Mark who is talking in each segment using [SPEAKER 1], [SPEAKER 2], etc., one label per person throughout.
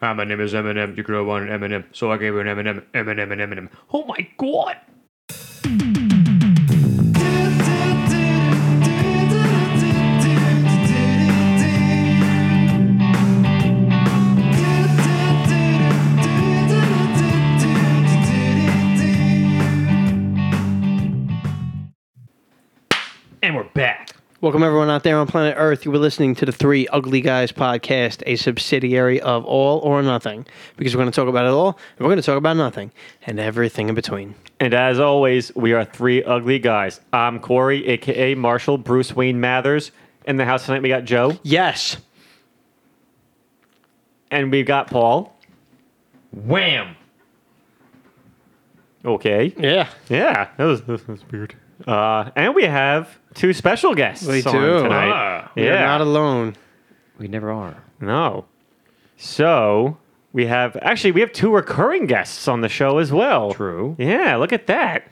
[SPEAKER 1] Hi, Ah, my name is Eminem. You could want an Eminem, so I gave her an Eminem, Eminem, and Eminem. Oh my god! And we're back.
[SPEAKER 2] Welcome everyone out there on planet Earth. You were listening to the Three Ugly Guys podcast, a subsidiary of All or Nothing, because we're going to talk about it all, and we're going to talk about nothing, and everything in between.
[SPEAKER 3] And as always, we are three ugly guys. I'm Corey, aka Marshall Bruce Wayne Mathers. In the house tonight, we got Joe
[SPEAKER 2] Yes,
[SPEAKER 3] and we've got Paul.
[SPEAKER 1] Wham!
[SPEAKER 3] Okay.
[SPEAKER 2] yeah,
[SPEAKER 3] Yeah, that was, that was weird. Uh, and we have two special guests
[SPEAKER 2] We
[SPEAKER 3] on
[SPEAKER 2] do.
[SPEAKER 3] tonight.
[SPEAKER 1] Ah,
[SPEAKER 3] yeah.
[SPEAKER 2] you're not alone.
[SPEAKER 4] We never are.
[SPEAKER 3] no. So we have actually we have two recurring guests on the show as well.
[SPEAKER 4] True.
[SPEAKER 3] Yeah, look at that.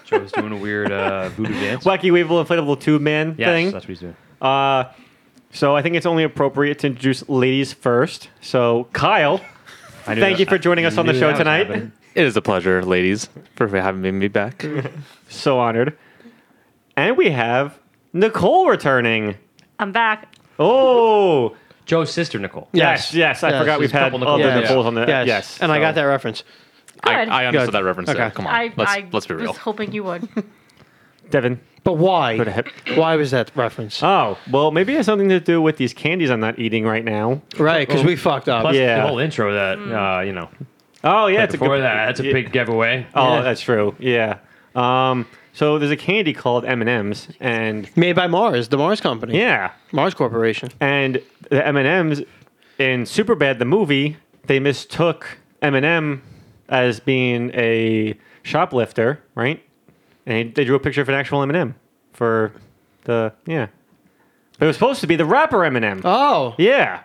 [SPEAKER 1] Joe's doing a weird uh, voodoo dance.
[SPEAKER 3] Wacky Weevil inflatable tube man
[SPEAKER 1] Yes,
[SPEAKER 3] thing.
[SPEAKER 1] that's what he's doing.
[SPEAKER 3] Uh, so I think it's only appropriate to introduce ladies first. So Kyle,
[SPEAKER 1] I knew
[SPEAKER 3] thank
[SPEAKER 1] that-
[SPEAKER 3] you for joining us on the
[SPEAKER 1] knew
[SPEAKER 3] show
[SPEAKER 1] that was
[SPEAKER 3] tonight.
[SPEAKER 1] happening.
[SPEAKER 4] It is a pleasure, ladies, for having me back.
[SPEAKER 3] So honored. And we have Nicole returning.
[SPEAKER 5] I'm back.
[SPEAKER 3] Oh
[SPEAKER 1] Joe's sister, Nicole.
[SPEAKER 3] yes, yes. I
[SPEAKER 2] Yes.
[SPEAKER 3] forgot we've
[SPEAKER 1] There's a
[SPEAKER 3] had
[SPEAKER 1] couple
[SPEAKER 3] other
[SPEAKER 2] Nicoles.
[SPEAKER 3] Nicoles on the
[SPEAKER 2] yes,
[SPEAKER 3] Uh, yes.
[SPEAKER 2] and I
[SPEAKER 3] so-
[SPEAKER 2] got that reference.
[SPEAKER 5] Good.
[SPEAKER 4] I, I understood
[SPEAKER 2] Good.
[SPEAKER 4] that reference.
[SPEAKER 2] Okay.
[SPEAKER 4] Okay. Come on,
[SPEAKER 5] I,
[SPEAKER 4] let's
[SPEAKER 5] I
[SPEAKER 4] let's be real.
[SPEAKER 5] was hoping you would.
[SPEAKER 3] Devin.
[SPEAKER 2] But why?
[SPEAKER 3] to heck.
[SPEAKER 2] Why was that reference?
[SPEAKER 3] Oh well, maybe it has something to do with these candies I'm not eating right now.
[SPEAKER 2] right, because we fucked up.
[SPEAKER 1] Plus
[SPEAKER 3] Yeah.
[SPEAKER 1] the whole intro that uh, you know.
[SPEAKER 3] Oh yeah, it's a
[SPEAKER 1] before
[SPEAKER 3] good-
[SPEAKER 1] that, that's a
[SPEAKER 3] yeah.
[SPEAKER 1] big giveaway.
[SPEAKER 3] Oh,
[SPEAKER 2] Yeah.
[SPEAKER 3] that's true. Yeah. Um. So there's a candy called M and M's, and
[SPEAKER 2] Made by Mars, the Mars company.
[SPEAKER 3] yeah,
[SPEAKER 2] Mars Corporation.
[SPEAKER 3] and the M and M's in Superbad the movie, they mistook Eminem as being a shoplifter, right? And they drew a picture of an actual Eminem for the yeah. It was supposed to be the rapper Eminem.
[SPEAKER 2] Oh,
[SPEAKER 3] Yeah,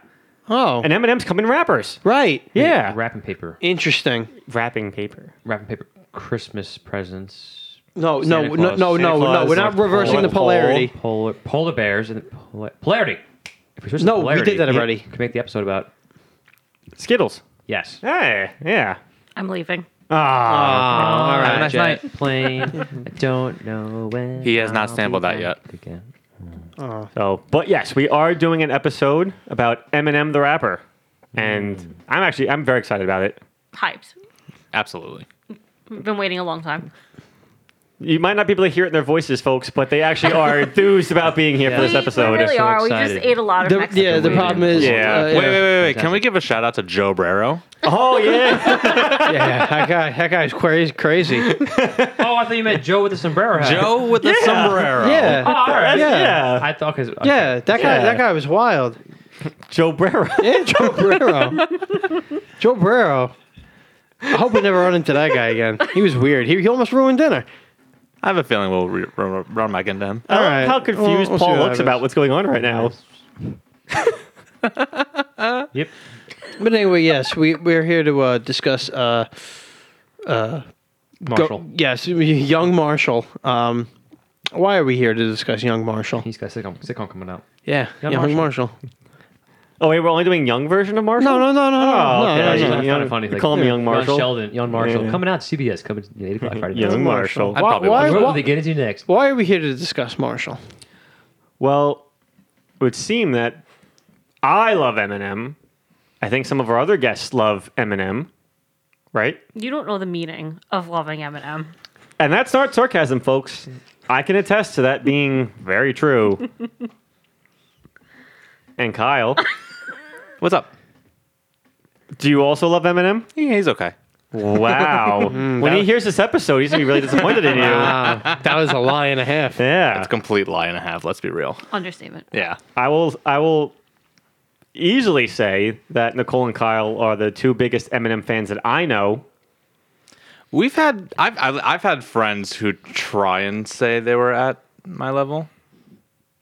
[SPEAKER 2] oh,
[SPEAKER 3] and Eminem's coming rappers.
[SPEAKER 2] right.
[SPEAKER 3] Yeah,
[SPEAKER 1] Wrapping paper.
[SPEAKER 2] Interesting.
[SPEAKER 3] wrapping paper.
[SPEAKER 1] Wrapping paper. Christmas presents.
[SPEAKER 2] No,
[SPEAKER 1] Santa
[SPEAKER 2] no, no,
[SPEAKER 1] Claus.
[SPEAKER 2] no, no,
[SPEAKER 3] Santa
[SPEAKER 2] no.
[SPEAKER 3] Claus,
[SPEAKER 2] We're not
[SPEAKER 3] North
[SPEAKER 2] reversing
[SPEAKER 3] Pole.
[SPEAKER 2] the polarity.
[SPEAKER 1] Polar, polar bears and pola- polarity. If we switch to
[SPEAKER 2] No, we did that
[SPEAKER 1] yeah,
[SPEAKER 2] already.
[SPEAKER 1] we Could make the episode about
[SPEAKER 3] Skittles.
[SPEAKER 1] yes.
[SPEAKER 3] Hey, yeah.
[SPEAKER 5] I'm leaving.
[SPEAKER 2] all
[SPEAKER 3] Ah,
[SPEAKER 1] Have a
[SPEAKER 2] right,
[SPEAKER 1] nice
[SPEAKER 2] Jack.
[SPEAKER 1] night. Plane.
[SPEAKER 4] I
[SPEAKER 1] don't know when.
[SPEAKER 4] He has not sampled that yet.
[SPEAKER 3] so but yes, we are doing an episode about Eminem the rapper, and
[SPEAKER 2] Mm.
[SPEAKER 3] I'm actually I'm very excited about it.
[SPEAKER 5] Hyped.
[SPEAKER 4] Absolutely.
[SPEAKER 5] We've been waiting a long time.
[SPEAKER 3] You might not be able to hear it in their voices, folks, but they actually are enthused about being here for
[SPEAKER 1] Yeah.
[SPEAKER 3] this
[SPEAKER 5] we,
[SPEAKER 3] episode.
[SPEAKER 5] we really
[SPEAKER 1] so
[SPEAKER 5] are. We
[SPEAKER 1] excited.
[SPEAKER 5] just ate a lot of
[SPEAKER 2] The,
[SPEAKER 5] Mexican
[SPEAKER 2] yeah, the
[SPEAKER 5] food.
[SPEAKER 2] problem is.
[SPEAKER 3] Yeah.
[SPEAKER 2] uh,
[SPEAKER 3] Wait,
[SPEAKER 4] Wait, wait, wait, wait. Can we give a shout out to Joe Brero?
[SPEAKER 3] oh yeah,
[SPEAKER 2] yeah, that guy, that guy's crazy. crazy.
[SPEAKER 1] Oh, I thought you meant Joe with the sombrero hat.
[SPEAKER 4] Joe with the sombrero.
[SPEAKER 1] Oh,
[SPEAKER 2] Yeah, Oh,
[SPEAKER 1] all right.
[SPEAKER 2] Yeah.
[SPEAKER 3] yeah.
[SPEAKER 1] I thought because
[SPEAKER 2] yeah, that guy,
[SPEAKER 3] Yeah.
[SPEAKER 2] that guy was wild.
[SPEAKER 3] Joe Brera.
[SPEAKER 2] Yeah, Joe Brero. Joe Brero. I hope we never run into that guy again. He was weird. He, he almost ruined dinner.
[SPEAKER 4] I have a feeling we'll re- run, run back into him.
[SPEAKER 3] I love
[SPEAKER 2] right.
[SPEAKER 3] how confused
[SPEAKER 2] We'll- we'll see
[SPEAKER 3] Paul
[SPEAKER 2] what
[SPEAKER 3] looks about
[SPEAKER 2] happens.
[SPEAKER 3] what's going on right now.
[SPEAKER 1] Yep.
[SPEAKER 2] But anyway, yes, we we're here to uh, discuss. Uh, go-
[SPEAKER 1] Marshall.
[SPEAKER 2] yes, young Marshall. Um, why are we here to discuss young Marshall?
[SPEAKER 1] He's got a sitcom, sitcom coming out.
[SPEAKER 2] Yeah,
[SPEAKER 1] Young
[SPEAKER 2] young Marshall.
[SPEAKER 3] Oh wait, we're only doing young version of Marshall.
[SPEAKER 2] No, no, no, no, no,
[SPEAKER 3] Oh,
[SPEAKER 2] no,
[SPEAKER 3] okay.
[SPEAKER 1] Yeah,
[SPEAKER 2] no, no,
[SPEAKER 1] you
[SPEAKER 2] no.
[SPEAKER 3] young-
[SPEAKER 1] kind of funny.
[SPEAKER 3] you call him Young Marshall?
[SPEAKER 1] Young Sheldon, Young Marshall,
[SPEAKER 3] Yeah.
[SPEAKER 1] coming out CBS coming at eight o'clock Friday.
[SPEAKER 3] Young
[SPEAKER 1] night.
[SPEAKER 3] Marshall.
[SPEAKER 4] I
[SPEAKER 2] Why,
[SPEAKER 4] probably
[SPEAKER 2] why,
[SPEAKER 4] would.
[SPEAKER 1] What will
[SPEAKER 2] why,
[SPEAKER 1] they get into next?
[SPEAKER 2] why are we here to discuss Marshall?
[SPEAKER 3] Well, it would seem that I love Eminem. I think some of our other guests love Eminem, right?
[SPEAKER 5] You don't know the meaning of loving Eminem.
[SPEAKER 3] And that's not sarcasm, folks. I can attest to that being very true. and Kyle,
[SPEAKER 4] What's up?
[SPEAKER 3] do you also love Eminem?
[SPEAKER 4] Yeah, he's okay.
[SPEAKER 3] Wow. when he hears this episode, he's going to be really disappointed in you.
[SPEAKER 2] that was a lie and a half.
[SPEAKER 3] Yeah.
[SPEAKER 4] Complete lie and a half. Let's be real.
[SPEAKER 5] Understatement.
[SPEAKER 4] Yeah.
[SPEAKER 3] I will I will easily say that Nicole and Kyle are the two biggest Eminem fans that I know.
[SPEAKER 4] We've had I've I've, I've had friends who try and say they were at my level.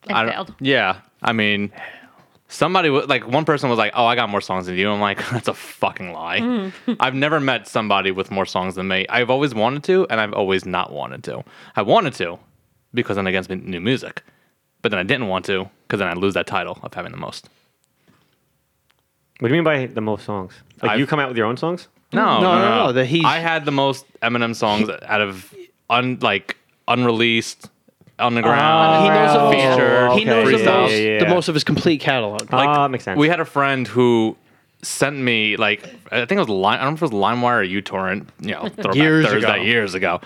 [SPEAKER 5] It
[SPEAKER 4] I don't-
[SPEAKER 5] failed.
[SPEAKER 4] Yeah, I mean, somebody wa- like one person was like, "Oh, I got more songs than you." I'm like, "That's a fucking lie." I've never met somebody with more songs than me. I've always wanted to, and I've always not wanted to. I wanted to because I'm against m- new music, but then I didn't want to because then I lose that title of having the most.
[SPEAKER 3] What do you mean by the most songs? Like
[SPEAKER 4] I've-
[SPEAKER 3] you come out with your own songs?
[SPEAKER 4] No,
[SPEAKER 2] No,
[SPEAKER 4] no,
[SPEAKER 2] no,
[SPEAKER 4] no.
[SPEAKER 2] no, that he's-
[SPEAKER 4] I had the most Eminem songs out of un like unreleased, underground.
[SPEAKER 2] he knows
[SPEAKER 3] Oh,
[SPEAKER 2] the most.
[SPEAKER 4] feature,
[SPEAKER 2] he knows
[SPEAKER 4] okay.
[SPEAKER 2] the
[SPEAKER 4] Yeah,
[SPEAKER 2] most.
[SPEAKER 3] yeah, yeah.
[SPEAKER 2] The most of his complete catalog.
[SPEAKER 4] Like,
[SPEAKER 3] Ah, makes sense.
[SPEAKER 4] We had a friend who sent me like I think it was Lime. I don't know if it was LimeWire or uTorrent. You know, throwback
[SPEAKER 2] Years
[SPEAKER 4] Thursday
[SPEAKER 2] ago.
[SPEAKER 4] years ago,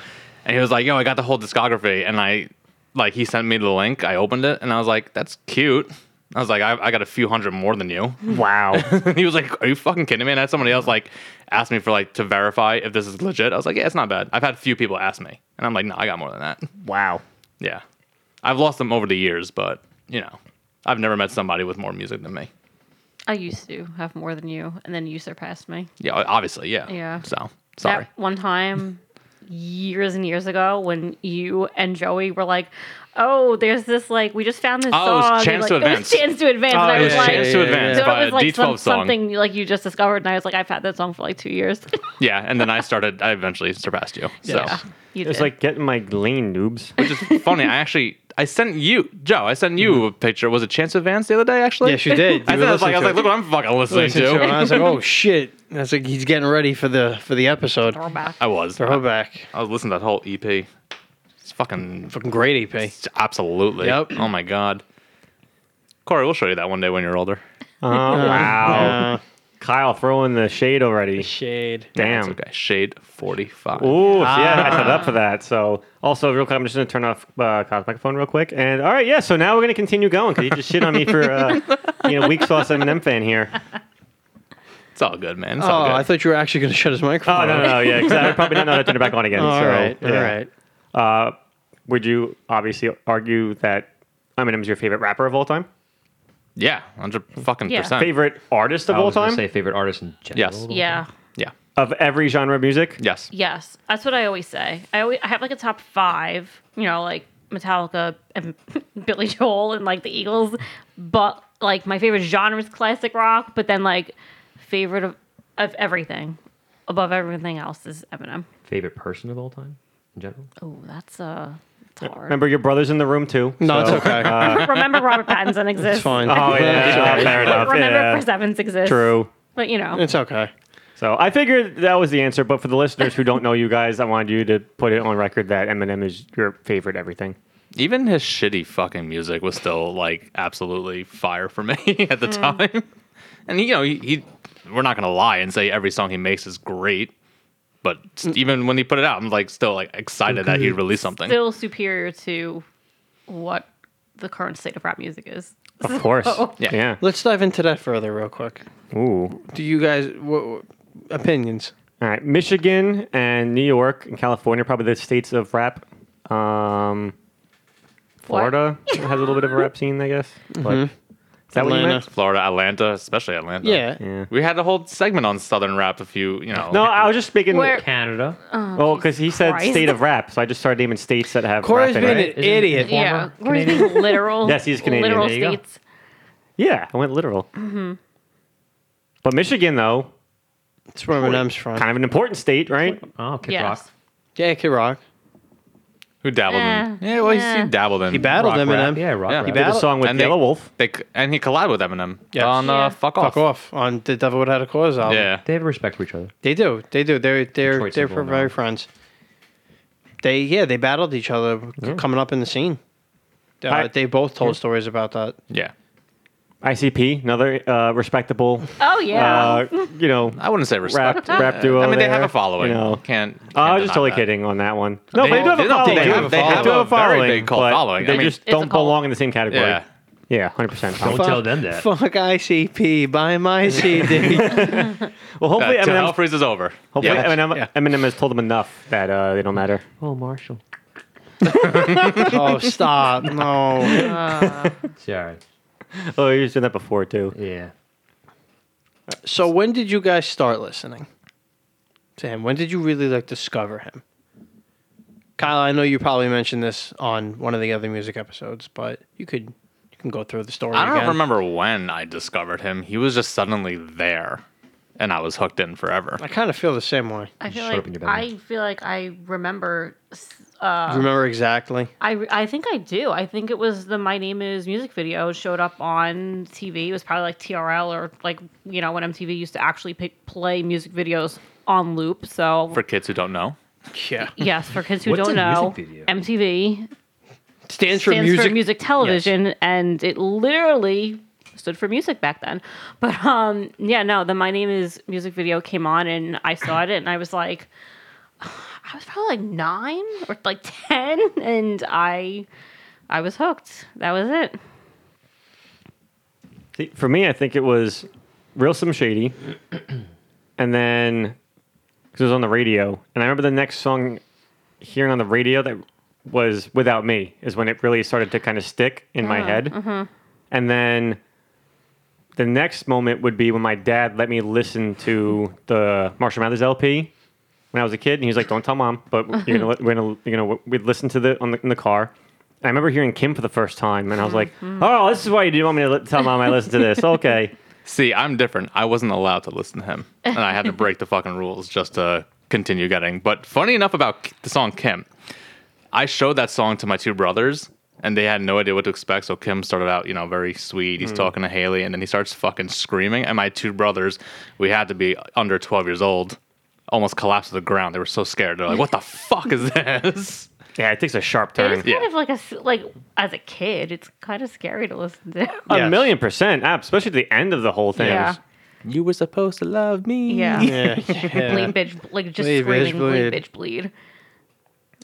[SPEAKER 4] and he was like, "Yo, I got the whole discography," and I like he sent me the link. I opened it and I was like, "That's cute." I was like, I, I got a few hundred more than you.
[SPEAKER 3] Wow.
[SPEAKER 4] he was like, "Are you fucking kidding me?" And I had somebody else like ask me for like to verify if this is legit. I was like, "Yeah, it's not bad." I've had few people ask me, and I'm like, "No, I got more than that."
[SPEAKER 3] wow.
[SPEAKER 4] Yeah, I've lost them over the years, but you know, I've never met somebody with more music than me.
[SPEAKER 5] I used to have more than you, and then you surpassed me.
[SPEAKER 4] Yeah, obviously, yeah.
[SPEAKER 5] Yeah.
[SPEAKER 4] So sorry.
[SPEAKER 5] That one time, years and years ago, when you and Joey were like, "Oh, there's this like we just found this
[SPEAKER 4] Oh, it was
[SPEAKER 5] song." and,
[SPEAKER 4] Chance
[SPEAKER 5] like,
[SPEAKER 4] to
[SPEAKER 5] It
[SPEAKER 4] Advance. Oh,
[SPEAKER 5] was chance to advance. and I
[SPEAKER 4] it
[SPEAKER 5] was
[SPEAKER 4] was
[SPEAKER 5] like,
[SPEAKER 4] Chance to Advance
[SPEAKER 5] so
[SPEAKER 4] by
[SPEAKER 5] it was like
[SPEAKER 4] a
[SPEAKER 5] some-
[SPEAKER 4] D12 song.
[SPEAKER 5] something like you just discovered, and I was like, "I've had that song for like two years."
[SPEAKER 4] Yeah, and then I started. I eventually surpassed you. So
[SPEAKER 5] yeah, you
[SPEAKER 3] It's
[SPEAKER 5] did.
[SPEAKER 3] like getting my lane, noobs.
[SPEAKER 4] which is funny. I actually I sent you Joe. I sent you a picture. Was it Chance Advance the other day? Actually,
[SPEAKER 2] Yes, you did. You
[SPEAKER 4] I,
[SPEAKER 2] were
[SPEAKER 4] said, I was like, I was
[SPEAKER 2] listening
[SPEAKER 4] like, look what I'm fucking listening
[SPEAKER 2] to it. And I
[SPEAKER 4] to.
[SPEAKER 2] was like, oh shit. And I was like, he's getting ready for the for the episode.
[SPEAKER 5] Throwback.
[SPEAKER 4] I was.
[SPEAKER 2] Throw
[SPEAKER 4] I,
[SPEAKER 2] it back.
[SPEAKER 4] was listening to that whole EP. It's fucking
[SPEAKER 2] Fucking great E EP.
[SPEAKER 4] absolutely.
[SPEAKER 2] Yep.
[SPEAKER 4] Oh my god. Corey, we'll show you that one day when you're older.
[SPEAKER 3] Oh, wow.
[SPEAKER 2] Uh,
[SPEAKER 3] Kyle throwing the shade already.
[SPEAKER 2] shade.
[SPEAKER 4] It's
[SPEAKER 3] Damn.
[SPEAKER 4] okay. Shade 45.
[SPEAKER 3] Ooh, so yeah, I set up for that. So, also, real quick, I'm just going to turn off uh, Kyle's microphone real quick. And, all right, yeah, so now we're going to continue going because you just shit on me for uh, being a weak sauce M&M fan here.
[SPEAKER 4] It's all good, man. It's
[SPEAKER 2] Oh,
[SPEAKER 4] all good.
[SPEAKER 2] I thought you were actually going to shut his microphone.
[SPEAKER 3] Oh, no, no, no, yeah, because I probably didn't know how to turn it back on again.
[SPEAKER 2] All
[SPEAKER 3] so,
[SPEAKER 2] right,
[SPEAKER 3] yeah.
[SPEAKER 2] all right.
[SPEAKER 3] Would you obviously argue that Eminem's your favorite rapper of all time?
[SPEAKER 4] yeah, hundred fucking
[SPEAKER 5] Yeah.
[SPEAKER 4] percent.
[SPEAKER 3] Favorite artist of
[SPEAKER 1] I
[SPEAKER 3] all
[SPEAKER 1] was gonna
[SPEAKER 3] time?
[SPEAKER 1] Say favorite artist in general.
[SPEAKER 4] Yes.
[SPEAKER 1] of all
[SPEAKER 5] yeah.
[SPEAKER 4] Yeah.
[SPEAKER 3] Of every genre of music?
[SPEAKER 4] Yes.
[SPEAKER 5] Yes, that's what I always say. I always I have like a top five, you know, like Metallica and Billy Joel and like the Eagles, but like my favorite genre is classic rock. But then like favorite of, of everything, above everything else is Eminem.
[SPEAKER 1] time. Favorite person of all time in general.
[SPEAKER 5] Oh, that's uh, it's hard. Remember,
[SPEAKER 3] Remember, your brother's in the room too.
[SPEAKER 2] No,
[SPEAKER 3] so-
[SPEAKER 2] it's okay.
[SPEAKER 4] uh,
[SPEAKER 5] Robert Pattinson exists.
[SPEAKER 2] it's fine.
[SPEAKER 3] Oh,
[SPEAKER 2] It's
[SPEAKER 3] yeah,
[SPEAKER 2] okay.
[SPEAKER 3] fair enough.
[SPEAKER 5] Remember
[SPEAKER 3] yeah.
[SPEAKER 5] Chris Evans exists.
[SPEAKER 3] True.
[SPEAKER 5] but you know,
[SPEAKER 2] It's okay.
[SPEAKER 3] So I figured that was the answer, but for the listeners who don't know you guys, I wanted you to put it on record that Eminem is your favorite everything.
[SPEAKER 4] Even his shitty fucking music was still like absolutely fire for me at the time. And you know, he, he we're not gonna lie and say every song he makes is great. But s- even when he put it out, I'm like still like excited that he released something.
[SPEAKER 5] still superior to what the current state of rap music is.
[SPEAKER 3] Of course.
[SPEAKER 4] Yeah.
[SPEAKER 3] yeah.
[SPEAKER 2] Let's dive into that further, real quick.
[SPEAKER 3] Ooh.
[SPEAKER 2] Do you guys wha- wha- opinions?
[SPEAKER 3] All right. Michigan and New York and California are probably the states of rap. Um, Florida has a little bit of a rap scene, I guess. But is that what you meant?
[SPEAKER 4] Florida, Mm-hmm. Atlanta, especially Atlanta.
[SPEAKER 2] Yeah.
[SPEAKER 3] Yeah.
[SPEAKER 4] We had a whole segment on Southern rap a few, you know.
[SPEAKER 3] No, I was just speaking.
[SPEAKER 5] Where- Oh,
[SPEAKER 1] Canada.
[SPEAKER 3] well, because he said
[SPEAKER 5] Christ.
[SPEAKER 3] state of rap, so I just started naming states that have
[SPEAKER 2] Corey's
[SPEAKER 3] rap
[SPEAKER 2] being
[SPEAKER 3] in it.
[SPEAKER 1] Isn't
[SPEAKER 2] an
[SPEAKER 1] it
[SPEAKER 2] idiot.
[SPEAKER 1] former
[SPEAKER 5] yeah, or is
[SPEAKER 1] Canadian?
[SPEAKER 5] he literal?
[SPEAKER 3] Yes, he's Canadian.
[SPEAKER 5] Literal
[SPEAKER 1] There you go.
[SPEAKER 5] states.
[SPEAKER 3] Yeah, I went literal.
[SPEAKER 5] Mm-hmm.
[SPEAKER 3] But Michigan, though,
[SPEAKER 2] It's where Eminem's from.
[SPEAKER 3] kind of an important state, right?
[SPEAKER 1] Oh, Kid
[SPEAKER 5] Yes.
[SPEAKER 1] Rock.
[SPEAKER 2] Yeah, Kid Rock.
[SPEAKER 4] who dabbled in?
[SPEAKER 5] Eh,
[SPEAKER 4] Yeah, well, he-
[SPEAKER 5] eh.
[SPEAKER 4] he dabbled in.
[SPEAKER 2] He battled
[SPEAKER 3] Rock
[SPEAKER 2] Eminem.
[SPEAKER 3] rap,
[SPEAKER 1] Yeah, rock.
[SPEAKER 4] Yeah.
[SPEAKER 1] rap.
[SPEAKER 4] He
[SPEAKER 3] Did a
[SPEAKER 2] Battle-
[SPEAKER 3] song with
[SPEAKER 4] And they-
[SPEAKER 3] Yellow Wolf.
[SPEAKER 4] They, c- and he collabed with Eminem
[SPEAKER 2] Yes.
[SPEAKER 4] on uh,
[SPEAKER 5] Yeah.
[SPEAKER 4] Fuck Off.
[SPEAKER 2] Fuck off on The Devil Without a Cause album.
[SPEAKER 4] Yeah.
[SPEAKER 1] They have respect for each other.
[SPEAKER 2] They do. They do. They're they're
[SPEAKER 1] Detroit's
[SPEAKER 2] they're
[SPEAKER 1] involved
[SPEAKER 2] very
[SPEAKER 1] now.
[SPEAKER 2] friends. They yeah they battled each other coming up in the scene. Uh,
[SPEAKER 3] I-
[SPEAKER 2] they both told stories about that.
[SPEAKER 4] Yeah.
[SPEAKER 3] ICP, another uh, respectable,
[SPEAKER 5] Oh yeah.
[SPEAKER 3] uh, you know,
[SPEAKER 4] I wouldn't say
[SPEAKER 3] rap
[SPEAKER 4] respect.
[SPEAKER 3] rap duo.
[SPEAKER 4] I mean, they
[SPEAKER 3] there,
[SPEAKER 4] have a following.
[SPEAKER 3] You know.
[SPEAKER 4] Can't. can't
[SPEAKER 3] I was just
[SPEAKER 4] deny
[SPEAKER 3] totally
[SPEAKER 4] that.
[SPEAKER 3] kidding on that one. No,
[SPEAKER 4] They-
[SPEAKER 3] but they do have
[SPEAKER 4] they
[SPEAKER 3] a
[SPEAKER 4] don't-
[SPEAKER 3] following.
[SPEAKER 4] they have- they have
[SPEAKER 3] do
[SPEAKER 4] a
[SPEAKER 3] have a
[SPEAKER 4] very
[SPEAKER 3] following.
[SPEAKER 4] big cult
[SPEAKER 3] but
[SPEAKER 4] following. I
[SPEAKER 3] They
[SPEAKER 4] mean-
[SPEAKER 3] just
[SPEAKER 5] It's a
[SPEAKER 3] don't
[SPEAKER 5] cult.
[SPEAKER 3] belong in the same category.
[SPEAKER 4] Yeah.
[SPEAKER 3] Yeah, hundred percent.
[SPEAKER 1] Don't
[SPEAKER 3] Well,
[SPEAKER 1] tell them that.
[SPEAKER 2] Fuck ICP, buy my CD.
[SPEAKER 3] hopefully,
[SPEAKER 4] Uh,
[SPEAKER 3] Eminem,
[SPEAKER 4] Hell Freeze is over.
[SPEAKER 3] hopefully
[SPEAKER 4] Yeah.
[SPEAKER 3] Eminem,
[SPEAKER 2] yeah.
[SPEAKER 3] Eminem has told them enough that uh, they don't matter.
[SPEAKER 1] Oh, Marshall.
[SPEAKER 2] oh stop! No,
[SPEAKER 1] Sorry.
[SPEAKER 3] Oh, he was doing that before too.
[SPEAKER 1] Yeah.
[SPEAKER 2] So when did you guys start listening to him? When did you really like discover him? Kyle, I know you probably mentioned this on one of the other music episodes, but you could you can go through the story.
[SPEAKER 4] I don't
[SPEAKER 2] again.
[SPEAKER 4] remember when I discovered him. He was just suddenly there. and I was hooked in forever.
[SPEAKER 2] I kind of feel the same way.
[SPEAKER 5] I feel
[SPEAKER 1] Shut up in your
[SPEAKER 5] like
[SPEAKER 1] belly.
[SPEAKER 5] I feel like I remember. s-
[SPEAKER 2] Do you remember exactly?
[SPEAKER 5] I re- I think I do. I think it was the My Name Is music video showed up on TV. It was probably like TRL or like you know when MTV used to actually pick, play music videos on loop. So
[SPEAKER 4] For kids who don't know,
[SPEAKER 2] Yeah.
[SPEAKER 5] yes, for kids who
[SPEAKER 1] What's
[SPEAKER 5] don't
[SPEAKER 1] a music
[SPEAKER 5] know,
[SPEAKER 1] video?
[SPEAKER 5] MTV
[SPEAKER 2] Stands,
[SPEAKER 5] stands for music television and it literally stood for music back then but um yeah no the my name is music video came on and i saw it and i was like i was probably like nine or like ten and i i was hooked that was it
[SPEAKER 3] See, For me, I think it was Real Slim Shady, and then because it was on the radio, and I remember the next song hearing on the radio that was "Without Me" is when it really started to kind of stick in my head, and then the next moment would be when my dad let me listen to the Marshall Mathers LP when I was a kid, and he was like, "Don't tell mom," but you're gonna, we're gonna, you know, we'd listen to the on the in the car. And I remember hearing Kim for the first time, and I was like,
[SPEAKER 4] Mm-hmm.
[SPEAKER 3] "Oh, this is why you didn't want me to li- tell mom I listened to this." Okay,
[SPEAKER 4] see, I'm different. I wasn't allowed to listen to him, and I had to break the fucking rules just to continue getting. But funny enough about K- the song Kim, I showed that song to my two brothers. And they had no idea what to expect. So Kim started out, you know, very sweet. He's talking to Haley, and then he starts fucking screaming. And my two brothers, we had to be under 12 years old, almost collapsed to the ground. They were so scared. They're like, what the fuck is this?
[SPEAKER 3] yeah, it takes a sharp
[SPEAKER 5] it was
[SPEAKER 3] turn.
[SPEAKER 5] kind of like a s- like as a kid it's kind of scary to listen to
[SPEAKER 3] A
[SPEAKER 2] Yes.
[SPEAKER 3] million percent, ab- especially at the end of the whole thing.
[SPEAKER 5] yeah
[SPEAKER 4] You were supposed to love me.
[SPEAKER 5] yeah,
[SPEAKER 2] Yeah. yeah.
[SPEAKER 5] bleed bitch like just
[SPEAKER 2] Bleed, bitch,
[SPEAKER 5] screaming bleed,
[SPEAKER 2] bleed.
[SPEAKER 5] bitch bleed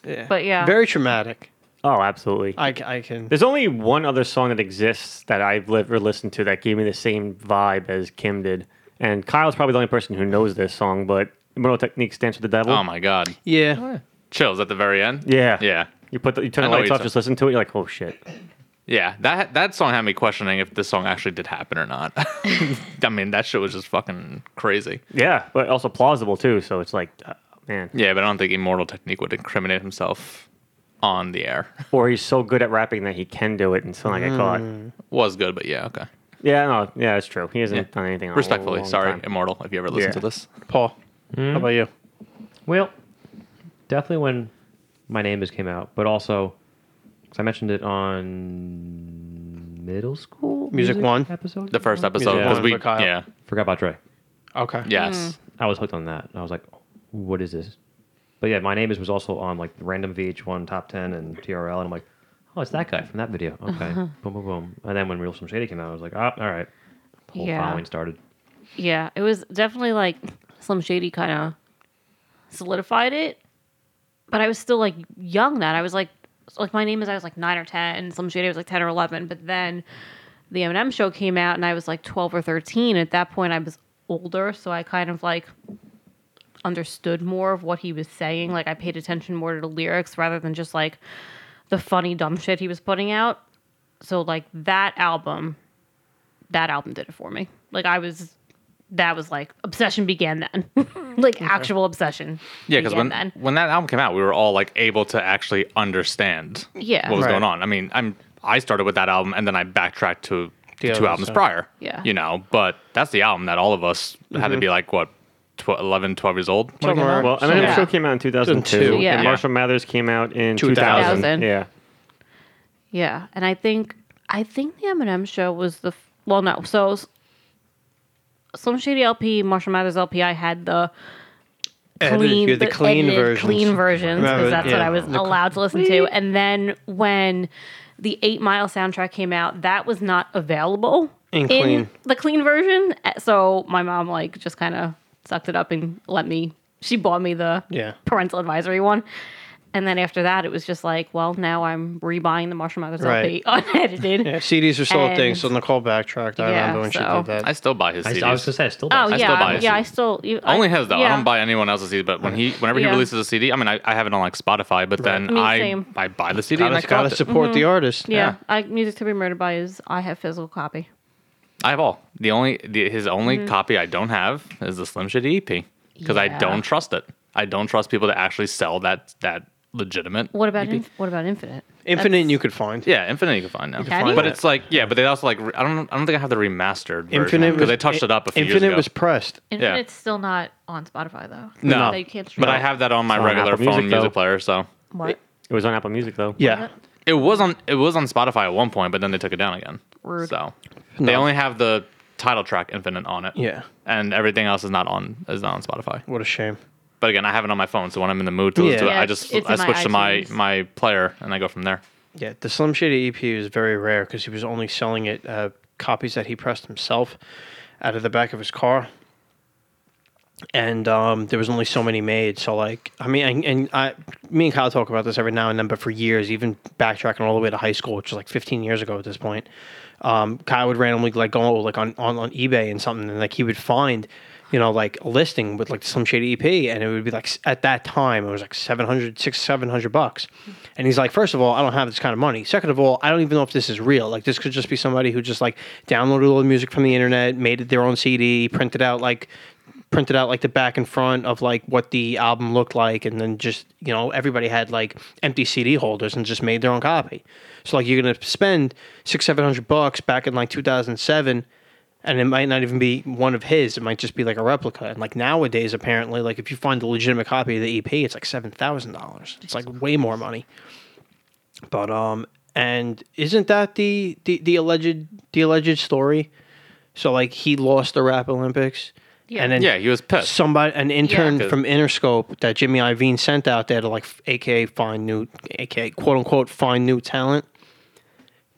[SPEAKER 2] Yeah.
[SPEAKER 5] but yeah
[SPEAKER 2] Very traumatic.
[SPEAKER 3] Oh, absolutely.
[SPEAKER 4] Uh,
[SPEAKER 2] I, c- I can.
[SPEAKER 3] There's only one other song that exists that I've lived or listened to that gave me the same vibe as Kim did. And Kyle's probably the only person who knows this song, but Immortal Techniques Dance with the Devil.
[SPEAKER 4] Oh my god.
[SPEAKER 2] Yeah.
[SPEAKER 4] Chills at the very end.
[SPEAKER 3] Yeah.
[SPEAKER 4] Yeah.
[SPEAKER 3] You put the, you turn the
[SPEAKER 4] I know
[SPEAKER 3] lights
[SPEAKER 4] what
[SPEAKER 3] off,
[SPEAKER 4] you're
[SPEAKER 3] just listen to it. You're like, oh shit.
[SPEAKER 4] Yeah. That that song had me questioning if this song actually did happen or not. I mean, that shit was just fucking crazy.
[SPEAKER 3] Yeah, but also plausible too. So it's like, uh, man.
[SPEAKER 4] Yeah, but I don't think Immortal Technique would incriminate himself on the air.
[SPEAKER 3] Or he's so good at rapping that he can do it and still not get caught.
[SPEAKER 4] Mm. Was good, but yeah, okay.
[SPEAKER 3] Yeah, no, yeah, that's true. He hasn't
[SPEAKER 4] Yeah.
[SPEAKER 3] done anything. in a
[SPEAKER 4] Respectfully,
[SPEAKER 3] long
[SPEAKER 4] sorry,
[SPEAKER 3] time.
[SPEAKER 4] Immortal, if you ever listen
[SPEAKER 3] Yeah.
[SPEAKER 4] to this.
[SPEAKER 2] Paul, how about you?
[SPEAKER 6] Well, definitely when my name is came out, but also because I mentioned it on middle school
[SPEAKER 2] Music One?
[SPEAKER 6] episode.
[SPEAKER 4] The first episode
[SPEAKER 2] Yeah.
[SPEAKER 4] because we
[SPEAKER 2] For Kyle.
[SPEAKER 4] yeah.
[SPEAKER 6] forgot about Dre.
[SPEAKER 2] Okay.
[SPEAKER 4] Yes.
[SPEAKER 6] I was hooked on that. I was like, what is this? But yeah, my name is was also on like the random VH1 top 10 and TRL, and I'm like, oh, it's that guy from that video. Okay, boom, boom, boom. And then when Real Slim Shady came out, I was like, ah, all right. Whole
[SPEAKER 5] Yeah.
[SPEAKER 6] following started.
[SPEAKER 5] Yeah, it was definitely like Slim Shady kind of solidified it, but I was still like young then. I was like, like my name is I was like nine or ten, and Slim Shady was like ten or eleven. But then the Eminem show came out, and I was like twelve or thirteen. At that point, I was older, so I kind of like understood more of what he was saying. Like I paid attention more to the lyrics rather than just like the funny dumb shit he was putting out. So like that album, that album did it for me. Like I was that was like obsession began then like actual obsession
[SPEAKER 4] Yeah, because
[SPEAKER 5] began
[SPEAKER 4] when
[SPEAKER 5] then
[SPEAKER 4] when that album came out, we were all like able to actually understand
[SPEAKER 5] Yeah.
[SPEAKER 4] what was
[SPEAKER 2] Right.
[SPEAKER 4] going on. I mean, I'm I started with that album and then I backtracked to
[SPEAKER 2] The
[SPEAKER 4] the two
[SPEAKER 2] other
[SPEAKER 4] albums
[SPEAKER 2] stuff.
[SPEAKER 4] prior.
[SPEAKER 5] Yeah.
[SPEAKER 4] you know, but that's the album that all of us had to be like what. 12, 11, 12 years old. when it came
[SPEAKER 2] Somewhere.
[SPEAKER 4] out?
[SPEAKER 3] Well, Eminem
[SPEAKER 5] Yeah.
[SPEAKER 3] Show came out in 2002,
[SPEAKER 2] 2002.
[SPEAKER 5] Yeah.
[SPEAKER 3] and Marshall Mathers came out in
[SPEAKER 2] 2000.
[SPEAKER 3] 2000.
[SPEAKER 5] 2000.
[SPEAKER 3] Yeah.
[SPEAKER 5] yeah and i think i think the eminem show was the f- well no so s- Slim shady lp marshall mathers lp i had the clean,
[SPEAKER 2] Edited, the clean
[SPEAKER 5] edited
[SPEAKER 2] versions.
[SPEAKER 5] clean versions
[SPEAKER 2] Remember,
[SPEAKER 5] because that's what
[SPEAKER 2] yeah.
[SPEAKER 5] I was
[SPEAKER 2] The-
[SPEAKER 5] allowed to listen to. And then when the Eight Mile soundtrack came out, that was not available
[SPEAKER 2] In clean.
[SPEAKER 5] the clean version. Uh, So my mom like just kind of sucked it up and let me. She bought me the
[SPEAKER 2] Yeah.
[SPEAKER 5] parental advisory one. And then after that, it was just like, well, now I'm rebuying the Marshall Mathers
[SPEAKER 2] Right.
[SPEAKER 5] LP unedited.
[SPEAKER 2] Yeah, CDs are still a thing,
[SPEAKER 5] And-
[SPEAKER 2] so Nicole backtracked. I
[SPEAKER 5] Yeah,
[SPEAKER 2] remember when she
[SPEAKER 5] so-
[SPEAKER 2] did that.
[SPEAKER 4] I still buy his
[SPEAKER 6] I,
[SPEAKER 4] CDs.
[SPEAKER 6] I was gonna say, I still.
[SPEAKER 5] Oh
[SPEAKER 6] does.
[SPEAKER 5] yeah,
[SPEAKER 4] I still buy
[SPEAKER 5] I-
[SPEAKER 4] his
[SPEAKER 5] yeah. I
[SPEAKER 4] CDs.
[SPEAKER 5] still you- I-
[SPEAKER 4] Only his though. I
[SPEAKER 5] yeah.
[SPEAKER 4] don't buy anyone else's CD, but when he, whenever
[SPEAKER 5] Yeah.
[SPEAKER 4] he releases a CD, I mean, I, I have it on like Spotify, but then
[SPEAKER 5] Me
[SPEAKER 4] I,
[SPEAKER 5] same.
[SPEAKER 4] I buy the CD and I
[SPEAKER 2] Gotta, gotta
[SPEAKER 4] collect it.
[SPEAKER 2] support the artist.
[SPEAKER 5] Mm-hmm. Yeah, I, music to be murdered by is I have physical copy.
[SPEAKER 4] I have all. The only the, his only copy I don't have is the Slim Shady EP because I
[SPEAKER 5] Mm-hmm. Yeah.
[SPEAKER 4] don't trust it. I don't trust people to actually sell that that legitimate.
[SPEAKER 5] What about
[SPEAKER 4] You could-
[SPEAKER 5] inf- what about Infinite?
[SPEAKER 2] Infinite
[SPEAKER 5] That's-
[SPEAKER 2] you could find.
[SPEAKER 4] yeah, Infinite you can find now.
[SPEAKER 5] can Can find you?
[SPEAKER 4] but
[SPEAKER 5] it.
[SPEAKER 4] it's like yeah, but they also like re- I don't I don't think I have the remastered version
[SPEAKER 2] Infinite
[SPEAKER 4] because
[SPEAKER 2] was,
[SPEAKER 4] they touched it up a few
[SPEAKER 2] Infinite
[SPEAKER 4] years ago.
[SPEAKER 2] was pressed.
[SPEAKER 5] Infinite's still not on Spotify though.
[SPEAKER 4] no,
[SPEAKER 5] they can't stream
[SPEAKER 4] but I
[SPEAKER 5] it.
[SPEAKER 4] have that on my
[SPEAKER 3] It's on
[SPEAKER 4] regular
[SPEAKER 3] Apple
[SPEAKER 4] phone
[SPEAKER 3] Music,
[SPEAKER 4] music,
[SPEAKER 3] though.
[SPEAKER 4] player. So
[SPEAKER 5] What?
[SPEAKER 3] It was on Apple Music though.
[SPEAKER 2] Yeah.
[SPEAKER 4] it was on it was on Spotify at one point, but then they took it down again.
[SPEAKER 5] Rude.
[SPEAKER 4] So they only have the title track Infinite on it.
[SPEAKER 2] Yeah.
[SPEAKER 4] and everything else is not on is not on Spotify.
[SPEAKER 2] What a shame.
[SPEAKER 4] But again, I have it on my phone, so when I'm in the mood to listen to
[SPEAKER 2] Yeah.
[SPEAKER 4] it,
[SPEAKER 5] Yeah,
[SPEAKER 4] I
[SPEAKER 5] it's-
[SPEAKER 4] just
[SPEAKER 5] it's
[SPEAKER 4] I
[SPEAKER 5] in my
[SPEAKER 4] switch to my
[SPEAKER 5] iTunes.
[SPEAKER 4] my player and I go from there.
[SPEAKER 2] Yeah, the Slim Shady EP is very rare because he was only selling it uh, copies that he pressed himself out of the back of his car, and um, there was only so many made. So like, I mean, and, and I, me and Kyle talk about this every now and then, but for years, even backtracking all the way to high school, which is like 15 years ago at this point, um, Kyle would randomly like go like on, on on eBay and something, and like he would find. You know, like a listing with like the Slim Shady EP, and it would be like s- at that time it was like 700, six, 700 bucks. And he's like, first of all, I don't have this kind of money. Second of all, I don't even know if this is real. Like, this could just be somebody who just like downloaded all the music from the internet, made it their own CD, printed out like printed out like the back and front of like what the album looked like and then just you know everybody had like empty cd holders and just made their own copy so like you're gonna spend six seven hundred bucks back in like 2007 and it might not even be one of his it might just be like a replica and like nowadays apparently like if you find a legitimate copy of the ep it's like seven thousand dollars it's like way more money but um and isn't that the the, the alleged the alleged story so like he lost the rap olympics
[SPEAKER 5] Yeah.
[SPEAKER 2] and then
[SPEAKER 4] Yeah, he was pissed.
[SPEAKER 2] somebody an intern
[SPEAKER 5] Yeah.
[SPEAKER 2] from Interscope that Jimmy Iovine sent out there to like aka find new aka quote unquote find new talent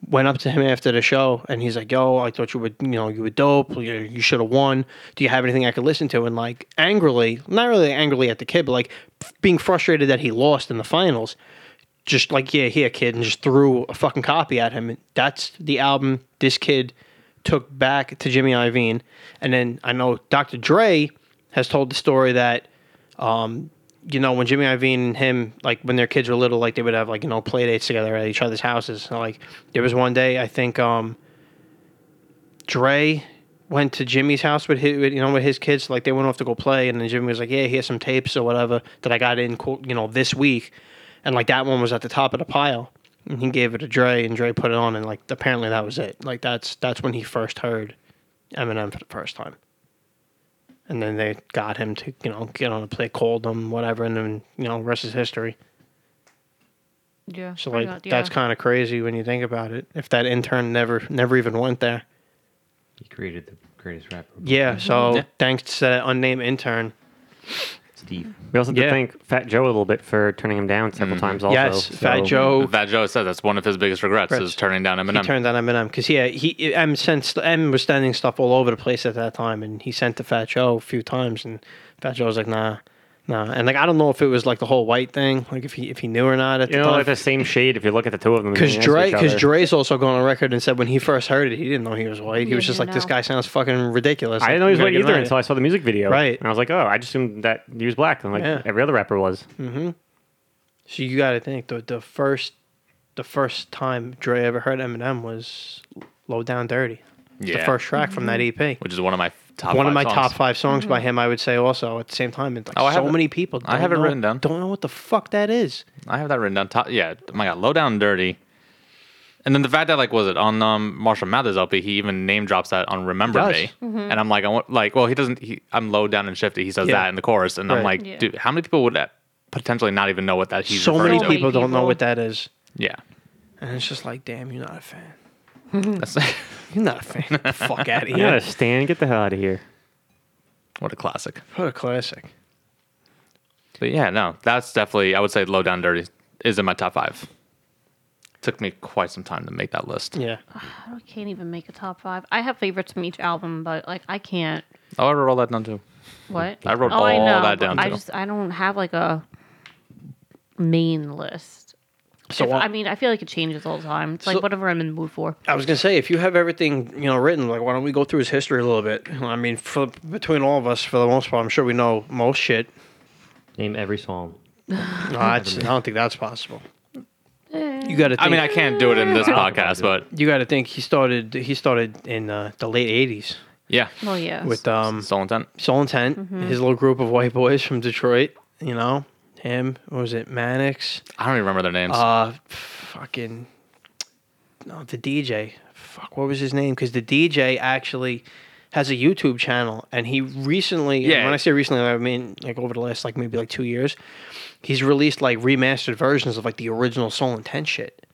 [SPEAKER 2] went up to him after the show and he's like yo I thought you were you know you were dope you, you should have won do you have anything I could listen to and like angrily not really angrily at the kid but like being frustrated that he lost in the finals just like yeah here kid and just threw a fucking copy at him that's the album this kid took back to jimmy iovine and then i know dr dre has told the story that you know, when Jimmy Iovine and him, like when their kids were little, like they would have like you know play dates together at each other's houses. And, like there was one day, I think um, Dre went to Jimmy's house with his, with, you know, with his kids. Like they went off to go play, and then Jimmy was like, "Yeah, here's some tapes or whatever that I got in, quote, you know, this week." And like that one was at the top of the pile, and he gave it to Dre, and Dre put it on, and like apparently that was it. Like that's that's when he first heard Eminem for the first time and then they got him to you know get on a play called him whatever and then you know rest is history
[SPEAKER 5] yeah.
[SPEAKER 2] so
[SPEAKER 5] pretty
[SPEAKER 2] like
[SPEAKER 5] much, yeah.
[SPEAKER 2] that's kind of crazy when you think about it if that intern never never even went there
[SPEAKER 6] He created the greatest rapper.
[SPEAKER 2] yeah so
[SPEAKER 4] Yeah.
[SPEAKER 2] thanks to that unnamed intern
[SPEAKER 6] It's deep.
[SPEAKER 3] We also have
[SPEAKER 2] Yeah. Mm.
[SPEAKER 3] to thank Fat Joe a little bit for turning him down several times. Also,
[SPEAKER 2] yes fat
[SPEAKER 3] so-
[SPEAKER 2] joe
[SPEAKER 4] That Joe said that's one of his biggest regrets
[SPEAKER 2] Regrets.
[SPEAKER 4] is turning down
[SPEAKER 2] he
[SPEAKER 4] Eminem.
[SPEAKER 2] turned on Eminem because yeah, he M sent st- M was sending stuff all over the place at that time, and he sent to Fat Joe a few times, and Fat Joe was like, nah, nah, and like I don't know if it was like the whole white thing, like if he if he knew or not at
[SPEAKER 3] You
[SPEAKER 2] the
[SPEAKER 3] know,
[SPEAKER 2] time.
[SPEAKER 3] like the same shade. If you look at the two of them,
[SPEAKER 2] Because Dre, because
[SPEAKER 3] because
[SPEAKER 2] Dre's also gone on record and said when he first heard it, he didn't know he was white. He
[SPEAKER 5] Yeah,
[SPEAKER 2] was
[SPEAKER 5] he
[SPEAKER 2] just
[SPEAKER 5] didn't
[SPEAKER 2] like, this
[SPEAKER 5] know.
[SPEAKER 2] guy sounds fucking ridiculous.
[SPEAKER 3] I didn't know he was white either until I saw the music video.
[SPEAKER 2] Right.
[SPEAKER 3] and I was like, oh, I just assumed that he was black, and like
[SPEAKER 2] Yeah.
[SPEAKER 3] every other rapper was.
[SPEAKER 2] So you got to think the the first, the first time Dre ever heard Eminem was "Low Down Dirty,"
[SPEAKER 4] yeah,
[SPEAKER 2] the first track from that
[SPEAKER 5] Mm-hmm.
[SPEAKER 2] EP.
[SPEAKER 4] which is one of my top
[SPEAKER 2] One of
[SPEAKER 4] five
[SPEAKER 2] my
[SPEAKER 4] songs.
[SPEAKER 2] top five songs by him, I would say, also at the same time. It's like
[SPEAKER 4] Oh, I
[SPEAKER 2] so
[SPEAKER 4] have it-
[SPEAKER 2] many people.
[SPEAKER 4] I
[SPEAKER 2] don't
[SPEAKER 4] have it
[SPEAKER 2] know-
[SPEAKER 4] written down.
[SPEAKER 2] Don't know what the fuck that is.
[SPEAKER 4] I have that written down. Top, yeah. Oh my God, low down dirty. And then the fact that like was it on um, Marshall Mathers LP, he even name drops that on Remember
[SPEAKER 2] does.
[SPEAKER 4] Me, and I'm like, I want, like, well, he doesn't. He, I'm low down and shifty. He says
[SPEAKER 2] Yeah.
[SPEAKER 4] that in the chorus, and I'm
[SPEAKER 2] Right.
[SPEAKER 4] like,
[SPEAKER 5] Yeah.
[SPEAKER 4] dude, how many people would that potentially not even know what that he's
[SPEAKER 2] so
[SPEAKER 4] referring
[SPEAKER 2] many
[SPEAKER 4] to?
[SPEAKER 2] people don't know
[SPEAKER 5] people.
[SPEAKER 2] what that is,
[SPEAKER 4] Yeah,
[SPEAKER 2] and it's just like, damn, you're not a fan.
[SPEAKER 4] that's
[SPEAKER 2] You're not a fan. Get the fuck out of here.
[SPEAKER 3] Yeah, Stan, get the hell out of here.
[SPEAKER 4] what a classic.
[SPEAKER 2] What a classic.
[SPEAKER 4] But yeah, no, that's definitely I would say low down dirty is in my top five. Took me quite some time to make that list.
[SPEAKER 2] Yeah.
[SPEAKER 5] I can't even make a top five. I have favorites from each album, but like I can't.
[SPEAKER 4] Oh, I wrote all that down too.
[SPEAKER 5] What? Oh,
[SPEAKER 4] I wrote
[SPEAKER 5] I
[SPEAKER 4] all
[SPEAKER 5] know,
[SPEAKER 4] that
[SPEAKER 5] but
[SPEAKER 4] down,
[SPEAKER 5] I
[SPEAKER 4] too.
[SPEAKER 5] just I don't have like a main list.
[SPEAKER 2] So
[SPEAKER 5] If-
[SPEAKER 2] uh,
[SPEAKER 5] I mean, I feel like it changes all the time. It's like
[SPEAKER 2] So-
[SPEAKER 5] whatever I'm in the mood for.
[SPEAKER 2] I was gonna say, if you have everything you know written, like why don't we go through his history a little bit? I mean, for, between all of us, for the most part, I'm sure we know most shit.
[SPEAKER 6] Name every song.
[SPEAKER 2] No, that's, I don't think that's possible. You got to.
[SPEAKER 4] I mean, I can't do it in this podcast, but
[SPEAKER 2] You got to think he started. He started in uh, the late '80s
[SPEAKER 4] yeah,
[SPEAKER 5] Well, yeah.
[SPEAKER 2] with um,
[SPEAKER 4] sole intent.
[SPEAKER 2] Soul Intent, his little group of white boys from Detroit. You know, him. What was it Mannix?
[SPEAKER 4] I don't even remember their names.
[SPEAKER 2] Uh, fucking no, the DJ. Fuck, what was his name? Because the DJ actually has a YouTube channel, and he recently. and
[SPEAKER 4] Yeah.
[SPEAKER 2] When I say recently, I mean like over the last like maybe like two years, he's released like remastered versions of like the original Soul Intent shit.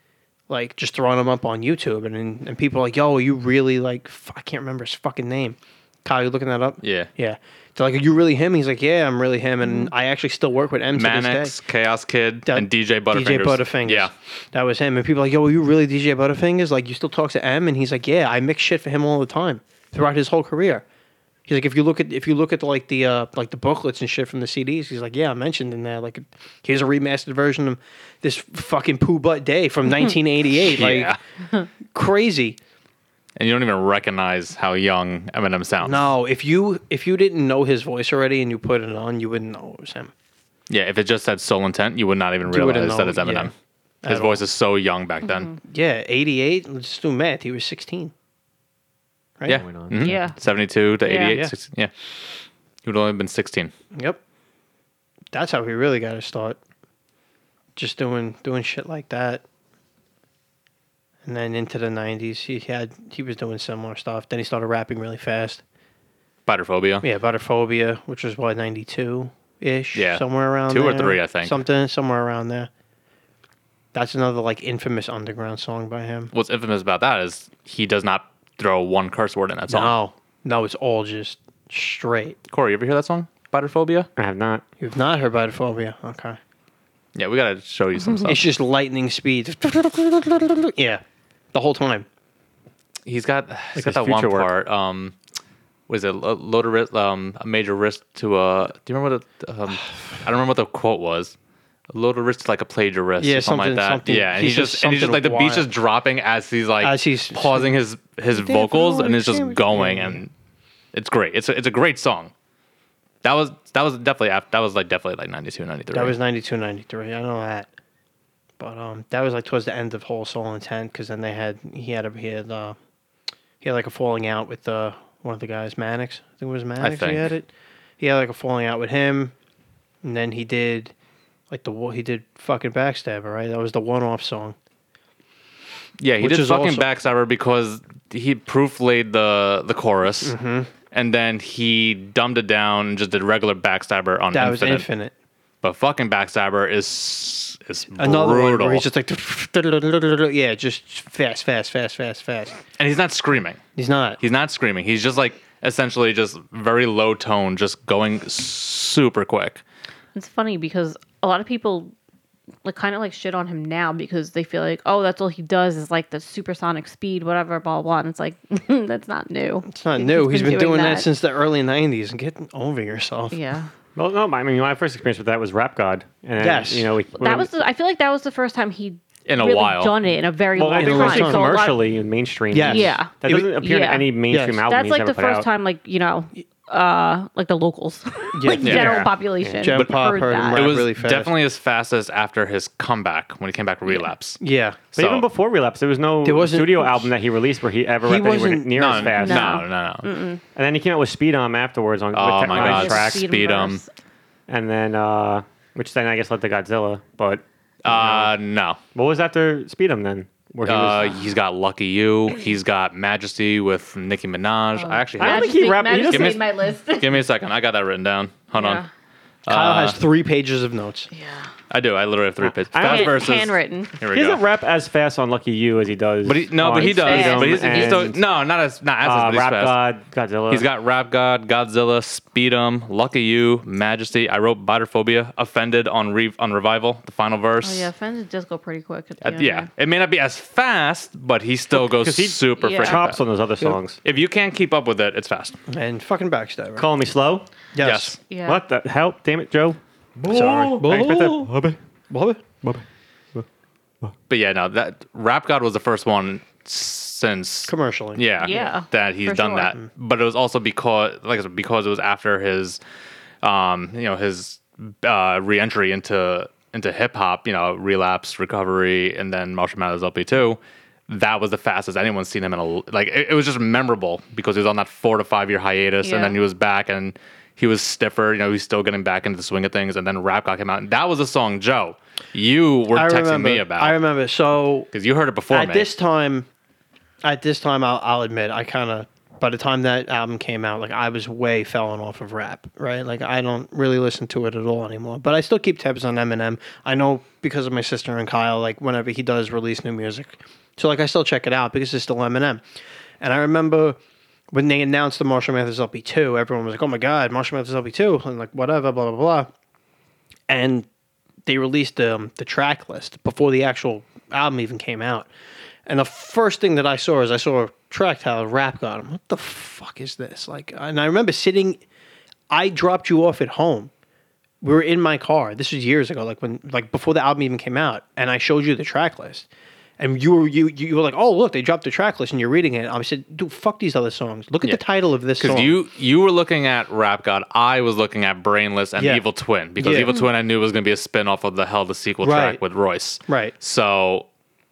[SPEAKER 2] Like just throwing them up on YouTube, and and, and people are like, yo, are you really like? F- I can't remember his fucking name. Kyle, you looking that up?
[SPEAKER 4] yeah. Mm-hmm.
[SPEAKER 2] Yeah. They're like, are you really him? He's like, yeah, I'm really him, and I actually still work with M to this day.
[SPEAKER 4] Manix, Chaos Kid,
[SPEAKER 2] That-
[SPEAKER 4] and DJ
[SPEAKER 2] DJ
[SPEAKER 4] Butterfingers.
[SPEAKER 2] Butterfingers.
[SPEAKER 4] Yeah.
[SPEAKER 2] That was him. And people are like, yo, are you really DJ Butterfingers? Like, you still talk to M? And he's like, yeah, I mix shit for him all the time throughout his whole career. He's like, if you look at if you look at like the uh, like the booklets and shit from the CDs, he's like, yeah, I mentioned in there. Like, here's a remastered version of this fucking poo butt day from 1988.
[SPEAKER 4] Yeah.
[SPEAKER 2] Like, crazy.
[SPEAKER 4] And you don't even recognize how young Eminem sounds.
[SPEAKER 2] No, if you if you didn't know his voice already and you put it on, you wouldn't know it was him.
[SPEAKER 4] Yeah, if it just said Soul Intent, you would not even
[SPEAKER 2] You wouldn't
[SPEAKER 4] realize that
[SPEAKER 2] know,
[SPEAKER 4] it's Eminem.
[SPEAKER 2] yeah,
[SPEAKER 4] His
[SPEAKER 2] at
[SPEAKER 4] voice is so young back then.
[SPEAKER 2] Yeah, 88. Let's do math. He was 16. Right.
[SPEAKER 4] Yeah.
[SPEAKER 6] Why not?
[SPEAKER 4] Mhm.
[SPEAKER 5] Yeah.
[SPEAKER 4] 72 to
[SPEAKER 5] Yeah.
[SPEAKER 4] 88.
[SPEAKER 5] Yeah.
[SPEAKER 4] 16 yeah. He would only have been 16.
[SPEAKER 2] Yep. That's how we really got to start. Just doing doing shit like that. And then into the nineties, he had he was doing similar stuff. Then he started rapping really fast.
[SPEAKER 4] Butterphobia.
[SPEAKER 2] Yeah, Butterphobia, which was what ninety two ish,
[SPEAKER 4] Yeah.
[SPEAKER 2] somewhere around
[SPEAKER 4] Two or
[SPEAKER 2] there.
[SPEAKER 4] three, I think.
[SPEAKER 2] something somewhere around there. That's another like infamous underground song by him.
[SPEAKER 4] What's infamous about that is he does not throw one curse word in that song.
[SPEAKER 2] No, no, it's all just straight.
[SPEAKER 4] Corey, you ever hear that song? Butterphobia?
[SPEAKER 3] I have not.
[SPEAKER 2] You've not heard Butterphobia, okay? Mm-hmm.
[SPEAKER 4] Yeah, we got to show you some
[SPEAKER 2] It's
[SPEAKER 4] stuff.
[SPEAKER 2] just lightning speed. yeah, the whole time.
[SPEAKER 4] He's got, he's got
[SPEAKER 3] his
[SPEAKER 4] that one
[SPEAKER 3] future work.
[SPEAKER 4] part. Um, was it lo- load a risk, um, a major risk to a? Do you remember what? The, um, I don't remember what the quote was. A load of risk to like a plagiarist,
[SPEAKER 2] Yeah,
[SPEAKER 4] or something,
[SPEAKER 2] something-
[SPEAKER 4] like that.
[SPEAKER 2] something-
[SPEAKER 4] yeah, and
[SPEAKER 2] he
[SPEAKER 4] he's
[SPEAKER 2] says
[SPEAKER 4] just and he's just like the
[SPEAKER 2] something
[SPEAKER 4] beat's
[SPEAKER 2] wild.
[SPEAKER 4] just dropping as he's like
[SPEAKER 2] As he's-
[SPEAKER 4] pausing his his
[SPEAKER 2] Damn,
[SPEAKER 4] vocals
[SPEAKER 2] I
[SPEAKER 4] and it's
[SPEAKER 2] understand
[SPEAKER 4] just
[SPEAKER 2] what you're
[SPEAKER 4] going
[SPEAKER 2] saying.
[SPEAKER 4] and it's great. It's a, it's a great song. That was that was definitely af- that was like definitely like 92, 93.
[SPEAKER 2] That was 92, 93. I know that. But um, that was like towards the end of Whole Soul Intent because then they had he had a he had uh, he had like a falling out with uh, one of the guys Mannix. I think it was Mannix. He
[SPEAKER 4] think.
[SPEAKER 2] had it. He had like a falling out with him, and then he did like the wa- he did fucking backstabber right. That was the one off song.
[SPEAKER 4] Yeah, he
[SPEAKER 2] Which
[SPEAKER 4] did
[SPEAKER 2] is
[SPEAKER 4] fucking
[SPEAKER 2] also-
[SPEAKER 4] backstabber because he prooflaid the the chorus,
[SPEAKER 2] Mm-hmm.
[SPEAKER 4] and then he dumbed it down and just did regular backstabber on
[SPEAKER 2] That
[SPEAKER 4] infinite.
[SPEAKER 2] was Infinite.
[SPEAKER 4] But fucking backstabber is is
[SPEAKER 2] Another one
[SPEAKER 4] brutal,
[SPEAKER 2] where he's just like yeah, just fast, fast, fast, fast, fast.
[SPEAKER 4] and he's not screaming.
[SPEAKER 2] He's not.
[SPEAKER 4] He's not screaming. He's just like essentially just very low tone, just going super quick.
[SPEAKER 5] It's funny because a lot of people like kind of like shit on him now because they feel like, oh, that's all he does is like the supersonic speed, whatever, blah blah. blah. And it's like that's not new.
[SPEAKER 2] It's not new. he's been, doing, that. since the early '90s. Get over yourself.
[SPEAKER 5] Yeah,
[SPEAKER 3] Well, no, I mean, my first experience with that was Rap God. And,
[SPEAKER 2] Yes.
[SPEAKER 3] You know, we,
[SPEAKER 5] that was. The, I feel like that was the first time he
[SPEAKER 4] In a
[SPEAKER 5] really
[SPEAKER 4] while.
[SPEAKER 5] done it in a very
[SPEAKER 3] well, I
[SPEAKER 5] long
[SPEAKER 3] think
[SPEAKER 2] a
[SPEAKER 5] time.
[SPEAKER 2] long
[SPEAKER 3] mostly
[SPEAKER 2] time.
[SPEAKER 5] So a lot-
[SPEAKER 3] commercially and mainstream.
[SPEAKER 2] Yes.
[SPEAKER 5] Yeah.
[SPEAKER 3] That
[SPEAKER 2] It was-
[SPEAKER 3] doesn't appear
[SPEAKER 5] Yeah.
[SPEAKER 3] in any mainstream
[SPEAKER 2] Yes.
[SPEAKER 3] album.
[SPEAKER 5] That's
[SPEAKER 3] he's
[SPEAKER 5] like
[SPEAKER 3] ever
[SPEAKER 5] the
[SPEAKER 3] put
[SPEAKER 5] first
[SPEAKER 3] out.
[SPEAKER 5] time, like you know, uh, like the locals,
[SPEAKER 2] Yeah.
[SPEAKER 5] like general
[SPEAKER 3] Yeah.
[SPEAKER 5] population,
[SPEAKER 2] Gen pop heard him
[SPEAKER 4] It
[SPEAKER 2] rap.
[SPEAKER 5] that.
[SPEAKER 4] was
[SPEAKER 2] really fast.
[SPEAKER 4] definitely his fastest after his comeback when he came back relapse.
[SPEAKER 2] Yeah.
[SPEAKER 3] But even before Relapse, there was no
[SPEAKER 2] There wasn't-
[SPEAKER 3] studio album that he released where he ever
[SPEAKER 2] He
[SPEAKER 3] rapped anywhere
[SPEAKER 2] wasn't-
[SPEAKER 3] near
[SPEAKER 4] No,
[SPEAKER 3] as
[SPEAKER 4] no,
[SPEAKER 3] fast.
[SPEAKER 4] no, no, no.
[SPEAKER 3] And then he came out with Speed Um afterwards on
[SPEAKER 4] Oh
[SPEAKER 3] with
[SPEAKER 4] my
[SPEAKER 3] Tectonic
[SPEAKER 4] God,
[SPEAKER 5] Just
[SPEAKER 3] tracks.
[SPEAKER 4] Speed
[SPEAKER 5] feed
[SPEAKER 4] 'em.
[SPEAKER 5] verse.
[SPEAKER 3] And then, uh, which then I guess led to Godzilla. But
[SPEAKER 4] Uh, no.
[SPEAKER 3] what was after Speed Um then? Where he was,
[SPEAKER 4] Uh, he's got Lucky You. He's got Majesty with Nicki Minaj.
[SPEAKER 5] Oh,
[SPEAKER 4] I actually
[SPEAKER 3] I
[SPEAKER 4] have.
[SPEAKER 3] don't think he
[SPEAKER 5] Majesty-
[SPEAKER 3] rapped- he
[SPEAKER 5] Majesty
[SPEAKER 3] doesn't-
[SPEAKER 5] made my list.
[SPEAKER 4] Give me a second. I got that written down. Hold
[SPEAKER 5] Yeah.
[SPEAKER 4] on.
[SPEAKER 2] Kyle has
[SPEAKER 4] Uh,
[SPEAKER 2] three pages of notes.
[SPEAKER 5] Yeah.
[SPEAKER 4] I do. I literally have three pages.
[SPEAKER 3] I don't-
[SPEAKER 4] Fast versus
[SPEAKER 5] Handwritten.
[SPEAKER 4] Here we
[SPEAKER 3] he
[SPEAKER 4] go.
[SPEAKER 3] doesn't rap as fast on Lucky You as he does.
[SPEAKER 4] but he, no, but
[SPEAKER 3] on
[SPEAKER 4] he does.
[SPEAKER 5] fast.
[SPEAKER 4] But he's,
[SPEAKER 3] Speed 'Em
[SPEAKER 4] he's still,
[SPEAKER 3] and,
[SPEAKER 4] no, not as not as,
[SPEAKER 3] uh,
[SPEAKER 4] but he's
[SPEAKER 3] Rap
[SPEAKER 4] fast.
[SPEAKER 3] God, Godzilla.
[SPEAKER 4] He's got Rap God, Godzilla, Speedum, Lucky You, Majesty. I wrote Biterphobia, Offended on re- on Revival, the final verse.
[SPEAKER 5] Oh yeah, fans does go pretty quick. At the
[SPEAKER 4] Uh,
[SPEAKER 5] end
[SPEAKER 4] yeah.
[SPEAKER 5] there.
[SPEAKER 4] It may not be as fast, but he still goes
[SPEAKER 3] 'Cause he
[SPEAKER 4] super
[SPEAKER 5] Yeah.
[SPEAKER 4] freaking
[SPEAKER 3] chops
[SPEAKER 4] fast.
[SPEAKER 3] on those other songs.
[SPEAKER 4] If you can't keep up with it, it's fast.
[SPEAKER 2] And fucking backstabber.
[SPEAKER 3] Call me slow.
[SPEAKER 2] yes.
[SPEAKER 5] Yeah.
[SPEAKER 3] What the hell? Damn it, Joe.
[SPEAKER 2] Sorry.
[SPEAKER 3] I expect that-
[SPEAKER 2] Bubba.
[SPEAKER 4] But yeah, no, that Rap God was the first one since
[SPEAKER 2] Commercially.
[SPEAKER 4] Yeah,
[SPEAKER 5] Yeah,
[SPEAKER 4] that he's
[SPEAKER 5] for
[SPEAKER 4] done
[SPEAKER 5] sure.
[SPEAKER 4] that.
[SPEAKER 2] Mm-hmm.
[SPEAKER 4] But it was also because, like, I said, because it was after his, um, you know, his uh, reentry into into hip hop. You know, relapse, recovery, and then Marshall Mathers LP two. That was the fastest anyone's seen him in a like. It, it was just memorable because he was on that four to five year hiatus,
[SPEAKER 5] Yeah.
[SPEAKER 4] and then he was back and. He was stiffer. You know, he's still getting back into the swing of things. And then Rap God came out, and that was a song, Joe. You were
[SPEAKER 2] I
[SPEAKER 4] texting
[SPEAKER 2] remember.
[SPEAKER 4] me about
[SPEAKER 2] I remember. So
[SPEAKER 4] because you heard it before
[SPEAKER 2] at
[SPEAKER 4] me.
[SPEAKER 2] this time, at this time, I'll, I'll admit, I kind of by the time that album came out, like I was way falling off of rap, right? Like I don't really listen to it at all anymore. But I still keep tabs on Eminem. I know because of my sister and Kyle. Like whenever he does release new music, so like I still check it out because it's still Eminem. And I remember when they announced the Marshall Mathers LP two, everyone was like, "Oh my god, Marshall Mathers LP 2 and like whatever, blah blah blah. And they released um, the track list before the actual album even came out. And the first thing that I saw is I saw a track titled Rap God. I'm, what the fuck is this? Like, and I remember sitting, I dropped you off at home. We were in my car. This was years ago, like when, like before the album even came out. And I showed you the track list. And you were you you were like, oh look, they dropped the track list, and you're reading it. I said, dude, fuck these other songs. Look at the title of this
[SPEAKER 4] Because
[SPEAKER 2] song.
[SPEAKER 4] you you were looking at Rap God, I was looking at Brainless and
[SPEAKER 2] Yeah.
[SPEAKER 4] Evil Twin because
[SPEAKER 2] Yeah.
[SPEAKER 4] Evil Twin I knew was going to be a spin off of the Hell the sequel
[SPEAKER 2] Right.
[SPEAKER 4] track with Royce.
[SPEAKER 2] Right.
[SPEAKER 4] So,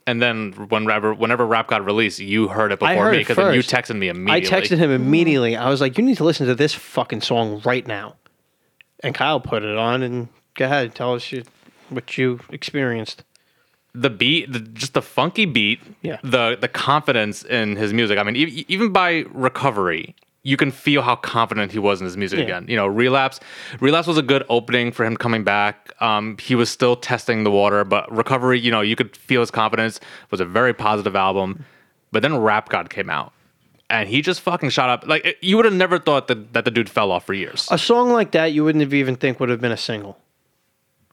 [SPEAKER 4] and then whenever whenever Rap God released, you heard it
[SPEAKER 2] I
[SPEAKER 4] before
[SPEAKER 2] heard
[SPEAKER 4] me
[SPEAKER 2] it
[SPEAKER 4] because then you
[SPEAKER 2] first.
[SPEAKER 4] texted me
[SPEAKER 2] I
[SPEAKER 4] immediately.
[SPEAKER 2] texted him immediately. I was like, "You need to listen to this fucking song right now." And Kyle put it on, and go ahead, tell us you, what you experienced.
[SPEAKER 4] the beat, the, just the funky beat,
[SPEAKER 2] Yeah.
[SPEAKER 4] the the confidence in his music. I mean, e- even by recovery, you can feel how confident he was in his music
[SPEAKER 2] Yeah.
[SPEAKER 4] again. You know, relapse, relapse was a good opening for him coming back. Um, he was still testing the water, but recovery, you know, you could feel his confidence. It was a very positive album, but then Rap God came out, and he just fucking shot up. Like it- you would have never thought that that the dude fell off for years.
[SPEAKER 2] A song like that, you wouldn't have even think would have been a single,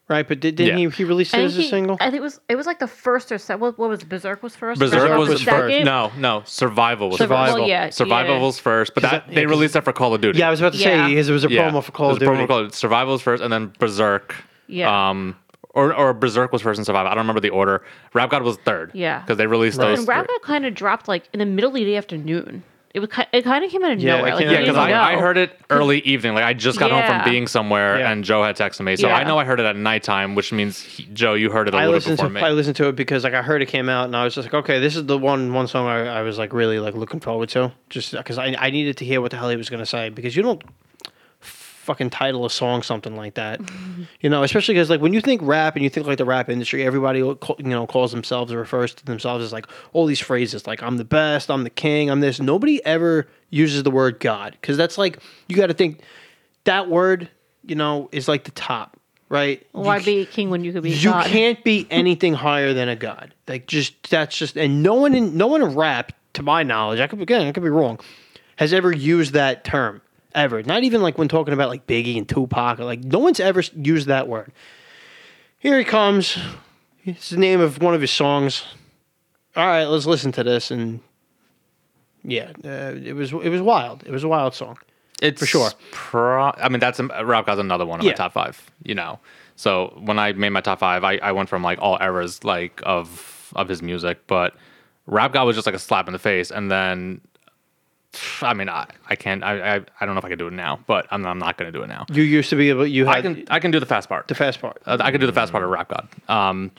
[SPEAKER 2] right? But did, didn't
[SPEAKER 4] Yeah.
[SPEAKER 2] he? He released
[SPEAKER 5] I
[SPEAKER 2] it
[SPEAKER 5] think
[SPEAKER 2] as a
[SPEAKER 5] he-
[SPEAKER 2] single.
[SPEAKER 5] I think it was it was like the first or second. What, what was Berserk was first.
[SPEAKER 4] Berserk was,
[SPEAKER 2] was
[SPEAKER 4] first.
[SPEAKER 5] second?
[SPEAKER 4] No, no. Survival was
[SPEAKER 5] Survival,
[SPEAKER 4] first.
[SPEAKER 5] yeah,
[SPEAKER 4] Survival
[SPEAKER 5] yeah.
[SPEAKER 4] was first, but that,
[SPEAKER 2] that- yeah,
[SPEAKER 4] they
[SPEAKER 2] 'cause-
[SPEAKER 4] released that for Call of Duty.
[SPEAKER 2] yeah, I was about to
[SPEAKER 5] Yeah.
[SPEAKER 2] say because it was a
[SPEAKER 4] Yeah.
[SPEAKER 2] promo for Call of
[SPEAKER 4] It was a
[SPEAKER 2] Duty.
[SPEAKER 4] promo for Call of Duty. Survival was first, and then Berserk.
[SPEAKER 5] Yeah.
[SPEAKER 4] Um, or, or Berserk was first and Survival. I don't remember the order. Rap God was third.
[SPEAKER 5] Yeah.
[SPEAKER 4] Because they released
[SPEAKER 2] Right.
[SPEAKER 4] those.
[SPEAKER 5] And Rap
[SPEAKER 4] three.
[SPEAKER 5] God kind of dropped like in the middle of the afternoon. It was ki- it kind of came out of
[SPEAKER 2] Yeah,
[SPEAKER 5] nowhere.
[SPEAKER 2] it
[SPEAKER 5] Like,
[SPEAKER 2] came
[SPEAKER 5] you
[SPEAKER 4] Yeah,
[SPEAKER 2] out
[SPEAKER 5] didn't
[SPEAKER 4] because
[SPEAKER 2] of
[SPEAKER 5] know.
[SPEAKER 4] I, I heard it early evening. Like I just got home
[SPEAKER 5] Yeah.
[SPEAKER 4] from being somewhere,
[SPEAKER 2] Yeah.
[SPEAKER 4] and Joe had texted me, so
[SPEAKER 5] Yeah.
[SPEAKER 4] I know I heard it at nighttime, which means he, Joe, you heard it a
[SPEAKER 2] I
[SPEAKER 4] little
[SPEAKER 2] listened
[SPEAKER 4] before
[SPEAKER 2] to
[SPEAKER 4] me.
[SPEAKER 2] I listened to it because like I heard it came out and I was just like okay this is the one one song I, I was like really like looking forward to just because I, I needed to hear what the hell he was gonna say because you don't fucking title a song something like that you know especially because like when you think rap and you think like the rap industry everybody will call- you know calls themselves or refers to themselves as like all these phrases like I'm the best I'm the king I'm this nobody ever uses the word God because that's like you got to think that word you know is like the top right
[SPEAKER 5] Why
[SPEAKER 2] You-
[SPEAKER 5] be a king when you could be
[SPEAKER 2] you
[SPEAKER 5] God?
[SPEAKER 2] can't be anything higher than a god. Like just that's just and no one in no one in rap, to my knowledge, I could again I could be wrong, has ever used that term ever. Not even like when talking about like Biggie and Tupac. Or, like no one's ever s- used that word. Here he comes. It's the name of one of his songs. All right, let's listen to this and yeah, uh, it was it was wild. It was a wild song.
[SPEAKER 4] It's
[SPEAKER 2] For sure.
[SPEAKER 4] Pro- I mean, that's Rob God's another one of
[SPEAKER 2] Yeah.
[SPEAKER 4] my top five. You know, so when I made my top five, I, I went from like all eras like of of his music, but Rap God was just like a slap in the face, and then I mean, I, I can't, I, I I don't know if I can do it now, but I'm I'm not gonna do it now.
[SPEAKER 2] You used to be able you had
[SPEAKER 4] I can I can do the fast part.
[SPEAKER 2] the fast part.
[SPEAKER 4] Uh, I could do the fast part of Rap God. Um,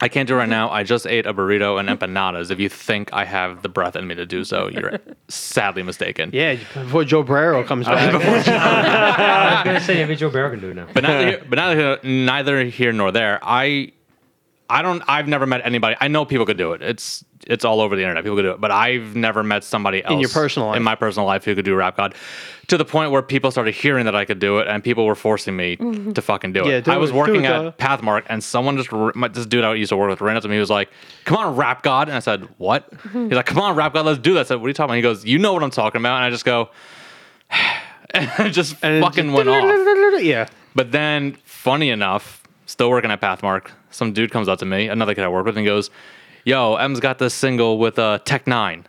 [SPEAKER 4] I can't do it right now. I just ate a burrito and empanadas. If you think I have the breath in me to do so, you're sadly mistaken.
[SPEAKER 2] yeah, before Joe Brero comes back.
[SPEAKER 6] I was gonna say maybe Joe Barrow can do it now.
[SPEAKER 4] but neither, here- but neither, neither here nor there. I, I don't. I've never met anybody. I know people could do it. It's it's all over the internet. People could do it. But I've never met somebody else
[SPEAKER 2] your personal life.
[SPEAKER 4] in my personal life who could do rap god, to the point where people started hearing that I could do it, and people were forcing me to fucking do it.
[SPEAKER 2] Mm-hmm. Yeah, do
[SPEAKER 4] I was
[SPEAKER 2] it, do
[SPEAKER 4] working
[SPEAKER 2] it, dog.
[SPEAKER 4] at Pathmark, and someone just r- my, this dude I used to work with ran up to me. He was like, "Come on, rap god," and I said, "What?"
[SPEAKER 2] Mm-hmm.
[SPEAKER 4] He's like, "Come on, rap god, let's do that." I said, "What are you talking about?" He goes, "You know what I'm talking about," and I just go. And just
[SPEAKER 2] And it
[SPEAKER 4] fucking
[SPEAKER 2] just-
[SPEAKER 4] went off.
[SPEAKER 2] Yeah.
[SPEAKER 4] But then, funny enough, still working at Pathmark, some dude comes up to me, another kid I work with, and goes, "Yo, M's got this single with uh, Tech Nine.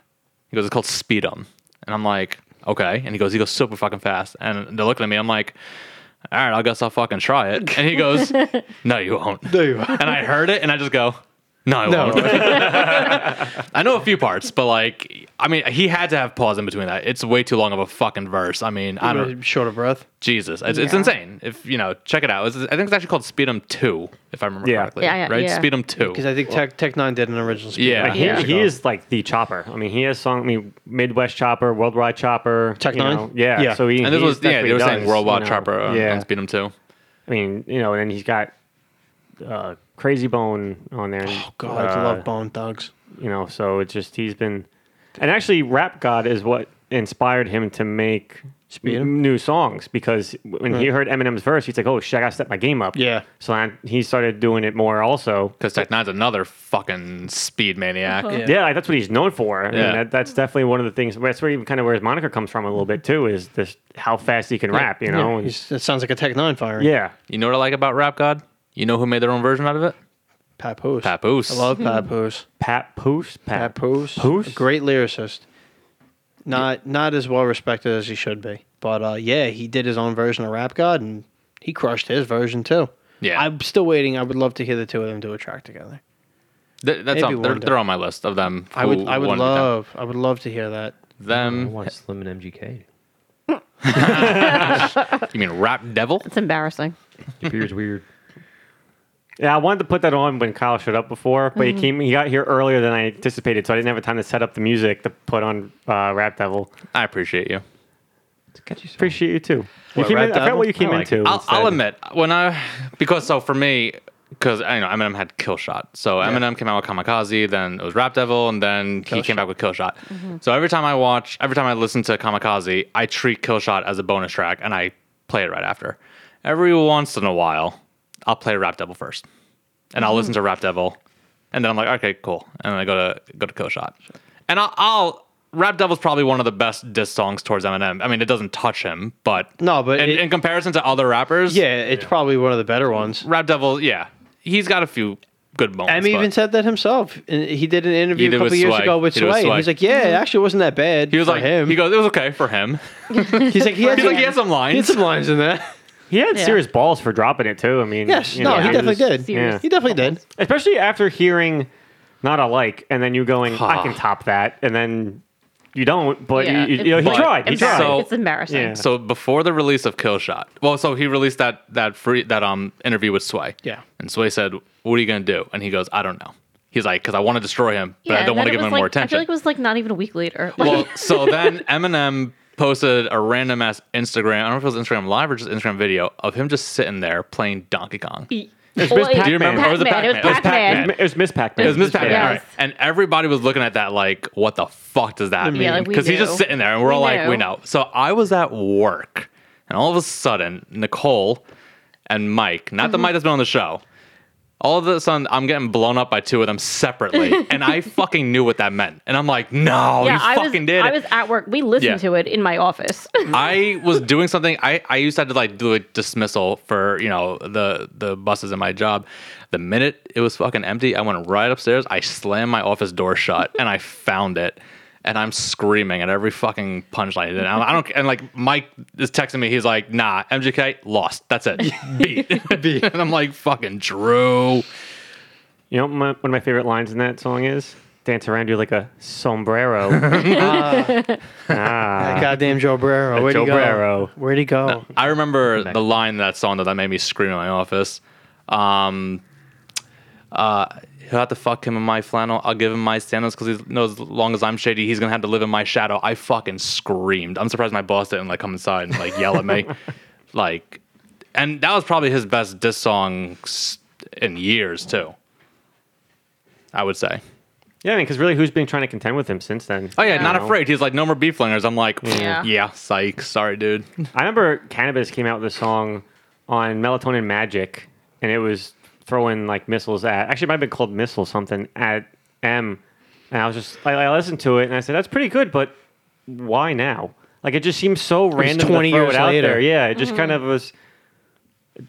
[SPEAKER 4] He goes, "It's called Speed 'Em," and I'm like, "Okay." And he goes, "He goes super fucking fast," and they're looking at me. I'm like. All right, I guess I'll fucking try it. And he goes, No, you won't.
[SPEAKER 2] No, you won't.
[SPEAKER 4] And I heard it and I just go, No, I
[SPEAKER 2] No.
[SPEAKER 4] won't. I know a few parts, but like, I mean, he had to have pause in between that. It's way too long of a fucking verse. I mean, I don't.
[SPEAKER 2] Really Short of breath.
[SPEAKER 4] Jesus, it's, it's
[SPEAKER 5] Yeah.
[SPEAKER 4] insane. If you know, check it out. It's, I think it's actually called Speedum Two, if I remember
[SPEAKER 3] Yeah.
[SPEAKER 4] correctly.
[SPEAKER 5] Yeah, yeah,
[SPEAKER 4] right,
[SPEAKER 5] yeah.
[SPEAKER 4] Speedum Two.
[SPEAKER 2] Because I think Tech, Tech Nine did an original. Speed
[SPEAKER 4] Yeah.
[SPEAKER 2] Rock
[SPEAKER 3] He,
[SPEAKER 2] years
[SPEAKER 3] he
[SPEAKER 2] ago.
[SPEAKER 3] is like the chopper. I mean, he has song. I mean, Midwest chopper, worldwide chopper.
[SPEAKER 2] Tech
[SPEAKER 3] you
[SPEAKER 2] Nine?
[SPEAKER 3] know, yeah.
[SPEAKER 2] Yeah.
[SPEAKER 3] So he
[SPEAKER 4] and this
[SPEAKER 3] he's-
[SPEAKER 4] was
[SPEAKER 3] that's
[SPEAKER 4] yeah,
[SPEAKER 3] what
[SPEAKER 4] they
[SPEAKER 3] he
[SPEAKER 4] were saying
[SPEAKER 3] does,
[SPEAKER 4] Worldwide
[SPEAKER 3] you know.
[SPEAKER 4] Chopper on,
[SPEAKER 3] yeah.
[SPEAKER 4] on Speedum Two.
[SPEAKER 3] I mean, you know, and then he's got uh, Crazy Bone on there.
[SPEAKER 2] Oh God, I
[SPEAKER 3] uh,
[SPEAKER 2] love Bone Thugs.
[SPEAKER 3] You know, so it's just he's been, and actually, Rap God is what inspired him to make
[SPEAKER 2] Speed 'em?
[SPEAKER 3] n- new songs because when he heard Eminem's verse, he's like, "Oh shit, I gotta step my game up."
[SPEAKER 2] Yeah.
[SPEAKER 3] So I, he started doing it more also.
[SPEAKER 4] Because Tech Nine's another fucking speed maniac.
[SPEAKER 5] Uh-huh.
[SPEAKER 2] Yeah.
[SPEAKER 3] Yeah, like, that's what he's known for. I mean,
[SPEAKER 4] Yeah.
[SPEAKER 3] that, that's definitely one of the things. That's where even kind of where his moniker comes from a little bit too is this how fast he can rap. You know.
[SPEAKER 2] Yeah,
[SPEAKER 3] and-
[SPEAKER 2] he's- it sounds like a Tech Nine firing.
[SPEAKER 3] yeah.
[SPEAKER 4] You know what I like about Rap God? You know who made their own version out of it?
[SPEAKER 2] Papoose.
[SPEAKER 4] Papoose.
[SPEAKER 2] I love Papoose.
[SPEAKER 3] Pat Poose. Pat
[SPEAKER 2] Papoose.
[SPEAKER 3] Papoose?
[SPEAKER 2] A great lyricist. Not not as well respected as he should be, but uh, yeah, he did his own version of Rap God, and he crushed his version too.
[SPEAKER 4] Yeah.
[SPEAKER 2] I'm still waiting. I would love to hear the two of them do a track together.
[SPEAKER 4] Th- that's
[SPEAKER 2] Maybe
[SPEAKER 4] on, they're,
[SPEAKER 2] one day.
[SPEAKER 4] they're on my list of them.
[SPEAKER 2] I would.
[SPEAKER 4] who
[SPEAKER 2] I would
[SPEAKER 4] wanted to do
[SPEAKER 2] love. I would love to hear that.
[SPEAKER 6] I
[SPEAKER 4] them.
[SPEAKER 6] want Slim and MGK.
[SPEAKER 4] You mean Rap Devil?
[SPEAKER 5] It's embarrassing.
[SPEAKER 6] Your beard's weird.
[SPEAKER 3] Yeah, I wanted to put that on when Kyle showed up before, but he came. He got here earlier than I anticipated, so I didn't have time to set up the music to put on uh, Rap Devil.
[SPEAKER 4] I appreciate you.
[SPEAKER 6] It's a catchy song.
[SPEAKER 3] Appreciate you too. You
[SPEAKER 2] What,
[SPEAKER 3] came
[SPEAKER 2] Rap
[SPEAKER 3] in, I forgot
[SPEAKER 2] Devil?
[SPEAKER 3] what you came
[SPEAKER 6] I like it.
[SPEAKER 3] into.
[SPEAKER 4] I'll,
[SPEAKER 3] instead.
[SPEAKER 4] I'll admit when I because so for me because I you know Eminem had Kill Shot, so Eminem came out with Kamikaze, then it was Rap Devil, and then he came back with Kill Shot.
[SPEAKER 2] Mm-hmm.
[SPEAKER 4] So every time I watch, every time I listen to Kamikaze, I treat Kill Shot as a bonus track and I play it right after. Every once in a while, I'll play Rap Devil first, and
[SPEAKER 2] Mm-hmm.
[SPEAKER 4] I'll listen to Rap Devil, and then I'm like, okay, cool, and then I go to go to Kill Shot, and I'll. I'll Rap Devil's probably one of the best diss songs towards Eminem. I mean, it doesn't touch him, but
[SPEAKER 2] No, but
[SPEAKER 4] in,
[SPEAKER 2] it-
[SPEAKER 4] in comparison to other rappers,
[SPEAKER 2] Yeah, it's probably one of the better ones.
[SPEAKER 4] Rap Devil, yeah, he's got a few good moments.
[SPEAKER 2] Em even
[SPEAKER 4] but
[SPEAKER 2] said that himself. And He did an interview
[SPEAKER 4] He did
[SPEAKER 2] a couple
[SPEAKER 4] with
[SPEAKER 2] years
[SPEAKER 4] Sway.
[SPEAKER 2] ago with
[SPEAKER 4] He did with
[SPEAKER 2] Sway. and
[SPEAKER 4] Sway. Mm-hmm.
[SPEAKER 2] He's like, yeah, it actually wasn't that bad.
[SPEAKER 4] he was
[SPEAKER 2] for
[SPEAKER 4] like
[SPEAKER 2] him.
[SPEAKER 4] He goes, it was okay for him.
[SPEAKER 2] he's like, he
[SPEAKER 4] He's like he
[SPEAKER 2] had
[SPEAKER 4] has some lines.
[SPEAKER 2] some lines in that.
[SPEAKER 3] he had
[SPEAKER 5] Yeah.
[SPEAKER 3] serious balls for dropping it too. I mean,
[SPEAKER 2] Yes,
[SPEAKER 3] you
[SPEAKER 2] no,
[SPEAKER 3] know,
[SPEAKER 2] he definitely
[SPEAKER 3] was-
[SPEAKER 2] did.
[SPEAKER 5] Yeah.
[SPEAKER 2] He definitely did.
[SPEAKER 3] Especially after hearing "Not Alike" and then you going, "I can top that," and then you don't. But
[SPEAKER 5] Yeah,
[SPEAKER 3] you, you,
[SPEAKER 5] it's
[SPEAKER 3] you know, he
[SPEAKER 4] But
[SPEAKER 3] tried. He
[SPEAKER 4] it's
[SPEAKER 3] tried.
[SPEAKER 5] embarrassing.
[SPEAKER 4] so-
[SPEAKER 5] it's embarrassing.
[SPEAKER 3] Yeah.
[SPEAKER 4] So before the release of Kill Shot, well, so he released that that free that um interview with Sway.
[SPEAKER 2] Yeah.
[SPEAKER 4] and Sway said, "What are you gonna do?" And he goes, "I don't know." He's like, "Cause I want to destroy him, but I
[SPEAKER 5] and
[SPEAKER 4] don't want
[SPEAKER 5] then it
[SPEAKER 4] to give
[SPEAKER 5] was
[SPEAKER 4] him
[SPEAKER 5] like, I feel
[SPEAKER 4] more attention."
[SPEAKER 5] like it was like not even a week later. Like,
[SPEAKER 4] Well, so then Eminem posted a random ass Instagram. I don't know if it was Instagram Live or just Instagram video of him just sitting there playing Donkey Kong.
[SPEAKER 5] it
[SPEAKER 3] It's Miss Pac-Man.
[SPEAKER 4] Do you remember? Or was it
[SPEAKER 5] Pac-Man. It was
[SPEAKER 4] Pac-Man? It was Pac-Man.
[SPEAKER 5] Pac-Man.
[SPEAKER 3] it was Miss Pac-Man.
[SPEAKER 4] It was Miss Pac-Man,
[SPEAKER 5] Yes.
[SPEAKER 4] all right. And everybody was looking at that like, what the fuck does that
[SPEAKER 5] Yeah,
[SPEAKER 4] mean?
[SPEAKER 5] like, we
[SPEAKER 4] Because he's just
[SPEAKER 5] knew.
[SPEAKER 4] sitting there, and we're
[SPEAKER 5] We
[SPEAKER 4] all like, we
[SPEAKER 5] knew.
[SPEAKER 4] know. So I was at work, and all of a sudden, Nicole and Mike, not
[SPEAKER 5] Mm-hmm.
[SPEAKER 4] the Mike that's been on the show, all of a sudden, I'm getting blown up by two of them separately, and I fucking knew what that meant. And I'm like, no, you
[SPEAKER 5] I
[SPEAKER 4] Oh, fucking
[SPEAKER 5] was,
[SPEAKER 4] did
[SPEAKER 5] I
[SPEAKER 4] it.
[SPEAKER 5] was at work. We listened
[SPEAKER 4] Yeah.
[SPEAKER 5] to it in my office.
[SPEAKER 4] I was doing something. I, I used to have to like do a dismissal for you know the the buses in my job. The minute it was fucking empty, I went right upstairs. I slammed my office door shut, and I found it. And I'm screaming at every fucking punchline. And I'm, I don't. And like Mike is texting me. He's like, "Nah, MGK lost. That's it. Beat. Beat." and I'm like, "Fucking Drew."
[SPEAKER 3] You know, what my, one of my favorite lines in that song is "Dance around you like a sombrero."
[SPEAKER 2] That goddamn Joe Brero. Where'd
[SPEAKER 3] Joe
[SPEAKER 2] he go?
[SPEAKER 3] Brero.
[SPEAKER 2] Where'd he go?
[SPEAKER 4] I remember the line in that song though, that made me scream in my office. Um, uh, he'll have to fuck him in my flannel. I'll give him my sandals because he knows as long as I'm shady, he's gonna have to live in my shadow. I fucking screamed. I'm surprised my boss didn't like come inside and like yell at me. like, and that was probably his best diss song s- in years too. I would say.
[SPEAKER 3] yeah, I mean, because really, who's been trying to contend with him since then?
[SPEAKER 4] Oh yeah,
[SPEAKER 5] Yeah.
[SPEAKER 4] not afraid. He's like no more beef flingers. I'm like, yeah,
[SPEAKER 5] Yeah.
[SPEAKER 4] psych. Sorry, dude.
[SPEAKER 3] I remember Cannabis came out with a song on Melatonin Magic, and it was throwing like missiles at. Actually, it might have been called Missile something at M. And I was just, I, I listened to it, and I said, "That's pretty good, but why now? Like, it just seems so random
[SPEAKER 2] 20
[SPEAKER 3] to throw
[SPEAKER 2] years
[SPEAKER 3] it out
[SPEAKER 2] later.
[SPEAKER 3] there. Yeah, it just kind of was.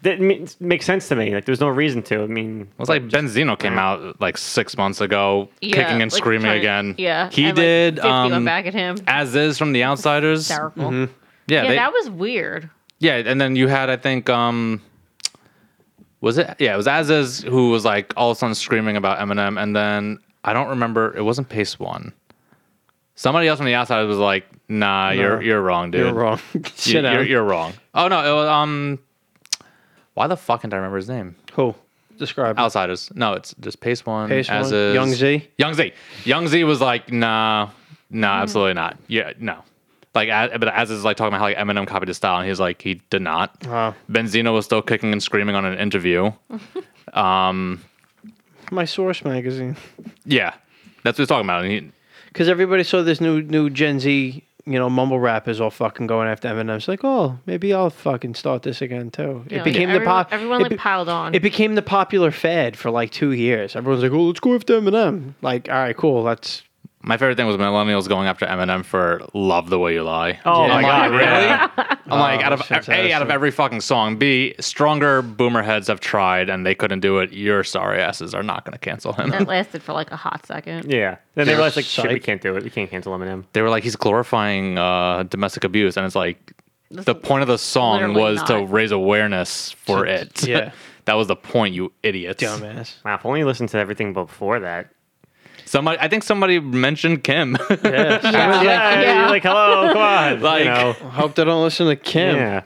[SPEAKER 3] Didn't ma- make sense to me. Like, there was no reason to. I mean,
[SPEAKER 4] It was like Benzino came out like six months ago,
[SPEAKER 5] Yeah,
[SPEAKER 4] kicking and
[SPEAKER 5] like,
[SPEAKER 4] screaming
[SPEAKER 5] trying-
[SPEAKER 4] again.
[SPEAKER 5] Yeah,
[SPEAKER 4] he
[SPEAKER 5] and, like,
[SPEAKER 4] did.
[SPEAKER 5] 50
[SPEAKER 4] um,
[SPEAKER 5] went back at him.
[SPEAKER 4] as is from the Outsiders. Yeah,
[SPEAKER 5] Hysterical.
[SPEAKER 4] yeah,
[SPEAKER 5] Yeah,
[SPEAKER 4] they-
[SPEAKER 5] that was weird.
[SPEAKER 4] yeah, and then you had I think um, was it? Yeah, it was Aziz who was like all of a sudden screaming about Eminem, and then I don't remember. It wasn't Pace One. Somebody else on the outside was like, "Nah, you're you're wrong, dude.
[SPEAKER 2] You're wrong.
[SPEAKER 4] You-
[SPEAKER 2] Shit out.
[SPEAKER 4] you're, you're wrong." Oh no, it was um. Why the fuck can I remember his name?
[SPEAKER 2] Who? Describe. it.
[SPEAKER 4] Outsiders. No, it's just Pace One.
[SPEAKER 2] Pace One,
[SPEAKER 4] Aziz,
[SPEAKER 2] Young Z?
[SPEAKER 4] Young Z. Young Z was like, nah, nah, absolutely not. Yeah, no. Like, A- but Aziz is like talking about how like Eminem copied his style, and he's like, he did not.
[SPEAKER 2] Wow.
[SPEAKER 4] Benzino was still kicking and screaming on an interview.
[SPEAKER 2] My Source magazine.
[SPEAKER 4] Yeah, that's what he's talking about. And he,
[SPEAKER 2] Because everybody saw this new new Gen Z, you know, mumble rap is all fucking going after Eminem. It's like, oh, maybe I'll fucking start this again too.
[SPEAKER 5] Yeah,
[SPEAKER 2] it became the
[SPEAKER 5] everyone-
[SPEAKER 2] pop.
[SPEAKER 5] everyone,
[SPEAKER 2] it
[SPEAKER 5] like, piled on.
[SPEAKER 2] It became the popular fad for like two years. Everyone's like, oh, let's go after Eminem. Like, all right, cool. That's
[SPEAKER 4] my favorite thing was millennials going after Eminem for "Love the Way You Lie."
[SPEAKER 3] Oh
[SPEAKER 2] Yeah.
[SPEAKER 3] my
[SPEAKER 2] I'm
[SPEAKER 3] god,
[SPEAKER 4] like,
[SPEAKER 3] really?
[SPEAKER 4] I'm like, out
[SPEAKER 2] that's
[SPEAKER 4] of e, a out of
[SPEAKER 2] fantastic.
[SPEAKER 4] every fucking song. B stronger boomer heads have tried and they couldn't do it. Your sorry asses are not going to cancel him.
[SPEAKER 5] That lasted for like a hot second.
[SPEAKER 3] Yeah. Then they realized like shit, we
[SPEAKER 2] Psych.
[SPEAKER 3] can't do it. We can't cancel Eminem.
[SPEAKER 4] they were like he's glorifying uh, domestic abuse and it's like the point of the song
[SPEAKER 5] literally
[SPEAKER 4] was to
[SPEAKER 5] not.
[SPEAKER 4] raise awareness for it
[SPEAKER 2] yeah.
[SPEAKER 4] that was the point you idiots
[SPEAKER 2] dumbass.
[SPEAKER 3] Wow, if only listened to everything before that.
[SPEAKER 4] somebody i think somebody mentioned kim
[SPEAKER 2] Yeah.
[SPEAKER 3] Yeah,
[SPEAKER 5] Yeah.
[SPEAKER 3] you're like hello, come on.
[SPEAKER 4] Like-
[SPEAKER 3] you know.
[SPEAKER 2] I hope they don't listen to Kim.
[SPEAKER 3] yeah.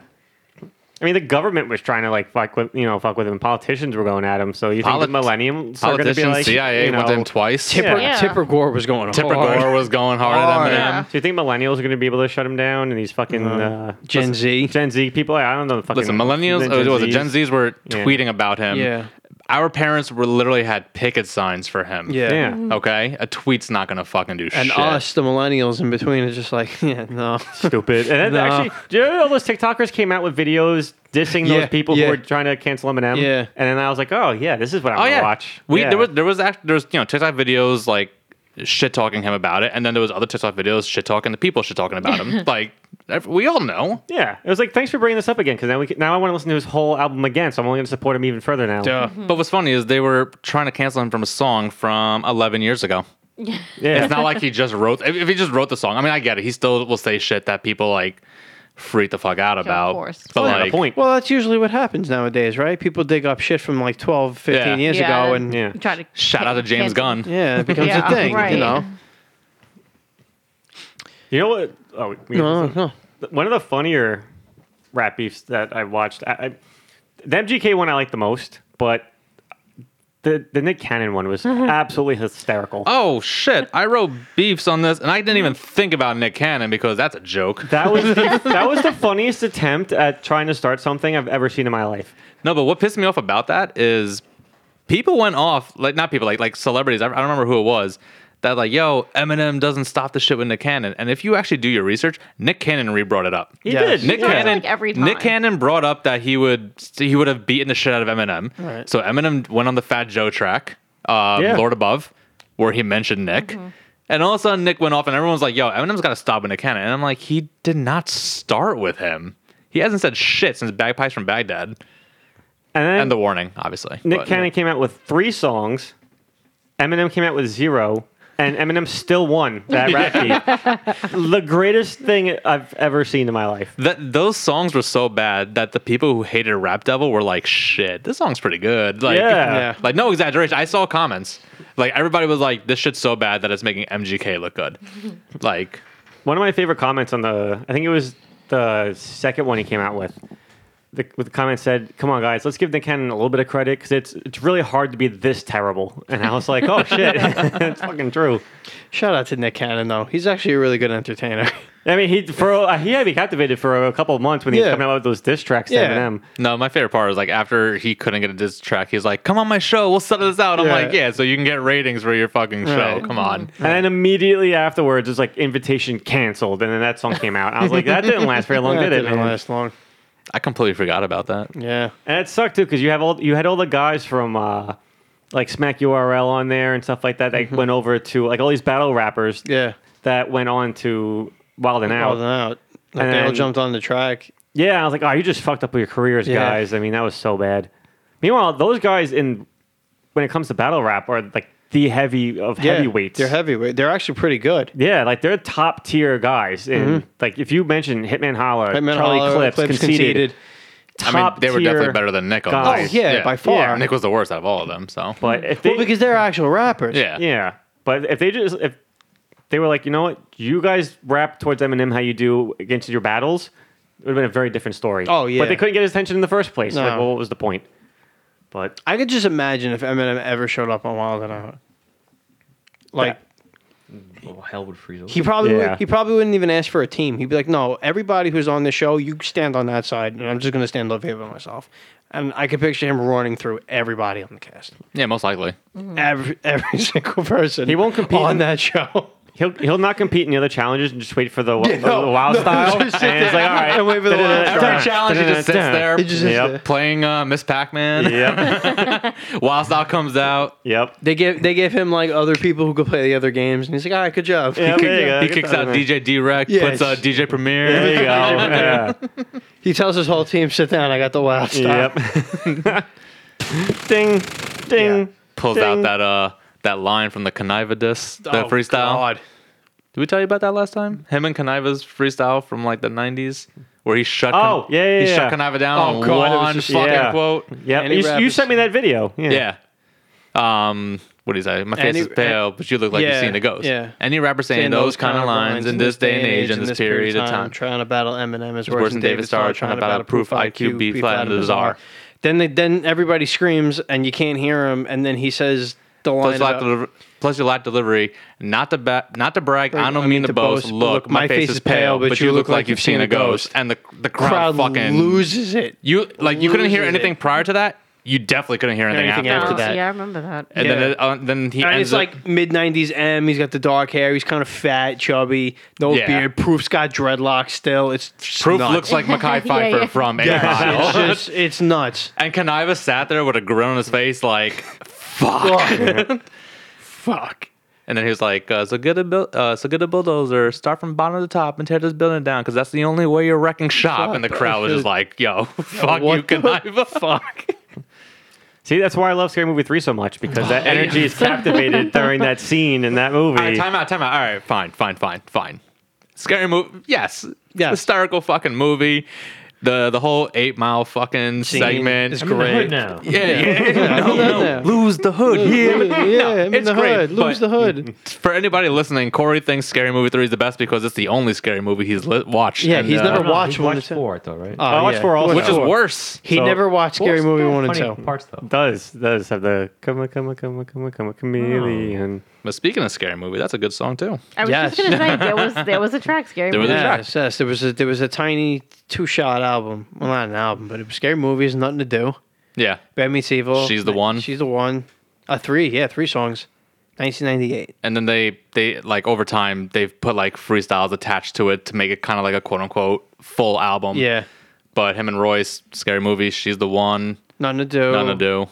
[SPEAKER 3] I mean, the government was trying to like fuck with you know fuck with him. Politicians were going at him. So you
[SPEAKER 4] Polit-
[SPEAKER 3] think the millenniums are going to be
[SPEAKER 4] politicians
[SPEAKER 3] like
[SPEAKER 4] cia
[SPEAKER 3] you know,
[SPEAKER 4] went to him twice
[SPEAKER 2] Tipper,
[SPEAKER 3] Yeah.
[SPEAKER 2] Tipper Uh, Gore was going
[SPEAKER 4] tipper
[SPEAKER 2] hard.
[SPEAKER 4] gore was going hard
[SPEAKER 2] Hard.
[SPEAKER 4] at
[SPEAKER 5] Yeah.
[SPEAKER 4] Eminem.
[SPEAKER 3] Do you think millennials are going to be able to shut him down? And these fucking uh,
[SPEAKER 2] Gen
[SPEAKER 3] listen-
[SPEAKER 2] Z.
[SPEAKER 3] Gen Z people. I don't know. The fucking
[SPEAKER 4] Uh-huh. listen millennials
[SPEAKER 3] the
[SPEAKER 4] oh, was it gen
[SPEAKER 3] Zs.
[SPEAKER 4] z's were
[SPEAKER 3] Yeah.
[SPEAKER 4] tweeting about him
[SPEAKER 2] Yeah.
[SPEAKER 4] our parents were literally had picket signs for him
[SPEAKER 2] Yeah.
[SPEAKER 3] Yeah.
[SPEAKER 4] okay a tweet's not gonna fucking do
[SPEAKER 2] And
[SPEAKER 4] shit
[SPEAKER 2] us, the millennials in between, are just like, yeah, no.
[SPEAKER 3] Stupid. And then
[SPEAKER 2] No.
[SPEAKER 3] actually, do you know all those TikTokers came out with videos dissing
[SPEAKER 2] Yeah,
[SPEAKER 3] those people
[SPEAKER 2] yeah.
[SPEAKER 3] who were trying to cancel Eminem?
[SPEAKER 2] Yeah.
[SPEAKER 3] And then I was like, oh yeah, this is what I'm
[SPEAKER 4] Oh
[SPEAKER 3] gonna
[SPEAKER 4] yeah,
[SPEAKER 3] watch.
[SPEAKER 4] we
[SPEAKER 3] Yeah.
[SPEAKER 4] there was there was actually there was you know TikTok videos like shit talking him about it, and then there was other TikTok videos shit talking the people shit talking about him. like ev- we all know.
[SPEAKER 3] Yeah, it was like thanks for bringing this up again because now we can, now I want to listen to his whole album again, so I'm only going to support him even further now.
[SPEAKER 2] Duh.
[SPEAKER 4] But what's funny is they were trying to cancel him from a song from 11 years ago.
[SPEAKER 3] Yeah,
[SPEAKER 4] It's not like he just wrote. If if he just wrote the song, I mean, I get it. He still will say shit that people like freak the fuck out about.
[SPEAKER 5] course.
[SPEAKER 4] But
[SPEAKER 3] Well, yeah,
[SPEAKER 4] like,
[SPEAKER 3] the point.
[SPEAKER 2] Well, that's usually what happens nowadays, right? People dig up shit from like 12, 15
[SPEAKER 4] Yeah.
[SPEAKER 2] years
[SPEAKER 5] Yeah.
[SPEAKER 2] ago and yeah,
[SPEAKER 3] Yeah.
[SPEAKER 5] You Try to
[SPEAKER 4] shout out to James Gunn.
[SPEAKER 2] it becomes
[SPEAKER 5] Yeah,
[SPEAKER 2] a thing,
[SPEAKER 5] right.
[SPEAKER 2] you know?
[SPEAKER 3] you know what? Oh, we,
[SPEAKER 2] No, no.
[SPEAKER 3] one of the funnier rap beefs that I watched. I, I, the MGK one I like the most, but the the Nick Cannon one was absolutely hysterical.
[SPEAKER 4] Oh shit! I wrote beefs on this, and I didn't even think about Nick Cannon because that's a joke.
[SPEAKER 3] That was the, that was the funniest attempt at trying to start something I've ever seen in my life.
[SPEAKER 4] No, but what pissed me off about that is people went off like not people like like celebrities. I, I don't remember who it was that like yo Eminem doesn't stop the shit with Nick Cannon. And if you actually do your research, Nick Cannon re brought it up.
[SPEAKER 3] He
[SPEAKER 2] Yes.
[SPEAKER 3] did.
[SPEAKER 4] Nick
[SPEAKER 5] Yeah.
[SPEAKER 4] Cannon,
[SPEAKER 5] Like every time.
[SPEAKER 4] Nick Cannon brought up that he would he would have beaten the shit out of Eminem.
[SPEAKER 2] Right.
[SPEAKER 4] So Eminem went on the Fat Joe track, uh,
[SPEAKER 3] Yeah.
[SPEAKER 4] Lord Above, where he mentioned Nick.
[SPEAKER 5] Mm-hmm.
[SPEAKER 4] And all of a sudden, Nick went off, and everyone's like, "Yo, Eminem's got to stop with Nick Cannon." And I'm like, "He did not start with him. He hasn't said shit since Bagpipes from Baghdad."
[SPEAKER 3] and then
[SPEAKER 4] and the warning, obviously.
[SPEAKER 3] Nick
[SPEAKER 4] but-
[SPEAKER 3] Cannon came out with three songs. Eminem came out with zero, and Eminem still won that rap beef. the greatest thing I've ever seen in my life.
[SPEAKER 4] That those songs were so bad that the people who hated Rap Devil were like, "Shit, this song's pretty good." Like,
[SPEAKER 3] Yeah.
[SPEAKER 2] Yeah.
[SPEAKER 4] like no exaggeration. I saw comments like everybody was like, "This shit's so bad that it's making MGK look good." like,
[SPEAKER 3] One of my favorite comments on the, I think it was the second one he came out with. The, with the comment said, "Come on, guys, let's give Nick Cannon a little bit of credit because it's it's really hard to be this terrible." And I was like, "Oh shit, it's fucking true."
[SPEAKER 2] Shout out to Nick Cannon, though. He's actually a really good entertainer.
[SPEAKER 3] I mean, he for uh, he had me captivated for a couple of months when he
[SPEAKER 2] Yeah.
[SPEAKER 3] was coming out with those diss tracks to
[SPEAKER 2] Yeah.
[SPEAKER 3] Eminem.
[SPEAKER 4] no, my favorite part is like after he couldn't get a diss track, he's like, "Come on my show, we'll settle this out." I'm
[SPEAKER 2] Yeah.
[SPEAKER 4] like, "Yeah, so you can get ratings for your fucking show.
[SPEAKER 2] Right.
[SPEAKER 4] Come on."
[SPEAKER 3] And then immediately afterwards, it's like invitation canceled, and then that song came out. I was like, that didn't last very long,
[SPEAKER 2] That
[SPEAKER 3] did it?
[SPEAKER 2] didn't
[SPEAKER 3] man?
[SPEAKER 2] last long.
[SPEAKER 4] I completely forgot about that.
[SPEAKER 2] Yeah.
[SPEAKER 3] And it sucked too because you have all you had all the guys from uh, like Smack URL on there and stuff like that. That went over to like all these battle rappers
[SPEAKER 2] Yeah.
[SPEAKER 3] that went on to Wild and
[SPEAKER 2] Out
[SPEAKER 3] Out.
[SPEAKER 2] and out. Like,
[SPEAKER 3] And
[SPEAKER 2] they all
[SPEAKER 3] then-
[SPEAKER 2] jumped on the track.
[SPEAKER 3] Yeah, I was like, oh, you just fucked up with your careers,
[SPEAKER 2] Yeah.
[SPEAKER 3] guys. I mean, that was so bad. Meanwhile, those guys in when it comes to battle rap are like the heavy of
[SPEAKER 2] Yeah,
[SPEAKER 3] heavyweights.
[SPEAKER 2] They're heavyweight. They're actually pretty good.
[SPEAKER 3] Yeah, like they're top tier guys. And like if you mention Hitman Holla,
[SPEAKER 2] Hitman
[SPEAKER 3] Charlie
[SPEAKER 2] Holler,
[SPEAKER 3] Clips,
[SPEAKER 2] Clips
[SPEAKER 3] conceded,
[SPEAKER 2] conceded.
[SPEAKER 4] I mean,
[SPEAKER 3] top.
[SPEAKER 4] they were
[SPEAKER 3] tier
[SPEAKER 4] definitely better than Nick. On
[SPEAKER 3] guys.
[SPEAKER 4] this.
[SPEAKER 2] Oh, yeah, by far.
[SPEAKER 4] Nick was the worst out of all of them. So,
[SPEAKER 3] But if they,
[SPEAKER 2] Well, because they're actual rappers.
[SPEAKER 4] yeah,
[SPEAKER 3] yeah, but if they just if they were like, you know what, you guys rap towards Eminem how you do against your battles, it would have been a very different story.
[SPEAKER 2] Oh, yeah.
[SPEAKER 3] but they couldn't get his attention in the first place. Like,
[SPEAKER 2] No.
[SPEAKER 3] well, what was the point? But
[SPEAKER 2] I could just imagine if Eminem ever showed up on Wild and Out. Like
[SPEAKER 6] Oh, hell would freeze over.
[SPEAKER 2] he probably
[SPEAKER 3] Yeah.
[SPEAKER 2] would, he probably wouldn't even ask for a team. He'd be like, "No, everybody who's on this show, you stand on that side, and I'm just gonna stand over here by myself." And I could picture him roaring through everybody on the cast,
[SPEAKER 4] yeah, most likely.
[SPEAKER 2] every every single person.
[SPEAKER 3] He won't compete
[SPEAKER 2] on
[SPEAKER 3] in-
[SPEAKER 2] that show.
[SPEAKER 3] He'll he'll not compete in the other challenges and just wait for the, the
[SPEAKER 2] no,
[SPEAKER 3] wild
[SPEAKER 2] no,
[SPEAKER 3] style. and
[SPEAKER 2] just
[SPEAKER 3] it's
[SPEAKER 2] sit
[SPEAKER 3] like all
[SPEAKER 2] there
[SPEAKER 3] right,
[SPEAKER 2] and wait for the wild
[SPEAKER 3] Da-da-da-da-da.
[SPEAKER 2] style.
[SPEAKER 4] Every challenge, he just sits there
[SPEAKER 2] He just sits
[SPEAKER 3] Yep.
[SPEAKER 2] there.
[SPEAKER 4] playing uh, Miss Pac Man.
[SPEAKER 3] Yep,
[SPEAKER 4] Wild Style comes out.
[SPEAKER 3] yep.
[SPEAKER 2] They give they give him like other people who could play the other games, and he's like, "All right, good job."
[SPEAKER 3] Yeah, there you go.
[SPEAKER 4] He
[SPEAKER 3] Get
[SPEAKER 4] kicks
[SPEAKER 3] that
[SPEAKER 4] out
[SPEAKER 3] in there.
[SPEAKER 4] DJ D-Rec,
[SPEAKER 2] Yeah,
[SPEAKER 4] puts uh,
[SPEAKER 2] it's-
[SPEAKER 4] DJ
[SPEAKER 3] There
[SPEAKER 4] Premier.
[SPEAKER 3] you go. Yeah.
[SPEAKER 2] He tells his whole team, "Sit down. I got the wild style."
[SPEAKER 3] Yep. ding, ding.
[SPEAKER 2] Yeah.
[SPEAKER 4] Pulls
[SPEAKER 3] Ding.
[SPEAKER 4] out that uh that line from the Conniva disc, the
[SPEAKER 2] Oh,
[SPEAKER 4] freestyle.
[SPEAKER 2] God.
[SPEAKER 4] Did we tell you about that last time? Him and Conniva's freestyle from like the '90s, where he shut.
[SPEAKER 3] Oh, yeah, yeah,
[SPEAKER 4] he
[SPEAKER 3] yeah.
[SPEAKER 4] shut Conniva down
[SPEAKER 2] Oh, God,
[SPEAKER 4] on
[SPEAKER 2] it was
[SPEAKER 4] one
[SPEAKER 2] just-
[SPEAKER 4] fucking
[SPEAKER 3] yeah.
[SPEAKER 4] quote.
[SPEAKER 3] Yep.
[SPEAKER 2] Any
[SPEAKER 3] You, you
[SPEAKER 2] rappers-
[SPEAKER 3] sent me that video. Yeah.
[SPEAKER 4] Yeah. Um, what do you say? My face
[SPEAKER 2] Any-
[SPEAKER 4] is pale, but you look like
[SPEAKER 2] yeah,
[SPEAKER 4] you've seen a ghost.
[SPEAKER 2] yeah.
[SPEAKER 4] Any rapper saying those kind of lines in this day and age, in this period of time.
[SPEAKER 2] trying to battle Eminem is
[SPEAKER 4] worse than David Starr, trying to battle proof IQ, B flat into the czar.
[SPEAKER 2] Then they, then everybody screams and you can't hear him, and then he says the line.
[SPEAKER 4] Plus your, lack
[SPEAKER 2] about-
[SPEAKER 4] deliver- plus your lack delivery. Not to ba- not to brag. I don't mean, to boast. Look, my face is pale, but you look like you've seen a ghost. And the the crowd,
[SPEAKER 2] crowd
[SPEAKER 4] fucking
[SPEAKER 2] loses it.
[SPEAKER 4] You like you couldn't hear
[SPEAKER 2] loses
[SPEAKER 4] anything
[SPEAKER 2] it.
[SPEAKER 4] prior to that. You definitely couldn't hear anything,
[SPEAKER 2] Anything
[SPEAKER 4] after.
[SPEAKER 2] after
[SPEAKER 5] Oh,
[SPEAKER 2] that.
[SPEAKER 5] Yeah, I remember that.
[SPEAKER 4] And
[SPEAKER 2] Yeah.
[SPEAKER 4] then it- uh, then he
[SPEAKER 2] And
[SPEAKER 4] ends
[SPEAKER 2] it's
[SPEAKER 4] up-
[SPEAKER 2] like mid '90s M. He's got the dark hair. He's kind of fat, chubby, no
[SPEAKER 4] Yeah.
[SPEAKER 2] beard. Proof's got dreadlocks still. It's
[SPEAKER 4] proof
[SPEAKER 2] nuts.
[SPEAKER 4] looks like Mackay
[SPEAKER 5] Yeah,
[SPEAKER 4] Pfeiffer
[SPEAKER 5] yeah.
[SPEAKER 4] from A Mile.
[SPEAKER 2] it's just it's nuts.
[SPEAKER 4] And Kaniva sat there with a grin on his face, like, fuck.
[SPEAKER 2] Fuck.
[SPEAKER 4] and then he was like, uh, so, get a bu- uh, so get a bulldozer, start from bottom to top, and tear this building down, because that's the only way you're wrecking shop. and the crowd was just like, yo, fuck you,
[SPEAKER 2] what the
[SPEAKER 4] Kaniva.
[SPEAKER 2] Fuck.
[SPEAKER 3] See, that's why I love Scary Movie 3 so much because that energy is captivated during that scene in that movie.
[SPEAKER 4] All right, time out, time out. All right, fine, fine, fine, fine. Scary movie. Yes.
[SPEAKER 2] Yes.
[SPEAKER 4] Hysterical fucking movie. The the whole eight mile fucking
[SPEAKER 2] Scene
[SPEAKER 4] segment
[SPEAKER 2] is
[SPEAKER 4] I mean,
[SPEAKER 2] great.
[SPEAKER 6] Right now.
[SPEAKER 4] Yeah, yeah. no,
[SPEAKER 2] no,
[SPEAKER 4] no.
[SPEAKER 2] no.
[SPEAKER 4] Lose the hood.
[SPEAKER 2] Yeah,
[SPEAKER 4] Yeah.
[SPEAKER 2] yeah, I'm in
[SPEAKER 4] it's
[SPEAKER 2] the
[SPEAKER 4] great,
[SPEAKER 2] hood. Lose
[SPEAKER 4] but-
[SPEAKER 2] the hood.
[SPEAKER 4] For anybody listening, Corey thinks Scary Movie 3 is the best because it's the only scary movie he's li- watched. uh,
[SPEAKER 2] Yeah, he's never
[SPEAKER 6] No,
[SPEAKER 2] watched
[SPEAKER 6] he
[SPEAKER 2] one
[SPEAKER 6] watched
[SPEAKER 2] or two.
[SPEAKER 6] four, though, right?
[SPEAKER 3] I watched four also.
[SPEAKER 4] Which is
[SPEAKER 3] Sure.
[SPEAKER 4] worse.
[SPEAKER 2] Oh, He
[SPEAKER 3] So-
[SPEAKER 2] never watched Scary
[SPEAKER 6] Well,
[SPEAKER 2] Movie
[SPEAKER 6] still
[SPEAKER 2] One and
[SPEAKER 6] funny
[SPEAKER 2] Two.
[SPEAKER 6] Parts though.
[SPEAKER 3] Does, does have the come on, come on, come on, come on, come on, chameleon.
[SPEAKER 4] But speaking of scary movie, that's a good song too.
[SPEAKER 5] I was
[SPEAKER 2] Yes.
[SPEAKER 5] just gonna say there was there was a track scary.
[SPEAKER 4] There was a
[SPEAKER 5] Movie.
[SPEAKER 4] track.
[SPEAKER 2] Yes, yes. There was a there was a tiny two shot album. Well, not an album, but it was Scary Movies, nothing to do.
[SPEAKER 4] Yeah.
[SPEAKER 2] Bad Meets Evil.
[SPEAKER 4] She's the One.
[SPEAKER 2] She's the one. Uh, three, yeah, three songs. 1998.
[SPEAKER 4] And then they they like over time they've put like freestyles attached to it to make it kind of like a quote unquote full album.
[SPEAKER 2] Yeah,
[SPEAKER 4] But him and Royce, scary movie, she's the one,
[SPEAKER 2] nothing to do.
[SPEAKER 4] none to do.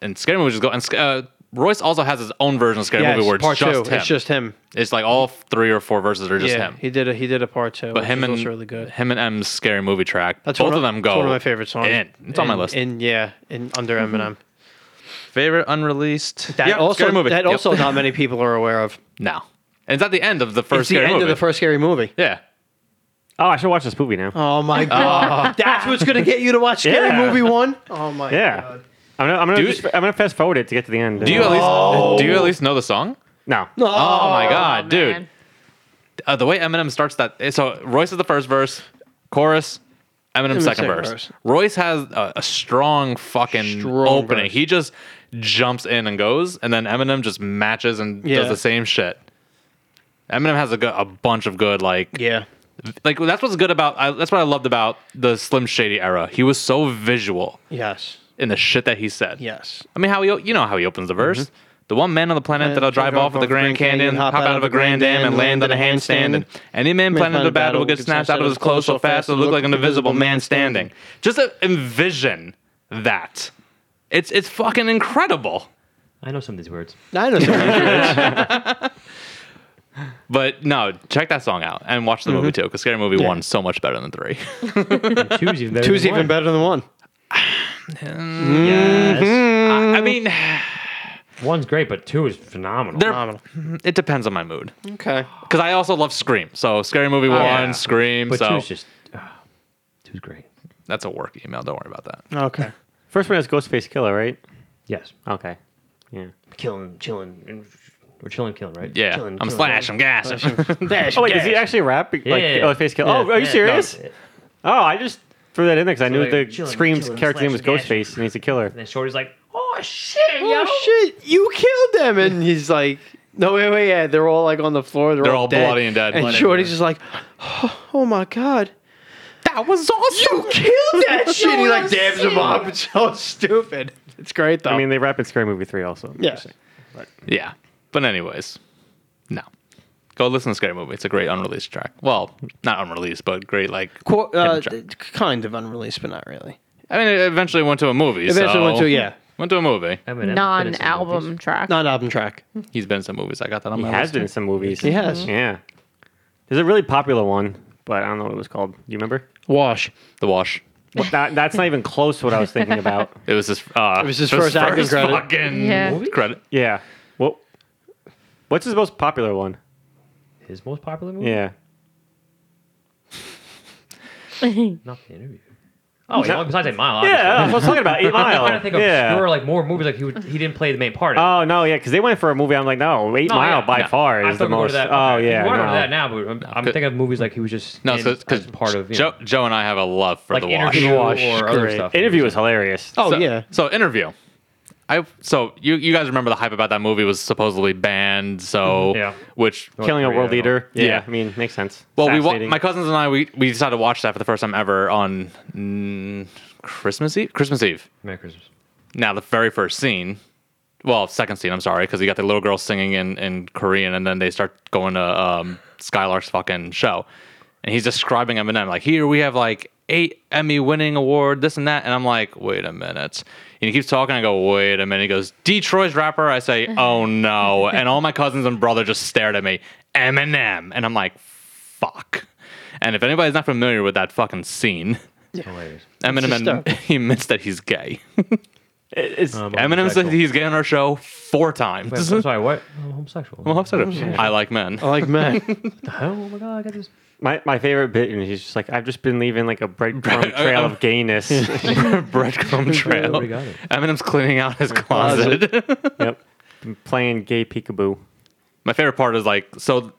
[SPEAKER 4] And scary movie just go and Sc- uh, Royce also has his own version of scary
[SPEAKER 2] Yes,
[SPEAKER 4] movie where it's
[SPEAKER 2] part
[SPEAKER 4] just him.
[SPEAKER 2] two.
[SPEAKER 4] It's,
[SPEAKER 2] It's just him.
[SPEAKER 4] like all three or four verses are just
[SPEAKER 2] yeah,
[SPEAKER 4] him.
[SPEAKER 2] he did a he did a part two.
[SPEAKER 4] But him
[SPEAKER 2] which was
[SPEAKER 4] and
[SPEAKER 2] also really good.
[SPEAKER 4] him and M's scary movie track.
[SPEAKER 2] That's
[SPEAKER 4] both
[SPEAKER 2] one
[SPEAKER 4] of them go.
[SPEAKER 2] It's one of my favorite songs.
[SPEAKER 4] in. It's on my
[SPEAKER 2] In-
[SPEAKER 4] list.
[SPEAKER 2] In yeah, in under
[SPEAKER 3] Hmm.
[SPEAKER 2] Eminem.
[SPEAKER 4] favorite unreleased.
[SPEAKER 2] That
[SPEAKER 4] Yeah,
[SPEAKER 2] also
[SPEAKER 4] scary movie.
[SPEAKER 2] that
[SPEAKER 4] Yep.
[SPEAKER 2] also not many people are aware of.
[SPEAKER 4] no. And it's at the end of the first
[SPEAKER 2] It's the
[SPEAKER 4] scary
[SPEAKER 2] end
[SPEAKER 4] movie.
[SPEAKER 2] of the first Scary Movie.
[SPEAKER 4] yeah.
[SPEAKER 3] Oh, I should watch this movie now.
[SPEAKER 2] Oh my god! That's what's gonna get you to watch Scary
[SPEAKER 3] Yeah.
[SPEAKER 2] Movie One. Oh my
[SPEAKER 3] yeah.
[SPEAKER 2] god!
[SPEAKER 3] I'm gonna, I'm gonna,
[SPEAKER 4] Dude.
[SPEAKER 3] just, I'm gonna fast forward it to get to the end. Uh,
[SPEAKER 4] Do you at least do you at least know the song?
[SPEAKER 3] No.
[SPEAKER 2] No.
[SPEAKER 4] Oh, my god,
[SPEAKER 5] Oh,
[SPEAKER 4] dude!
[SPEAKER 5] man.
[SPEAKER 4] Uh, the way Eminem starts that. eh, So Royce is the first verse, chorus. Eminem second,
[SPEAKER 2] second
[SPEAKER 4] verse.
[SPEAKER 2] verse.
[SPEAKER 4] Royce has a, a strong fucking
[SPEAKER 2] Strong
[SPEAKER 4] opening.
[SPEAKER 2] verse.
[SPEAKER 4] He just jumps in and goes, and then Eminem just matches and
[SPEAKER 2] Yeah.
[SPEAKER 4] does the same shit. Eminem has a, go- a bunch of good like
[SPEAKER 2] Yeah.
[SPEAKER 4] like that's what's good about I, that's what I loved about the Slim Shady era. He was so visual
[SPEAKER 2] Yes.
[SPEAKER 4] in the shit that he said.
[SPEAKER 2] Yes.
[SPEAKER 4] I mean, how he o- you know how he opens the verse. The one Mm-hmm. man on the planet that'll drive off with the Grand Canyon, hop out of a Grand Dam, and land on a handstand. And any man planning to battle will get snatched out of his clothes so fast it'll look like an invisible man standing. Just uh, envision that. It's it's fucking incredible.
[SPEAKER 6] I know some of these words.
[SPEAKER 2] I know. some-
[SPEAKER 4] But no, check that song out and watch the movie too, because Scary Movie One's so much better than three.
[SPEAKER 6] Two's even better.
[SPEAKER 2] Two's
[SPEAKER 6] than
[SPEAKER 2] even
[SPEAKER 6] one.
[SPEAKER 2] better than one.
[SPEAKER 3] Mm-hmm.
[SPEAKER 6] Yes.
[SPEAKER 4] I, I mean,
[SPEAKER 6] One's great, but two is phenomenal.
[SPEAKER 4] they're-
[SPEAKER 2] Phenomenal.
[SPEAKER 4] it depends on my mood.
[SPEAKER 2] Okay.
[SPEAKER 4] Because Oh, I also love Scream. So Scary Movie One,
[SPEAKER 6] yeah.
[SPEAKER 4] Scream.
[SPEAKER 6] but
[SPEAKER 4] so
[SPEAKER 6] two's just. Uh, two's great.
[SPEAKER 4] That's a work email. Don't worry about that.
[SPEAKER 2] Okay.
[SPEAKER 3] First one is Ghostface Killer, right?
[SPEAKER 6] Yes.
[SPEAKER 3] Okay. Yeah.
[SPEAKER 6] Killing, chilling. and- We're chilling, killing, right?
[SPEAKER 4] Yeah,
[SPEAKER 6] Chilling,
[SPEAKER 4] I'm
[SPEAKER 6] killing,
[SPEAKER 4] slash. I'm gas.
[SPEAKER 6] Slash,
[SPEAKER 3] Oh wait, does
[SPEAKER 6] gas.
[SPEAKER 3] he actually rap like
[SPEAKER 6] Yeah.
[SPEAKER 3] Ghostface Killer? Oh,
[SPEAKER 6] Yeah.
[SPEAKER 3] are you
[SPEAKER 6] Yeah,
[SPEAKER 3] serious?
[SPEAKER 6] no.
[SPEAKER 3] Oh, I just threw that in there because I knew
[SPEAKER 6] like,
[SPEAKER 3] the
[SPEAKER 6] chilling,
[SPEAKER 3] Scream's
[SPEAKER 6] chilling,
[SPEAKER 3] character name was
[SPEAKER 6] slash, gash.
[SPEAKER 3] Ghostface, and he's a killer.
[SPEAKER 6] And then Shorty's like, oh shit, yo.
[SPEAKER 2] Oh shit! You killed them, and he's like, "No, wait, wait, yeah." They're all like on the floor. They're,
[SPEAKER 4] They're
[SPEAKER 2] all,
[SPEAKER 4] all
[SPEAKER 2] dead.
[SPEAKER 4] bloody and dead.
[SPEAKER 2] And
[SPEAKER 4] Bloody
[SPEAKER 2] Shorty's just like, "Oh my god,
[SPEAKER 4] that was awesome.
[SPEAKER 2] killed that shit!" He like
[SPEAKER 5] I've
[SPEAKER 2] dabs him
[SPEAKER 5] seen.
[SPEAKER 2] up. It's so stupid. It's great
[SPEAKER 6] Oh.
[SPEAKER 2] though.
[SPEAKER 3] I mean, they rap in Scary Movie three also.
[SPEAKER 2] yes.
[SPEAKER 4] Yeah. But anyways, no. Go listen to Scary Movie. It's a great unreleased track. Well, not unreleased, but great like.
[SPEAKER 2] Qu- uh,
[SPEAKER 4] hidden track.
[SPEAKER 2] d- kind of unreleased, but not really.
[SPEAKER 4] I mean, it eventually went to a movie.
[SPEAKER 2] Eventually
[SPEAKER 4] so-
[SPEAKER 2] went to yeah,
[SPEAKER 4] Went to a movie.
[SPEAKER 6] Eminem, put in some
[SPEAKER 5] non-album
[SPEAKER 6] movies.
[SPEAKER 5] track.
[SPEAKER 2] not album track.
[SPEAKER 4] He's been in some movies. I got that on
[SPEAKER 3] He
[SPEAKER 4] my
[SPEAKER 3] has
[SPEAKER 4] list.
[SPEAKER 3] been in some movies. Mm-hmm.
[SPEAKER 2] He has.
[SPEAKER 3] Yeah. There's a really popular one, but I don't know what it was called. Do you remember?
[SPEAKER 2] Wash.
[SPEAKER 4] The Wash.
[SPEAKER 3] What, that, that's not even close to what I was thinking about.
[SPEAKER 4] It was his. Uh, it
[SPEAKER 2] was his first acting credit.
[SPEAKER 4] Fucking
[SPEAKER 5] Yeah.
[SPEAKER 4] credit.
[SPEAKER 3] Yeah. What? What's his most popular one?
[SPEAKER 6] His most popular movie?
[SPEAKER 3] Yeah.
[SPEAKER 6] Not the interview. Oh, yeah, besides Eight Mile. Obviously.
[SPEAKER 3] Yeah, that's what I was talking about. Eight
[SPEAKER 6] I'm trying
[SPEAKER 3] Mile.
[SPEAKER 6] to think of there were
[SPEAKER 3] yeah.
[SPEAKER 6] like more movies like he would, he didn't play the main part. in it.
[SPEAKER 3] Oh no, yeah, because they went for a movie. I'm like, no, Eight
[SPEAKER 6] No,
[SPEAKER 3] Mile
[SPEAKER 6] yeah,
[SPEAKER 3] by
[SPEAKER 6] no.
[SPEAKER 3] far
[SPEAKER 6] I
[SPEAKER 3] is
[SPEAKER 6] thought
[SPEAKER 3] the
[SPEAKER 6] we were
[SPEAKER 3] most.
[SPEAKER 6] to that.
[SPEAKER 3] oh
[SPEAKER 6] okay.
[SPEAKER 3] yeah,
[SPEAKER 6] we were to
[SPEAKER 3] no.
[SPEAKER 6] that now, but I'm, I'm
[SPEAKER 4] Good.
[SPEAKER 6] thinking of movies like he was just
[SPEAKER 4] No,
[SPEAKER 6] in
[SPEAKER 4] so
[SPEAKER 6] as
[SPEAKER 4] because
[SPEAKER 6] part of you
[SPEAKER 4] Joe,
[SPEAKER 6] know,
[SPEAKER 4] Joe and I have a love for
[SPEAKER 6] like
[SPEAKER 4] the Wash.
[SPEAKER 6] interview
[SPEAKER 3] Wash,
[SPEAKER 6] or other
[SPEAKER 3] great.
[SPEAKER 6] stuff.
[SPEAKER 3] Interview was hilarious.
[SPEAKER 2] Oh
[SPEAKER 4] so,
[SPEAKER 2] yeah.
[SPEAKER 4] So interview. I so you you guys remember the hype about that movie was supposedly banned. So
[SPEAKER 6] Yeah.
[SPEAKER 4] which
[SPEAKER 3] killing a
[SPEAKER 6] Korea,
[SPEAKER 3] world
[SPEAKER 6] I don't-
[SPEAKER 3] leader. Yeah.
[SPEAKER 4] Yeah.
[SPEAKER 3] I mean, makes sense.
[SPEAKER 4] well we wa-
[SPEAKER 3] Fascinating.
[SPEAKER 4] my cousins and I we we decided to watch that for the first time ever on mm, Christmas Eve. Christmas Eve.
[SPEAKER 6] Merry Christmas.
[SPEAKER 4] Now the very first scene. Well, second scene. I'm sorry, because you got the little girl singing in, in Korean, and then they start going to um, Skylark's fucking show, and he's describing Eminem like, "Here we have like eight Emmy winning award, this and that," and I'm like, "Wait a minute," and he keeps talking. I go, "Wait a minute." He goes, "Detroit's rapper." I say, "Oh no!" and all my cousins and brother just stared at me, Eminem, and I'm like, "Fuck." And if anybody's not familiar with that fucking scene,
[SPEAKER 6] Hilarious.
[SPEAKER 4] Eminem
[SPEAKER 2] hysterical.
[SPEAKER 4] he admits that he's gay.
[SPEAKER 3] It- it's
[SPEAKER 4] Oh.
[SPEAKER 6] Um,
[SPEAKER 4] Eminem said
[SPEAKER 6] homosexual.
[SPEAKER 4] he's gay on our show four times.
[SPEAKER 6] Wait, I'm sorry, what? I'm homosexual.
[SPEAKER 4] Well, I've said it. I like men.
[SPEAKER 2] I like men.
[SPEAKER 6] Oh my god, I got this.
[SPEAKER 3] my, my favorite bit, and he's just like, I've just been leaving like a breadcrumb
[SPEAKER 4] uh,
[SPEAKER 3] trail of gayness.
[SPEAKER 4] Breadcrumb trail.
[SPEAKER 6] already got it.
[SPEAKER 4] Eminem's cleaning out his closet.
[SPEAKER 3] yep, Been playing gay peekaboo.
[SPEAKER 4] My favorite part is like so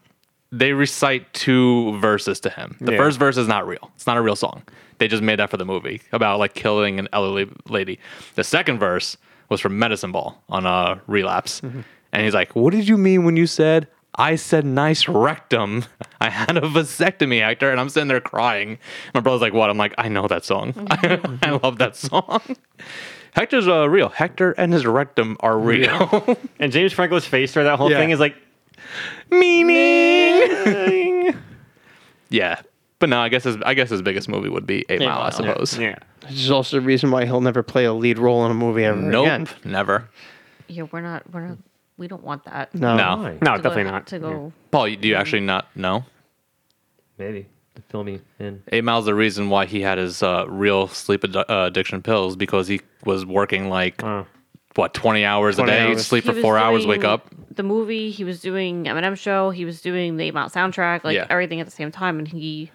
[SPEAKER 4] they recite two verses to him. The
[SPEAKER 3] Yeah.
[SPEAKER 4] first verse is not real. It's not a real song. They just made that for the movie about like killing an elderly lady. The second verse was from Medicine Ball on uh, relapse. And he's like, "What did you mean when you said I said nice rectum? I had a vasectomy actor and I'm sitting there crying." My brother's like, "What?" I'm like, "I know that song. I love that song." Hector's uh, real. Hector and his rectum are real.
[SPEAKER 3] And James Franco's face through that whole
[SPEAKER 2] Yeah.
[SPEAKER 3] thing is like,
[SPEAKER 4] Meaning.
[SPEAKER 3] "Ding."
[SPEAKER 4] Yeah, but no, I guess his I guess his biggest movie would be Eight,
[SPEAKER 2] Eight
[SPEAKER 4] Mile, I
[SPEAKER 2] Mile.
[SPEAKER 4] suppose.
[SPEAKER 3] yeah.
[SPEAKER 2] Which is also the reason why he'll never play a lead role in a movie ever
[SPEAKER 4] Nope,
[SPEAKER 2] again.
[SPEAKER 4] never.
[SPEAKER 5] yeah, we're not. We're not. We don't want that.
[SPEAKER 2] No.
[SPEAKER 4] No,
[SPEAKER 6] Why?
[SPEAKER 3] No,
[SPEAKER 5] To go-
[SPEAKER 3] definitely not.
[SPEAKER 5] to go.
[SPEAKER 4] Paul, you- do you actually not know?
[SPEAKER 6] Maybe the filming in.
[SPEAKER 4] Eight Mile's the reason why he had his uh, real sleep ad- uh, addiction pills because he was working like what twenty hours
[SPEAKER 2] 20
[SPEAKER 4] a day,
[SPEAKER 2] hours.
[SPEAKER 4] sleep
[SPEAKER 5] He
[SPEAKER 4] for
[SPEAKER 5] was
[SPEAKER 4] four hours, wake
[SPEAKER 5] doing
[SPEAKER 4] up.
[SPEAKER 5] The movie he was doing Eminem show. He was doing the Mount soundtrack, like
[SPEAKER 4] Yeah.
[SPEAKER 5] everything at the same time, and he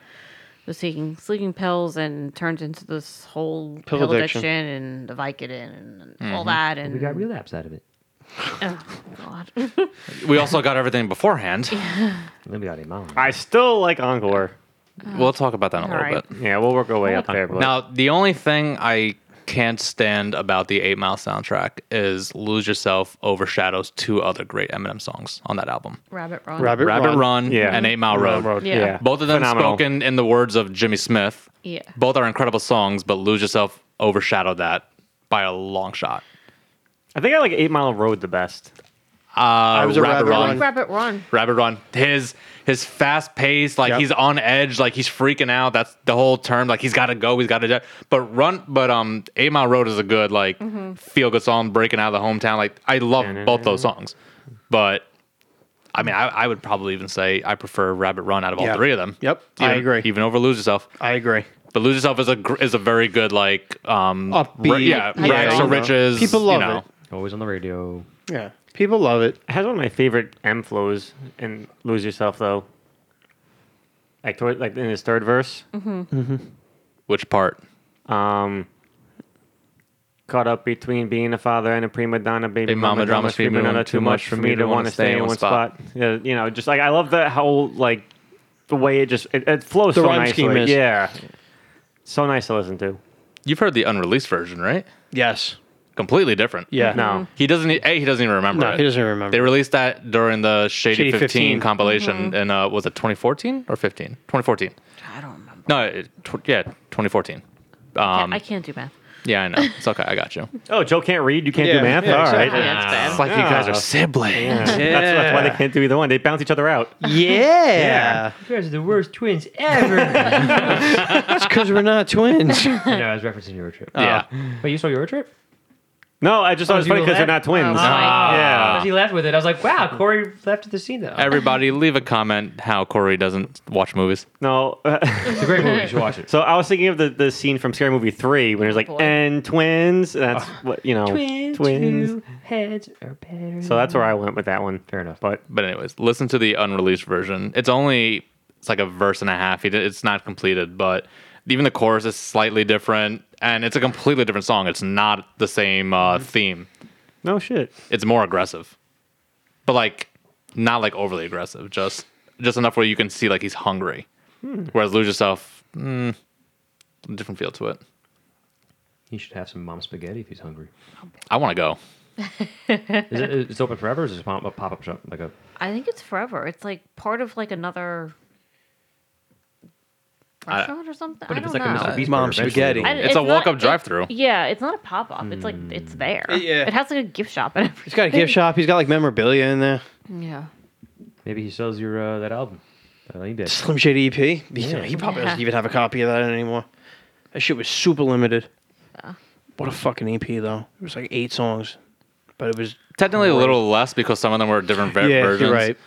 [SPEAKER 5] was taking sleeping pills and turned into this whole
[SPEAKER 2] Pill
[SPEAKER 5] pill,
[SPEAKER 2] addiction.
[SPEAKER 5] addiction. and the Vicodin and
[SPEAKER 4] Mm-hmm.
[SPEAKER 5] all that. And
[SPEAKER 6] We got relapse out of it.
[SPEAKER 5] oh, God.
[SPEAKER 4] We also got everything beforehand.
[SPEAKER 6] And then we got Eight Mile.
[SPEAKER 3] I still like Encore.
[SPEAKER 4] We'll talk about that in a little
[SPEAKER 5] Alright.
[SPEAKER 4] bit.
[SPEAKER 3] Yeah, we'll work our way up there. But
[SPEAKER 4] Now, the only thing I can't stand about the Eight Mile soundtrack is "Lose Yourself" overshadows two other great Eminem songs on that album.
[SPEAKER 5] Rabbit Run.
[SPEAKER 2] Rabbit,
[SPEAKER 4] Rabbit Run,
[SPEAKER 2] Run.
[SPEAKER 3] Yeah.
[SPEAKER 4] and Eight Mile Road.
[SPEAKER 5] Yeah.
[SPEAKER 3] yeah.
[SPEAKER 4] Both of them
[SPEAKER 3] Phenomenal.
[SPEAKER 4] spoken in the words of Jimmy Smith.
[SPEAKER 5] Yeah.
[SPEAKER 4] Both are incredible songs, but Lose Yourself overshadowed that by a long shot.
[SPEAKER 3] I think I like Eight Mile Road the best.
[SPEAKER 4] I
[SPEAKER 2] was a Rabbit
[SPEAKER 5] I
[SPEAKER 2] Run.
[SPEAKER 5] like Rabbit Run.
[SPEAKER 4] Rabbit Run. His his fast pace, like
[SPEAKER 2] Yep.
[SPEAKER 4] he's on edge, like he's freaking out. That's the whole term. Like he's got to go, he's got to. do- But run, but um, Eight Mile Road is a good like feel good song. Breaking out of the hometown, like I love both those songs. But I mean, I, I would probably even say I prefer Rabbit Run out of all
[SPEAKER 2] Yep.
[SPEAKER 4] three of them.
[SPEAKER 2] Yep. I
[SPEAKER 4] Even-
[SPEAKER 2] agree.
[SPEAKER 4] Even over Lose Yourself.
[SPEAKER 2] I agree.
[SPEAKER 4] But Lose Yourself is a gr- is a very good like um
[SPEAKER 2] Upbeat.
[SPEAKER 4] ra- yeah,
[SPEAKER 2] Yeah,
[SPEAKER 4] rags
[SPEAKER 2] you
[SPEAKER 4] to
[SPEAKER 2] know.
[SPEAKER 4] riches.
[SPEAKER 2] People
[SPEAKER 4] you
[SPEAKER 2] love
[SPEAKER 4] know.
[SPEAKER 2] it.
[SPEAKER 6] Always on the radio.
[SPEAKER 2] Yeah. People love it.
[SPEAKER 3] It has one of my favorite M flows in Lose Yourself though. Like toward, like in his third verse,
[SPEAKER 4] Which part?
[SPEAKER 3] Um, caught up between being a father and a prima donna, baby
[SPEAKER 4] Big mama drama screaming
[SPEAKER 3] on
[SPEAKER 4] on
[SPEAKER 3] it too much for me to
[SPEAKER 4] wanna
[SPEAKER 3] want to stay in one spot. Yeah, you know, just like I love the how like the way it just it, it flows
[SPEAKER 2] The
[SPEAKER 3] so
[SPEAKER 2] rhyme
[SPEAKER 3] nicely.
[SPEAKER 2] scheme is-
[SPEAKER 3] Yeah, so nice to listen to.
[SPEAKER 4] You've heard the unreleased version, right?
[SPEAKER 2] Yes.
[SPEAKER 4] Completely different.
[SPEAKER 2] Yeah.
[SPEAKER 3] No,
[SPEAKER 4] He doesn't. e- A. He doesn't even remember.
[SPEAKER 2] No,
[SPEAKER 4] it.
[SPEAKER 2] he doesn't remember.
[SPEAKER 4] They released that during the Shady,
[SPEAKER 2] Shady
[SPEAKER 4] 15,
[SPEAKER 2] 15.
[SPEAKER 4] compilation,
[SPEAKER 5] Mm-hmm.
[SPEAKER 4] and uh, was it 2014 or 15? 2014.
[SPEAKER 5] I don't remember.
[SPEAKER 4] No, it, tw- yeah, 2014.
[SPEAKER 5] Yeah,
[SPEAKER 4] Um,
[SPEAKER 5] I can't do math.
[SPEAKER 4] yeah, I know. It's okay. I got you.
[SPEAKER 3] oh Joe can't read. You can't
[SPEAKER 2] Yeah,
[SPEAKER 3] do math.
[SPEAKER 2] yeah,
[SPEAKER 3] All right,
[SPEAKER 5] Yeah, that's bad.
[SPEAKER 4] It's like you guys
[SPEAKER 3] Yeah.
[SPEAKER 4] are siblings.
[SPEAKER 3] That's, that's why they can't do either one. They bounce each other out.
[SPEAKER 2] Yeah.
[SPEAKER 6] You guys are the worst twins ever.
[SPEAKER 2] That's because we're not twins.
[SPEAKER 6] no, I was referencing Euro Trip.
[SPEAKER 4] Yeah.
[SPEAKER 6] Wait, you saw Euro Trip?
[SPEAKER 3] No, I just
[SPEAKER 6] Oh,
[SPEAKER 3] thought it was
[SPEAKER 6] you
[SPEAKER 3] funny because they're
[SPEAKER 6] let-
[SPEAKER 3] not twins.
[SPEAKER 5] Oh, right.
[SPEAKER 3] Yeah.
[SPEAKER 6] Because he left with it. I was like, wow, Corey left the scene though.
[SPEAKER 4] Everybody, leave a comment how Corey doesn't watch movies.
[SPEAKER 3] No.
[SPEAKER 6] it's a great movie. You should watch it.
[SPEAKER 3] so I was thinking of the, the scene from Scary Movie 3 when it's like,
[SPEAKER 5] boy.
[SPEAKER 3] and twins. That's what, you know,
[SPEAKER 6] Twins.
[SPEAKER 3] twins.
[SPEAKER 6] Two heads are better.
[SPEAKER 3] So that's where I went with that one.
[SPEAKER 6] fair enough.
[SPEAKER 3] But
[SPEAKER 4] But anyways, listen to the unreleased version. It's only it's like a verse and a half. He did- It's not completed, but even the chorus is slightly different, and it's a completely different song. It's not the same
[SPEAKER 2] Mm-hmm.
[SPEAKER 4] uh, theme.
[SPEAKER 3] no shit.
[SPEAKER 4] It's more aggressive, but like not like overly aggressive. Just just enough where you can see like he's hungry.
[SPEAKER 2] Hmm.
[SPEAKER 4] Whereas lose yourself, mm, different feel to it.
[SPEAKER 6] He should have some mom spaghetti if he's hungry.
[SPEAKER 4] I want to go.
[SPEAKER 6] Is it, it's open forever or is it a pop up shop? Like a
[SPEAKER 5] I think it's forever. It's like part of like another
[SPEAKER 4] I-
[SPEAKER 5] restaurant or something. I
[SPEAKER 6] if
[SPEAKER 5] don't
[SPEAKER 6] it's like a
[SPEAKER 5] know.
[SPEAKER 6] Mr. Beast
[SPEAKER 2] Mom
[SPEAKER 6] burger, eventually
[SPEAKER 2] spaghetti.
[SPEAKER 6] they'll-
[SPEAKER 5] I-
[SPEAKER 4] It's a
[SPEAKER 5] not-
[SPEAKER 4] walk-up Hmm.
[SPEAKER 5] it-
[SPEAKER 4] drive-thru.
[SPEAKER 5] Yeah, it's not a pop up. It's like it's there.
[SPEAKER 2] Yeah.
[SPEAKER 5] It has like a gift shop and everything.
[SPEAKER 2] He's got a gift shop. He's got like memorabilia in there.
[SPEAKER 5] Yeah.
[SPEAKER 6] Maybe he sells your uh, that album. Uh, he did.
[SPEAKER 2] Slim Shady EP. You know,
[SPEAKER 6] Yeah.
[SPEAKER 2] he probably
[SPEAKER 5] Yeah.
[SPEAKER 2] doesn't even have a copy of that anymore. That shit was super limited. What a fucking EP though. It was like eight songs, but it was
[SPEAKER 4] Technically, a little less because some of them were different ver- versions.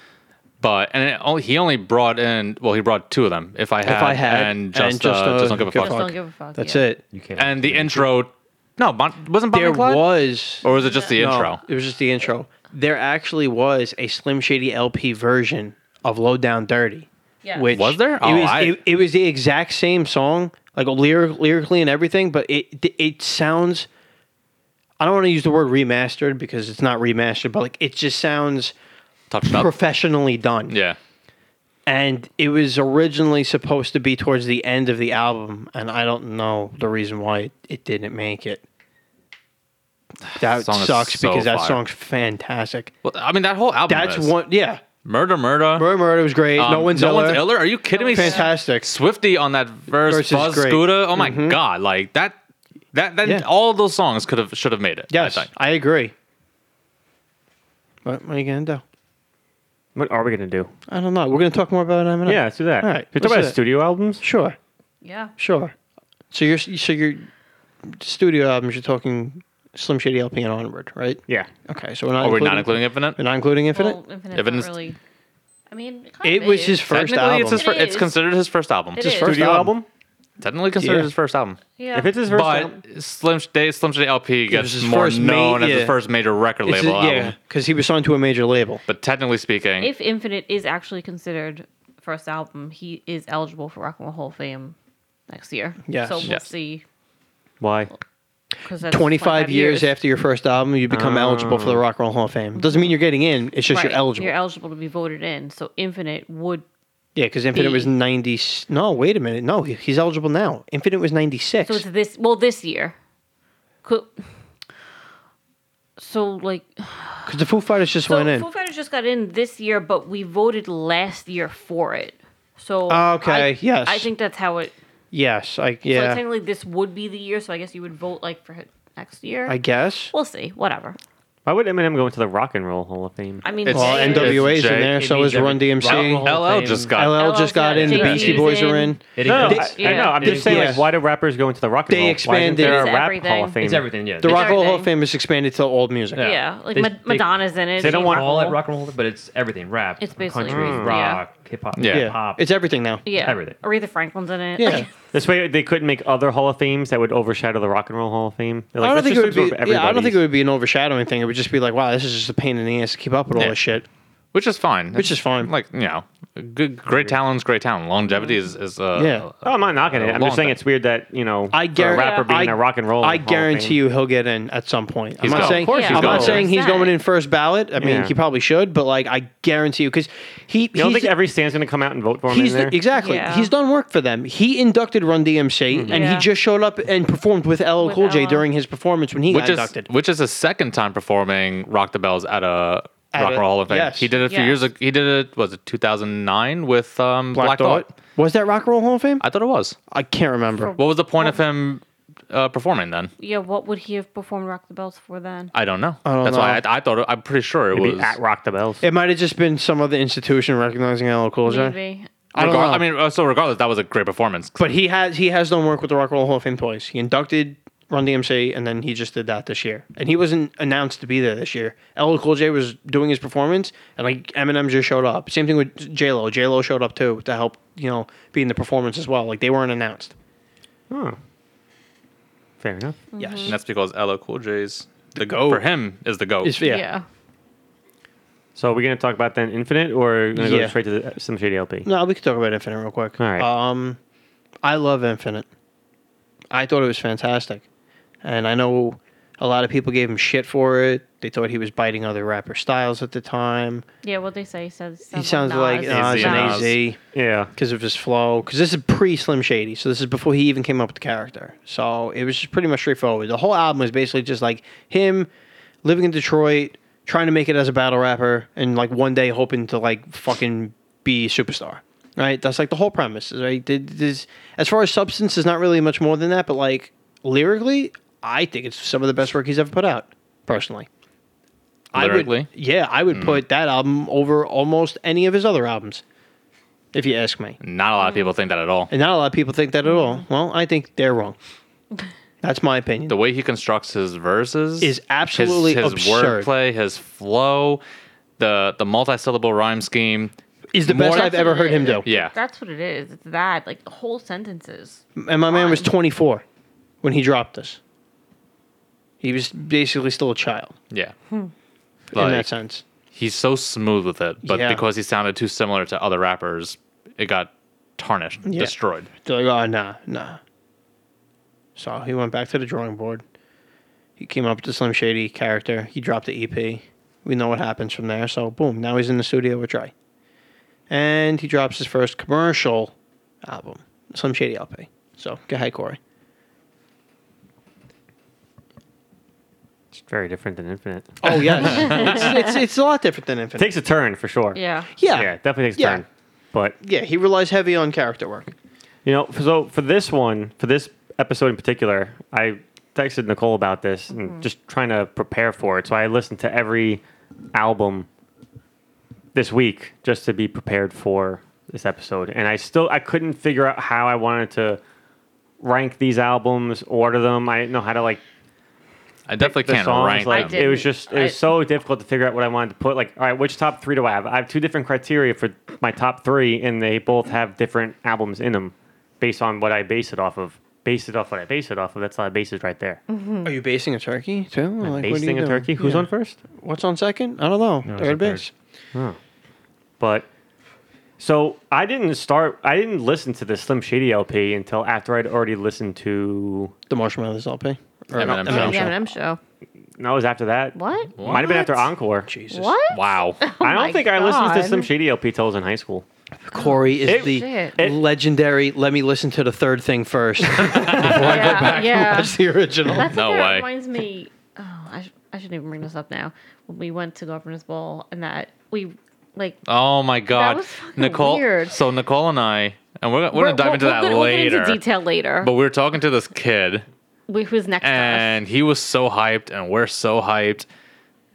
[SPEAKER 4] But and it only, he only brought in well he brought two of them if I had,
[SPEAKER 2] I Had
[SPEAKER 4] and just, uh, just don't give a fuck.
[SPEAKER 5] Just Don't Give a Fuck,
[SPEAKER 2] That's
[SPEAKER 5] yeah.
[SPEAKER 2] it.
[SPEAKER 6] You can't.
[SPEAKER 4] And the intro, no, Bon- wasn't Bonnie
[SPEAKER 2] There
[SPEAKER 4] and Clyde?
[SPEAKER 2] was
[SPEAKER 4] or was it just the
[SPEAKER 2] No,
[SPEAKER 4] intro?
[SPEAKER 2] It was just the intro. There actually was a Slim Shady LP version of "Low Down Dirty."
[SPEAKER 5] Yeah.
[SPEAKER 2] Which
[SPEAKER 4] Was there?
[SPEAKER 2] It,
[SPEAKER 4] Oh,
[SPEAKER 2] was,
[SPEAKER 4] I-
[SPEAKER 2] it, it was the exact same song, like lyric, lyrically and everything, but it it sounds. I don't want to use the word remastered because it's not remastered, but like it just sounds
[SPEAKER 4] Touched up.
[SPEAKER 2] professionally done.
[SPEAKER 4] Yeah,
[SPEAKER 2] And it was originally supposed to be towards the end of the album, and I don't know the reason why it, it didn't make it. That
[SPEAKER 4] Song is
[SPEAKER 2] sucks
[SPEAKER 4] so
[SPEAKER 2] because that
[SPEAKER 4] fire.
[SPEAKER 2] song's fantastic.
[SPEAKER 4] well, I mean that whole album.
[SPEAKER 2] That's
[SPEAKER 4] is.
[SPEAKER 2] one. Yeah,
[SPEAKER 4] murder, murder.
[SPEAKER 2] Murder Murder was great.
[SPEAKER 4] Um,
[SPEAKER 2] no one's
[SPEAKER 4] no
[SPEAKER 2] iller.
[SPEAKER 4] one's iller. Are you kidding me?
[SPEAKER 2] Fantastic.
[SPEAKER 4] Swifty on that verse,
[SPEAKER 2] Verse is
[SPEAKER 4] Buzz
[SPEAKER 2] great. Mm-hmm.
[SPEAKER 4] Scooter. Oh my god, like that. That, that
[SPEAKER 2] Yeah.
[SPEAKER 4] all those songs could have should have made it.
[SPEAKER 2] Yes,
[SPEAKER 4] I think.
[SPEAKER 2] I, agree. What, what are you gonna do?
[SPEAKER 3] What are we going to do?
[SPEAKER 2] I don't know. We're gonna talk more about it in a minute.
[SPEAKER 3] Yeah, let's do that.
[SPEAKER 2] All right,
[SPEAKER 3] Should
[SPEAKER 2] let's
[SPEAKER 3] We talk
[SPEAKER 2] do
[SPEAKER 3] about
[SPEAKER 2] that.
[SPEAKER 3] studio albums.
[SPEAKER 2] sure,
[SPEAKER 5] Yeah.
[SPEAKER 2] sure. So your so your studio albums, you're talking Slim Shady LP and onward, right?
[SPEAKER 3] Yeah.
[SPEAKER 2] Okay, so we're not.
[SPEAKER 4] Are we
[SPEAKER 2] including,
[SPEAKER 4] not including Infinite?
[SPEAKER 2] We're not including Infinite.
[SPEAKER 5] Well,
[SPEAKER 4] If
[SPEAKER 5] Infinite's
[SPEAKER 4] it's-
[SPEAKER 5] not really. I mean, it, kind
[SPEAKER 2] it
[SPEAKER 5] of
[SPEAKER 2] was
[SPEAKER 5] is.
[SPEAKER 2] his first
[SPEAKER 4] Technically,
[SPEAKER 2] album.
[SPEAKER 4] It's, his fir-
[SPEAKER 5] It
[SPEAKER 4] it's
[SPEAKER 5] is.
[SPEAKER 4] considered his first album.
[SPEAKER 5] It
[SPEAKER 4] It's
[SPEAKER 5] is.
[SPEAKER 4] first-
[SPEAKER 3] Studio
[SPEAKER 2] album.
[SPEAKER 3] album.
[SPEAKER 4] technically considered
[SPEAKER 2] Yeah.
[SPEAKER 4] his first album.
[SPEAKER 5] Yeah.
[SPEAKER 3] If it's his first album.
[SPEAKER 4] But Slim Shady, Slim Shady LP
[SPEAKER 2] was
[SPEAKER 4] gets
[SPEAKER 2] his
[SPEAKER 4] more
[SPEAKER 2] first ma-
[SPEAKER 4] known as
[SPEAKER 2] yeah.
[SPEAKER 4] his first major record
[SPEAKER 2] It's-
[SPEAKER 4] label album.
[SPEAKER 2] yeah, because he was signed to a major label.
[SPEAKER 4] But technically speaking,
[SPEAKER 5] if Infinite is actually considered first album, he is eligible for Rock and Roll Hall of Fame next year.
[SPEAKER 2] Yes.
[SPEAKER 5] So we'll
[SPEAKER 4] Yes.
[SPEAKER 5] see.
[SPEAKER 3] Why?
[SPEAKER 5] 'cause that's
[SPEAKER 2] 25 years after your first album, you become eligible for the
[SPEAKER 3] Oh.
[SPEAKER 2] Rock and Roll Hall of Fame. Doesn't mean you're getting in, it's just
[SPEAKER 5] Right,
[SPEAKER 2] you're eligible.
[SPEAKER 5] You're eligible to be voted in. So Infinite would.
[SPEAKER 2] yeah, because Infinite was
[SPEAKER 5] B.
[SPEAKER 2] 90. s- No, wait a minute. No, he- he's eligible now. Infinite was 96.
[SPEAKER 5] So it's this. Well, this year. Could. So like,
[SPEAKER 2] Because the Foo Fighters just
[SPEAKER 5] so
[SPEAKER 2] went in.
[SPEAKER 5] Foo Fighters just got in this year, but we voted last year for it. So
[SPEAKER 2] Oh, Okay,
[SPEAKER 5] I,
[SPEAKER 2] yes.
[SPEAKER 5] I think that's how it.
[SPEAKER 2] yes, I
[SPEAKER 5] So
[SPEAKER 2] yeah.
[SPEAKER 5] technically, this would be the year. So I guess you would vote like for it next year.
[SPEAKER 2] I guess.
[SPEAKER 5] we'll see. Whatever.
[SPEAKER 3] Why would Eminem go into the Rock and Roll Hall of Fame?
[SPEAKER 5] I mean,
[SPEAKER 4] It's-
[SPEAKER 2] Well,
[SPEAKER 5] they-
[SPEAKER 4] N W-
[SPEAKER 2] NWA's in
[SPEAKER 4] Jay-
[SPEAKER 2] there, so is Run DMC.
[SPEAKER 4] LL just got
[SPEAKER 2] LL just got in, the
[SPEAKER 5] LL, yeah,
[SPEAKER 2] Beastie Boys
[SPEAKER 5] Jay-Z's
[SPEAKER 2] are
[SPEAKER 5] in.
[SPEAKER 2] in.
[SPEAKER 6] It
[SPEAKER 3] No, no,
[SPEAKER 6] includes-
[SPEAKER 3] I, I know. I'm
[SPEAKER 6] it
[SPEAKER 3] just saying,
[SPEAKER 6] includes-
[SPEAKER 3] like, why do rappers go into the Rock and
[SPEAKER 2] They
[SPEAKER 3] Roll?
[SPEAKER 2] expanded-
[SPEAKER 3] Why isn't there
[SPEAKER 5] It's
[SPEAKER 3] a rap
[SPEAKER 5] everything.
[SPEAKER 3] Hall of Fame?
[SPEAKER 6] It's everything. Yeah.
[SPEAKER 2] The
[SPEAKER 6] They-
[SPEAKER 2] Rock and Roll Hall of
[SPEAKER 5] everything.
[SPEAKER 2] Fame is expanded to old music.
[SPEAKER 5] Yeah,
[SPEAKER 2] Yeah.
[SPEAKER 5] like
[SPEAKER 6] They-
[SPEAKER 5] Ma-
[SPEAKER 6] they-
[SPEAKER 5] Madonna's in it.
[SPEAKER 3] they don't want-
[SPEAKER 6] all at rock and roll, but it's everything. Rap,
[SPEAKER 5] It's basically
[SPEAKER 6] country,
[SPEAKER 5] everything, yeah.
[SPEAKER 6] rock, hip hop,
[SPEAKER 4] Yeah.
[SPEAKER 6] pop.
[SPEAKER 2] It's everything now.
[SPEAKER 5] yeah,
[SPEAKER 6] everything.
[SPEAKER 5] Aretha Franklin's in it.
[SPEAKER 2] Yeah.
[SPEAKER 3] This way, they couldn't make other Hall of Fames that would overshadow the Rock and Roll Hall of Fame. They're
[SPEAKER 2] I
[SPEAKER 3] like,
[SPEAKER 2] don't
[SPEAKER 3] "Let's
[SPEAKER 2] think
[SPEAKER 3] just
[SPEAKER 2] it would
[SPEAKER 3] absorb
[SPEAKER 2] be. Yeah, I don't think
[SPEAKER 3] everybody's."
[SPEAKER 2] it would be an overshadowing thing. It would just be like, wow, this is just a pain in the ass to keep up with all
[SPEAKER 4] Yeah.
[SPEAKER 2] this shit.
[SPEAKER 4] which is fine.
[SPEAKER 2] Which is fine.
[SPEAKER 4] Like you know, good, great talent's great talent. Longevity is is uh,
[SPEAKER 2] Yeah.
[SPEAKER 3] Oh, I'm not knocking it. I'm
[SPEAKER 4] Long
[SPEAKER 3] just saying
[SPEAKER 4] time.
[SPEAKER 3] it's weird that you know
[SPEAKER 2] Uh, I
[SPEAKER 3] for a
[SPEAKER 2] guarantee-
[SPEAKER 3] rapper being
[SPEAKER 2] I-
[SPEAKER 3] a rock and roll.
[SPEAKER 2] I
[SPEAKER 3] Hall of
[SPEAKER 2] guarantee
[SPEAKER 3] Fame.
[SPEAKER 2] you he'll get in at some point. I'm
[SPEAKER 4] He's
[SPEAKER 2] not
[SPEAKER 4] going.
[SPEAKER 2] saying
[SPEAKER 4] Of course
[SPEAKER 5] Yeah.
[SPEAKER 2] I'm
[SPEAKER 5] he's
[SPEAKER 2] not
[SPEAKER 5] going.
[SPEAKER 2] saying he's
[SPEAKER 5] 100%.
[SPEAKER 2] going in first ballot. I mean,
[SPEAKER 3] Yeah.
[SPEAKER 2] he probably should, but like I guarantee you because he
[SPEAKER 3] You don't
[SPEAKER 2] he's-
[SPEAKER 3] think every stand's going to come out and vote for him?
[SPEAKER 2] He's
[SPEAKER 3] in there?
[SPEAKER 2] the, exactly.
[SPEAKER 5] Yeah.
[SPEAKER 2] He's done work for them. He inducted Run DMC, and
[SPEAKER 5] Yeah.
[SPEAKER 2] he just showed up and performed with LL
[SPEAKER 5] With
[SPEAKER 2] Cool J
[SPEAKER 5] LL.
[SPEAKER 2] during his performance when he
[SPEAKER 4] which
[SPEAKER 2] got
[SPEAKER 4] is
[SPEAKER 2] inducted.
[SPEAKER 4] which is his second time performing Rock the Bells at a
[SPEAKER 2] At
[SPEAKER 4] Rock
[SPEAKER 2] a-
[SPEAKER 4] and Roll Hall of Fame.
[SPEAKER 2] yes.
[SPEAKER 4] He did it a few
[SPEAKER 5] Yes.
[SPEAKER 4] years ago. He did it was it 2009 with um, Black, Thought.
[SPEAKER 2] was that Rock and Roll Hall of Fame? I,
[SPEAKER 4] I thought it was.
[SPEAKER 2] can't remember.
[SPEAKER 4] What was the point of him uh, performing then?
[SPEAKER 5] Yeah, what would he have performed Rock the Bells for then?
[SPEAKER 4] I don't know.
[SPEAKER 2] don't
[SPEAKER 4] That's why
[SPEAKER 2] know.
[SPEAKER 4] I, I thought it, I'm pretty sure it
[SPEAKER 3] Maybe
[SPEAKER 4] was.
[SPEAKER 3] at Rock the Bells.
[SPEAKER 2] It might have just been some other institution recognizing LL Cool J.
[SPEAKER 5] Maybe.
[SPEAKER 2] I don't
[SPEAKER 4] Regar-
[SPEAKER 2] know. Mm-hmm.
[SPEAKER 4] I mean, uh, so regardless, that was a great performance.
[SPEAKER 2] but he has he has done work with the Rock and Roll Hall of Fame twice. He inducted Run DMC, and then he just did that this year. And he wasn't announced to be there this year. LL Cool J was doing his performance, and like Eminem just showed up. Same thing with J Lo. J Lo showed up too to help you know be in the performance as well. Like they weren't announced.
[SPEAKER 3] Oh. Fair enough.
[SPEAKER 2] Yes.
[SPEAKER 4] Mm-hmm. And that's because LL Cool J's the
[SPEAKER 2] goat.
[SPEAKER 4] for him is the goat.
[SPEAKER 2] It's- yeah.
[SPEAKER 3] So are we going to talk about then Infinite or going to
[SPEAKER 2] Yeah.
[SPEAKER 3] go straight to the, some shady LP?
[SPEAKER 2] No, we could talk about Infinite real quick.
[SPEAKER 3] All right.
[SPEAKER 2] Um, I love Infinite. I thought it was fantastic, and I know a lot of people gave him shit for it. They thought he was biting other rapper styles at the time.
[SPEAKER 5] Yeah, what they say. He says
[SPEAKER 2] He sounds like Nas
[SPEAKER 4] Nas.
[SPEAKER 2] and AZ
[SPEAKER 3] Yeah.
[SPEAKER 2] because of his flow. Because this is pre Slim Shady, so this is before he even came up with the character. So it was just pretty much straightforward. The whole album was basically just like him living in Detroit, trying to make it as a battle rapper, and like one day hoping to like fucking be a superstar. Right? That's like the whole premise. Right? Th- this- As far as substance, there's not really much more than that. But like lyrically, I think it's some of the best work he's ever put out. Personally. I
[SPEAKER 4] Lyrically?
[SPEAKER 2] would, yeah, I would put that album over almost any of his other albums, if you ask me.
[SPEAKER 4] Not a lot of people think that at all.
[SPEAKER 2] And not a lot of people think that at all. Well, I think they're wrong. That's my opinion.
[SPEAKER 4] The way he constructs his verses
[SPEAKER 2] Is absolutely
[SPEAKER 4] his, his
[SPEAKER 2] absurd.
[SPEAKER 4] wordplay, his flow, the the multi-syllable rhyme scheme.
[SPEAKER 2] Is the
[SPEAKER 4] More-
[SPEAKER 2] best I've ever heard him do.
[SPEAKER 4] Yeah.
[SPEAKER 5] That's what it is. It's that. Like the whole sentences.
[SPEAKER 2] And my man was 24 when he dropped this. He was basically still a child
[SPEAKER 4] Yeah.
[SPEAKER 2] in
[SPEAKER 4] Like,
[SPEAKER 2] that sense.
[SPEAKER 4] he's so smooth with it, but
[SPEAKER 2] Yeah.
[SPEAKER 4] because he sounded too similar to other rappers, it got tarnished, destroyed.
[SPEAKER 2] They're like, oh, nah, nah. So he went back to the drawing board. He came up with the Slim Shady character. He dropped the EP. We know what happens from there. So, boom, now he's in the studio with Dre. And he drops his first commercial album, Slim Shady LP. So, go ahead, Corey.
[SPEAKER 3] It's very different than Infinite.
[SPEAKER 2] Oh, yes. it's, it's, it's a lot different than Infinite.
[SPEAKER 3] takes a turn for sure.
[SPEAKER 5] Yeah.
[SPEAKER 2] yeah.
[SPEAKER 3] Yeah,
[SPEAKER 2] yeah.
[SPEAKER 3] it definitely takes a
[SPEAKER 2] Yeah.
[SPEAKER 3] turn. But
[SPEAKER 2] he relies heavy on character work.
[SPEAKER 3] You know, f- so for this one, for this episode in particular, I texted Nicole about this and just trying to prepare for it. So I listened to every album this week just to be prepared for this episode. And I still I couldn't figure out how I wanted to rank these albums, order them. I didn't know how to like
[SPEAKER 4] I definitely
[SPEAKER 3] the
[SPEAKER 4] can't
[SPEAKER 3] songs,
[SPEAKER 4] rank
[SPEAKER 3] like,
[SPEAKER 4] them.
[SPEAKER 5] did.
[SPEAKER 3] It was just it was
[SPEAKER 5] I-
[SPEAKER 3] so difficult to figure out what I wanted to put. Like, all right, which top three do I have? I have two different criteria for my top three, and they both have different albums in them, based on what I base it off of. Base it off what I base it off of. That's a lot of bases right there.
[SPEAKER 5] Mm-hmm. Hmm.
[SPEAKER 2] Are you basing a turkey, too? Like, what are
[SPEAKER 3] Basing
[SPEAKER 2] you
[SPEAKER 3] a
[SPEAKER 2] doing?
[SPEAKER 3] turkey. Who's
[SPEAKER 2] Yeah.
[SPEAKER 3] on first?
[SPEAKER 2] What's on second? I don't know.
[SPEAKER 6] it's
[SPEAKER 2] Third
[SPEAKER 6] on third.
[SPEAKER 2] base.
[SPEAKER 3] But so I didn't start. I didn't listen to the Slim Shady LP until after I'd already listened to.
[SPEAKER 2] The Marshmallows LP. Or
[SPEAKER 4] Eminem
[SPEAKER 2] no,
[SPEAKER 4] Show.
[SPEAKER 5] Yeah,
[SPEAKER 2] Eminem
[SPEAKER 4] Show.
[SPEAKER 2] Show.
[SPEAKER 5] M&M show.
[SPEAKER 3] No, it was after that.
[SPEAKER 5] What?
[SPEAKER 3] Might have been after Encore.
[SPEAKER 2] Jesus.
[SPEAKER 5] What?
[SPEAKER 4] wow.
[SPEAKER 3] I don't
[SPEAKER 5] my
[SPEAKER 3] think I listened to
[SPEAKER 5] God.
[SPEAKER 3] Slim Shady LP till I was in high school.
[SPEAKER 2] Corey is
[SPEAKER 3] It-
[SPEAKER 2] the
[SPEAKER 5] Oh, Shit.
[SPEAKER 3] it-
[SPEAKER 2] legendary. Let me listen to the third thing first.
[SPEAKER 5] Yeah. yeah.
[SPEAKER 2] That's the original.
[SPEAKER 5] That's
[SPEAKER 4] No
[SPEAKER 5] no way.
[SPEAKER 4] way.
[SPEAKER 5] reminds me. Oh, I, sh- I shouldn't even bring this up now. When we went to Governor's Ball and that we like
[SPEAKER 4] Oh my god,
[SPEAKER 5] was fucking
[SPEAKER 4] Nicole.
[SPEAKER 5] weird.
[SPEAKER 4] So Nicole and I, and we're, we're, gonna dive into that
[SPEAKER 5] gonna- we'll get
[SPEAKER 4] later.
[SPEAKER 5] into detail later.
[SPEAKER 4] But we were talking to this kid,
[SPEAKER 5] we, who's next
[SPEAKER 4] and he was so hyped, and we're so hyped,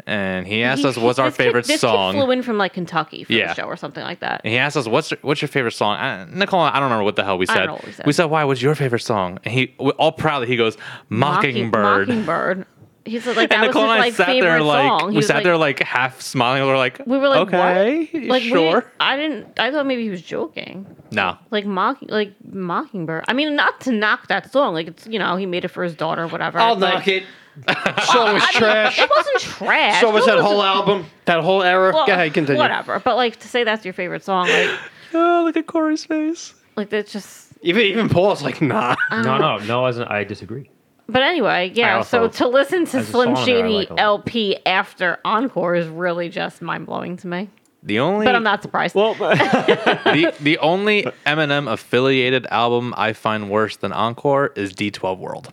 [SPEAKER 4] and he
[SPEAKER 5] to us?
[SPEAKER 4] asked us what's our
[SPEAKER 5] this kid-
[SPEAKER 4] favorite
[SPEAKER 5] this kid
[SPEAKER 4] song.
[SPEAKER 5] flew in from like Kentucky for
[SPEAKER 4] Yeah.
[SPEAKER 5] the show or something like that.
[SPEAKER 4] And he asked us, "What's your, what's your favorite song?" I, Nicole, I don't remember what the hell we
[SPEAKER 5] I
[SPEAKER 4] said.
[SPEAKER 5] don't know what we said.
[SPEAKER 4] "Why? What's your favorite song?" And he, all proudly, he goes,
[SPEAKER 5] Mocking-
[SPEAKER 4] "Mockingbird."
[SPEAKER 5] Mockingbird. He's like, that
[SPEAKER 4] and
[SPEAKER 5] was his
[SPEAKER 4] Nicole and I
[SPEAKER 5] like
[SPEAKER 4] sat
[SPEAKER 5] favorite
[SPEAKER 4] there like
[SPEAKER 5] song. He
[SPEAKER 4] we
[SPEAKER 5] was
[SPEAKER 4] sat
[SPEAKER 5] like,
[SPEAKER 4] there like half smiling. We were like,
[SPEAKER 5] we were like, what?
[SPEAKER 2] okay, you
[SPEAKER 5] Like, we-
[SPEAKER 2] sure.
[SPEAKER 5] I didn't. I thought maybe he was joking.
[SPEAKER 4] no,
[SPEAKER 5] like mocking like mockingbird i mean not to knock that song like it's you know he made it for his daughter whatever
[SPEAKER 2] I'll
[SPEAKER 5] but-
[SPEAKER 2] knock it. so was
[SPEAKER 5] I mean,
[SPEAKER 2] trash.
[SPEAKER 5] it wasn't trash
[SPEAKER 2] So was
[SPEAKER 5] was
[SPEAKER 2] that whole album. That whole era. Go ahead, continue.
[SPEAKER 5] whatever but like to say that's your favorite song like
[SPEAKER 2] Oh, look at Corey's face.
[SPEAKER 5] like that's just
[SPEAKER 2] Even even Paul's like, nah.
[SPEAKER 5] Oh.
[SPEAKER 6] No, no, no. As in, I disagree.
[SPEAKER 5] but anyway yeah
[SPEAKER 6] also-
[SPEAKER 5] so to listen to
[SPEAKER 6] as a
[SPEAKER 5] slim
[SPEAKER 6] songwriter, I
[SPEAKER 5] shady
[SPEAKER 6] like a lot.
[SPEAKER 5] lp after encore is really just mind-blowing to me
[SPEAKER 4] the only
[SPEAKER 5] but i'm not surprised
[SPEAKER 3] Well,
[SPEAKER 4] the, the only Eminem affiliated album I find worse than Encore is D12 World.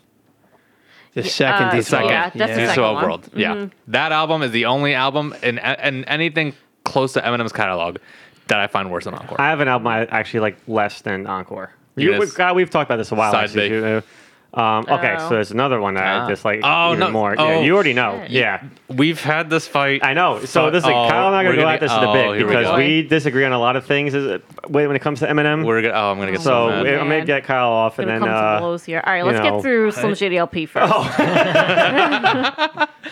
[SPEAKER 2] The second,
[SPEAKER 5] uh,
[SPEAKER 2] D12.
[SPEAKER 5] second. Yeah, that's the
[SPEAKER 4] D12
[SPEAKER 5] second one. Mm-hmm.
[SPEAKER 4] World. Yeah, that album is the only album in and anything close to Eminem's catalog that I find worse than Encore.
[SPEAKER 3] I have an album I actually like less than Encore.
[SPEAKER 4] You
[SPEAKER 3] You,
[SPEAKER 4] guys-
[SPEAKER 3] we've, God, we've talked about this a while.
[SPEAKER 4] Side
[SPEAKER 3] actually,
[SPEAKER 4] B.
[SPEAKER 3] too. Um, okay,
[SPEAKER 5] Oh.
[SPEAKER 3] so there's another one that
[SPEAKER 4] Ah.
[SPEAKER 3] I just like
[SPEAKER 4] Oh,
[SPEAKER 3] even
[SPEAKER 4] no.
[SPEAKER 3] more.
[SPEAKER 4] Oh,
[SPEAKER 3] yeah, you already know.
[SPEAKER 5] shit.
[SPEAKER 3] Yeah,
[SPEAKER 4] We've had this fight.
[SPEAKER 3] I know. So this is
[SPEAKER 4] Oh,
[SPEAKER 3] Kyle and I are
[SPEAKER 4] we're
[SPEAKER 3] gonna go
[SPEAKER 4] gonna-
[SPEAKER 3] at this in a
[SPEAKER 4] oh,
[SPEAKER 3] bit
[SPEAKER 4] here we
[SPEAKER 3] because
[SPEAKER 5] go.
[SPEAKER 3] we, disagree on a lot of things. Is it, when when it comes to Eminem.
[SPEAKER 4] We're gonna, oh, I'm gonna get
[SPEAKER 3] so
[SPEAKER 4] so. mad.
[SPEAKER 3] we- I'm gonna
[SPEAKER 5] man.
[SPEAKER 3] get Kyle off and
[SPEAKER 5] gonna
[SPEAKER 3] then
[SPEAKER 5] come
[SPEAKER 3] uh,
[SPEAKER 5] to blows here all right
[SPEAKER 3] you
[SPEAKER 5] let's
[SPEAKER 3] know.
[SPEAKER 5] get through slim shady lp first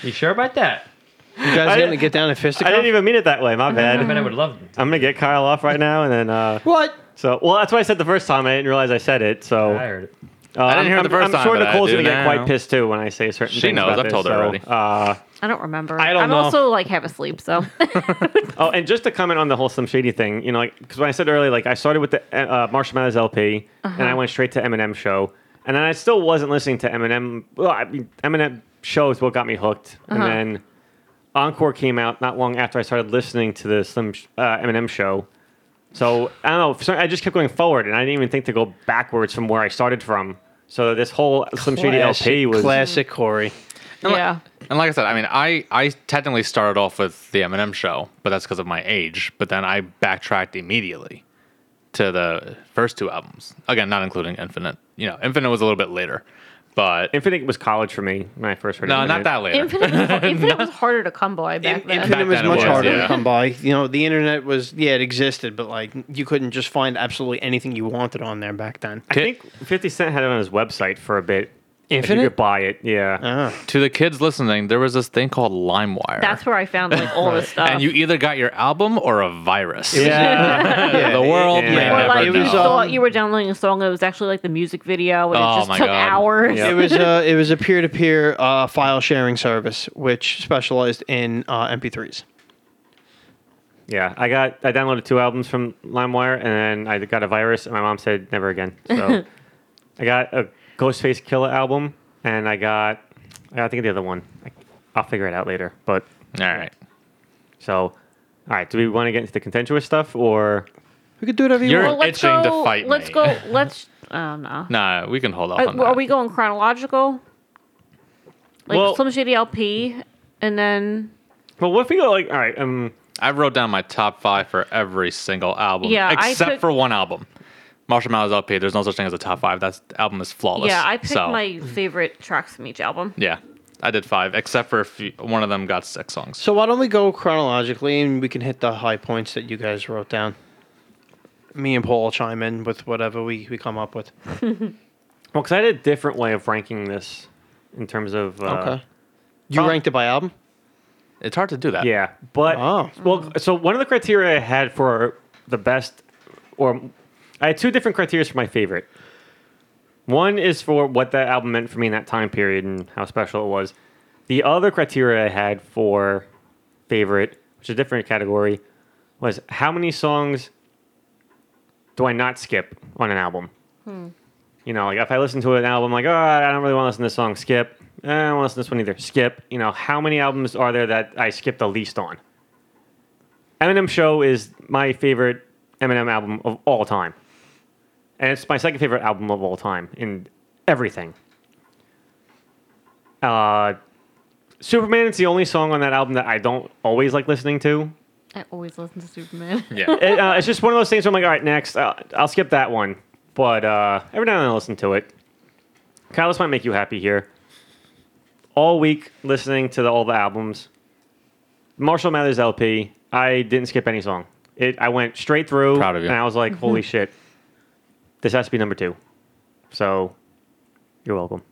[SPEAKER 6] You sure about that?
[SPEAKER 2] You guys
[SPEAKER 3] I-
[SPEAKER 2] gonna get down to fisticuffs?
[SPEAKER 3] I didn't even mean it that way. My bad.
[SPEAKER 6] I
[SPEAKER 3] I'm
[SPEAKER 6] mean, I would love.
[SPEAKER 3] gonna get Kyle off right now and then. Uh,
[SPEAKER 2] What?
[SPEAKER 3] so well, that's what I said the first time. I didn't realize I said it. So
[SPEAKER 6] I heard it.
[SPEAKER 3] uh,
[SPEAKER 4] didn't hear it
[SPEAKER 3] I'm,
[SPEAKER 4] the first
[SPEAKER 3] I'm
[SPEAKER 4] time,
[SPEAKER 3] sure
[SPEAKER 4] but I
[SPEAKER 3] Nicole's
[SPEAKER 4] do
[SPEAKER 3] gonna get
[SPEAKER 4] now.
[SPEAKER 3] quite pissed too when I say certain
[SPEAKER 4] She
[SPEAKER 3] things.
[SPEAKER 4] knows.
[SPEAKER 3] about
[SPEAKER 4] I've
[SPEAKER 3] this,
[SPEAKER 4] told her
[SPEAKER 3] so,
[SPEAKER 4] already.
[SPEAKER 3] Uh,
[SPEAKER 5] i don't remember
[SPEAKER 3] I don't
[SPEAKER 5] i'm
[SPEAKER 3] know.
[SPEAKER 5] also like half asleep so
[SPEAKER 3] Oh, and just to comment on the whole Slim Shady thing, you know, like because when I said earlier, like I started with the uh, Marshall Mathers LP, and I went straight to Eminem show, and then I still wasn't listening to Eminem. Well, I mean, Eminem show is what got me hooked, and then Encore came out not long after I started listening to the Slim sh- uh, Eminem show. So I don't know. for some- I just kept going forward, and I didn't even think to go backwards from where I started from. So this whole Slim Shady LP was
[SPEAKER 2] classic Corey.
[SPEAKER 5] yeah
[SPEAKER 4] And like I said, I mean, I I technically started off with the Eminem show, but that's because of my age. But then I backtracked immediately to the first two albums. Again, not including Infinite. You know, Infinite was a little bit later, but
[SPEAKER 3] Infinite was college for me when I first heard.
[SPEAKER 4] no,
[SPEAKER 3] Eminem.
[SPEAKER 4] not that later.
[SPEAKER 5] Infinite was, Infinite was harder to come by back
[SPEAKER 2] In-
[SPEAKER 5] then.
[SPEAKER 2] Infinite was
[SPEAKER 4] then it
[SPEAKER 2] much
[SPEAKER 4] was,
[SPEAKER 2] harder
[SPEAKER 4] yeah.
[SPEAKER 2] to come by. You know, the internet was yeah, it existed, but like you couldn't just find absolutely anything you wanted on there back then.
[SPEAKER 3] I think Fifty Cent had it on his website for a bit. If you
[SPEAKER 2] Infinite?
[SPEAKER 3] could buy it, yeah.
[SPEAKER 2] Oh.
[SPEAKER 4] to the kids listening, there was this thing called LimeWire.
[SPEAKER 5] That's where I found like all the stuff.
[SPEAKER 4] and you either got your album or a virus.
[SPEAKER 3] Yeah.
[SPEAKER 4] the world
[SPEAKER 3] yeah.
[SPEAKER 4] may
[SPEAKER 2] Or
[SPEAKER 5] or
[SPEAKER 4] never
[SPEAKER 5] like
[SPEAKER 2] it
[SPEAKER 5] you
[SPEAKER 4] know.
[SPEAKER 2] was,
[SPEAKER 5] thought
[SPEAKER 2] um,
[SPEAKER 5] you were downloading a song that was actually like the music video, and
[SPEAKER 4] Oh,
[SPEAKER 5] it just
[SPEAKER 4] my
[SPEAKER 5] took
[SPEAKER 4] God.
[SPEAKER 5] hours.
[SPEAKER 3] Yeah.
[SPEAKER 2] it was a it was a peer to peer file sharing service which specialized in uh, MP3s.
[SPEAKER 3] yeah. I got I downloaded two albums from LimeWire and then I got a virus and my mom said never again. So I got a Ghostface Killer album and I got I got to think of the other one. I, I'll figure it out later. But
[SPEAKER 4] All right.
[SPEAKER 3] so all right, do we want to get into the contentious stuff or
[SPEAKER 2] We could do whatever you
[SPEAKER 4] You're-
[SPEAKER 2] want.
[SPEAKER 5] Well, let's
[SPEAKER 4] itching to
[SPEAKER 5] go,
[SPEAKER 4] fight me.
[SPEAKER 5] Let's go. Let's. Oh no.
[SPEAKER 4] Nah, we can hold off on
[SPEAKER 5] Uh, Are,
[SPEAKER 4] that.
[SPEAKER 5] are we going chronological? Like
[SPEAKER 3] Well-
[SPEAKER 5] Slim Shady LP, and then
[SPEAKER 3] Well, what if we go like all right, um
[SPEAKER 4] I wrote down my top five for every single album.
[SPEAKER 5] Yeah, I
[SPEAKER 4] except
[SPEAKER 5] took-
[SPEAKER 4] for one album. Marshall Mathers LP. There's no such thing as a top five. That album is flawless.
[SPEAKER 5] yeah, I picked
[SPEAKER 4] So,
[SPEAKER 5] my favorite tracks from each album.
[SPEAKER 4] Yeah, I did five, except for a few, one of them got six songs.
[SPEAKER 2] So why don't we go chronologically and we can hit the high points that you guys wrote down. Me and Paul will chime in with whatever we, we come up with.
[SPEAKER 4] Uh,
[SPEAKER 3] well, because I had a different way of ranking this in terms of uh,
[SPEAKER 2] Okay. You
[SPEAKER 3] Prob-
[SPEAKER 2] ranked it by album?
[SPEAKER 4] It's hard to do that.
[SPEAKER 3] Yeah, but
[SPEAKER 2] Oh.
[SPEAKER 3] well, so one of the criteria I had for the best, or I had two different criteria for my favorite. One is for what that album meant for me in that time period and how special it was. The other criteria I had for favorite, which is a different category, was how many songs do I not skip on an album? You know, like if I listen to an album, like, oh, I don't really want to listen to this song, skip. Eh, I don't want to listen to this one either, skip. You know, how many albums are there that I skip the least on? Eminem Show is my favorite Eminem album of all time. And it's my second favorite album of all time in everything. Uh, Superman is the only song on that album that I don't always like listening to.
[SPEAKER 5] I always listen to Superman.
[SPEAKER 4] Yeah.
[SPEAKER 3] It, uh, it's just one of those things where I'm like, all right, next, uh, I'll skip that one. But uh, every now and then I listen to it. Kyle, this might make you happy here. All week listening to the, all the albums. Marshall Mathers LP, I didn't skip any song. It, I went straight through,
[SPEAKER 4] Proud of you.
[SPEAKER 3] and I was like, holy shit, this has to be number two. So, you're welcome.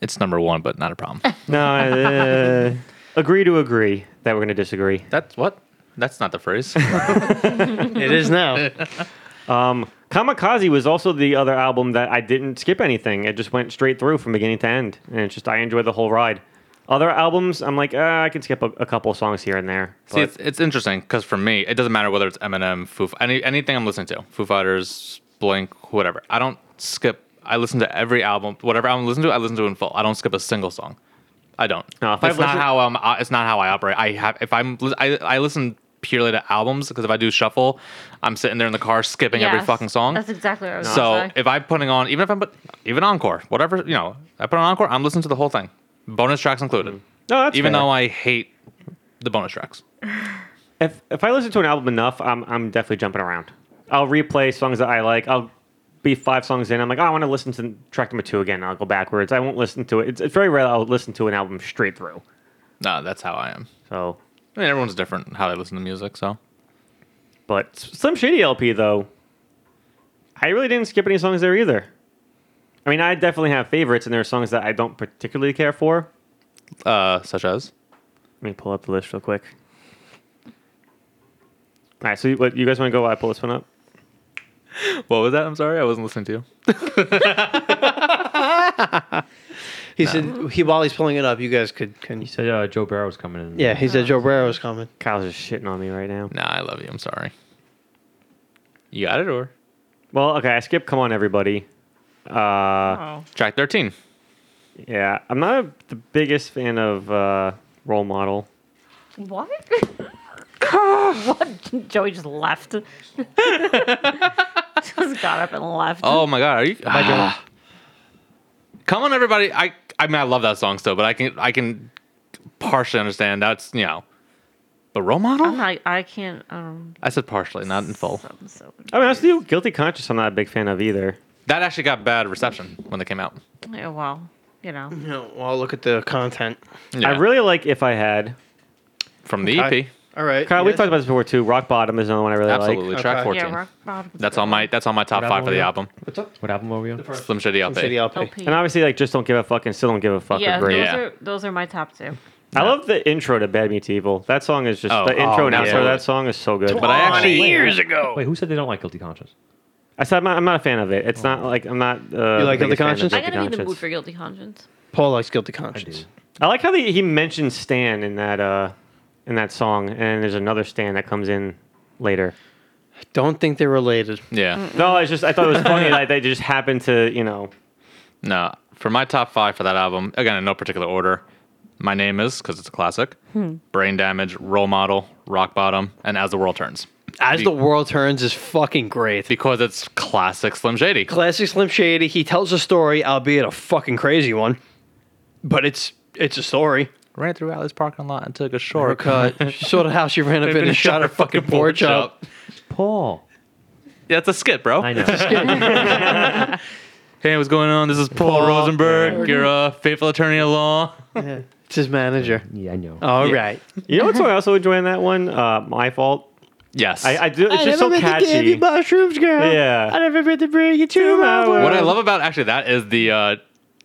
[SPEAKER 4] It's number one, but not a problem.
[SPEAKER 3] No, uh, agree to agree that we're going to disagree.
[SPEAKER 4] That's what? That's not the phrase.
[SPEAKER 2] It is now.
[SPEAKER 3] Kamikaze was also the other album that I didn't skip anything. It just went straight through from beginning to end, and it's just I enjoyed the whole ride. Other albums, I'm like, uh, I can skip a, a couple of songs here and there.
[SPEAKER 4] See,
[SPEAKER 3] But
[SPEAKER 4] it's, it's interesting because for me, it doesn't matter whether it's Eminem, Foo, any anything I'm listening to, Foo Fighters, Blink, whatever. I don't skip. I listen to every album, whatever album I listen to, I listen to in full. I don't skip a single song. I don't.
[SPEAKER 3] No, if
[SPEAKER 4] it's
[SPEAKER 3] I've
[SPEAKER 4] not
[SPEAKER 3] listened-
[SPEAKER 4] how um, I- it's not how I operate. I have if I'm lis- I, I listen purely to albums because if I do shuffle, I'm sitting there in the car skipping every
[SPEAKER 5] Yes,
[SPEAKER 4] fucking song.
[SPEAKER 5] That's exactly what I was
[SPEAKER 4] So
[SPEAKER 5] gonna say.
[SPEAKER 4] if I'm putting on, even if I'm put, even encore, whatever you know, I put on encore, I'm listening to the whole thing, bonus tracks included.
[SPEAKER 3] No, Mm. that's
[SPEAKER 4] even
[SPEAKER 3] fair.
[SPEAKER 4] though I hate the bonus tracks.
[SPEAKER 3] if if I listen to an album enough, I'm I'm definitely jumping around. I'll replay songs that I like. I'll be five songs in. I'm like, oh, I want to listen to track number two again. I'll go backwards. I won't listen to it. It's, it's very rare I'll listen to an album straight through.
[SPEAKER 4] No, that's how I am.
[SPEAKER 3] So,
[SPEAKER 4] I mean, everyone's different in how they listen to music, so
[SPEAKER 3] but Slim Shady LP though, I really didn't skip any songs there either. I mean, I definitely have favorites, and there are songs that I don't particularly care for.
[SPEAKER 4] uh, such as
[SPEAKER 3] Let me pull up the list real quick. All right, so you, what, you guys want to go while I pull this one up?
[SPEAKER 4] what was that? I'm sorry, I wasn't listening to you.
[SPEAKER 2] He said he while he's pulling it up, you guys could can
[SPEAKER 6] He said uh, Joe Barrow's coming in.
[SPEAKER 2] yeah. He said Joe Barro's coming.
[SPEAKER 3] Kyle's just shitting on me right now.
[SPEAKER 4] Nah, I love you. I'm sorry. You got it, or
[SPEAKER 3] Well, okay, I skipped Come On Everybody. Uh,
[SPEAKER 5] Oh.
[SPEAKER 4] track 13.
[SPEAKER 3] yeah, I'm not a, the biggest fan of uh, Role Model.
[SPEAKER 5] What? what? Joey just left. just got up and left.
[SPEAKER 4] Oh my god, are you? Ah. Come on, everybody. I I mean, I love that song still, but I can I can partially understand that's you know, but role model.
[SPEAKER 5] I'm not, I can't. Um,
[SPEAKER 4] I said partially, not in full.
[SPEAKER 5] I'm so,
[SPEAKER 3] I mean, honestly, Guilty Conscience, I'm not a big fan of either.
[SPEAKER 4] That actually got bad reception when they came out.
[SPEAKER 5] yeah, well, you know.
[SPEAKER 2] No, well, look at the content.
[SPEAKER 4] Yeah.
[SPEAKER 3] I really like If I Had.
[SPEAKER 4] from the E
[SPEAKER 2] Okay.
[SPEAKER 4] EP.
[SPEAKER 2] All right,
[SPEAKER 3] Kyle,
[SPEAKER 2] yes.
[SPEAKER 3] we've talked about this before too. Rock Bottom is another one I really
[SPEAKER 4] Absolutely,
[SPEAKER 3] like.
[SPEAKER 4] track
[SPEAKER 2] Okay.
[SPEAKER 4] 14.
[SPEAKER 5] Yeah, rock bottom.
[SPEAKER 4] that's on my that's on my top
[SPEAKER 6] What
[SPEAKER 4] five for the album.
[SPEAKER 6] album
[SPEAKER 2] What's up?
[SPEAKER 6] What album were we on?
[SPEAKER 4] Slim Shady LP.
[SPEAKER 2] City LP.
[SPEAKER 5] LP.
[SPEAKER 3] And obviously, like, just don't give a fuck and still don't give a fuck.
[SPEAKER 5] yeah,
[SPEAKER 3] are great.
[SPEAKER 5] those
[SPEAKER 4] Yeah.
[SPEAKER 5] are those are my top two.
[SPEAKER 3] I love the intro to Bad Meets Evil. That song is just
[SPEAKER 4] Oh,
[SPEAKER 3] the intro
[SPEAKER 4] oh,
[SPEAKER 3] and outro.
[SPEAKER 4] absolutely.
[SPEAKER 3] of That song is so good.
[SPEAKER 4] But I actually
[SPEAKER 2] years ago.
[SPEAKER 6] Wait, who said they don't like Guilty Conscience?
[SPEAKER 3] I said I'm not, I'm not a fan of it. It's not like I'm not. Uh,
[SPEAKER 2] You like Guilty
[SPEAKER 3] the biggest fan of
[SPEAKER 2] Conscience?
[SPEAKER 5] I
[SPEAKER 2] I
[SPEAKER 5] gotta be in the mood for guilty conscience.
[SPEAKER 2] Paul likes guilty
[SPEAKER 6] I do.
[SPEAKER 2] conscience.
[SPEAKER 3] I like how they, he mentions Stan in that uh, in that song, and there's another Stan that comes in later.
[SPEAKER 2] Don't think they're related.
[SPEAKER 4] Yeah.
[SPEAKER 3] No, it's just I thought it was funny like they just happened to you know.
[SPEAKER 4] No, for my top five for that album, again in no particular order. My name is because it's a classic. Brain Damage, Role Model, Rock Bottom, and As the World Turns.
[SPEAKER 2] As
[SPEAKER 4] Be-
[SPEAKER 2] the world turns is fucking great.
[SPEAKER 4] because it's classic Slim Shady.
[SPEAKER 2] Classic Slim Shady. He tells a story, albeit a fucking crazy one, but it's it's a story.
[SPEAKER 4] Ran through Alley's parking lot and took a
[SPEAKER 2] Shortcut. Saw the house she ran up in and shot her fucking porch up.
[SPEAKER 6] Paul.
[SPEAKER 4] Yeah, it's a skit, bro.
[SPEAKER 6] I know.
[SPEAKER 4] Hey, what's going on? This is Paul,
[SPEAKER 2] Paul
[SPEAKER 4] Rosenberg, your uh, faithful attorney at law.
[SPEAKER 2] It's his manager.
[SPEAKER 6] yeah, I know.
[SPEAKER 2] All right.
[SPEAKER 4] Yeah.
[SPEAKER 3] You know what song I also enjoy in that one? Uh, My fault.
[SPEAKER 4] Yes.
[SPEAKER 3] I, I do. It's just so catchy.
[SPEAKER 2] mushrooms, girl.
[SPEAKER 3] Yeah. I
[SPEAKER 2] never meant to bring you to
[SPEAKER 3] my world.
[SPEAKER 4] What
[SPEAKER 2] Um,
[SPEAKER 4] I love about actually that is the uh,